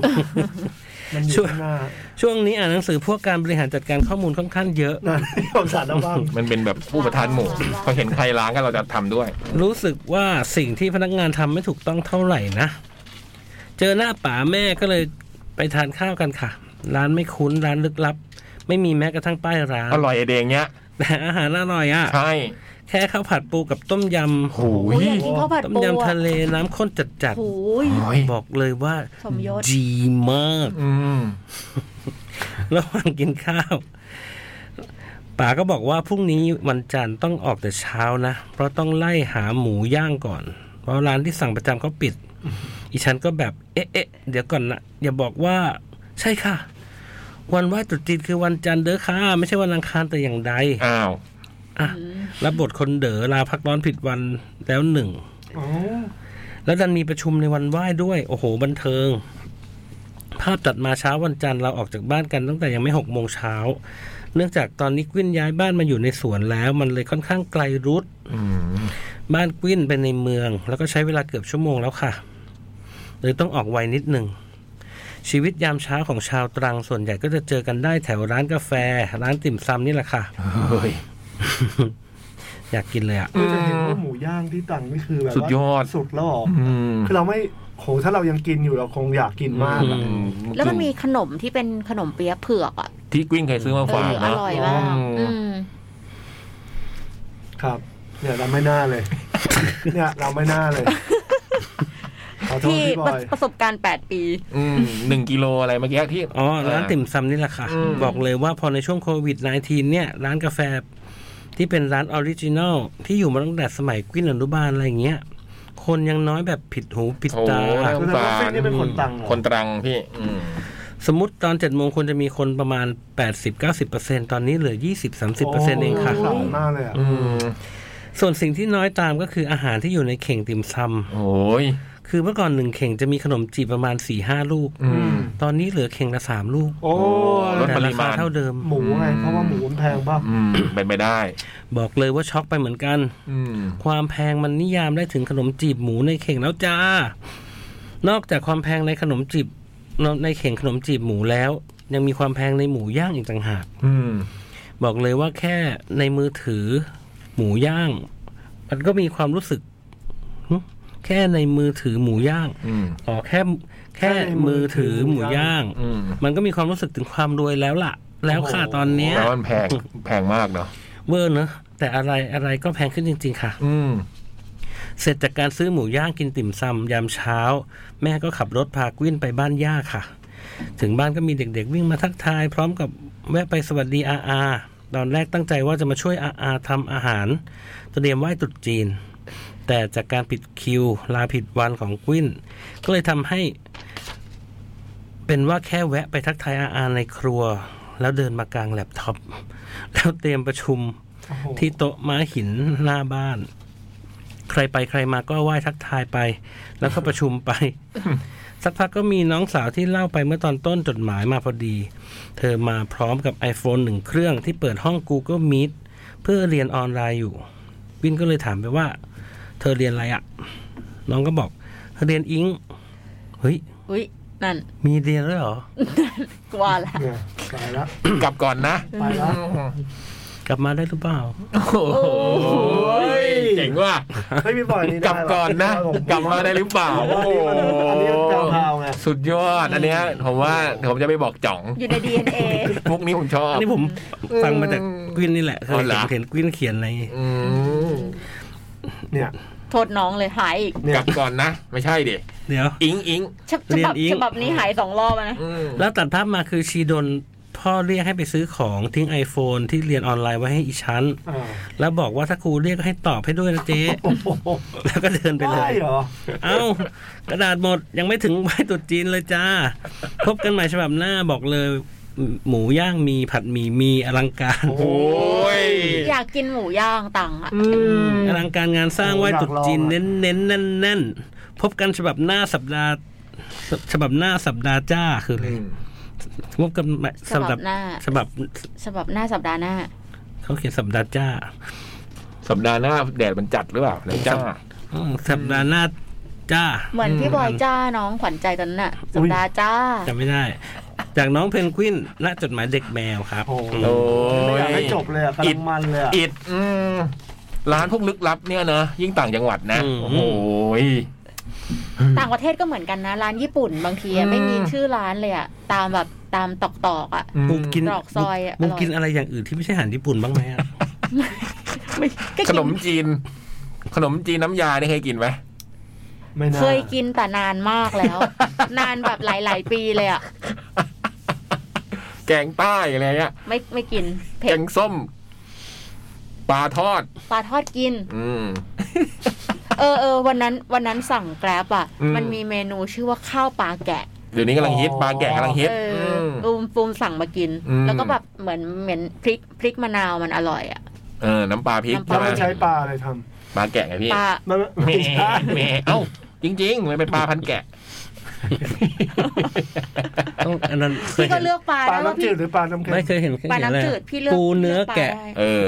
Speaker 3: มันอยู่ข้างหน้า
Speaker 2: ช่วงนี้อ่านหนังสือพวกการบริหารจัดการข้อมูลค่อนข้างเยอะ
Speaker 3: นะ สงสารนะบ้าง
Speaker 1: มันเป็นแบบผู้ประทานหมู่พอเห็นใครล้างก็เราจะทำด้วย
Speaker 2: รู้สึกว่าสิ่งที่พนักงานทำไม่ถูกต้องเท่าไหร่นะ เจอหน้าป๋าแม่ก็เลยไปทานข้าวกันค่ะ ร้านไม่คุ้นร้านลึกลับ ไม่มีแม้กระทั่งป้ายร้าน
Speaker 1: อร่อยไอเดงเนี้ย
Speaker 2: แต่อาหารอร่อยอ่ะ
Speaker 1: ใช่
Speaker 2: แค่ข้าวผัดปูกับต้มย
Speaker 1: โอ้
Speaker 4: โอ้ย
Speaker 1: ย
Speaker 4: อยากกินข้าวผัด
Speaker 2: ำต้ม
Speaker 4: ปู
Speaker 2: ยำ
Speaker 4: อะ
Speaker 2: ทะเลน้ำข้นจัด
Speaker 4: โอ้ย
Speaker 1: โอ้ย
Speaker 2: ๆ บอกเลยว่า
Speaker 4: สมยศ
Speaker 2: ดีมาก
Speaker 1: อืม
Speaker 2: ระหว่างกินข้าว ป๋าก็บอกว่าพรุ่งนี้วันจันทร์ต้องออกแต่เช้านะ เพราะต้องไล่หาหมูย่างก่อน เพราะร้านที่สั่งประจำเขาปิด อีฉันก็แบบเอ๊ะเอ๊ะเดี๋ยวก่อนนะอย่าบอกว่า ใช่ค่ะ วันไหว้ตรุษจีนคือวันจันทร์เด้อค่ะ ไม่ใช่วันอังคารแต่อย่างใด
Speaker 1: อ้าว
Speaker 2: อ่ะรับบทคนเด๋อลาพักร้อนผิดวันแล้วหนึ่ง
Speaker 3: อ๋อ
Speaker 2: แล้วดันมีประชุมในวันไหว้ด้วย โอ้โห บันเทิง ภาพตัดมาเช้าวันจันทร์เราออกจากบ้านกันตั้งแต่ยังไม่หกโมงเช้า เนื่องจากตอนนี้กวินย้ายบ้านมาอยู่ในสวนแล้ว มันเลยค่อนข้างไกลรุด
Speaker 1: อืม
Speaker 2: บ้านกวินเป็นในเมือง แล้วก็ใช้เวลาเกือบชั่วโมงแล้วค่ะเลยต้องออกไวนิดหนึ่ง ชีวิตยามเช้าของชาวตรังส่วนใหญ่ก็จะเจอกันได้แถวร้านกาแฟ ร้านติ่มซำนี่แหละค่ะ
Speaker 1: เฮ้ย
Speaker 2: อยากกินเลยอะ
Speaker 3: เออแต่เห็นว่าหมูย่างที่ตังนี่คือแบบว่า
Speaker 1: สุดยอด
Speaker 3: สุดแล้วเหรอ
Speaker 1: อืม
Speaker 3: คือเราไม่โหถ้าเรายังกินอยู่เราคงอยากกินมากอะ
Speaker 1: อื
Speaker 4: แล้วมันมีขนมที่เป็นขนมเปี๊ยะเผือกอ่ะ
Speaker 1: ที่กวิ้งเคยซื้อมา
Speaker 4: เอ
Speaker 1: ฝาก
Speaker 4: ออ
Speaker 1: นะ
Speaker 4: ร่อยมาก
Speaker 1: อืม
Speaker 4: อืม
Speaker 3: ครับเนี่ยเราไม่น่าเลย เนี่ยเราไม่น่าเลยขอโทษ
Speaker 4: ที่
Speaker 3: พี่บ
Speaker 4: ประ
Speaker 3: อย
Speaker 4: ประสบการณ์ 8 ปี
Speaker 1: อืมหนึ่งกิโลอะไรเมื่อกี้ที่
Speaker 2: อ๋อร้านติ่มซำนี่แหละค่ะ
Speaker 1: อืม
Speaker 2: บอกเลยว่าพอในช่วงโควิด -19 เนี่ย ร้านกาแฟที่เป็นร้านออริจินอลที่อยู่มาตั้งแต่สมัยกวินอนุบาลอะไรอย่างเงี้ย คนยังน้อยแบบผิดหูผิด
Speaker 1: โอ้โห
Speaker 2: ตา
Speaker 1: น่าสงสารคนตรังพี่ อืม
Speaker 2: สมมติตอน7จ็ดโมงควรจะมีคนประมาณ 80-90%ตอนนี้เหลือ 20-30%เองค่ะ
Speaker 3: โโหสงสารมากเลยอ่ะ
Speaker 1: อืม
Speaker 2: ส่วนสิ่งที่น้อยตามก็คืออาหารที่อยู่ในเข่งติ่มซ
Speaker 1: โอ้ย
Speaker 2: ำคือเมื่อก่อนหนึ่งเข่งจะมีขนมจีบประมาณ 4-5 ลูก
Speaker 1: อืม
Speaker 2: ตอนนี้เหลือเข่งละ 3 ลูก
Speaker 3: โอ้ย
Speaker 1: ลด
Speaker 2: แต่
Speaker 1: ปริ
Speaker 2: รา
Speaker 1: มาณ
Speaker 2: คาเท่าเดิม
Speaker 3: หมูไงเพราะว่าหมูมันแพงป่ะ
Speaker 1: อืมเป็นไปได้
Speaker 2: บอกเลยว่าช็อกไปเหมือนกัน
Speaker 1: อืม
Speaker 2: ความแพงมันนิยามได้ถึงขนมจีบหมูในเข่งแล้วจ้า นอกจากความแพงในขนมจีบในเข่งขนมจีบหมูแล้ว ยังมีความแพงในหมูย่างอีกต่างหาก
Speaker 1: อืม
Speaker 2: บอกเลยว่าแค่ในมือถือหมูย่าง มันก็มีความรู้สึกหึแค่ในมือถือหมูย่าง
Speaker 1: อืม
Speaker 2: อ๋อแค่แค่มือถือหมูย่าง
Speaker 1: อืม
Speaker 2: มันก็มีความรู้สึกถึงความรวยแล้วล่ะ แล้วค่ะตอนเนี้ย
Speaker 1: แต่ว่ามันแพง แพงมากเนาะ
Speaker 2: เวอร์เนอะแต่อะไรอะไรก็แพงขึ้นจริง ๆ ค่ะ
Speaker 1: อืม
Speaker 2: เสร็จจากการซื้อหมูย่างกินติ่มซำยามเช้า แม่ก็ขับรถพากวินไปบ้านย่าค่ะ ถึงบ้านก็มีเด็กๆ วิ่งมาทักทาย พร้อมกับแวะไปสวัสดีอาอาตอนแรกตั้งใจว่าจะมาช่วยอาอาทำอาหารเตรียมไหว้ตรุษจีน แต่จากการผิดคิว ลาผิดวันของกวิน ก็เลยทำให้ เป็นว่าแค่แวะไปทักทายอาอาในครัว แล้วเดินมากลางแล็ปท็อปแล้วเตรียมประชุม
Speaker 3: โอ้โห
Speaker 2: ที่โต๊ะม้าหินหน้าบ้าน ใครไปใครมาก็ไหว้ทักทายไป แล้วก็ประชุมไป สักพักก็มีน้องสาวที่เล่าไปเมื่อตอนต้นจดหมายมาพอดี เธอมาพร้อมกับ iPhone หนึ่งเครื่องที่เปิดห้อง Google Meet เพื่อเรียนออนไลน์อยู่ วินก็เลยถามไปว่า เธอเรียนอะไรอะน้องก็บอกเรียนอิงเฮ้ย
Speaker 4: อุ้ยนั่น
Speaker 2: มีเรียนด้วยเหรอ
Speaker 4: กว่าแล้ว
Speaker 3: เนี่ยไปละ
Speaker 1: กลับก่อนนะ
Speaker 3: ไปละ
Speaker 2: กลับมาได้หรือเปล่า
Speaker 1: โอ้โหเจ๋งว่ะ
Speaker 3: ไม่มีบ่อยนี่
Speaker 1: กลับก่อนนะ กลับมาได้หรือเปล่าโอ้โห
Speaker 3: อันนี้มันดาวพาวไง
Speaker 1: สุดยอดอันเนี้ยผมว่าผมจะไปบอกจ่อง
Speaker 4: อยู่ใน DNA
Speaker 1: มุกนี้ผมชอบ
Speaker 2: อันนี้ผมฟังมาจากกวินนี่แหละเค
Speaker 1: อ๋อย เหรอ
Speaker 2: เห็นกวินเขียนอะไร
Speaker 1: อืม
Speaker 3: เนี่ย
Speaker 4: โทษน้องเลยหายอีก
Speaker 3: เนี่ย
Speaker 1: กลับก่อนนะ ไม่ใช่ดิ
Speaker 2: เดี๋ยว
Speaker 1: อิงอิง
Speaker 4: ฉฉบับ
Speaker 2: เรียนอีก
Speaker 4: ฉบับนี้หายสองรอบแล้วนะ
Speaker 1: อืม
Speaker 2: แล้วตัดภาพมาคือชีโดนพ่อเรียกให้ไปซื้อของทิ้ง iPhone ที่เรียนออนไลน์ไว้ให้อีชั้น
Speaker 3: อ่า
Speaker 2: แล้วบอกว่าถ้าครูเรียกก็ให้ตอบให้ด้วยนะเจ๊
Speaker 3: โอ้โห
Speaker 2: แล้วก็เดินไปเล
Speaker 3: ได้
Speaker 2: ย
Speaker 3: เหรอ
Speaker 2: เอ้ากระดาษหมดยังไม่ถึงไหวตรุษจีนเลยจ้า พบกันใหม่ฉบับหน้าบอกเลย หมูย่างมีผัดหมี่มีอลังการ
Speaker 1: โอ้ย
Speaker 4: อยากกินหมูย่างตังค์อะ
Speaker 2: อลังการงานสร้างไหว้ตรุษจีน
Speaker 3: อยากลองอะ
Speaker 2: เน้นเน้นๆแน่นแน่นๆพบกันฉบับหน้าสัปดาห์ ฉบับหน้าสัปดาห์จ้าคือเลยพบกันใหม่
Speaker 4: ฉบับหน้า
Speaker 2: ฉบับ
Speaker 4: ฉบับหน้าสัปดาห์หน้า
Speaker 2: เขาเขียนสัปดาห์จ้า
Speaker 1: สัปดาห์หน้าแดดมันจัดหรือเปล่าแดดจ้า
Speaker 2: อืมสัปดาห์หน้าจ้า
Speaker 4: เหมือนพี่บอยจ้าน้องขวัญใจตอนนั้นน่ะ สัปดาห์จ้า
Speaker 2: จำไม่ได้ จากน้องเพนกวินณจดหมายเด็กแมวครับ
Speaker 3: โอ้โห
Speaker 2: อืม
Speaker 1: โอ้ย
Speaker 3: ไม่อยากให้จบเลยอ่ะกำลังมันเลยอ่ะ
Speaker 1: อิดอืมร้านพวกลึกลับเนี่ยนะยิ่งต่างจังหวัดนะ โอ้โหย
Speaker 4: ต่างประเทศก็เหมือนกันนะ ร้านญี่ปุ่นบางที
Speaker 1: อื
Speaker 4: อะ
Speaker 1: ม
Speaker 4: ไม่มีชื่อร้านเลยอะตามแบบตามตอกตอกๆอะ
Speaker 2: บูมกิน
Speaker 4: ตรอกซอยอะ
Speaker 2: บูม
Speaker 4: อร่อย
Speaker 2: กินอะไรอย่างอื่นที่ไม่ใช่อาหารญี่ปุ่นบ้างไหมอะ
Speaker 4: ไม่ก็
Speaker 1: ข
Speaker 4: กิ
Speaker 1: นมจีน ขนมจีนน้ำยานี่เคยกินไหม
Speaker 3: ไม่น่า
Speaker 4: เคยกินแต่นานมากแล้ว นานแบบหลาย ๆ ปีเลยอะ
Speaker 1: แกงใต้อะไรเงี้ย
Speaker 4: ไม่ไม่กิน
Speaker 1: แก
Speaker 4: เผ็ด
Speaker 1: งส้มปลาทอด
Speaker 4: ปลาทอดกิน
Speaker 1: อืม
Speaker 4: เออเออวันนั้นวันนั้นสั่งแกร็บอะ
Speaker 1: อืม
Speaker 4: มันมีเมนูชื่อว่าข้าวปลาแกะ
Speaker 1: เดี๋ยวนี้กำลังฮิตปลาแกะกำลังฮิต
Speaker 4: เออ
Speaker 1: ม
Speaker 4: อปูมปูมสั่งมากิน
Speaker 1: อืม
Speaker 4: แล้วก็แบบเหมือนเหมือนพริกพริกมะนาวมันอร่อยอ่ะ
Speaker 1: เออน้ำปลาพริก
Speaker 4: น้ำปลา
Speaker 1: ใช่ไหม
Speaker 3: ไม่ใช้ปลาอะไรท
Speaker 1: ปลาแกะไงพี่
Speaker 4: ปลา
Speaker 3: ำมัน
Speaker 1: แหม
Speaker 3: ไม่ใช่
Speaker 1: แหมเอ้า จริงๆมันเป็นปลาพัน แกะ
Speaker 2: ต้องอันนั้นเคย
Speaker 4: พี่ก็
Speaker 2: เห็น
Speaker 4: เลือกปลา
Speaker 3: ปลา
Speaker 4: แล้วว่า
Speaker 3: น้ำจื
Speaker 4: พี่
Speaker 3: ดหรือปลาน้ำเค็ม
Speaker 2: ไม่เคยเห็น
Speaker 4: ปลา
Speaker 2: เห็นอะไร
Speaker 4: น้ำจืด
Speaker 2: อะ
Speaker 4: พี่เลือก
Speaker 2: ปูเนื้อ
Speaker 4: ลืปลา
Speaker 2: แกะ
Speaker 4: ได้
Speaker 1: เออ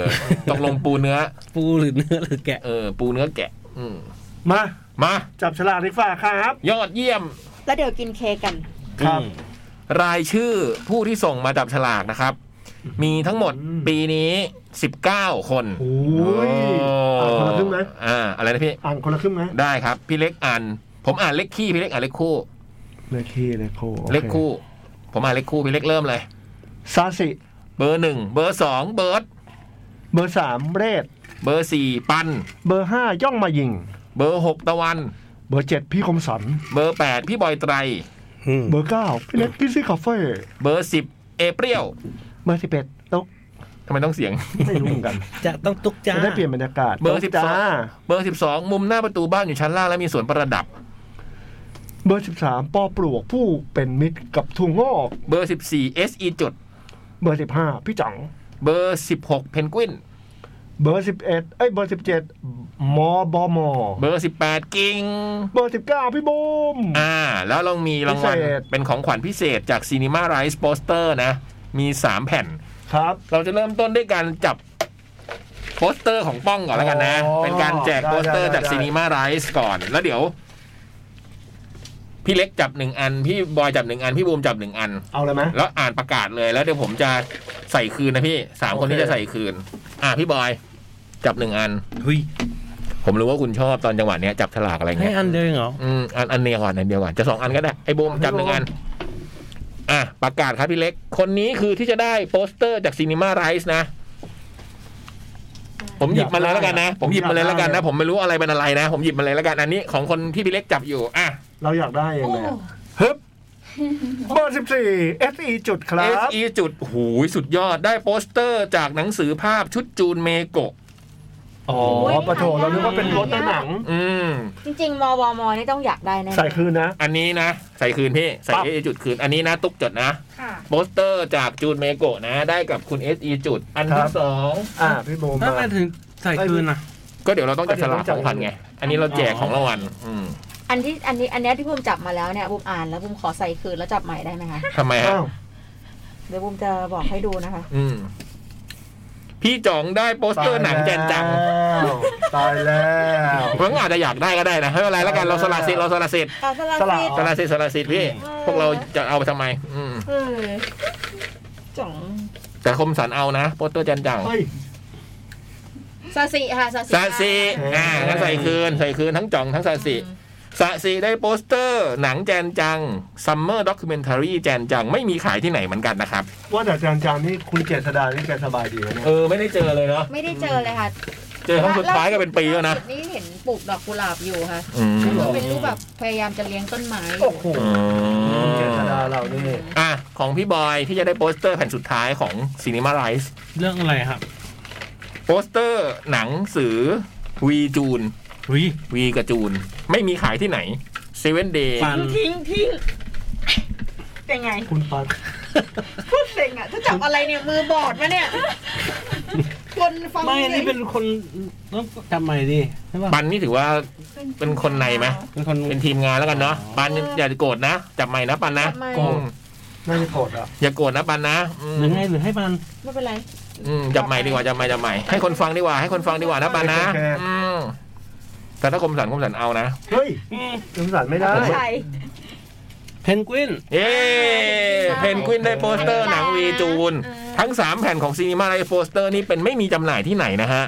Speaker 1: ตกลงปูเนื้อ
Speaker 2: ปูหรือเนื้อหรือแกะ
Speaker 1: เออ ปูเนื้อแกะ อืม
Speaker 3: มา
Speaker 1: มา
Speaker 3: จับฉลากดีกว่าครับ
Speaker 1: ยอดเยี่ยม
Speaker 4: แล้วเดี๋ยวกินเค้กกัน
Speaker 3: ครับ
Speaker 1: รายชื่อผู้ที่ส่งมาจับฉลากนะครับ มีทั้งหมด
Speaker 3: อืม
Speaker 1: ปีนี้ 19 คน
Speaker 3: โอ้ยอ่านคนละครึ่งไหม
Speaker 1: อ่าอะไรนะพี่
Speaker 3: อ่านคนละครึ่งไหม
Speaker 1: ได้ครับ พี่เล็กอ่าน ผมอ่านเล็กขี้พี่เล็กอ่านเล็กคู่
Speaker 3: เลขคี่เลขโค
Speaker 1: เล็กคู่ ผมอ่านเล็กคู่พี่เล็กเริ่มเลย
Speaker 3: ซาสิ
Speaker 1: เบอร์หนึ่งเบอร์สองเบิร์ด
Speaker 3: เบอร์สามเรศ
Speaker 1: เบอร์สี่ปัน
Speaker 3: เบอร์ห้าย่องมายิง
Speaker 1: เบอร์หกตะวัน
Speaker 3: เบอร์เจ็ดพี่คมสัน
Speaker 1: เบอร์แปดพี่บอยไตร
Speaker 3: เบอร์เก้าพี่เล็กพี่ซี่คาเฟ่
Speaker 1: เบอร์สิบเอเปรี้ยว
Speaker 3: เบอร์สิบเอ็ดต๊ก
Speaker 1: ทำไมต้องเสียง
Speaker 3: ไม่รู้เหมือนกัน
Speaker 2: จะต้องตุกจ้า
Speaker 3: จะได้เปลี่ยนบรรยากาศ
Speaker 1: เบอร์สิบสอง
Speaker 3: จ้า
Speaker 1: เบอร์สิบสองมุมหน้าประตูบ้านอยู่ชั้นล่างและมีสวนประดับ
Speaker 3: เบอร์สิบสามปอปลวกผู้เป็นมิตรกับทุงงอก
Speaker 1: เบอร์สิบสี่เอสอีจุด
Speaker 3: เบอร์สิบห้าพี่จัง
Speaker 1: เบอร์สิบหกเพนกวิน
Speaker 3: เบอร์สิบเอ็ดเอ้ยเบอร์สิบเจ็ดมอบอมอ
Speaker 1: เบอร์ 18 กิง
Speaker 3: เบอร์สิบเก้าพี่บูม
Speaker 1: อ่า แล้วเรามีรางวัล
Speaker 3: พิเศษ
Speaker 1: เป็นของขวัญพิเศษจาก Cinema Rise Poster นะ มี 3 แผ่น
Speaker 3: ครับ
Speaker 1: เราจะเริ่มต้นด้วยการจับโปสเตอร์ของป้องก่อนแล้วกันนะ
Speaker 3: อ๋อ
Speaker 1: เป็นการแจกโปสเตอร์
Speaker 3: ได้ได้
Speaker 1: จาก
Speaker 3: ได้
Speaker 1: Cinema Rise ก่อน แล้วเดี๋ยว พี่เล็กจับหนึ่งอัน พี่บอยจับหนึ่งอัน พี่บูมจับหนึ่งอัน
Speaker 3: เอาเลยไหม
Speaker 1: แล้วอ่านประกาศเลย แล้วเดี๋ยวผมจะใส่คืนนะพี่สามคน
Speaker 3: โอเค
Speaker 1: ที่จะใส่คืน อ่าพี่บอย จับหนึ่งอัน
Speaker 2: หุย
Speaker 1: ผมรู้ว่าคุณชอบตอนจังหวะเนี้ยจับฉลากอะไร
Speaker 2: ให้
Speaker 1: เงี้ย
Speaker 2: อันเดียวเองเหรอ
Speaker 1: อืมอันอันเดียวก่อนอันเดียวก่อนจะสองอันก็ได้ไอ้บูมจับหนึ่งอัน อ่ะ ประกาศครับพี่เล็ก คนนี้คือที่จะได้โปสเตอร์จากซีนีมาไรส์นะ ผมหยิบมาเลยแล้วกันนะ ผมหยิบมาเลยแล้วกันนะ ผมไม่รู้อะไรเป็นอะไรนะ ผมหยิบมาเลยแล้วกันอันนี้ของคนที่พี่เล็กจับอยู่ อ่ะ
Speaker 3: เราอยากได้ยังไงอะฮึบเบอร์สิบสี่ SE จุดครับ
Speaker 1: SE จุดหูยสุดยอดได้โปสเตอร์จากหนังสือภาพชุดจูนเมโกะ
Speaker 3: อ๋อ
Speaker 4: โอ้ย
Speaker 3: ปะโถเรานึกว่าเป็นรถหนัง
Speaker 1: อืม
Speaker 4: จริง ๆ มวมนี่ต้องอยากได้แน่ๆ
Speaker 3: ใส่คืนนะ
Speaker 1: อันนี้นะ ใส่คืนพี่ ใส่
Speaker 3: ปั๊บ
Speaker 1: SE จุดคืน อันนี้นะ ตุ๊กจดนะ
Speaker 4: ค่ะ
Speaker 1: โปสเตอร์จากจูนเมโกะนะ ได้กับคุณ SE จุดอัน
Speaker 3: ครั
Speaker 1: ที่
Speaker 3: บ
Speaker 1: สอง
Speaker 3: อ่าพี่โบม
Speaker 2: ทำ
Speaker 3: มา
Speaker 2: ไมถึงใส่คืนอ่ะ
Speaker 1: ก็เดี๋ยวเราต้องจับฉ
Speaker 3: ก็เดี๋ยว
Speaker 1: ลาก
Speaker 3: ต้อง
Speaker 1: ข
Speaker 3: จับ
Speaker 1: องพันไง อันนี้เราแจกของรางวัลอืม
Speaker 4: อันที่อันนี้อันเนี้ยที่บุมจับมาแล้วเนี่ยบุมอ่านแล้วบุมขอใส่คืนแล้วจับใหม่ได้ไหมคะ
Speaker 1: ทำไมฮะ
Speaker 3: อ้าว
Speaker 4: เดี๋ยวบุมจะบอกให้ดูนะคะ
Speaker 1: อืม พี่จ่องได้โปสเตอร์หนังแจนจัง
Speaker 3: แล้วตายแล้ว
Speaker 1: มันก็อาจจะอยากได้ก็ได้นะไม่เป็นไรแล้วกันเราสละสิทธิ์เราสละสิทธิ์
Speaker 4: ตาสลัด
Speaker 3: สลัด
Speaker 1: สละสิท
Speaker 4: ซีด
Speaker 1: ธิ์สละสิทธิ์พี่ พวกเราจะเอาไปทำไม อืม
Speaker 4: เออจ่อง
Speaker 1: แต่คมสันเอานะโปสเตอร์แจนจัง
Speaker 3: เฮ้ย
Speaker 7: ซาซิค่ะซาซิ
Speaker 1: ซาซีอ่างั้นใส่คืน ใส่คืนทั้งจ่องทั้งซาซีซาซีได้โปสเตอร์ หนังแจนจังซัมเมอร์ด็อกิเมนทารีแจนจัง ไม่มีขายที่ไหนเหมือนกันนะครับ
Speaker 3: ว่าแต่จางจางนี่คุณเจษดานี่แกสบายดีนะเนี่ย
Speaker 1: เออ ไม่ได้เจอเลยเนาะ
Speaker 7: ไม่ได้เจอเลยค่ะ
Speaker 1: เจอครั้งสุดท้ายก็เป็นปีแล้ว
Speaker 7: า
Speaker 1: นะ
Speaker 7: สุดนี่เห็นปลูกดอกกุหลาบอยู่ค่ะ
Speaker 1: อืม
Speaker 7: ก็เป็นรูปแบบพยายามจะเลี้ยงต้นไม้อ
Speaker 3: โอ้
Speaker 7: ยู่
Speaker 3: โห
Speaker 1: อื
Speaker 3: คุณเจษ
Speaker 1: ม
Speaker 3: ดาเรานี่
Speaker 1: อ่ะของพี่บอยที่จะได้โปสเตอร์แผ่นสุดท้ายของซีนีมาไลฟ์
Speaker 2: เรื่องอะไรครับ
Speaker 1: โปสเตอร์หนังสือวีจูน
Speaker 2: วิ
Speaker 1: วีกระจูน ไม่มีขายที่ไหนเซเว่นเดย์
Speaker 2: ฟัน
Speaker 7: ทิ้งทิ้งยังไง
Speaker 3: คุณปัน
Speaker 7: พูดเซ็งอ่ะถ้าจับอะไรเนี่ยมือบอดมาเนี่ย คนฟัง
Speaker 2: ไม่
Speaker 7: สียง
Speaker 2: นี่เป็นคนต้องจำใหม่ดิใช่ป่ะ
Speaker 1: ปันนี่ถือว่าเป็นคนในไหม
Speaker 2: เป็นคน
Speaker 1: เป็นทีมงานแล้วกันเนาะปันอย่าโกรธนะ จับใหม่นะปันนะ
Speaker 7: ทำไม
Speaker 3: โกรธน่าจะโกรธอ่ะ
Speaker 1: อย่าโกรธนะปันนะอืม
Speaker 2: หรือไงหรือให้มัน
Speaker 7: ไม่เป็นไร
Speaker 1: อืมจับใหม่ดีกว่าจับใหม่จับใหม่ให้คนฟังดีกว่าให้คนฟังดีกว่านะปันนะอืมแต่ถ้าคมสันคมสันเอานะ
Speaker 3: เฮ้ยสงสารไม่ได้
Speaker 7: ใคร
Speaker 2: เพนกวิน
Speaker 1: เย้เพนกวินได้โปสเตอร์หนังวีจูน
Speaker 7: อ่า
Speaker 1: ทั้ง 3 แผ่นของซีนีมาไลโปสเตอร์นี่เป็นไม่มีจำหน่ายที่ไหนนะฮะ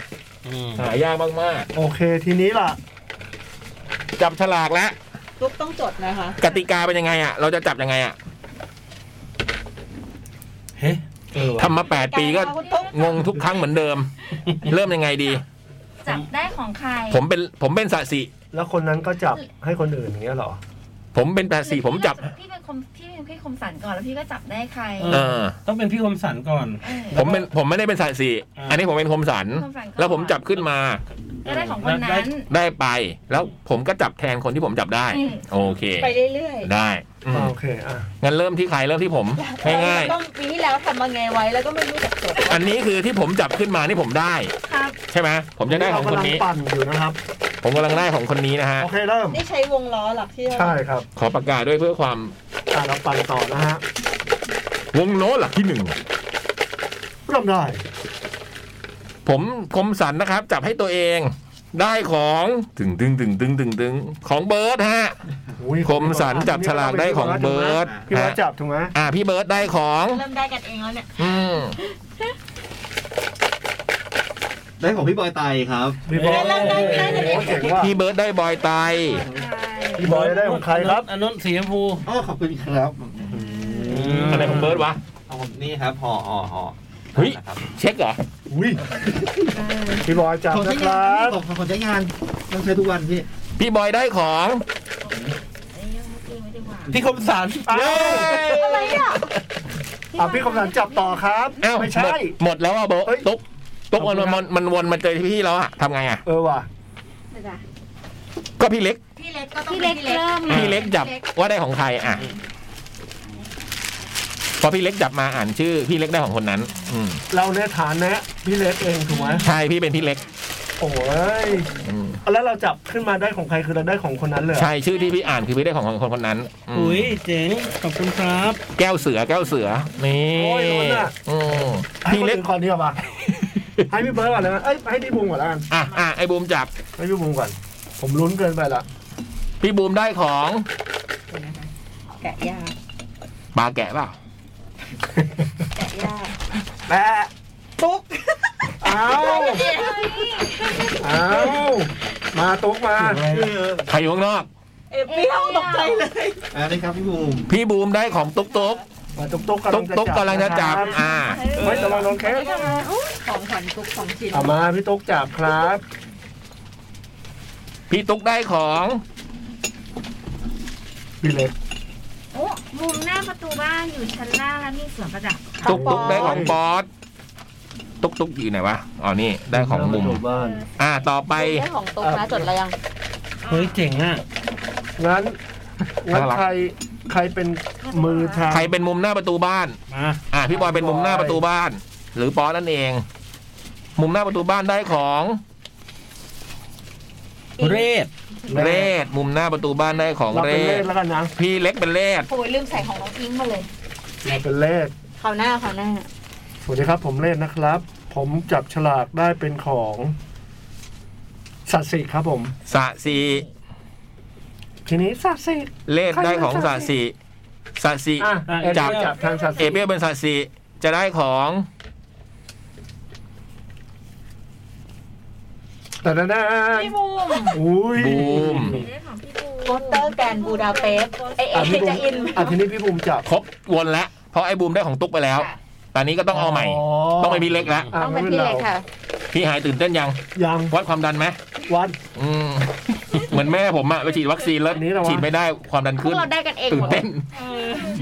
Speaker 1: หายากมาก
Speaker 3: โอเคทีนี้ล่ะ
Speaker 1: ๆ จับฉลากแล้ว
Speaker 7: ทุกต้องจดนะคะ
Speaker 1: กติกาเป็นยังไงอ่ะ เราจะจับยังไงอ่ะ
Speaker 2: เฮ้เออ
Speaker 1: ทำมา 8 ปีก็
Speaker 7: ทุก
Speaker 1: งงทุกครั้งเหมือนเดิม เริ่มยังไงดี
Speaker 8: จับได้ของใคร
Speaker 1: ผมเป็นผมเป็นสะสิ
Speaker 3: แล้วคนนั้นก็จับให้คนอื่นอย่างเงี้ยเหรอ
Speaker 1: ผมเป็นสะสิผมจับ
Speaker 8: พี่เป็นคมพี่เป็นพี่คมสันก่อนแล้วพี่ก็จับได้ใคร
Speaker 1: เออ
Speaker 2: ต้องเป็นพี่คมสันก่อน
Speaker 8: เออ
Speaker 1: ผมเป็นผมไม่ได้เป็นสะสิ
Speaker 2: อ่า
Speaker 1: อันนี้ผมเป็นคมสัน
Speaker 8: คมสันก่อน
Speaker 1: แล้วผมจับขึ้นมา
Speaker 8: ก็ได้ของคนนั้น
Speaker 1: ได้ไป แล้วผมก็จับแทนคนที่ผมจับได้
Speaker 8: อืม
Speaker 1: โอเค
Speaker 7: ไปเรื่อยๆ
Speaker 1: ได้อืม
Speaker 3: อ่าโอเคอ่ะ
Speaker 1: งั้นเริ่มที่ใครเริ่มที่ผมง่าย
Speaker 7: ต้องปีที่แล้วทำมาไงไว้แล้วก็ไม่รู้จักจด
Speaker 1: ๆอันนี้คือที่ผมจับขึ้นมานี่ผมได้
Speaker 8: ครับ
Speaker 1: ใช่ไหมผมจะได้ของคนนี้
Speaker 3: เรากำลัปั่นอยู่นะครับ
Speaker 1: ผมกำลังได้ของคนนี้นะฮะ
Speaker 3: โอเคเริ่ม
Speaker 7: ได้ใช้วงล้อหลักที่
Speaker 3: ใช่ครับ
Speaker 1: ขอประกาศด้วยเพื่อความ
Speaker 3: อ่ะเราปั่นต่อนะฮะ
Speaker 1: วงโน้ตหลักที่หนึ่ง
Speaker 3: เริ่มได้
Speaker 1: ผมคมสันนะครับ จับให้ตัวเองได้ของตึงตึงตึงตึงตึงตึงของเบิร์ดฮะ
Speaker 3: อุ๊ย
Speaker 1: คมสันจับฉลากได้ของเบิร์ด
Speaker 3: พี่ว่า
Speaker 1: ฮะ
Speaker 3: จับถูกไหม
Speaker 1: อ่าพี่เบิร์ดได้ของ
Speaker 7: เริ่มได้กันเองแล้วเนี่ย
Speaker 1: อืม
Speaker 5: ได้ของพี่บอยไตครับ
Speaker 3: พี่บอย
Speaker 2: เริ่มได้ใคร
Speaker 3: โอ้โหเจ๋งว่ะ
Speaker 1: พี่เบิร์ดได้บอยไต
Speaker 3: พี่บอยได้ของใครครับ
Speaker 2: อันนั้นสีชมพู
Speaker 5: อ๋อขอบคุณครับ
Speaker 2: ม
Speaker 1: อะไรของเบิร์ดวะ
Speaker 5: เอาผมนี่ครับห่อห่อห่อ
Speaker 1: เฮ้ย
Speaker 5: นะครับ
Speaker 1: เช็คเหรอ
Speaker 3: อุ้ยพี่บอยจับ
Speaker 5: ของ
Speaker 3: นะ
Speaker 5: ใช้
Speaker 3: ค
Speaker 5: งา
Speaker 3: รั
Speaker 5: น
Speaker 3: บ
Speaker 5: ของของใช้งานต้องใช้ทุกวันพี่
Speaker 1: พี่บอยได้ของ
Speaker 2: พี่คมสัน
Speaker 1: เย้
Speaker 3: อ่ะพี่คมสันจับต่อครับ
Speaker 1: อ้าว
Speaker 3: ไม่ใช่
Speaker 1: หดหมดแล้วอ่ะโบะ
Speaker 3: เฮ้ย
Speaker 1: ตุ๊กตุ๊ก
Speaker 3: ข
Speaker 1: มั
Speaker 3: อบ
Speaker 1: น
Speaker 3: คุณครับ
Speaker 1: มันมันวนมาเจอที่พี่แล้วอ่ะทำไงอ่ะ
Speaker 3: เออว่ะ
Speaker 1: ก็พี่เล็ก
Speaker 7: พี่เล็กก็ต้อง
Speaker 4: พี่เล็กเริ่ม
Speaker 1: พี่เล็กจับว่าได้ของใครอ่ะพอพี่เล็กจับมาอ่านชื่อ พี่เล็กได้ของคนนั้น อืม
Speaker 3: เราในฐานะพี่เล็กเองถูกไหม
Speaker 1: ใช่พี่เป็นพี่เล็ก
Speaker 3: โอ้ย
Speaker 1: อืม
Speaker 3: แล้วเราจับขึ้นมาได้ของใครคือเราได้ของคนนั้นเลยเหรอ
Speaker 1: ใช่ชื่อที่พี่อ่านคือพี่ได้ของคนคนคนนั้นอืม
Speaker 2: อุ้ยเจ๋ง ขอบคุณครับ
Speaker 1: แก้วเสือแก้วเสือนี่
Speaker 3: โอ้ยล้นอ่ะ
Speaker 1: อืม
Speaker 3: ให้
Speaker 1: พี่
Speaker 3: คน
Speaker 1: เล็ก
Speaker 3: อื่นก่อนดีก ว่าปะให้พี่เบิร์ดก่อนเลยนะเอ้ยให้พี่บูมก่อนแล้วกัน
Speaker 1: อ่ะอ่ะไอ้บูมจับ
Speaker 3: ให้พี่บูมก่อน ผมลุ้นเกินไปละ
Speaker 1: พี่บูมได้ของ
Speaker 7: แกะยาก
Speaker 1: ปลาแกะเปล่า
Speaker 7: แกะยาก
Speaker 3: แปะ
Speaker 7: ตุ๊ก
Speaker 3: อ้าวอ้าวมาตุ๊กมา
Speaker 1: ใครอยู่ข้างนอก
Speaker 7: เอฟพี่ต้องตกใจเลย
Speaker 5: อ่าได้ครับพี่บูม
Speaker 1: พี่บูมได้ของตุ๊กตุ๊ก
Speaker 3: มาตุ๊กตุ๊ก
Speaker 1: ตุ๊กตุ๊กกำลังจะจับ อ่า
Speaker 3: ไม่ระวังโดนแค่
Speaker 7: ของขวัญตุ๊กของชิ้น
Speaker 3: เอามาพี่ตุ๊กจับครับ
Speaker 1: พี่ตุ๊กได้ของ
Speaker 3: พี่เล็ก
Speaker 8: โอ้มุมหน้าประตูบ้านอยู่ชั้นล่างแล้วมีสวนประดับ
Speaker 1: ตุ๊กตุ๊กได้ของบอสตุ๊กตุ๊กอยู่ไหนวะอ๋อนี่ได้ของมุม
Speaker 3: บ้าน
Speaker 1: อ่าต่อไป
Speaker 4: ได้ของตุ๊กนะจดแล้วยัง
Speaker 2: เฮ้ยเจ๋งอ่ะ
Speaker 3: งั้นงั้น
Speaker 1: น่ารัก
Speaker 3: ใครใครเป็นมือทาง
Speaker 1: ใครเป็นมุมหน้าประตูบ้าน
Speaker 2: มา
Speaker 1: อ่าพี่บอยเป็นมุมหน้าประตูบ้าน หรือป๊อสนั่นเอง มุมหน้าประตูบ้านได้ของ
Speaker 2: เรศ
Speaker 1: เรศมุมหน้าประตูบ้านได้ของ
Speaker 3: เรา
Speaker 1: เร
Speaker 3: เป็นเล
Speaker 1: ศ
Speaker 3: ขแล้วกันนะ
Speaker 1: พี่เล็กเป็นเรศ
Speaker 7: โอ้ยลืมใส่ของน้องอิงมาเลย
Speaker 3: เราเป็นเลข
Speaker 4: ข่าวหน้าข่าวหน้า
Speaker 3: สวัสดีครับ ผมเลขนะครับ ผมจับฉลากได้เป็นของสัตว์สิครับผม
Speaker 1: สะสี
Speaker 3: ทีนี้สัตว์สิ
Speaker 1: เรศได้ของสะสีสะสี
Speaker 3: อ่ะเอเบ
Speaker 1: จับ
Speaker 3: ลจับทางสัตว์
Speaker 1: เอ
Speaker 3: สิ
Speaker 1: เบียเป็นสะสีจะได้ของ
Speaker 3: แต่นานา
Speaker 8: พี่บูม
Speaker 3: อุ้ย
Speaker 1: บูม
Speaker 8: เรื่องของพี่บูม
Speaker 4: โปสเตอร์แกรนด์บูดาเปสต์ไอเอ
Speaker 3: อ่ะ
Speaker 4: ไอ
Speaker 3: พี่บู
Speaker 4: จะ
Speaker 3: ม
Speaker 4: อิน
Speaker 3: อ่ะทีนี้พี่บูมจับ
Speaker 1: ครบวนแล้วเพราะไอ้บูมได้ของตุ๊กไปแล้ว
Speaker 4: ค่ะ
Speaker 1: ตอนนี้ก็ต้องเอาใหม่ ต้องไปพี่เล็กแล้ว
Speaker 3: ะ
Speaker 4: ต้องเป็น
Speaker 3: ไม่
Speaker 4: พี่
Speaker 3: รา
Speaker 4: เลยค่ะ
Speaker 1: พี่หายตื่นเต้นยัง
Speaker 3: ยัง
Speaker 1: วัดความดันไหม
Speaker 3: วัด
Speaker 1: อืม เหมือนแม่ผมอะไปฉีดวัคซีนแล้ว
Speaker 3: อันนี้เหรอวะ
Speaker 1: ฉีดไม่ได้ความดัน
Speaker 4: พว
Speaker 1: ขึ้
Speaker 4: ก
Speaker 1: น
Speaker 4: เราได้กันเอง
Speaker 1: ตื่
Speaker 4: ห
Speaker 1: น
Speaker 4: มด
Speaker 1: เต้น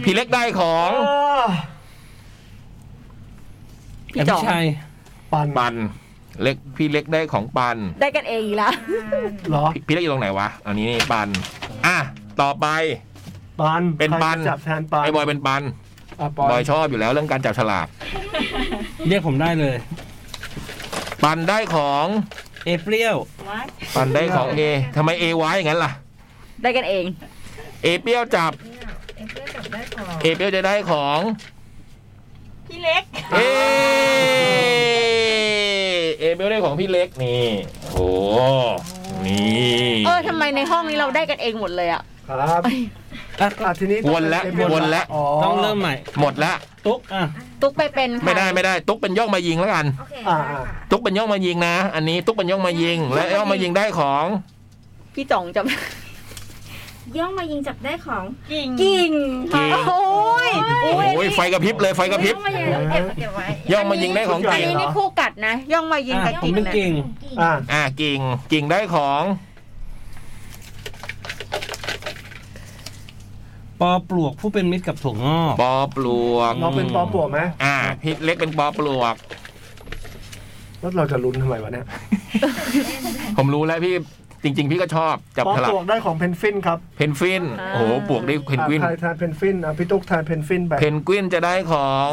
Speaker 1: พี่เล็กได้ของ
Speaker 4: พี่จอง
Speaker 2: ชัย
Speaker 3: ปัน
Speaker 1: ปัน เล็กพี่เล็กได้ของปัน
Speaker 4: ได้กันเองอีกแล้ว
Speaker 3: เหรอ
Speaker 1: พี่พี่เล็กอยู่ตรงไหนวะ อันนี้นี่ปัน อ่ะ ต่อไป
Speaker 3: ปัน
Speaker 1: เป็นปัน
Speaker 3: ใครจะจับแทนปัน
Speaker 1: ไอ้บอยเป็นปัน
Speaker 3: อ่ะป
Speaker 1: บ
Speaker 3: อ
Speaker 1: อย ยชอบอยู่แล้วเรื่องการจับฉลาก
Speaker 2: เรียกผมได้เลย
Speaker 1: ปันได้ของ
Speaker 2: เอเปรี้ยว
Speaker 8: วัด
Speaker 1: ปันได้ของเอทำไมเอไว้อย่างนั้นล่ะ
Speaker 4: ได้กันเอง
Speaker 1: เอเปรี้ยวจับ
Speaker 8: เนี่ยเอ็มเพื่อนจับได้ก่อน
Speaker 1: เอเปรี้ยวจะได้ของ
Speaker 8: พี่เล็ก
Speaker 1: เอเอเปรี้ยวได้ของพี่เล็กนี่ โอ้โหนี่
Speaker 4: เออทำไมในห้องนี้เราได้กันเองหมดเลยอ่ะ
Speaker 3: ครับอ่ะทีนี้
Speaker 1: วนแล้ววนแล้ว
Speaker 3: อ๋อ
Speaker 2: ต้องเริ่มใหม่
Speaker 1: หมดแล้ว
Speaker 2: ตุ๊กอ่ะ
Speaker 4: ตุ๊กไปเป็นค่ะ
Speaker 1: ไม่ได้ไม่ได้ ตุ๊กเป็นย่องมายิงแล้วกัน
Speaker 8: โอเค
Speaker 3: อ่า
Speaker 8: ค่ะ
Speaker 1: ตุ๊กเป็นย่องมายิงนะ อันนี้ตุ๊กเป็นย่องมายิง และย่องมายิงได้ของ
Speaker 4: พี่จ่องจะ
Speaker 8: ย่องมายิงจับได้ของ
Speaker 7: กิ่ง
Speaker 4: กิ่งค่ะ
Speaker 1: กิ่ง
Speaker 4: โอ้ย
Speaker 1: โอ้ยไฟกระพริบเลยไฟกระพริบ
Speaker 8: ย่องมายิงเก็บเก็บไว้
Speaker 1: ย่องมายิงได้ของ
Speaker 4: อัน
Speaker 1: กิ่ง
Speaker 4: นี้นี่คู่กัดนะ ย่องมายิงกับ
Speaker 2: อ่ะ
Speaker 4: กิ่ง
Speaker 2: ผมเป็น
Speaker 4: นะ
Speaker 2: กิ่ง
Speaker 8: กิ่ง
Speaker 3: อ่ะ
Speaker 1: อ่ากิ่งกิ่งได้ของ
Speaker 2: ปอปลวกผู้เป็นมิตรกับถั่วงอก
Speaker 1: ปอปลวก
Speaker 3: น้องเป็นปอปวกไหม
Speaker 1: อ่าพี่เล็กเป็นปอปลวก
Speaker 3: แล้วเราจะลุ้นทำไมวะเนี่ย
Speaker 1: ผมรู้แล้วพี่จริง ๆ พี่ก็ชอบจับ
Speaker 3: ปอ
Speaker 1: ฉลา
Speaker 3: ป
Speaker 1: ก
Speaker 3: วกได้ของเพนฟินครับ
Speaker 1: เพนฟิน โอ้โหปลวกได้เพนกวิน
Speaker 3: อ่ะใครทานเพนฟินอ่ะพี่ตุ๊กทานเพนฟินไป
Speaker 1: เพนกวินจะได้ของ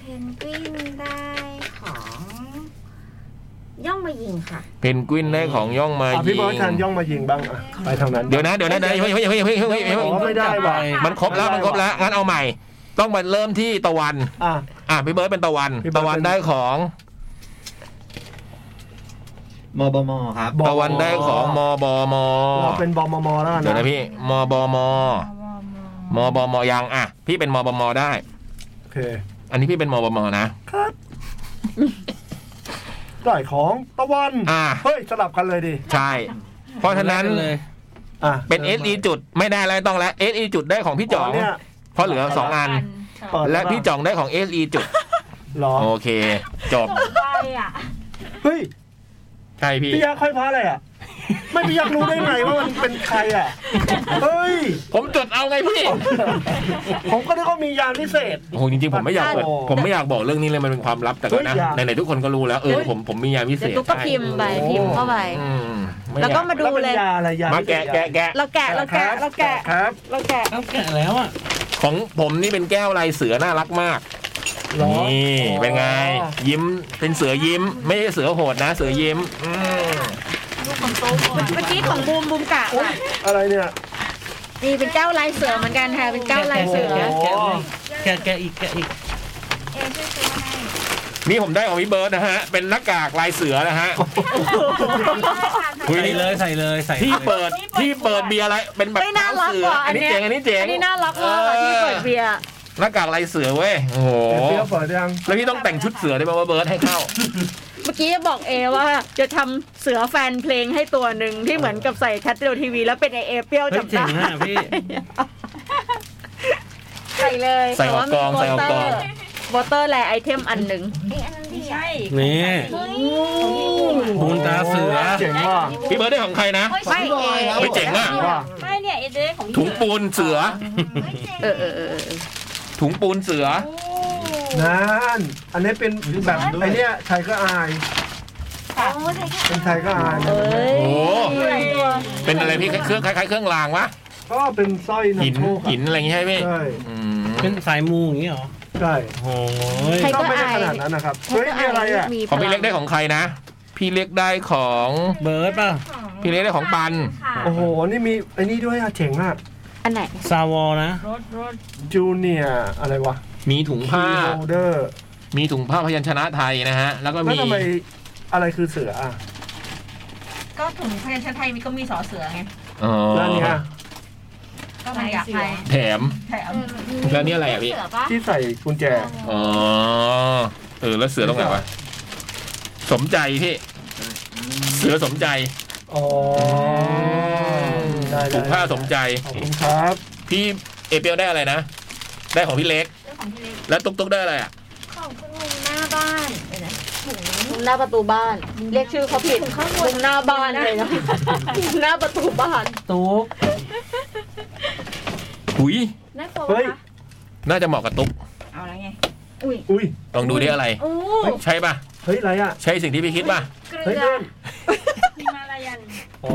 Speaker 8: เพนกวินได้ของ ย่องมายิงค่ะ
Speaker 1: เพนกวินได้ของย่องมา
Speaker 3: อ่ะ
Speaker 1: ยิ
Speaker 3: พี่บอยทานย่องมายิงบ้างอ่ะไปทางนั้น
Speaker 1: เดี๋ยวนะเดี๋ยวนะเดี๋ยวเฮ้ยเฮ้ยเฮ้ยเฮ้ยเฮ้ยเฮ้ย
Speaker 3: อ๋
Speaker 1: เฮ้ย
Speaker 3: อไม่ได้ว่ะ
Speaker 1: มันครบแล้วมันครบแล้วงั้นเอาใหม่ ต้องมาเริ่มที่ตะวัน
Speaker 3: อ่ะ
Speaker 1: อ่ะพี่เบิร์ดเป็นตะวัน
Speaker 3: พี่เบิร์
Speaker 1: ตะ
Speaker 3: ด
Speaker 1: วันได้ของ
Speaker 5: มบมครับ
Speaker 3: บ
Speaker 1: ตะวันได้ของมบม
Speaker 3: เราเป็นบมมแล้วกั
Speaker 1: เดี๋ยวน นะ
Speaker 3: นะ
Speaker 1: พี่มบมมบมยังอ่ะ พี่เป็นมบมได้
Speaker 3: โอเค
Speaker 1: อันนี้พี่เป็นมบมนะ
Speaker 3: ครับได้ของตะวัน
Speaker 1: อ่า
Speaker 3: เฮ้ยสลับกันเลยดิ
Speaker 1: ใช่ เพราะฉะนั้น
Speaker 2: เลย
Speaker 3: อ่ะ
Speaker 1: เป็น s อจุดไม่ได้แล้วต้องแล้วเอสจุดได้ของพี่จ่อง
Speaker 3: เนี่ย
Speaker 1: เพราะเหลือสองอัน
Speaker 3: เปิด
Speaker 1: และพี่จ่องได้ของ s อจุด
Speaker 3: หรอ
Speaker 1: โอเค จบ
Speaker 8: ไปอ่ะ
Speaker 3: เฮ้ย
Speaker 1: ใช่พี่
Speaker 3: พี่ยักษ์ค่อยพาอะไรอ่ะ ไม่พี่ยักษ์รู้ได้ไงว่ามันเป็นใครอ่ะเฮ้ย
Speaker 1: ผมจดเอาไงพี่
Speaker 3: ผมก็นึกว่ามียานพิเศษ
Speaker 1: โอ้โหจริงๆ ผมไม่อยากเปิด
Speaker 3: โอ้
Speaker 1: ผมไม่อยากบอกเรื่องนี้เลยมันเป็นความลับแต่ก็นะ
Speaker 3: เฮ้ยอย่า
Speaker 1: ไหนๆทุกคนก็รู้แล้วเออผมผมมียาพิเศ
Speaker 4: เดี๋ย
Speaker 1: ษ
Speaker 4: วตุ๊กก็พิมพ์ไปพิมพ์เข้าไป
Speaker 1: ให้อืมไ
Speaker 4: แล้วก็
Speaker 1: อย
Speaker 4: มาดู
Speaker 3: แวเป็น
Speaker 4: เลย
Speaker 3: ยาอะไรยา
Speaker 1: าม มาแกะแกะแกะ
Speaker 4: เราแกะเราแกะเราแกะ
Speaker 3: ครับ
Speaker 4: เราแกะ
Speaker 2: เอาแกะแล้วอ่ะ
Speaker 1: ของผมนี่เป็นแก้วลายเสือน่ารักมาก
Speaker 3: หรอ
Speaker 1: นี่เป็นไง ยิ้มเป็นเสือยิ้ม ไม่ใช่เสือโหดนะ เสือยิ้มอืม
Speaker 4: เมื่อกี้ของบูมบูมกะ
Speaker 3: อุ๊ยอะไรเนี่ย
Speaker 4: นี่เป็นเจ้าลายเสือเหมือนกันค่ะเป็นเจ้าลายเสือ
Speaker 2: แกะแกะเลยแกะแกะอีกแกะอีก
Speaker 8: เอช่วยซื้อให้
Speaker 1: นี่ผมได้ของพี่เบิร์ดนะฮะ เป็นหน้ากากลายเสือนะฮะ
Speaker 2: ใส่เลยใส่เลยใส่
Speaker 1: ที่
Speaker 2: ลย
Speaker 1: เปิดที่เปิดเบียร์อะไรเป็นแบบ
Speaker 4: เฮ้ยน่ารัก
Speaker 1: เท้เสือ
Speaker 4: ว่ะอั
Speaker 1: อัน
Speaker 4: น
Speaker 1: นี้
Speaker 4: เนี้ย
Speaker 1: เจ๋งอันนี้เจ๋ง
Speaker 4: อันนี้น่ารักมากอะที่เปิดเบียร์
Speaker 1: หน้ากากลายเสือเว้ยโอ้โห
Speaker 3: เปรี้ยวเปิดยัง
Speaker 1: แล้วพี่ต้องแต่งชุดเสือได้ป่าวะเบิร์ดให้เข้า
Speaker 4: เมื่อกี้บอกเอว่าจะทำเสือแฟนเพลงให้ตัวหนึ่งที่เหมือนกับใส่แคทเดียวทีวี แล้วเป็นไอเอเปรี้ยว
Speaker 2: เฮ้ย
Speaker 4: จับ
Speaker 2: เจ๋
Speaker 4: ได้
Speaker 2: งอ่ะพี่
Speaker 4: ใส่เลย
Speaker 1: ใส่ออกกองใส่ออกกอง
Speaker 4: วอเตอร์แลไอเทมอันหนึ่ง
Speaker 8: เอ้อันนั้นดี
Speaker 7: ใช่
Speaker 2: นี่ บูนตาเสือ
Speaker 3: เจ๋งว่ะ
Speaker 1: พี่เบิร์ดได้ของใครนะ
Speaker 4: ไม่เอ
Speaker 1: เฮ้ยเจ๋งอะ
Speaker 3: ว่ะ
Speaker 7: ไม่เนี่ยเอเดของ
Speaker 1: ถุงปูนเสือ
Speaker 4: เออเออเออเออ
Speaker 1: ถุงปูนเสือ
Speaker 3: นั่น อันนี้เป็นแบบไอเนี้ยไทยก็อาย
Speaker 8: โอ้ใช่ค่ะ
Speaker 3: เป็นไทยก็อาย
Speaker 4: เอ้ย
Speaker 1: โอ้โห
Speaker 4: ตัว
Speaker 1: เป็นอะไรพี่เครื่องคล้ายๆเครื่องรางวะ
Speaker 3: ก็เป็นสร้อย
Speaker 1: หิน
Speaker 3: นำโชคอะ
Speaker 1: หินอะไรอย่างงี้ใช่ไหมพี่
Speaker 3: ใช่
Speaker 1: อืม
Speaker 2: เป็นสายมูอย่างงี้เหรอ
Speaker 3: ใช่
Speaker 2: โอ้ย
Speaker 4: ใคร
Speaker 3: ก็
Speaker 4: ก็
Speaker 3: ไม่ได้
Speaker 4: อา
Speaker 3: ข
Speaker 4: ย
Speaker 3: นาดนั้นนะครับ
Speaker 4: ใคร
Speaker 3: เฮ้ย
Speaker 4: ก็
Speaker 3: นี่
Speaker 4: อา
Speaker 3: อะไร
Speaker 4: ย
Speaker 3: อ่ะ
Speaker 4: มีพ
Speaker 1: ของ
Speaker 4: ลั
Speaker 1: พี่เล็กได้ของใครนะ พี่เล็กได้ของ
Speaker 2: เบิร์ดป่ะ
Speaker 1: พี่เล็กได้ของปัน
Speaker 8: ค่ะ
Speaker 3: โอ้โห นี่มีไอ้นี่ด้วยอ่ะเจ๋งอ่ะ
Speaker 4: อันไหน
Speaker 2: ซาวอนะ
Speaker 7: รถรถ
Speaker 3: จูเนียอะไรวะ
Speaker 1: มีถุงผ้า
Speaker 3: โฮเดอร์
Speaker 1: มีถุงผ้าพยัญชนะไทยนะฮะ แล้วก็
Speaker 3: แล้ว
Speaker 1: มี
Speaker 3: ทำไมอะไรคือเสืออ่ะ
Speaker 7: ก็ถุงพยัญชนะไทยมีก็มีสอเสือไง
Speaker 1: อ๋อ
Speaker 3: แล้วเนี่ย
Speaker 7: ก็มันอยากไทย
Speaker 1: แถม
Speaker 7: แถม
Speaker 1: แล้วนี่อะไรอ่ะพี่
Speaker 8: เสือปะ
Speaker 3: ที่ใส่กุญแจ
Speaker 1: อ๋อ เออ แล้วเสือตรงไหนวะ สมใจพี่เสือสมใจ
Speaker 3: อ๋อได้
Speaker 1: ถุงผ้า
Speaker 3: ได้
Speaker 1: สมใจ
Speaker 3: ขอบคุณครับ
Speaker 1: พี่เอเปียวได้อะไรนะ ได้ของพี่เล็ก
Speaker 8: เรื่องของพี่เล็ก
Speaker 1: แล้วตุ๊กตุ๊กได้อะไรอ่ะ
Speaker 8: ของคุณลุงหน้าบ้านเดี๋ยวนะถุง
Speaker 4: มุมหน้าประตูบ้าน เรียกชื่อเขาผิด
Speaker 8: ถุงข้าว
Speaker 4: มุมหน้าบ้านเลยนะมุมหน้าประตูบ้าน
Speaker 2: ตุ๊ก
Speaker 1: หุย
Speaker 8: น่ากลัว
Speaker 3: เฮ้ย
Speaker 8: ปะคะ
Speaker 1: น่าจะเหมาะกับตุ๊ก
Speaker 8: เอาแล้วไง อุ้ย
Speaker 3: อุ้ย
Speaker 1: ลองดูดิอะไร
Speaker 8: อู้
Speaker 1: ใช่ป่ะ
Speaker 3: เฮ้ยอะไรอ่ะ
Speaker 1: ใช่สิ่งที่พี่คิดป่ะ
Speaker 8: เกลื
Speaker 3: เฮ้ย
Speaker 8: อ
Speaker 3: เพื่อน
Speaker 8: ฮิมาลายัน
Speaker 3: อ๋อ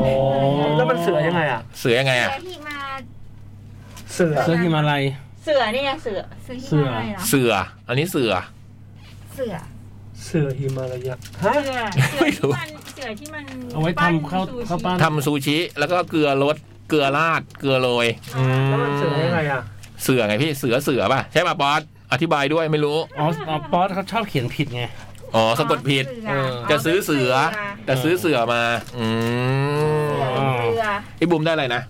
Speaker 3: แล้วมันเสือยังไงอ่ะ
Speaker 1: เสือยังไง
Speaker 8: เกลือ
Speaker 1: อ่ะ
Speaker 8: ฮิมา
Speaker 3: เสือ
Speaker 2: เสื้อหิมาลัย
Speaker 4: เสือนี่ไงเสือ
Speaker 8: เสือ
Speaker 2: เสื
Speaker 8: ฮิ
Speaker 2: อ
Speaker 8: มาลายันเหรอ
Speaker 1: เสือ อันนี้เสือ
Speaker 8: เสือ
Speaker 3: เสือหิมาลายะฮะ
Speaker 9: เสือ
Speaker 1: ไม่รู้
Speaker 9: เสือที่มัน
Speaker 2: เอาไว้ทำข้าวข้าวปั้น
Speaker 1: ทำซูชิ แล้วก็เกลือรสเกลือราด เกลือโรยอืม
Speaker 3: แล้วมันเสือยังไงอ่ะ
Speaker 1: เสือไงพี่ เสือเสือป่ะ ใช่ป่ะบอสอธิบายด้วยไม่รู้
Speaker 2: อ๋ออ๋อป๊อตเขาชอบเขียนผิดไง
Speaker 1: อ๋อสะกดผิด
Speaker 8: เสื
Speaker 2: เออ
Speaker 1: จะซื้อเสือ แต่ซื้อเสือมา อืม
Speaker 8: เสือ
Speaker 1: ไอ้บุมได้อะไรนะ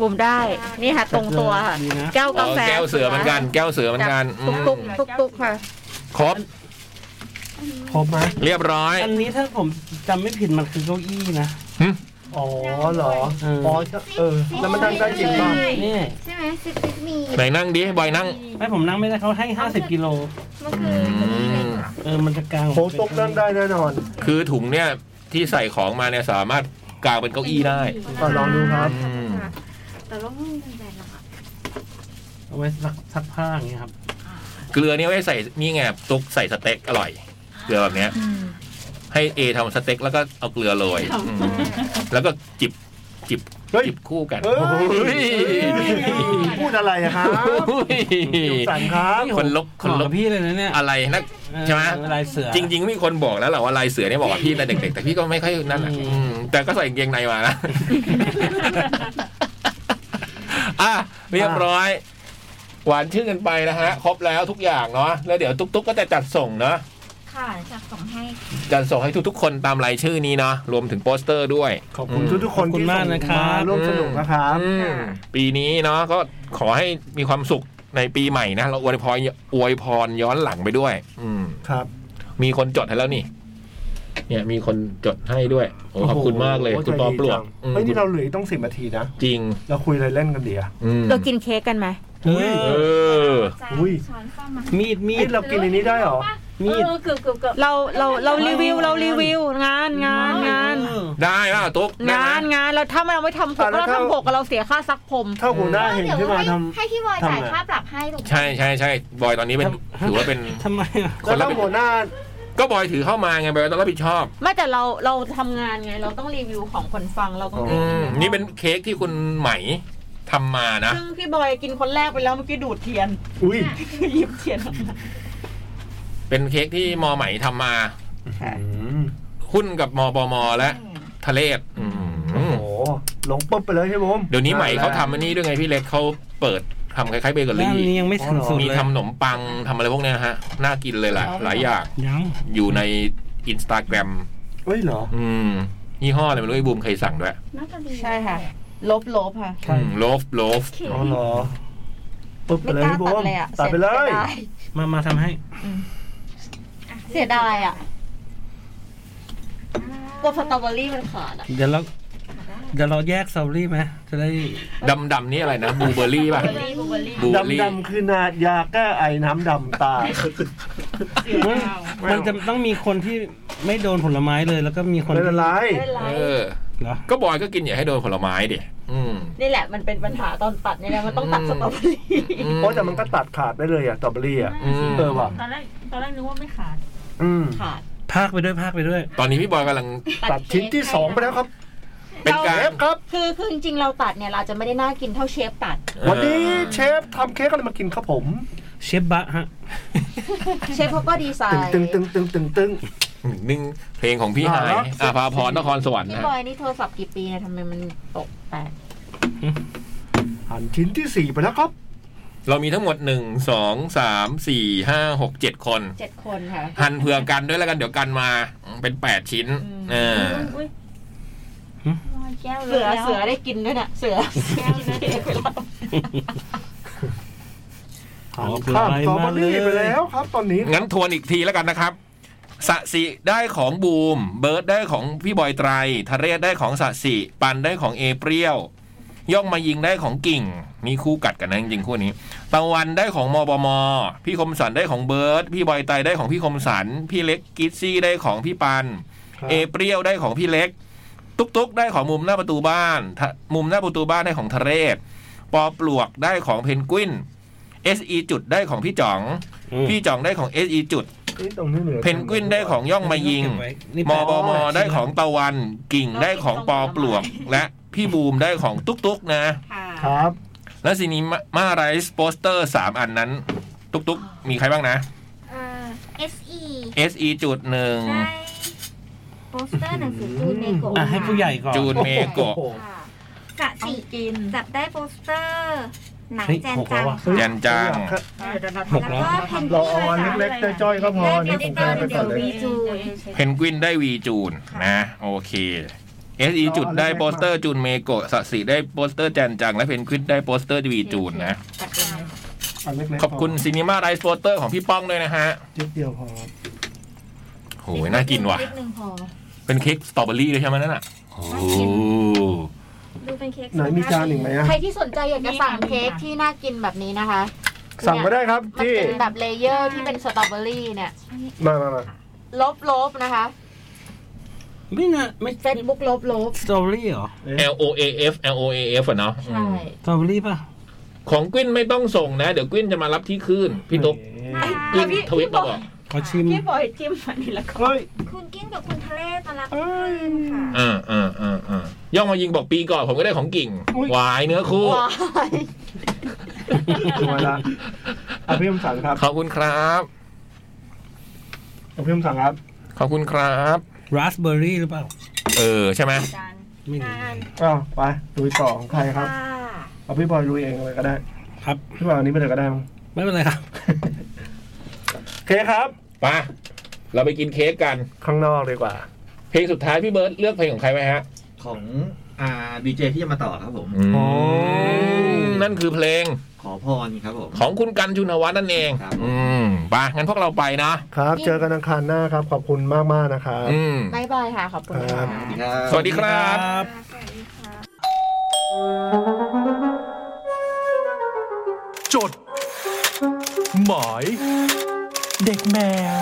Speaker 4: บุมได้นี่ค่ะตรงตัวค่ะ
Speaker 2: ดีนะ
Speaker 4: แก้ว
Speaker 1: อ๋
Speaker 4: กา
Speaker 1: อ
Speaker 4: แฟ
Speaker 1: แก้วเสือเหมือนกัน แก้วเสือเหมือนกันอื
Speaker 4: ตุ๊ก
Speaker 1: ม
Speaker 4: ตุ๊กตุ๊กตุ๊กค่ะ
Speaker 1: ครบ
Speaker 3: ครบไหม
Speaker 1: เรียบร้อย
Speaker 2: อันนี้ถ้าผมจำไม่ผิดมันคือเก้าอี้นะ
Speaker 3: อ๋อเหรอ
Speaker 2: เอออ๋
Speaker 3: อ๋อเออ แล้วมันนั่งได้จริงป่ะ
Speaker 8: ใช่
Speaker 2: นี่
Speaker 8: ใช่ไหมซิติมี
Speaker 1: ไหนนั่งดิบอยนั่ง
Speaker 2: ไม่ผมนั่งไม่ได้เขาให้ 50 กิโล
Speaker 8: มันคือตัวนี้เลยเหรอ
Speaker 2: เออ มันจะกลาง
Speaker 3: โฟตกนั่งได้แน่นอน
Speaker 1: คือถุงเนี่ยที่ใส่ของมาเนี่ยสามารถกางเป็นเก้าอี้ได้
Speaker 3: อ่ะลองดูครับ
Speaker 1: อืม
Speaker 8: แต่ว่ามันเป็นแบบไหนอะ
Speaker 2: เอาไว้ซักซักผ้าอย่างเงี้ยครับ
Speaker 1: เกลือเนี่ยไว้ใส่นี่ไงตุกใส่สเต็กอร่อย เกลือแบบเนี้ยให้เอทำสเต็กแล้วก็เอาเกลือโรยอืมแล้วก็จิบจิบ
Speaker 3: เฮ้ย
Speaker 1: จิบคู่กัน
Speaker 3: เฮ้ย
Speaker 1: โอ้โห
Speaker 3: พูดอะไรอะครับ
Speaker 1: โอ้โห
Speaker 3: จุกสันครับ
Speaker 1: คนลก
Speaker 2: ข
Speaker 1: ค
Speaker 2: อน
Speaker 1: ล
Speaker 2: กั
Speaker 1: ก
Speaker 2: บพี่เลยนะเนี่ย
Speaker 1: อะไรนะ ใช่ไหม
Speaker 2: เออลายเสือ
Speaker 1: จริงๆมีคนบอกแล้วแหละว่าลายเสือเนี่ยบอกกับพี่แต่เด็กๆ แต่พี่ก็ไม่ค่อยนั่นแหละ
Speaker 2: อืม
Speaker 1: อืมแต่ก็ใส่กางเกงในมา นะอ่ะเรียบร้อย หวานชื่นกันไปนะฮะ ครบแล้วทุกอย่างเนาะแล้วเดี๋ยวตุ๊กๆก็จะจัดส่งเนาะ
Speaker 8: ค่ะจะส่งให้
Speaker 1: จัดส่งให้ทุกๆคนตามรายชื่อนี้เนาะรวมถึงโปสเตอร์ด้วย
Speaker 3: ขอบคุณทุกๆคน
Speaker 2: ขอบคุณ
Speaker 3: ที่
Speaker 2: มา
Speaker 3: ส่
Speaker 2: ก
Speaker 3: ง
Speaker 2: นะครับ
Speaker 3: มาร่วมสนุกนะครับ
Speaker 1: อืมปีนี้เนาะก็ขอให้มีความสุขในปีใหม่นะเราอวยพรอวยพรย้อนหลังไปด้วย อืม
Speaker 3: ครับ
Speaker 1: มีคนจดให้แล้วนี่ เนี่ยมีคนจดให้ด้วยโอ้ขอบคุณมากเลย
Speaker 3: โโห
Speaker 1: คุณปอปลวก
Speaker 3: ใจดีจัง
Speaker 1: อืม
Speaker 3: เฮ้ยนี่เราเหลืออีกต้องสิบนาทีนะ
Speaker 1: จริง
Speaker 3: เราคุยอะไรเล่นกันดีอะ
Speaker 1: อืม
Speaker 4: เรากินเค้กกันไหม
Speaker 2: เอ
Speaker 1: เอ
Speaker 2: อ
Speaker 1: อ
Speaker 8: จา
Speaker 3: อุ้ย
Speaker 8: นช้อนซ่อมมา
Speaker 2: มีดมี
Speaker 3: นี่
Speaker 2: ด
Speaker 3: เรากินอันนี้ได้เหรอ
Speaker 2: มีด
Speaker 9: เกือบเกือบเกือบ
Speaker 4: เราเราเรารีวิวเรารีวิว งานงานงาน
Speaker 2: เออ
Speaker 1: ได้ป่ะตุ๊กได้
Speaker 4: งาน
Speaker 1: ไหม
Speaker 4: งานเราถ้ามันเราไม่ทำผม
Speaker 3: อ่ะแล้ว
Speaker 4: เรา
Speaker 3: ถ้า
Speaker 4: ทำผมกับเราเสียค่าซักผม
Speaker 3: ถ้าหัวหน้าเห็นขึ้นมาท
Speaker 8: ให้พี่บอย
Speaker 3: ทำ
Speaker 8: จ่าย
Speaker 3: ไง
Speaker 8: ค่าปรับให้ถูกไหม
Speaker 1: ใช่ใช่ใช่บอยตอนนี้เป็น
Speaker 2: ทำ
Speaker 1: ถือว่าเป็น
Speaker 2: ทำไมอ่ะ
Speaker 3: ำ
Speaker 1: คนละ
Speaker 3: แล้วถ้าหัวหน้า
Speaker 1: ก็บอยถือเข้ามาไงบอยต้องรับผิดชอบ
Speaker 4: ไม่แต่เราเราทำงานไง เราต้องรีวิวของคนฟังเราต้อง
Speaker 1: อื
Speaker 4: รีวิ
Speaker 1: ม
Speaker 4: ว
Speaker 1: นี่เป็นเค้กที่คุณไหมทำมานะ
Speaker 9: ซึ่งพี่บอยกินคนแรกไปแล้วเมื่อกี้ดูดเที ยน
Speaker 3: อุ้ย
Speaker 9: หยิบเทียนออกมา
Speaker 1: เป็นเค้กที่มอไหมทำมาหุ้นกับมปมและทะเลศอื
Speaker 3: โอ้
Speaker 1: ม
Speaker 3: โหลงปุ๊บไปเลยใช่ไหมผม
Speaker 1: เดี๋ยวนี้ไหมเขาทำอันนี้ด้วยไงพี่เล็กเขาเปิดทำคล้ายๆเบเกอ
Speaker 2: ด้าน
Speaker 1: รี่
Speaker 2: นี้ยังไม่ถึงสุด
Speaker 1: มี
Speaker 2: เลย
Speaker 1: ทำขนมปังทำอะไรพวกเนี้ยฮะ น่ากินเลยหลายหลายอย่าง
Speaker 2: ยัง
Speaker 1: อยู่ในอินสตาแกรม
Speaker 3: เฮ้ยเหรอ
Speaker 1: อืมยี่ห้ออะไรไม่รู้ไอ้บูมเคยสั่งด้วย
Speaker 8: น่าจะดี
Speaker 9: ใช่ค่ะ ลบลบค่ะ
Speaker 3: ใช่
Speaker 1: โลฟโลฟ
Speaker 3: อ๋อเหรอปุ๊บไป
Speaker 9: ไม่ก
Speaker 3: เลย
Speaker 9: ล้า
Speaker 3: พี่บ
Speaker 9: ตัด
Speaker 3: ม
Speaker 9: เลยอ่ะ
Speaker 3: ตัดไปเลย
Speaker 2: มามาทำให้
Speaker 4: เสียดายอ่ะกลัวสตรอเบอรี่มันขาดอ่ะ
Speaker 2: เดี๋ยวเราเดี๋ยวเราแยกซอรี่ไหมจะได้
Speaker 1: ดำดำๆนี่อะไรนะบูเบอรี่ ป่ะบูเบอรี่
Speaker 3: ดำดำๆคือนาดยาแก้ไอน้ำดำตา
Speaker 2: มันมันจะต้องมีคนที่ไม่โดนผลไม้เลย แล้วก็มีคน
Speaker 3: ไม่
Speaker 2: ที่
Speaker 3: เป็นไร
Speaker 1: เออ
Speaker 2: เหรอ
Speaker 1: ก็บอยก็กินอย่าให้โดนผลไม้ดิอืม
Speaker 4: นี่แหละมันเป็นปัญหาตอนตัดเนี่ยนะมันต้องตัดสตรอเบอรี่
Speaker 3: เพราะแต่มันก็ตัดขาดได้เลยอะตอบเบอรี่อะ
Speaker 1: อืม
Speaker 3: เออว่ะ
Speaker 9: ตอนแรกตอนแรกนึกว่าไม่ขาด
Speaker 3: อืม
Speaker 4: ขาด
Speaker 2: พากไปด้วยพากไปด้วย
Speaker 1: ตอนนี้พี่บอยกำลัง
Speaker 3: ตัดชิ้นที่สองไปแล้วครับ
Speaker 1: เป็นการ
Speaker 3: เชฟครับ
Speaker 4: คือคือจริงๆเราตัดเนี่ยเราจะไม่ได้น่ากินเท่าเชฟ ตัด
Speaker 3: วันนี้เชฟทำเค้กอะไรมากินครับผม
Speaker 2: เชฟบะฮะ
Speaker 4: เชฟเขาก็ดีไซ
Speaker 3: ตึง
Speaker 4: น์
Speaker 3: ตึงตึงตึงตึงตึง
Speaker 1: หนึ่งเพลงของพี่หาย
Speaker 3: อ่า
Speaker 1: อาภาพรนครสวรรค์
Speaker 4: พี่
Speaker 1: นะ
Speaker 4: บอยนี่โทรศัพท์กี่ปีเนี่ยทำไมมันตกแตก
Speaker 3: หั่นชิ้นที่สี่ไปแล้วครับ
Speaker 1: เรามีทั้งหมดหนึ่งสองสามสี่ห้าหกเจ็ดคน
Speaker 4: เจ็ดคนค่ะ
Speaker 1: หั่นเผื่อกันด้วยแล้วกันเดี๋ยวกันมาเป็นแปดชิ้นเออ
Speaker 8: แก้วเล
Speaker 4: เสื
Speaker 8: ย
Speaker 4: อ
Speaker 8: แล้ว
Speaker 4: เสือได้กินด้วยน่ะเสือเสือได้กินไปแล้ว
Speaker 2: ขอบคุณ
Speaker 3: ข้าม
Speaker 2: มาก
Speaker 3: ตอบเบอรี่
Speaker 2: เลย
Speaker 3: ไปแล้วครับ ตอนนี้
Speaker 1: งั้นทวนอีกทีแล้วกันนะครับ สะสิได้ของบูม เบิร์ดได้ของพี่บอยไตรทะเรศได้ของสะสิปันได้ของเอเปรียว ย่องมายิงได้ของกิ่ง มีคู่กัดกันนะจริงๆคู่นี้ ตะวันได้ของมบม พี่คมสันได้ของเบิร์ดพี่บอยไตรได้ของพี่คมสัน พี่เล็กกิซซี่ได้ของพี่ปัน
Speaker 3: ครับ
Speaker 1: เอเปรียวได้ของพี่เล็ก ตุ๊กตุ๊กได้ของมุมหน้าประตูบ้านทะมุมหน้าประตูบ้านได้ของทะเรศ ปอปลวกได้ของเพนกวิน SE จุดได้ของพี่จ๋อง
Speaker 2: อืม
Speaker 1: พี่จ๋องได้ของ SE จุด
Speaker 3: เอ๊ะตรงนี้หลือ
Speaker 1: เพนกวินได้ของย่องมายิง
Speaker 2: เก็บไว้นี่
Speaker 1: ม
Speaker 2: แปล
Speaker 1: บ
Speaker 2: ว่าม
Speaker 1: ได้ของตะวันกิ่งได้ของปอปลวก และพี่บูมได้ของตุ๊กตุ๊กนะ
Speaker 9: ค่ะ
Speaker 3: ครับ
Speaker 1: และซีนี้มาไรส์โปสเตอร์สามอันนั้น ตุ๊กตุ๊กมีใครบ้างนะ
Speaker 8: เอ่อ SE
Speaker 1: SE จุดหนึ่ง
Speaker 8: ได้โปสเตอร์หนังสือจูนเมโกะ
Speaker 2: อ่ะให้ผู้ใหญ่ก่อน
Speaker 1: จูนเมโกะ
Speaker 8: ค่ะสะ
Speaker 9: ต้อง
Speaker 8: สี
Speaker 9: กิน
Speaker 8: จับได้โปสเตอร์หนัง
Speaker 2: เฮ้ย
Speaker 8: แจน
Speaker 2: หกแล้
Speaker 8: จั
Speaker 2: วอะ
Speaker 8: งค่ะ
Speaker 1: แจนจัง
Speaker 2: ห
Speaker 8: แล้ว
Speaker 2: ก
Speaker 8: ก็
Speaker 2: แล้ว
Speaker 8: เพนกวิน
Speaker 3: เราเอาอันเล็กๆจ้อยๆก็พอ
Speaker 8: ได้
Speaker 3: นี่
Speaker 8: เพ
Speaker 3: ผม
Speaker 8: นก
Speaker 3: แปลไป
Speaker 8: วิน
Speaker 3: ก่
Speaker 8: เดี๋
Speaker 3: อย น
Speaker 8: ว
Speaker 3: เลย
Speaker 8: วีจูน
Speaker 1: เพนกวินได้วีจูนนะ โอเค SE จุดได้โปสเตอร์จูนเมโกะสสีได้โปสเตอร์แจนจัง และเพนกวินได้โปสเตอร์วีจูนนะ
Speaker 3: อันเล็กๆ
Speaker 1: ขอบคุณซีนีมาไรส์โปสเตอร์ของพี่ป้องด้วยนะฮะ
Speaker 3: จิ๊บเดียวพอ
Speaker 1: โหยน่ากินว่ะ
Speaker 8: นิดนึงพอ
Speaker 1: เป็นเค้กสตรอเบอรี่ด้วยใช่ไหมนั่นอ่ะโอ้โห
Speaker 8: ดูเป็นเค้ก
Speaker 3: ไหนมีจานอีกไหมอะ
Speaker 4: ใครที่สนใจอยากจะสั่งเค้กที่น่ากินแบบนี้นะคะ
Speaker 3: สั่งมาได้ครับ
Speaker 4: มัน
Speaker 3: ที่
Speaker 4: เป็นแบบเลเยอร์ที่เป็นสตรอเบอรี่เนี่ย
Speaker 3: มามามา
Speaker 4: ลบลบนะคะ
Speaker 2: ไม่น่าไม่
Speaker 4: เฟซบุ๊กลบลบ
Speaker 2: สตรอเบอรี่เหรอ
Speaker 1: เอ L O A F L O A F อ่ะเนาะอื
Speaker 4: ใช่
Speaker 1: ม
Speaker 2: สตรอเบอรี่ป่ะ
Speaker 1: ของกวินไม่ต้องส่งนะ เดี๋ยวกวินจะมารับที่คืนพี่ตุ๊ก
Speaker 8: น่ารั
Speaker 1: ก
Speaker 8: ก
Speaker 1: วินทวิตมาบอก
Speaker 2: ขอชิม
Speaker 9: พี่บอยจิ้มอันนี้แล้วก็
Speaker 3: เฮ้ย
Speaker 8: คุณกิ้นกับคุณทะเลตอนรับเพื่อนค่ะ
Speaker 1: อ่าอ่าอ่าอ่าย่องมายิงบอกปีก่อนผมก็ได้ของกิ่งหวายเนื้อคู่
Speaker 4: ว้าย
Speaker 3: ถึงเวลาอภิมสังครับ
Speaker 1: ขอบคุณครับ
Speaker 3: อภิมสังครับ
Speaker 1: ขอบคุณครับ
Speaker 2: ราสเบอร์รี่หรือเปล่า
Speaker 1: เออใช่ไหม
Speaker 9: จาน
Speaker 2: ไม่รู้
Speaker 3: อ้าวไปลุยต่อของใครครับ
Speaker 8: ค่ะ
Speaker 3: เอาพี่บอยลุยเองเลยก็ได้
Speaker 2: ครับ
Speaker 3: พี่บอยอันนี้ไปเลยก็ได้มั้ง
Speaker 2: ไม่เป็นไรครับ
Speaker 3: โอเคครับ
Speaker 1: ไปเราไปกินเค้กกัน
Speaker 3: ข้างนอกดีกว่า
Speaker 1: เพลงสุดท้ายพี่เบิร์ดเลือกเพลงของใครไหมฮะ
Speaker 5: ของอ่าดีเจที่จะมาต่อครับผม
Speaker 1: อืมนั่นคือเพลง
Speaker 5: ขอพรครับผม
Speaker 1: ของคุณกันชุนวัฒน์นั่นเอง
Speaker 5: ครับ
Speaker 1: อืมไปงั้นพวกเราไปนะ
Speaker 3: ครับ
Speaker 4: นี่
Speaker 3: เจอกันอังคารหน้าครับ ขอบคุณมากมากๆนะครับ
Speaker 1: อืม
Speaker 4: บายบายค่ะ ขอบคุณ
Speaker 5: ส
Speaker 4: ค่ะ
Speaker 5: วัสดีครับ
Speaker 1: สวัสดีครับ
Speaker 8: สวัสดีค่ะ
Speaker 6: จด หมาย เด็กแมว